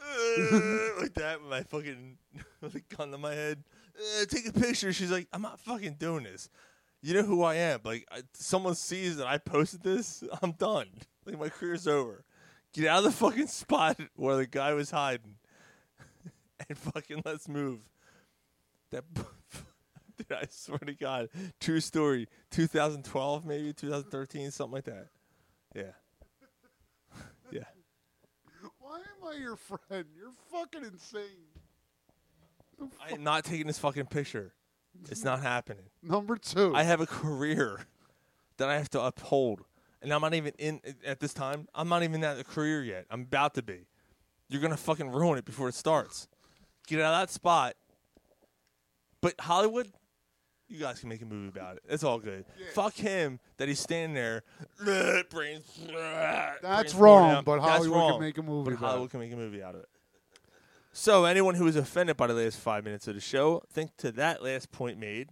Speaker 5: "Uh," like that with my fucking [laughs] with a gun to my head. "Uh, take a picture. She's like, I'm not fucking doing this. You know who I am. Like I, someone sees that I posted this, I'm done. Like my career's over. Get out of the fucking spot where the guy was hiding, [laughs] and fucking let's move. That. [laughs] Dude, I swear to God, true story. 2012, maybe 2013, something like that. Yeah, yeah.
Speaker 7: Why am I your [laughs] friend? You're fucking insane.
Speaker 5: I am not taking this fucking picture. It's not happening.
Speaker 7: Number two.
Speaker 5: I have a career that I have to uphold. And I'm not even in at this time. I'm not even at the career yet. I'm about to be. You're going to fucking ruin it before it starts. Get out of that spot. But Hollywood, you guys can make a movie about it. It's all good. Fuck him that he's standing there. [laughs] That's
Speaker 7: That's wrong, but
Speaker 5: That's
Speaker 7: Hollywood can
Speaker 5: wrong,
Speaker 7: make a movie
Speaker 5: But
Speaker 7: about
Speaker 5: Hollywood can make a movie out of it. So anyone who is offended by the last five minutes of the show, think to that last point made.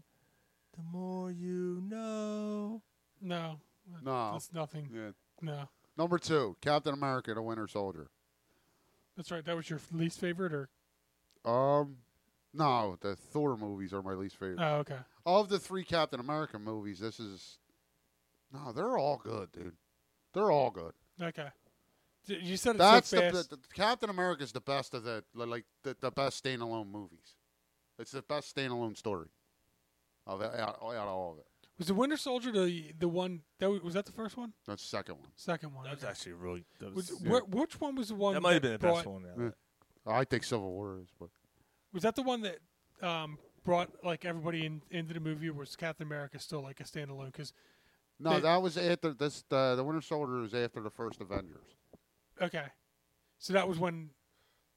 Speaker 5: The more you know.
Speaker 6: No.
Speaker 7: No.
Speaker 6: That's nothing.
Speaker 7: Yeah.
Speaker 6: No.
Speaker 7: Number two, Captain America: The Winter Soldier.
Speaker 6: That's right. That was your least favorite, or
Speaker 7: Um, no, the Thor movies are my least favorite.
Speaker 6: oh, okay.
Speaker 7: Of the three Captain America movies, this is no, they're all good, dude. They're all good.
Speaker 6: Okay. D- You said it
Speaker 7: That's
Speaker 6: so
Speaker 7: the,
Speaker 6: fast.
Speaker 7: the, the Captain America is the best of the like the, the best standalone movies. It's the best standalone story of out, out of all of it.
Speaker 6: was the Winter Soldier the the one that w- was that the first one?
Speaker 7: That's the second one.
Speaker 6: Second one.
Speaker 5: That's
Speaker 6: okay.
Speaker 5: actually really. That
Speaker 6: Was,
Speaker 5: was,
Speaker 6: where- which one was the one
Speaker 5: That might have been the best
Speaker 6: brought-
Speaker 5: one. Yeah.
Speaker 7: Yeah. Oh, I think Civil War is, but
Speaker 6: Was that the one that um, brought like everybody in, into the movie? Or was Captain America still like a standalone? Because
Speaker 7: no, that was after this. The, the Winter Soldier is after the first Avengers.
Speaker 6: okay, so that was when.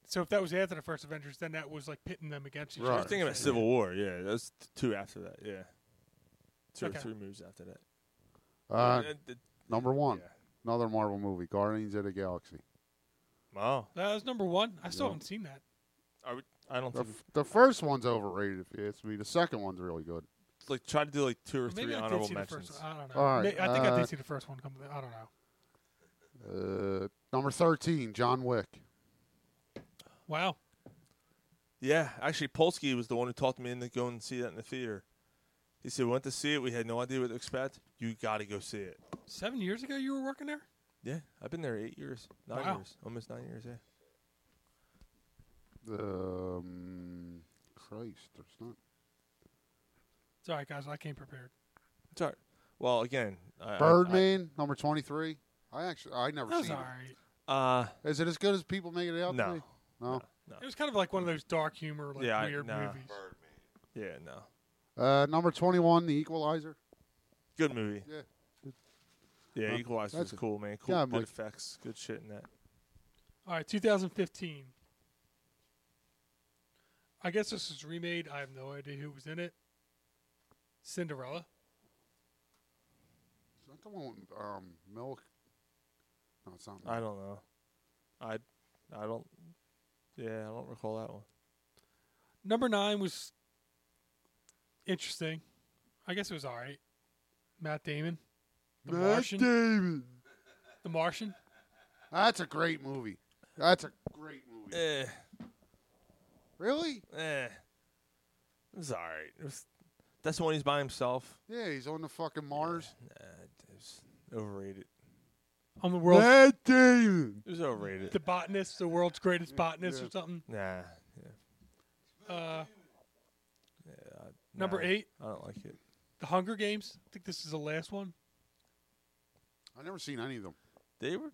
Speaker 6: So if that was after the first Avengers, then that was like pitting them against each
Speaker 5: I
Speaker 6: other.
Speaker 5: was thinking about Civil War. Yeah, that's t- two after that. Yeah, two
Speaker 6: Okay.
Speaker 5: or three moves after that.
Speaker 7: Uh,
Speaker 5: Uh, d-
Speaker 7: number one, another Marvel movie, Guardians of the Galaxy.
Speaker 5: Wow,
Speaker 6: That was number one. I still
Speaker 7: Yeah.
Speaker 6: haven't seen that.
Speaker 5: Are we, I don't
Speaker 7: The,
Speaker 5: think
Speaker 7: the first one's overrated, if you ask me. The second one's really good.
Speaker 5: like try to do like two or
Speaker 6: Maybe
Speaker 5: three
Speaker 6: I did
Speaker 5: honorable
Speaker 6: see the first
Speaker 5: mentions.
Speaker 6: one. I don't know.
Speaker 7: All right,
Speaker 6: May- I think I
Speaker 7: uh,
Speaker 6: did see the first one. Come, I don't know.
Speaker 7: Uh, number thirteen, John Wick.
Speaker 6: Wow.
Speaker 5: Yeah, actually, Polsky was the one who talked me into going and see that in the theater. He said, "We went to see it. We had no idea what to expect. You got to go see it."
Speaker 6: Seven years ago, you were working there.
Speaker 5: Yeah, I've been there eight years, nine
Speaker 6: Wow.
Speaker 5: years, almost nine years. Yeah.
Speaker 7: Um, Christ, there's not.
Speaker 6: Sorry, guys, I came prepared.
Speaker 5: Sorry. Well, again, I, I-
Speaker 7: Birdman, number twenty-three. I actually, I
Speaker 6: That
Speaker 7: never
Speaker 6: was
Speaker 7: seen
Speaker 6: all
Speaker 7: it.
Speaker 6: right.
Speaker 5: I- uh,
Speaker 7: Is it as good as people make it out
Speaker 5: No.
Speaker 7: to be? No.
Speaker 6: It was kind of like one of those dark humor, like
Speaker 5: Yeah, I-
Speaker 6: weird
Speaker 5: nah.
Speaker 6: movies.
Speaker 5: yeah, no,
Speaker 7: Uh, number twenty-one, The Equalizer.
Speaker 5: good movie.
Speaker 7: Yeah.
Speaker 5: Yeah,
Speaker 7: Huh?
Speaker 5: Equalizer was
Speaker 7: That's-
Speaker 5: cool, man. Cool,
Speaker 7: Yeah,
Speaker 5: good
Speaker 7: Mike.
Speaker 5: effects, good shit in that.
Speaker 6: All right, 2015. I guess this was remade. I have no idea who was in it. Cinderella.
Speaker 7: Is that the one with um, Milk? No, it's not.
Speaker 5: I don't know. I, I don't. Yeah, I don't recall that one.
Speaker 6: Number nine was interesting. I guess it was all right. Matt Damon. The
Speaker 5: Uh,
Speaker 7: Matt
Speaker 6: Martian.
Speaker 7: Damon.
Speaker 6: The Martian.
Speaker 7: That's a great movie. That's a great movie.
Speaker 5: Eh,
Speaker 7: Really?
Speaker 5: eh. It was alright. It was That's the one he's by himself.
Speaker 7: Yeah, he's on the fucking Mars.
Speaker 5: Overrated.
Speaker 6: On the world.
Speaker 7: Matt Damon.
Speaker 5: It was overrated.
Speaker 6: The botanist, the world's greatest botanist,
Speaker 5: Yeah.
Speaker 6: or something.
Speaker 5: Nah.
Speaker 6: Uh,
Speaker 5: nah,
Speaker 6: number eight.
Speaker 5: I don't like it.
Speaker 6: The Hunger Games. I think this is the last one.
Speaker 7: I've never seen any of them.
Speaker 5: They were.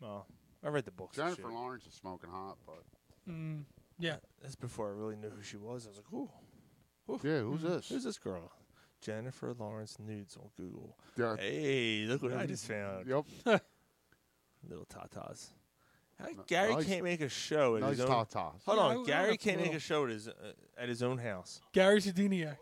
Speaker 5: Well, I read the books. and
Speaker 7: Jennifer
Speaker 5: shit.
Speaker 7: Lawrence is smoking hot, but
Speaker 6: Mm, yeah.
Speaker 5: That's before I really knew who she was. I was like, ooh.
Speaker 7: Yeah, who's this?
Speaker 5: Mm-hmm. Who's this girl? Jennifer Lawrence Nudes on Google.
Speaker 7: Yeah.
Speaker 5: Hey, look what I just found. [laughs]
Speaker 7: Yep.
Speaker 5: Little tatas. How
Speaker 7: N-
Speaker 5: Gary
Speaker 7: nice-
Speaker 5: can't make a show at his
Speaker 7: nice
Speaker 5: own. Hold
Speaker 7: tatas.
Speaker 6: Yeah, I-
Speaker 5: on,
Speaker 6: I
Speaker 5: Gary
Speaker 6: like
Speaker 5: can't make
Speaker 6: little-
Speaker 5: a show at his uh, at his own house.
Speaker 6: Gary Sediniak.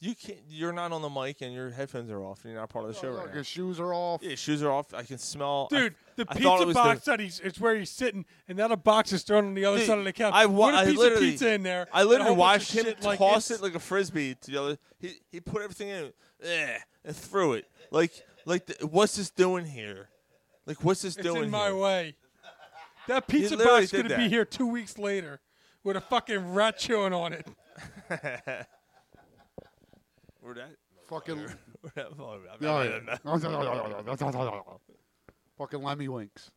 Speaker 5: You can't. You're not on the mic, and your headphones are off, and you're not part of the show
Speaker 7: Look,
Speaker 5: right now.
Speaker 7: his shoes are off.
Speaker 5: Yeah, shoes are off. I can smell. I-
Speaker 6: Dude, the
Speaker 5: I thought it
Speaker 6: pizza
Speaker 5: was
Speaker 6: box
Speaker 5: The,
Speaker 6: that he's it's where he's sitting, and now the box is thrown on the other
Speaker 5: Dude,
Speaker 6: side of the couch.
Speaker 5: I wa-
Speaker 6: Put a
Speaker 5: I
Speaker 6: piece of
Speaker 5: literally-
Speaker 6: pizza in there.
Speaker 5: I
Speaker 6: and a
Speaker 5: literally
Speaker 6: whole bunch
Speaker 5: watched
Speaker 6: of
Speaker 5: him
Speaker 6: shit like
Speaker 5: toss
Speaker 6: this.
Speaker 5: it like a frisbee to the other. He he put everything in eh, and threw it. Like like the, what's this doing here? Like what's this
Speaker 6: It's
Speaker 5: doing?
Speaker 6: in my
Speaker 5: here?
Speaker 6: way. That
Speaker 5: He
Speaker 6: pizza
Speaker 5: literally
Speaker 6: box is
Speaker 5: did
Speaker 6: gonna be
Speaker 5: that.
Speaker 6: here two weeks later with a fucking rat chewing on it.
Speaker 5: Where that [laughs]
Speaker 7: Fucking-
Speaker 5: where that volume- I
Speaker 7: Yeah,
Speaker 5: mean, I don't
Speaker 7: yeah.
Speaker 5: know.
Speaker 7: [laughs] fucking Lemmy Winks.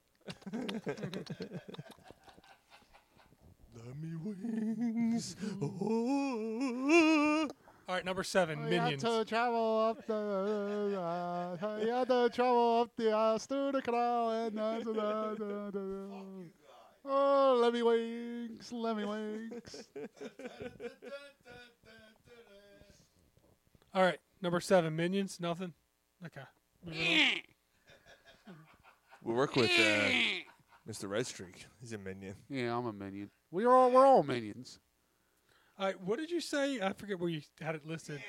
Speaker 5: Lemmy wings.
Speaker 6: All right, number
Speaker 7: Oh,
Speaker 6: seven, minions.
Speaker 7: You had to travel up the, [laughs] uh, you had to travel up the ice through the canal and uh, da, da, da, da, da. oh, Lemmy Winks, Lemmy Winks.
Speaker 6: All right, number seven, minions. Nothing. Okay. Moving
Speaker 5: We work with
Speaker 6: [clears throat]
Speaker 5: uh, Mr. Red Streak. He's a minion.
Speaker 7: [laughs] yeah, I'm a minion. We are all we're all minions.
Speaker 6: on. All right, what did you say? I forget where you had it listed.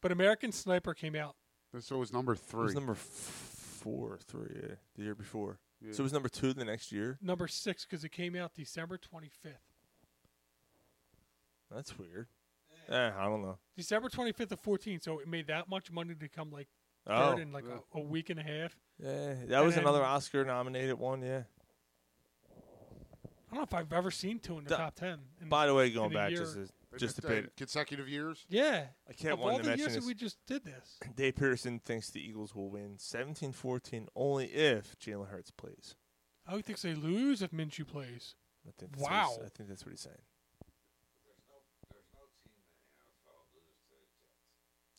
Speaker 6: But American Sniper came out.
Speaker 7: So it was number
Speaker 5: It was
Speaker 7: three.
Speaker 5: number f- four, or three, yeah, the year before.
Speaker 7: Yeah.
Speaker 5: So it was number two the next year.
Speaker 6: Number six because it came out December 25th.
Speaker 5: That's weird. Eh, I don't know.
Speaker 6: December 25th of 14, so it made that much money to come like
Speaker 5: Oh.
Speaker 6: third in like a, a week and a half.
Speaker 5: Yeah, that
Speaker 6: And
Speaker 5: was
Speaker 6: then-
Speaker 5: another Oscar-nominated one. Yeah.
Speaker 6: I don't know if I've ever seen two in the
Speaker 5: Da-
Speaker 6: top 10. in-
Speaker 5: By the way,
Speaker 6: in
Speaker 5: going
Speaker 6: a
Speaker 5: back
Speaker 6: year.
Speaker 5: just to, just a bit,
Speaker 7: consecutive years.
Speaker 6: Yeah.
Speaker 5: I can't
Speaker 6: of
Speaker 5: want
Speaker 6: all
Speaker 5: to
Speaker 6: the
Speaker 5: mention
Speaker 6: years that
Speaker 5: this.
Speaker 6: we just did this.
Speaker 5: Dave Pearson thinks the Eagles will win 17-14 only if Jalen Hurts plays.
Speaker 6: I would think they lose if Minshew plays.
Speaker 5: I think that's What
Speaker 6: wow.
Speaker 5: he's- I think that's what he's saying.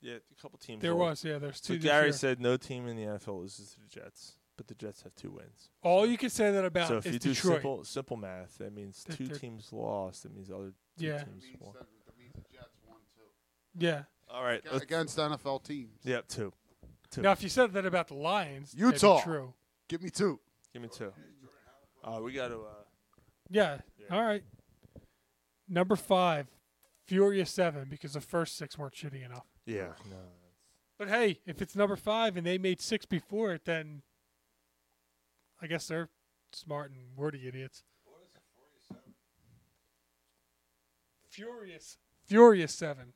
Speaker 5: Yeah, a couple teams.
Speaker 6: There
Speaker 5: will.
Speaker 6: was, yeah, there's two
Speaker 5: But
Speaker 6: this
Speaker 5: Gary
Speaker 6: year.
Speaker 5: said no team in the NFL loses to the Jets, but the Jets have two wins.
Speaker 6: All you can say that about
Speaker 5: so if
Speaker 6: is
Speaker 5: you do
Speaker 6: Detroit.
Speaker 5: simple simple math, that means
Speaker 6: That
Speaker 5: 2
Speaker 6: they're-
Speaker 5: teams lost. That means the other two
Speaker 6: Yeah.
Speaker 5: teams won.
Speaker 6: Yeah.
Speaker 5: All right.
Speaker 7: Ag- against NFL teams.
Speaker 5: Yep, two. Two.
Speaker 6: Now, if you said that about the Lions, that'd be
Speaker 7: Utah.
Speaker 6: true.
Speaker 7: Give me two.
Speaker 5: Give me two. Uh, we got to. Uh,
Speaker 6: Yeah. All right. Number five, Furious Seven, because the first six weren't shitty enough.
Speaker 5: yeah. No.
Speaker 6: But hey, if it's number five and they made six before it, then I guess they're smart and wordy idiots. Furious. Furious Seven.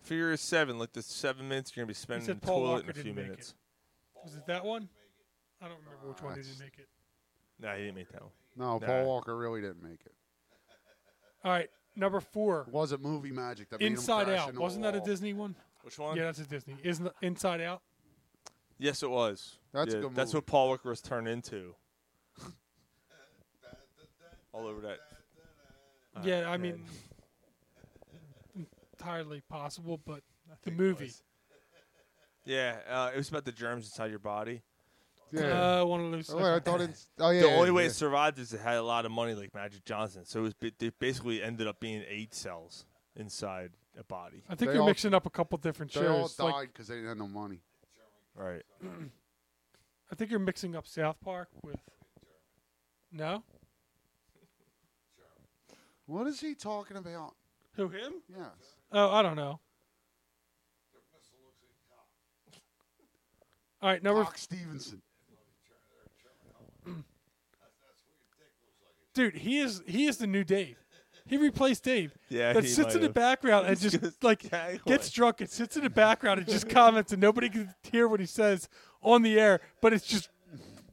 Speaker 5: Furious seven. Like the seven minutes you're gonna be
Speaker 6: He
Speaker 5: spending in
Speaker 6: said
Speaker 5: the
Speaker 6: Paul
Speaker 5: toilet
Speaker 6: Walker
Speaker 5: in a few
Speaker 6: didn't make
Speaker 5: minutes.
Speaker 6: it. Was it that one? I don't remember which one they
Speaker 7: That's-
Speaker 6: didn't make it.
Speaker 5: No, he didn't make that one.
Speaker 7: No,
Speaker 5: Nah.
Speaker 7: Paul Walker really didn't make it.
Speaker 6: All right, number four.
Speaker 7: Was it movie magic that made him
Speaker 6: Inside
Speaker 7: crash
Speaker 6: Out.
Speaker 7: into
Speaker 6: Wasn't that a
Speaker 7: wall?
Speaker 6: Disney one?
Speaker 5: Which one?
Speaker 6: Yeah, that's a Disney. Isn't Inside Out?
Speaker 5: Yes, it was.
Speaker 7: That's a
Speaker 5: Yeah,
Speaker 7: good
Speaker 5: That's
Speaker 7: movie.
Speaker 5: what Paul Walker was turned into. All over that. All right,
Speaker 6: yeah, I
Speaker 5: yeah.
Speaker 6: mean, entirely possible, but the movie.
Speaker 5: Yeah, uh, it was about the germs inside your body.
Speaker 6: Yeah. Uh, one of those-
Speaker 7: Oh, wait, I thought it's. Oh yeah.
Speaker 5: the only way
Speaker 7: yeah.
Speaker 5: it survived is it had a lot of money, like Magic Johnson. So it, was, ba- it basically ended up being eight cells inside a body.
Speaker 6: I think
Speaker 7: They
Speaker 6: you're
Speaker 7: all-
Speaker 6: mixing up a couple different
Speaker 7: They all
Speaker 6: shows. Like,
Speaker 7: died because they didn't have no money.
Speaker 5: Right.
Speaker 6: I think you're mixing up South Park with. No,
Speaker 7: What is he talking about?
Speaker 6: who him?
Speaker 7: Yes.
Speaker 6: Oh, I don't know. All right, number
Speaker 7: Doc Stevenson.
Speaker 6: dude, he is he is the new Dave. He replaced Dave.
Speaker 5: [laughs] Yeah,
Speaker 6: that
Speaker 5: he
Speaker 6: sits
Speaker 5: might
Speaker 6: in the
Speaker 5: have.
Speaker 6: background and just like gets drunk and sits in the background and just comments and nobody can hear what he says on the air, but it's just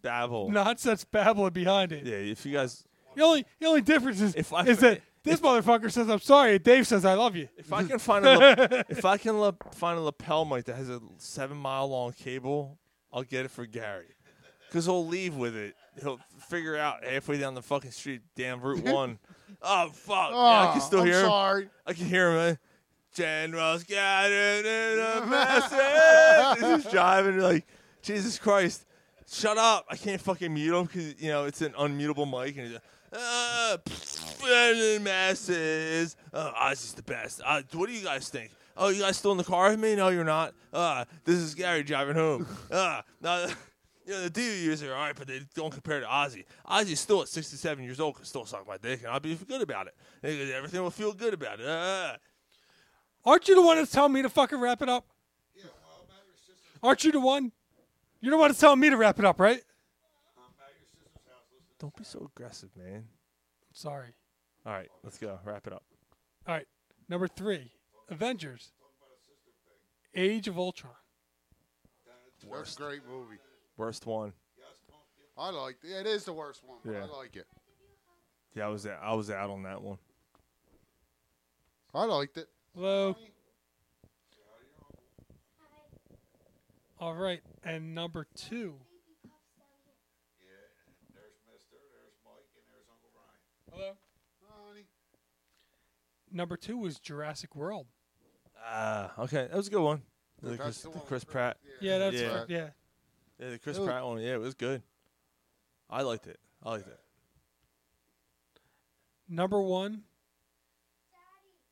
Speaker 5: Babble.
Speaker 6: nonsense babbling behind it.
Speaker 5: Yeah, if you guys.
Speaker 6: The only the only difference is,
Speaker 5: If I- [laughs]
Speaker 6: is that This motherfucker says I'm sorry. Dave says I love you.
Speaker 5: If I
Speaker 7: [laughs]
Speaker 5: can find a la- if I can la- find a lapel mic that has a seven mile long cable, I'll get it for Gary, because he'll leave with it. He'll figure out halfway down the fucking street, damn
Speaker 7: [laughs]
Speaker 5: Route One. oh fuck! Yeah, I can still
Speaker 7: Oh, I'm
Speaker 5: hear him.
Speaker 7: sorry.
Speaker 5: I can hear him. eh? General's got it in a message. He's just driving like, Jesus Christ, shut up! I can't fucking mute him because you know it's an unmutable mic and he's. Like, uh, pfft, masses. Uh, Ozzy's the best. Uh, what do you guys think? Oh, you guys still in the car with me? No, you're not. Uh, this is Gary driving home. Uh, now, [laughs] you know, the D years are all right, but they don't compare to Ozzy. Ozzy's still at 67 years old, can still suck my dick, and I'll be good about it. And Everything will feel good about it. Uh,
Speaker 6: Aren't you the one that's telling me to fucking wrap it up? Aren't you the one? You're the one that's telling me to wrap it up, right?
Speaker 5: don't be so aggressive, man.
Speaker 6: Sorry.
Speaker 5: All right, let's go. Wrap it up.
Speaker 6: All right. Number three, Avengers. Age of Ultron.
Speaker 7: That's a great movie.
Speaker 5: Worst one.
Speaker 7: I like it. Is the worst one, but
Speaker 5: Yeah.
Speaker 7: I like it.
Speaker 5: Yeah, I was out, I was out on that one.
Speaker 7: I liked it.
Speaker 6: Hello. All right, and number two. Hello. Number two was Jurassic World.
Speaker 5: Uh, okay, that was a good one. The
Speaker 6: That's
Speaker 5: Chris,
Speaker 6: the
Speaker 5: the Chris Pratt.
Speaker 6: Yeah, that's right, yeah.
Speaker 5: Yeah, the Chris
Speaker 6: It was-
Speaker 5: Pratt one. Yeah, it was good. I liked it. I liked it.
Speaker 6: Number one,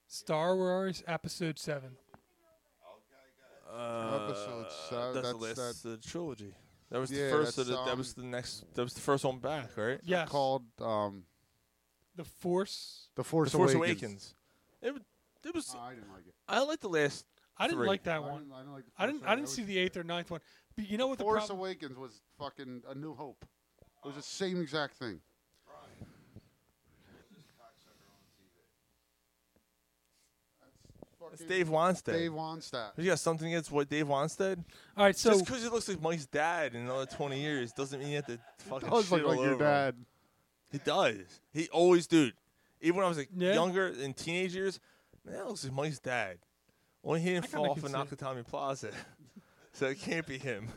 Speaker 6: Star Wars Episode Seven.
Speaker 5: Uh,
Speaker 7: Episode seven,
Speaker 5: That's,
Speaker 7: that's uh,
Speaker 5: the last of the trilogy. That was
Speaker 7: Yeah,
Speaker 5: the first. Of
Speaker 7: that's,
Speaker 5: the, that
Speaker 7: um,
Speaker 5: was the next. That was the first one back, right?
Speaker 6: Yes.
Speaker 7: Called um,
Speaker 6: The Force.
Speaker 7: The Force,
Speaker 5: the Force
Speaker 7: Awakens. Oh,
Speaker 5: Awakens. It, was- it was.
Speaker 7: I didn't like it.
Speaker 5: I liked the last.
Speaker 6: I didn't
Speaker 5: three.
Speaker 6: like that
Speaker 7: I
Speaker 6: one.
Speaker 7: didn't- I didn't like the
Speaker 6: I didn't.
Speaker 7: first
Speaker 6: I
Speaker 7: one.
Speaker 6: didn't
Speaker 7: That
Speaker 6: see the eighth or ninth one. But you know what the
Speaker 7: Force
Speaker 6: problem?
Speaker 7: Awakens was fucking A New Hope. It was the same exact thing.
Speaker 5: It's Dave Wanstead.
Speaker 7: Dave Wanstead.
Speaker 5: You got something against what Dave Wanstead?
Speaker 6: All right, so-
Speaker 5: just because he looks like Mike's dad in another twenty years doesn't mean you
Speaker 6: [laughs]
Speaker 5: have to fucking
Speaker 7: does
Speaker 5: shit
Speaker 7: look like
Speaker 5: all
Speaker 7: your
Speaker 5: over him. He does. He always, dude. Even when I was like
Speaker 6: Yeah.
Speaker 5: younger in teenage years, man, that looks like Mike's dad. Only he didn't
Speaker 6: I kinda
Speaker 5: fall off
Speaker 6: can
Speaker 5: in
Speaker 6: see it.
Speaker 5: Nakatomi Plaza, [laughs] so it can't be him.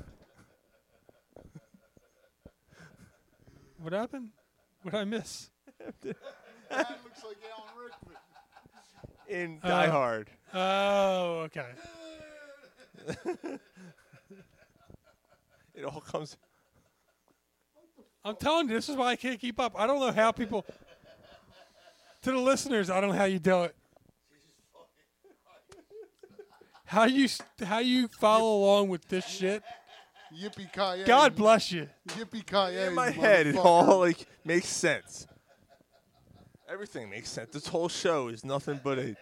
Speaker 6: What happened? What did I miss?
Speaker 7: that looks like Alan Rickman.
Speaker 5: In Die
Speaker 6: Oh.
Speaker 5: Hard.
Speaker 6: Oh, okay.
Speaker 5: It all
Speaker 6: [laughs]
Speaker 5: comes.
Speaker 6: I'm telling you, this is why I can't keep up. I don't know how people. To the listeners, I don't know how you do it. How you s- how you follow along with this shit?
Speaker 7: Yippee ki yay!
Speaker 6: God bless you.
Speaker 7: Yippee ki yay!
Speaker 5: in my head, it all like makes sense. Everything makes sense. This whole show is nothing but a.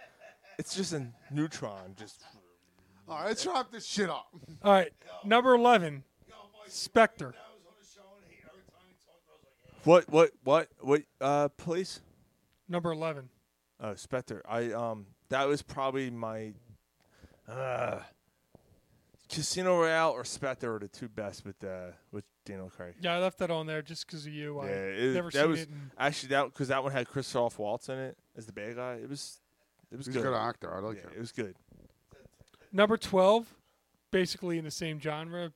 Speaker 5: It's just a neutron. Just
Speaker 7: All right, let's wrap this shit
Speaker 5: [laughs]
Speaker 7: up.
Speaker 6: All right, number eleven, Spectre.
Speaker 5: what? What? What? What? Uh, please.
Speaker 6: Number eleven.
Speaker 5: Oh, Spectre. I um, that was probably my. Uh, Casino Royale or Spectre are the two best with uh with Daniel Craig.
Speaker 6: Yeah, I left that on there just because of you. I
Speaker 5: Yeah, it,
Speaker 6: never
Speaker 5: that
Speaker 6: seen
Speaker 5: was
Speaker 6: it. in-
Speaker 5: actually that because that one had Christoph Waltz in it as the bad guy. It was, it was
Speaker 7: He's a
Speaker 5: good.
Speaker 7: good actor. I like
Speaker 5: Yeah,
Speaker 7: him.
Speaker 5: It was good.
Speaker 6: Number twelve, basically in the same genre.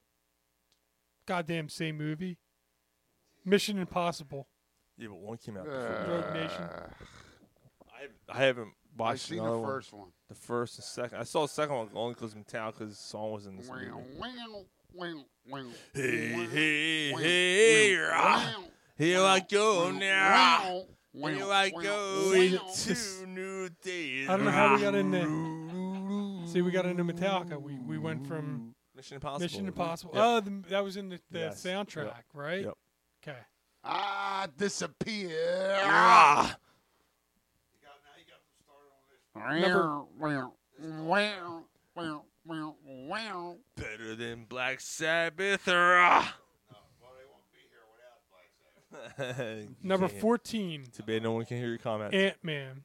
Speaker 6: Goddamn same movie. Mission Impossible.
Speaker 5: Yeah, but one came out.
Speaker 6: Rogue Nation.
Speaker 5: I haven't watched.
Speaker 7: seen the
Speaker 5: another
Speaker 7: first one.
Speaker 5: The first and second. I saw the second one only because Metallica's song was in this movie. Hey, hey, hey, rah. here I go now. Here I go into
Speaker 7: [laughs]
Speaker 5: new days.
Speaker 6: I don't know how we got into. See, we got into Metallica. We we went from
Speaker 5: Mission Impossible.
Speaker 6: Mission Impossible.
Speaker 5: Yep.
Speaker 6: Oh, the, that was in the, the
Speaker 5: Yes.
Speaker 6: soundtrack,
Speaker 5: Yep.
Speaker 6: right?
Speaker 5: Yep.
Speaker 6: Okay.
Speaker 7: Ah, disappear.
Speaker 5: Better than Black Sabbath. Rah.
Speaker 6: [laughs] Number
Speaker 5: Can't-
Speaker 6: fourteen,
Speaker 5: Too bad no one can hear your comment.
Speaker 6: Ant Man.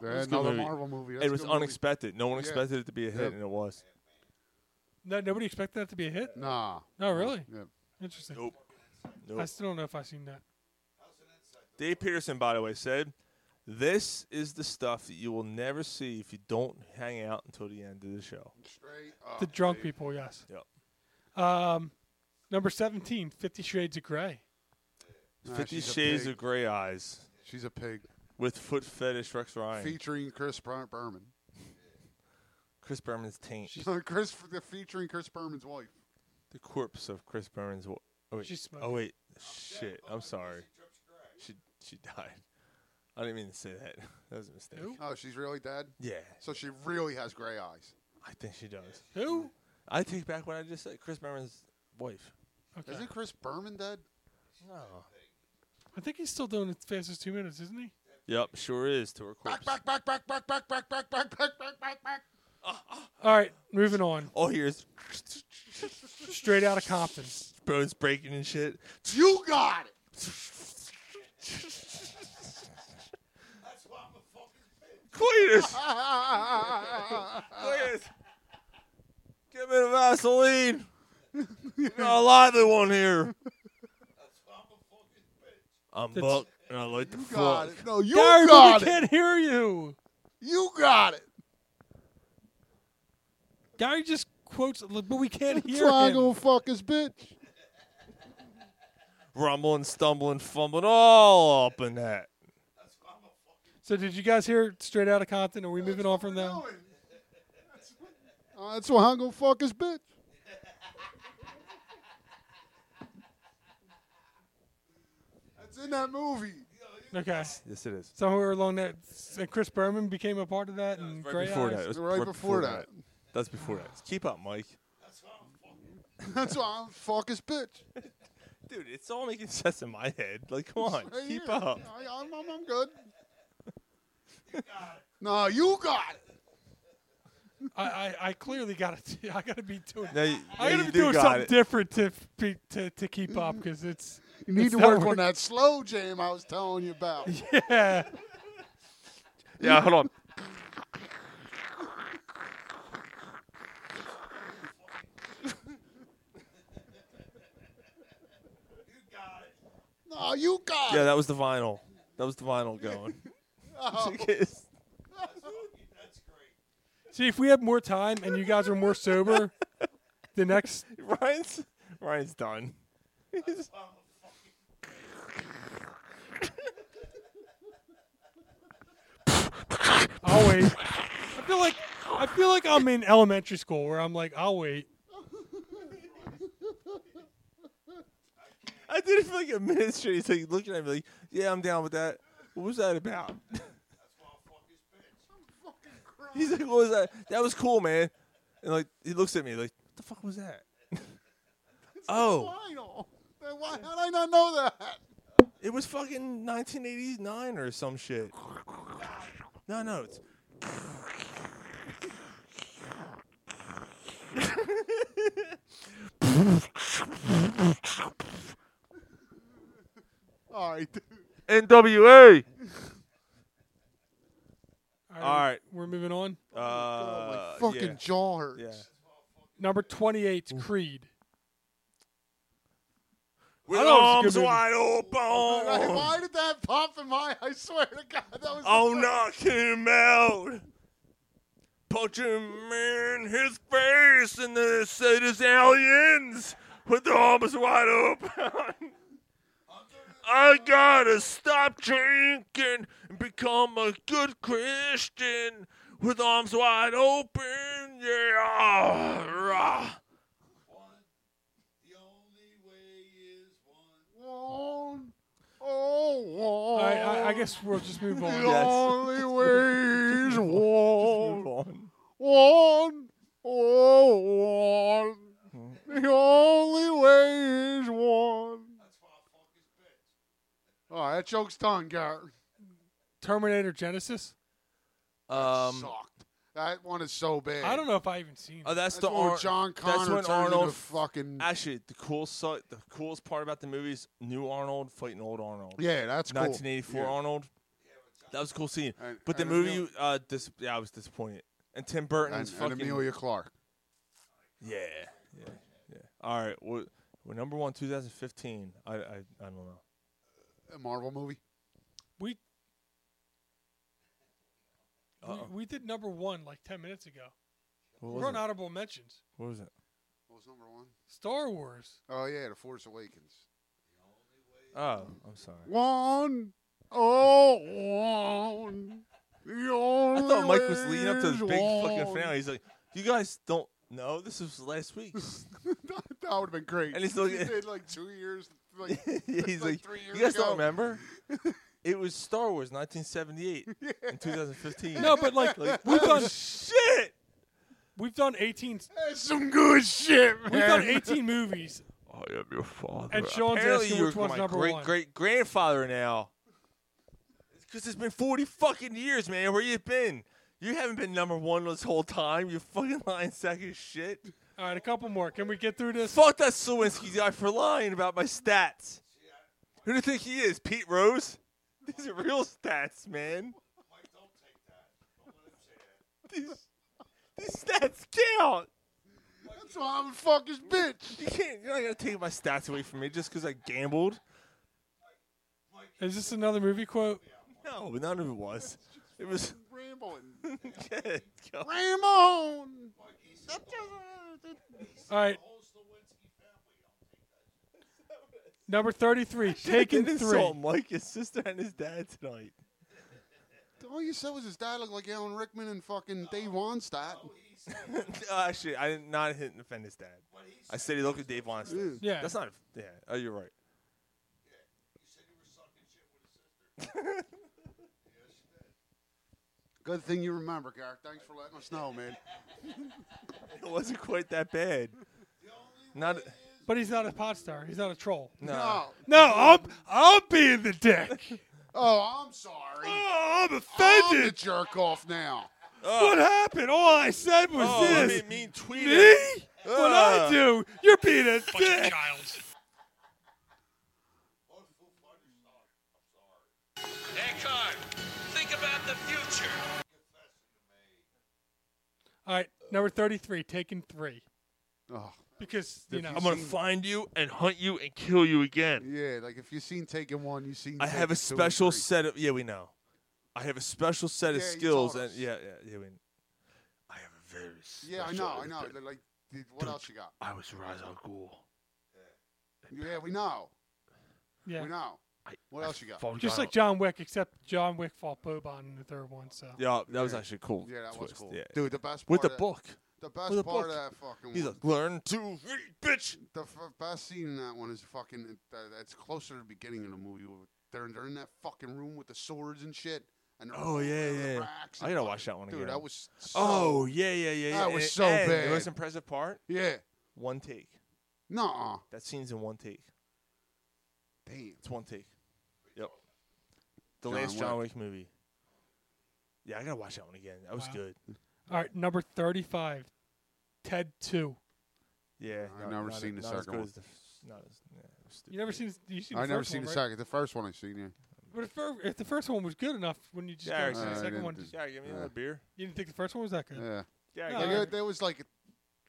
Speaker 5: That's a good
Speaker 7: Another Marvel movie. That's
Speaker 5: it
Speaker 7: a
Speaker 5: was
Speaker 7: good movie.
Speaker 5: unexpected. No one
Speaker 7: Yeah.
Speaker 5: expected it to be a hit,
Speaker 7: Yep.
Speaker 5: and it was.
Speaker 6: No, nobody expected that to be a hit.
Speaker 7: Nah.
Speaker 6: No, really.
Speaker 7: Yep.
Speaker 6: Interesting.
Speaker 5: Nope.
Speaker 6: I
Speaker 5: Nope.
Speaker 6: still don't know if I seen that.
Speaker 5: Dave Peterson, by the way, said This is the stuff that you will never see if you don't hang out until the end of the show.
Speaker 7: Straight
Speaker 6: the drunk people, yes.
Speaker 5: Yep.
Speaker 6: Um, number 17, Fifty Shades of Grey.
Speaker 7: Nah,
Speaker 5: Fifty
Speaker 7: she's a
Speaker 5: Shades
Speaker 7: pig.
Speaker 5: of Grey Eyes.
Speaker 7: She's a pig.
Speaker 5: With foot fetish Rex Ryan.
Speaker 7: Featuring Chris Bur- Berman.
Speaker 5: Chris Berman's taint.
Speaker 7: [laughs] Chris, featuring Chris Berman's wife.
Speaker 5: the corpse of Chris Berman's. Wa- oh wait.
Speaker 7: She's smoking. Oh,
Speaker 5: Oh wait. Shit. I'm sorry. She she died. I didn't mean to say that. [laughs] That was a mistake.
Speaker 7: Oh, she's really dead?
Speaker 5: Yeah.
Speaker 7: So she really has gray eyes.
Speaker 5: I think she does.
Speaker 6: Who?
Speaker 5: I take back what I just said. Chris Berman's wife.
Speaker 7: Isn't Chris Berman dead?
Speaker 5: No.
Speaker 6: I think he's still doing its fastest two minutes, isn't he?
Speaker 5: Yep, sure is to her corpse.
Speaker 7: Back, back, back, back, back, back, back, back, back, back, back, back.
Speaker 6: All right, moving on.
Speaker 5: All here's
Speaker 6: Straight out of Compton.
Speaker 5: [sniffs] bones breaking and shit.
Speaker 7: You got it. [laughs]
Speaker 22: That's why I'm a fucking
Speaker 7: [laughs]
Speaker 5: Please. Give me the Vaseline. [laughs] You got a lively one here. I'm
Speaker 6: That's-
Speaker 5: buck and I like the
Speaker 7: got
Speaker 5: fuck.
Speaker 7: it. No, you
Speaker 6: Gary,
Speaker 7: got
Speaker 6: we
Speaker 7: it.
Speaker 6: can't hear you.
Speaker 7: You got it.
Speaker 6: Gary just quotes, but we can't hear him.
Speaker 7: Triangle fuck his bitch.
Speaker 5: Rumbling, stumbling, fumbling, all up in that.
Speaker 6: So did you guys hear Straight Out of Compton? Are we moving on from that?
Speaker 7: Uh, that's why I'm gonna fuck his bitch. That's in that movie.
Speaker 6: Okay.
Speaker 5: Yes, it is.
Speaker 6: Somewhere along that, and Chris Berman became a part of that, and
Speaker 5: Right
Speaker 6: Grey
Speaker 5: before
Speaker 6: Eyes.
Speaker 5: that. It was
Speaker 7: Right before that.
Speaker 5: That's before that. Keep up, Mike.
Speaker 7: That's why I'm fuck his bitch.
Speaker 5: Dude, it's all making sense in my head. Like, come on,
Speaker 7: Right
Speaker 5: keep
Speaker 7: here.
Speaker 5: up.
Speaker 7: I, I'm, I'm, I'm good. No, you got it.
Speaker 6: I, I, I clearly [laughs] got to. I got to be doing.
Speaker 5: Now you- now
Speaker 6: I
Speaker 5: you
Speaker 6: got to be
Speaker 5: do
Speaker 6: doing
Speaker 5: got
Speaker 6: something
Speaker 5: it.
Speaker 6: different to be- to to keep up because it's.
Speaker 7: You need
Speaker 6: it's
Speaker 7: to
Speaker 6: not
Speaker 7: work on
Speaker 6: working. [laughs]
Speaker 7: that slow jam I was telling you about.
Speaker 6: Yeah.
Speaker 5: Yeah, hold on.
Speaker 7: No, you got
Speaker 5: Yeah,
Speaker 7: it.
Speaker 5: that was the vinyl. That was the vinyl [laughs] going. Oh.
Speaker 6: See, if we had more time and you guys were more sober, the next
Speaker 5: [laughs] Ryan's Ryan's done.
Speaker 6: I'll wait. I feel like I feel like I'm in elementary school where I'm like, I'll wait.
Speaker 5: I did it for like a minute straight. He's like looking at me like, yeah, I'm down with that. What was that about? [laughs] He's like, what was that? That was cool, man. And like, he looks at me like, what the fuck was that? oh,
Speaker 7: Vinyl. Then why how'd I not know that?
Speaker 5: it was fucking 1989 or some shit. No, no, it's.
Speaker 7: All right, dude.
Speaker 5: NWA.
Speaker 6: All
Speaker 5: All right.
Speaker 6: we're moving on.
Speaker 5: Uh,
Speaker 7: Fucking
Speaker 5: yeah.
Speaker 7: jaw hurts.
Speaker 5: Yeah.
Speaker 6: Number twenty-eight, 's Creed.
Speaker 5: With
Speaker 6: I know
Speaker 5: arms
Speaker 6: it's a good
Speaker 5: wide
Speaker 7: Like,
Speaker 5: open.
Speaker 7: why did that pop in my? I swear to God, that was. the
Speaker 5: I'll
Speaker 7: first-
Speaker 5: knock him out. Punch him in his face and then say this aliens with their arms wide open. I gotta stop drinking and become a good Christian with arms wide open. Yeah. Rah.
Speaker 7: One, oh,
Speaker 6: All
Speaker 7: one.
Speaker 6: right, I, I guess we'll just move
Speaker 7: the [laughs]
Speaker 6: on.
Speaker 5: Yes.
Speaker 7: only
Speaker 5: [laughs]
Speaker 7: way is one.
Speaker 5: on.
Speaker 7: One, oh, one. The only way is one. All right, that joke's done, Garrett.
Speaker 6: Terminator Genesis.
Speaker 5: Um,
Speaker 7: Sucked. That one is so bad.
Speaker 6: I don't know if I even seen. it.
Speaker 5: oh, that's,
Speaker 7: That's
Speaker 5: the
Speaker 7: when
Speaker 5: Ar-
Speaker 7: John Connor
Speaker 5: that's when
Speaker 7: turned into
Speaker 5: Arnold
Speaker 7: fucking-
Speaker 5: Actually, the cool su- the coolest part about the movie is new Arnold fighting old Arnold.
Speaker 7: Yeah, that's cool.
Speaker 5: 1984
Speaker 7: Yeah.
Speaker 5: Arnold. That was a cool scene.
Speaker 7: And-
Speaker 5: but the
Speaker 7: and
Speaker 5: movie,
Speaker 7: Emil-
Speaker 5: uh, dis- yeah, I was disappointed. And Tim Burton's
Speaker 7: And,
Speaker 5: fucking.
Speaker 7: and Amelia Clark.
Speaker 5: Yeah, yeah, yeah. All right, we're, we're number one, 2015. I, I, I don't know.
Speaker 7: A Marvel movie.
Speaker 6: We We,
Speaker 5: Uh-oh.
Speaker 6: we did number one like ten minutes ago.
Speaker 5: What was
Speaker 6: We're on
Speaker 5: it?
Speaker 6: honorable mentions.
Speaker 5: What was it?
Speaker 7: What was number one?
Speaker 6: Star Wars.
Speaker 7: Oh yeah, The Force Awakens.
Speaker 5: Oh, I'm sorry.
Speaker 7: One, oh one. The
Speaker 5: I
Speaker 7: only
Speaker 5: thought Mike was leading up to this
Speaker 7: way
Speaker 5: big
Speaker 7: is
Speaker 5: fucking
Speaker 7: one.
Speaker 5: finale. He's like, "You guys don't know this was last week."
Speaker 7: [laughs] That would have been great.
Speaker 5: And he's
Speaker 7: You
Speaker 5: looking.
Speaker 7: did like two years.
Speaker 5: [laughs]
Speaker 7: Like,
Speaker 5: he's
Speaker 7: like
Speaker 5: like,
Speaker 7: three years
Speaker 5: "You guys
Speaker 7: ago."
Speaker 5: don't remember? It was Star Wars 1978 and 2015."
Speaker 6: No, but like, we've
Speaker 5: oh,
Speaker 6: done
Speaker 5: shit.
Speaker 6: We've done eighteen.
Speaker 5: [laughs]
Speaker 7: That's some good shit,
Speaker 6: We've done
Speaker 5: man.
Speaker 6: eighteen movies.
Speaker 5: I am your father.
Speaker 6: And Sean's
Speaker 5: Apparently
Speaker 6: asking
Speaker 5: you're
Speaker 6: which one's
Speaker 5: my
Speaker 6: number
Speaker 5: great
Speaker 6: one.
Speaker 5: great grandfather now. Because it's been 40 fucking years, man. Where you been? You haven't been number one this whole time. You fucking lying sack of shit.
Speaker 6: All right, a couple more. Can we get through this?
Speaker 5: Fuck that Sawinski guy for lying about my stats. Who do you think he is, Pete Rose? [laughs] These are real stats, man. These, these stats count.
Speaker 7: That's why I'm a fucking
Speaker 5: [laughs]
Speaker 7: bitch.
Speaker 5: You can't. You're not gonna take my stats away from me just because I gambled.
Speaker 6: Is this another movie quote?
Speaker 5: No, but none of it was. It was. [laughs]
Speaker 7: Rambling.
Speaker 5: Go.
Speaker 7: Ramon.
Speaker 6: All right.
Speaker 5: [laughs]
Speaker 6: Number thirty-three. Taken
Speaker 5: Didn't
Speaker 6: three.
Speaker 5: insult Mike, his sister, and his dad tonight. [laughs]
Speaker 7: All you said was his dad looked like Alan Rickman and fucking Dave Wonstadt.
Speaker 5: Uh, actually, I did not hit and offend his dad. I said he looked at Dave Weinstein.
Speaker 7: Yeah.
Speaker 5: that's not. Yeah, oh, you're right.
Speaker 7: Good thing you remember, Garrett. Thanks for letting us know, man.
Speaker 5: It wasn't quite that bad. Not.
Speaker 6: But he's not a pot star. He's not a troll.
Speaker 5: No.
Speaker 6: No, I'm I'm being the dick.
Speaker 7: Oh, I'm sorry.
Speaker 6: Oh, I'm
Speaker 7: offended. I'm the jerk off now.
Speaker 5: Oh,
Speaker 6: What happened? All I said was
Speaker 7: Oh, I
Speaker 6: this.
Speaker 7: mean,
Speaker 5: mean tweet
Speaker 6: Me?
Speaker 5: it.
Speaker 6: What I
Speaker 5: Uh.
Speaker 6: do? You're being a
Speaker 5: Fucking
Speaker 6: dick.
Speaker 5: child.
Speaker 23: Eckhart, think about the future.
Speaker 6: All right, number thirty-three. Taken three.
Speaker 7: Oh.
Speaker 6: Because you know
Speaker 5: I'm gonna find you and hunt you and kill you again.
Speaker 7: Yeah, like if you seen Taken One, you seen.
Speaker 5: I have a
Speaker 7: Taken Two and
Speaker 5: special
Speaker 7: Three.
Speaker 5: set of. Yeah, we know. I have a special set of
Speaker 7: Yeah, you
Speaker 5: skills,
Speaker 7: taught
Speaker 5: and
Speaker 7: us.
Speaker 5: yeah, yeah, yeah. We, I have a very.
Speaker 7: Yeah, I
Speaker 5: special-
Speaker 7: know, I know. They're Like, dude, what else you got?
Speaker 5: I was Ra's al Ghul.
Speaker 7: Yeah, we know.
Speaker 6: Yeah.
Speaker 7: we know. What else you got?
Speaker 5: fought
Speaker 6: just like John Wick, except John Wick fought Boban in the third one. So
Speaker 5: Yeah, that was actually cool.
Speaker 7: Yeah, that was
Speaker 5: twist,
Speaker 7: cool.
Speaker 5: yeah.
Speaker 7: Dude, the best
Speaker 5: with
Speaker 7: part
Speaker 5: the
Speaker 7: of-
Speaker 5: book.
Speaker 7: The best
Speaker 5: With the
Speaker 7: part
Speaker 5: book.
Speaker 7: of that fucking.
Speaker 5: He's
Speaker 7: one.
Speaker 5: like, learn to read, bitch.
Speaker 7: The f- best scene in that one is fucking. That, that's closer to the beginning of the movie. where They're they're in that fucking room with the swords and shit. And they're
Speaker 5: Oh
Speaker 7: all
Speaker 5: yeah,
Speaker 7: over the
Speaker 5: yeah. I
Speaker 7: racks and
Speaker 5: gotta
Speaker 7: fucking-
Speaker 5: watch that one
Speaker 7: Dude,
Speaker 5: again.
Speaker 7: that was. So,
Speaker 5: oh yeah, yeah, yeah. yeah.
Speaker 7: That
Speaker 5: And
Speaker 7: was
Speaker 5: it-
Speaker 7: so
Speaker 5: and
Speaker 7: bad.
Speaker 5: The most impressive part.
Speaker 7: Yeah.
Speaker 5: One take.
Speaker 7: Nuh-uh.
Speaker 5: That scene's in one take.
Speaker 7: Damn.
Speaker 5: It's one take. Yep. The
Speaker 6: John
Speaker 5: last John
Speaker 6: Wick.
Speaker 5: Wick movie. Yeah, I gotta watch that one again. That was
Speaker 6: Wow.
Speaker 5: good.
Speaker 6: all right, number thirty-five. Ted two.
Speaker 5: Yeah.
Speaker 7: I've
Speaker 5: not-
Speaker 7: never
Speaker 5: not-
Speaker 7: seen the
Speaker 5: not as
Speaker 7: second
Speaker 5: good
Speaker 7: one.
Speaker 5: as the f- Not as. Yeah, it was
Speaker 6: You never seen? this- You seen?
Speaker 7: I
Speaker 6: the
Speaker 7: never
Speaker 6: first
Speaker 7: seen
Speaker 6: one,
Speaker 7: the
Speaker 6: right?
Speaker 7: second. The first one I seen. Yeah.
Speaker 6: But if, fir- if the first one was good enough, wouldn't you just
Speaker 5: Yeah,
Speaker 6: go
Speaker 5: I
Speaker 6: to the
Speaker 5: agree.
Speaker 6: second
Speaker 7: Yeah,
Speaker 6: one?
Speaker 7: I didn't
Speaker 5: Yeah, give me another beer.
Speaker 6: You didn't think the first one was that good?
Speaker 7: Yeah.
Speaker 5: Yeah,
Speaker 6: No,
Speaker 7: [laughs] Like,
Speaker 6: I-
Speaker 7: it, there was like,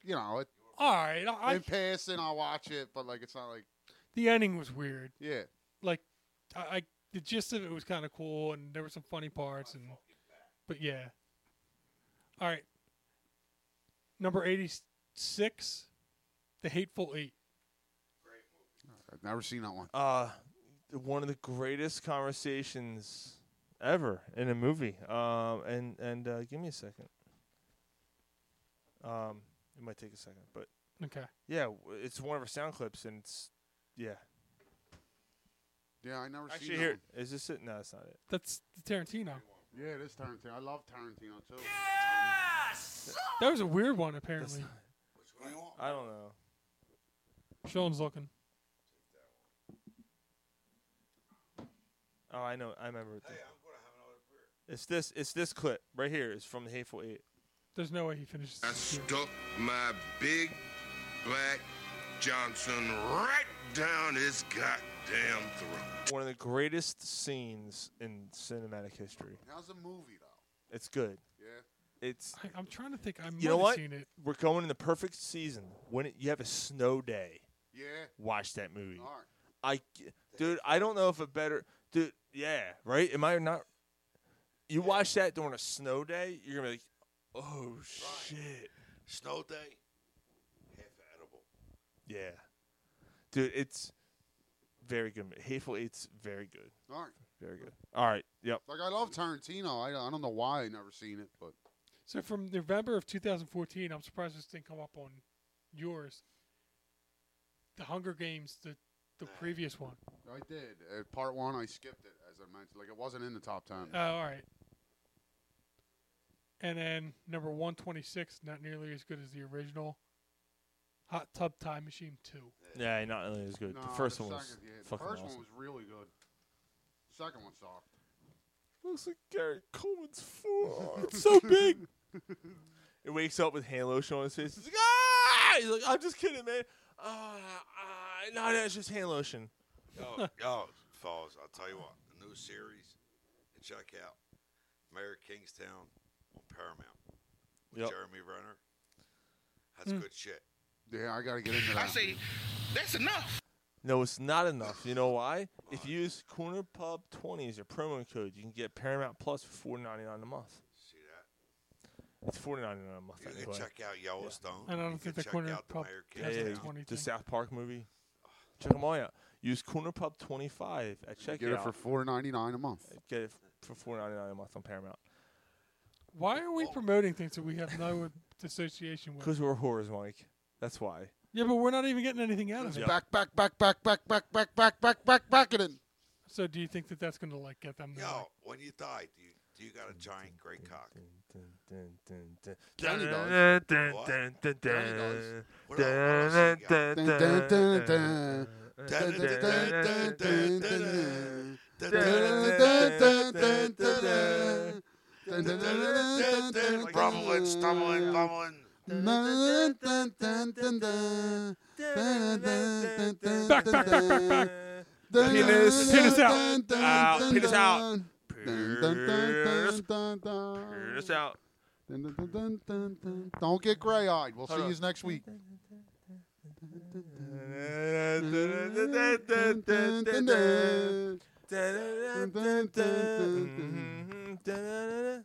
Speaker 7: you know, it,
Speaker 6: all right. I,
Speaker 7: in passing, I'll watch it, but like, it's not like,
Speaker 6: the ending was weird.
Speaker 7: yeah.
Speaker 6: Like, I, I the gist of it was kind of cool, and there were some funny parts, and but yeah. All right. Number eighty-six, The Hateful Eight.
Speaker 7: I've never seen that one.
Speaker 5: uh one of the greatest conversations ever in a movie. Um and and uh, give me a second. Um it might take a second, but
Speaker 6: Okay.
Speaker 5: yeah, w- it's one of our sound clips and it's yeah.
Speaker 7: Yeah, I never seen
Speaker 5: Actually
Speaker 7: that
Speaker 5: here is this it? No, it's not it.
Speaker 6: That's the Tarantino.
Speaker 7: one. Yeah, it is Tarantino. I love Tarantino too.
Speaker 6: That was a weird one, apparently.
Speaker 5: I don't know.
Speaker 6: Sean's looking.
Speaker 5: Oh, I know. I remember. Hey, I'm gonna have another beer. It's this. It's this clip right here. It's from the Hateful Eight.
Speaker 6: There's no way he finishes.
Speaker 10: I stuck my big black Johnson right down his goddamn throat.
Speaker 5: One of the greatest scenes in cinematic history.
Speaker 7: How's the movie though?
Speaker 5: It's good.
Speaker 7: Yeah.
Speaker 5: It's
Speaker 6: I, I'm trying to think. I might
Speaker 5: you know
Speaker 6: have
Speaker 5: what?
Speaker 6: seen it.
Speaker 5: We're going in the perfect season when it, you have a snow day.
Speaker 7: Yeah.
Speaker 5: Watch that movie.
Speaker 7: All right.
Speaker 5: I, dude, I don't know if a better dude. Yeah, right. Am I not? you watch that during a snow day, you're gonna be like, oh shit,
Speaker 8: snow day, half
Speaker 5: [laughs]
Speaker 8: edible.
Speaker 5: yeah, dude, it's very good. Hateful Eight's very good.
Speaker 7: All right.
Speaker 5: Very good. All right. Yep.
Speaker 7: Like I love Tarantino. I, I don't know why I never seen it, but
Speaker 6: So from November of 2014, I'm surprised this didn't come up on yours. The Hunger Games, the the previous one.
Speaker 7: I did. Uh, part one, I skipped it as I mentioned. Like it wasn't in the top ten.
Speaker 6: Oh, all right. And then number 126, not nearly as good as the original. Hot Tub Time Machine 2.
Speaker 5: Yeah, not really as good.
Speaker 7: No,
Speaker 5: the first one was
Speaker 7: second- yeah, the
Speaker 5: fucking
Speaker 7: first
Speaker 5: awesome.
Speaker 7: one was really good. Second one sucked.
Speaker 5: Looks like Gary Coleman's
Speaker 7: [laughs]
Speaker 5: forearm. It's so big. It wakes up with hand lotion on his face. He's like, ah! He's like, I'm just kidding, man. Ah, ah, no, no, it's just hand lotion.
Speaker 8: Yo, yo, Falls, I'll tell you what, the new series, and check out Mayor of Kingstown on Paramount with
Speaker 7: Yep.
Speaker 8: Jeremy Renner. That's
Speaker 7: Hmm.
Speaker 8: good shit.
Speaker 7: Yeah, [laughs] I gotta get into that.
Speaker 8: that's enough.
Speaker 5: No, it's not enough. You know why? If you use Corner Pub 20 as your promo code, you can get Paramount Plus for four ninety nine a month.
Speaker 8: See that?
Speaker 5: It's four ninety nine a month.
Speaker 8: You can
Speaker 5: anyway.
Speaker 8: check out Yellowstone.
Speaker 6: And I don't
Speaker 8: you
Speaker 6: think
Speaker 8: can
Speaker 6: the
Speaker 8: check
Speaker 6: Corner
Speaker 8: out the
Speaker 6: Pub
Speaker 8: Mayor of
Speaker 5: Yeah,
Speaker 8: Kingstown.
Speaker 5: yeah, the South Park movie. Check them all out. Use Corner Pub 25 at checkout.
Speaker 7: Get it for four ninety nine a month.
Speaker 5: Get it for four ninety nine a month on Paramount.
Speaker 6: Why are we promoting things that we have no association with?
Speaker 5: Because we're whores, Mike. That's why.
Speaker 6: Yeah, but we're not even getting anything out of
Speaker 5: It's
Speaker 6: it.
Speaker 5: back,
Speaker 7: back, back, back, back, back, back, back, back, back, back it in.
Speaker 6: So, do you think that that's going to like get them? to, like-
Speaker 8: Yo, when you die, do you, do you got a giant great cock?
Speaker 5: Dun, dun, dun.
Speaker 8: Johnny
Speaker 5: Dun,
Speaker 8: does.
Speaker 5: dun,
Speaker 8: What?
Speaker 5: dun, dun,
Speaker 8: Johnny
Speaker 5: dun.
Speaker 8: does. What
Speaker 5: Dun,
Speaker 8: else you
Speaker 5: dun,
Speaker 8: got?
Speaker 5: dun,
Speaker 7: Dun, dun,
Speaker 5: dun,
Speaker 7: dun,
Speaker 5: dun,
Speaker 7: dun,
Speaker 5: dun,
Speaker 7: dun,
Speaker 5: dun,
Speaker 7: dun,
Speaker 5: dun, dun,
Speaker 7: dun, dun, dun,
Speaker 5: dun, dun,
Speaker 7: dun, dun, dun, dun, dun. Dun, dun, dun, dun, dun, dun,
Speaker 8: Like rumbling, stumbling, bumbling.
Speaker 7: Dun, dun, dun, dun, dun. Dun, dun, dun, dun,
Speaker 6: Back,
Speaker 7: dun,
Speaker 6: back, back, back, back.
Speaker 7: dun,
Speaker 5: Penis.
Speaker 7: dun,
Speaker 5: Penis out.
Speaker 7: dun, dun,
Speaker 5: Out.
Speaker 7: dun,
Speaker 5: Penis out.
Speaker 7: dun. Dun, dun, dun,
Speaker 5: Penis.
Speaker 7: dun, dun, dun.
Speaker 5: Penis out.
Speaker 7: Dun, dun, dun, dun, dun, dun. Don't get gray eyed. We'll
Speaker 5: Hold
Speaker 7: see
Speaker 5: on.
Speaker 7: you next week.
Speaker 5: Mm-hmm. Mhm.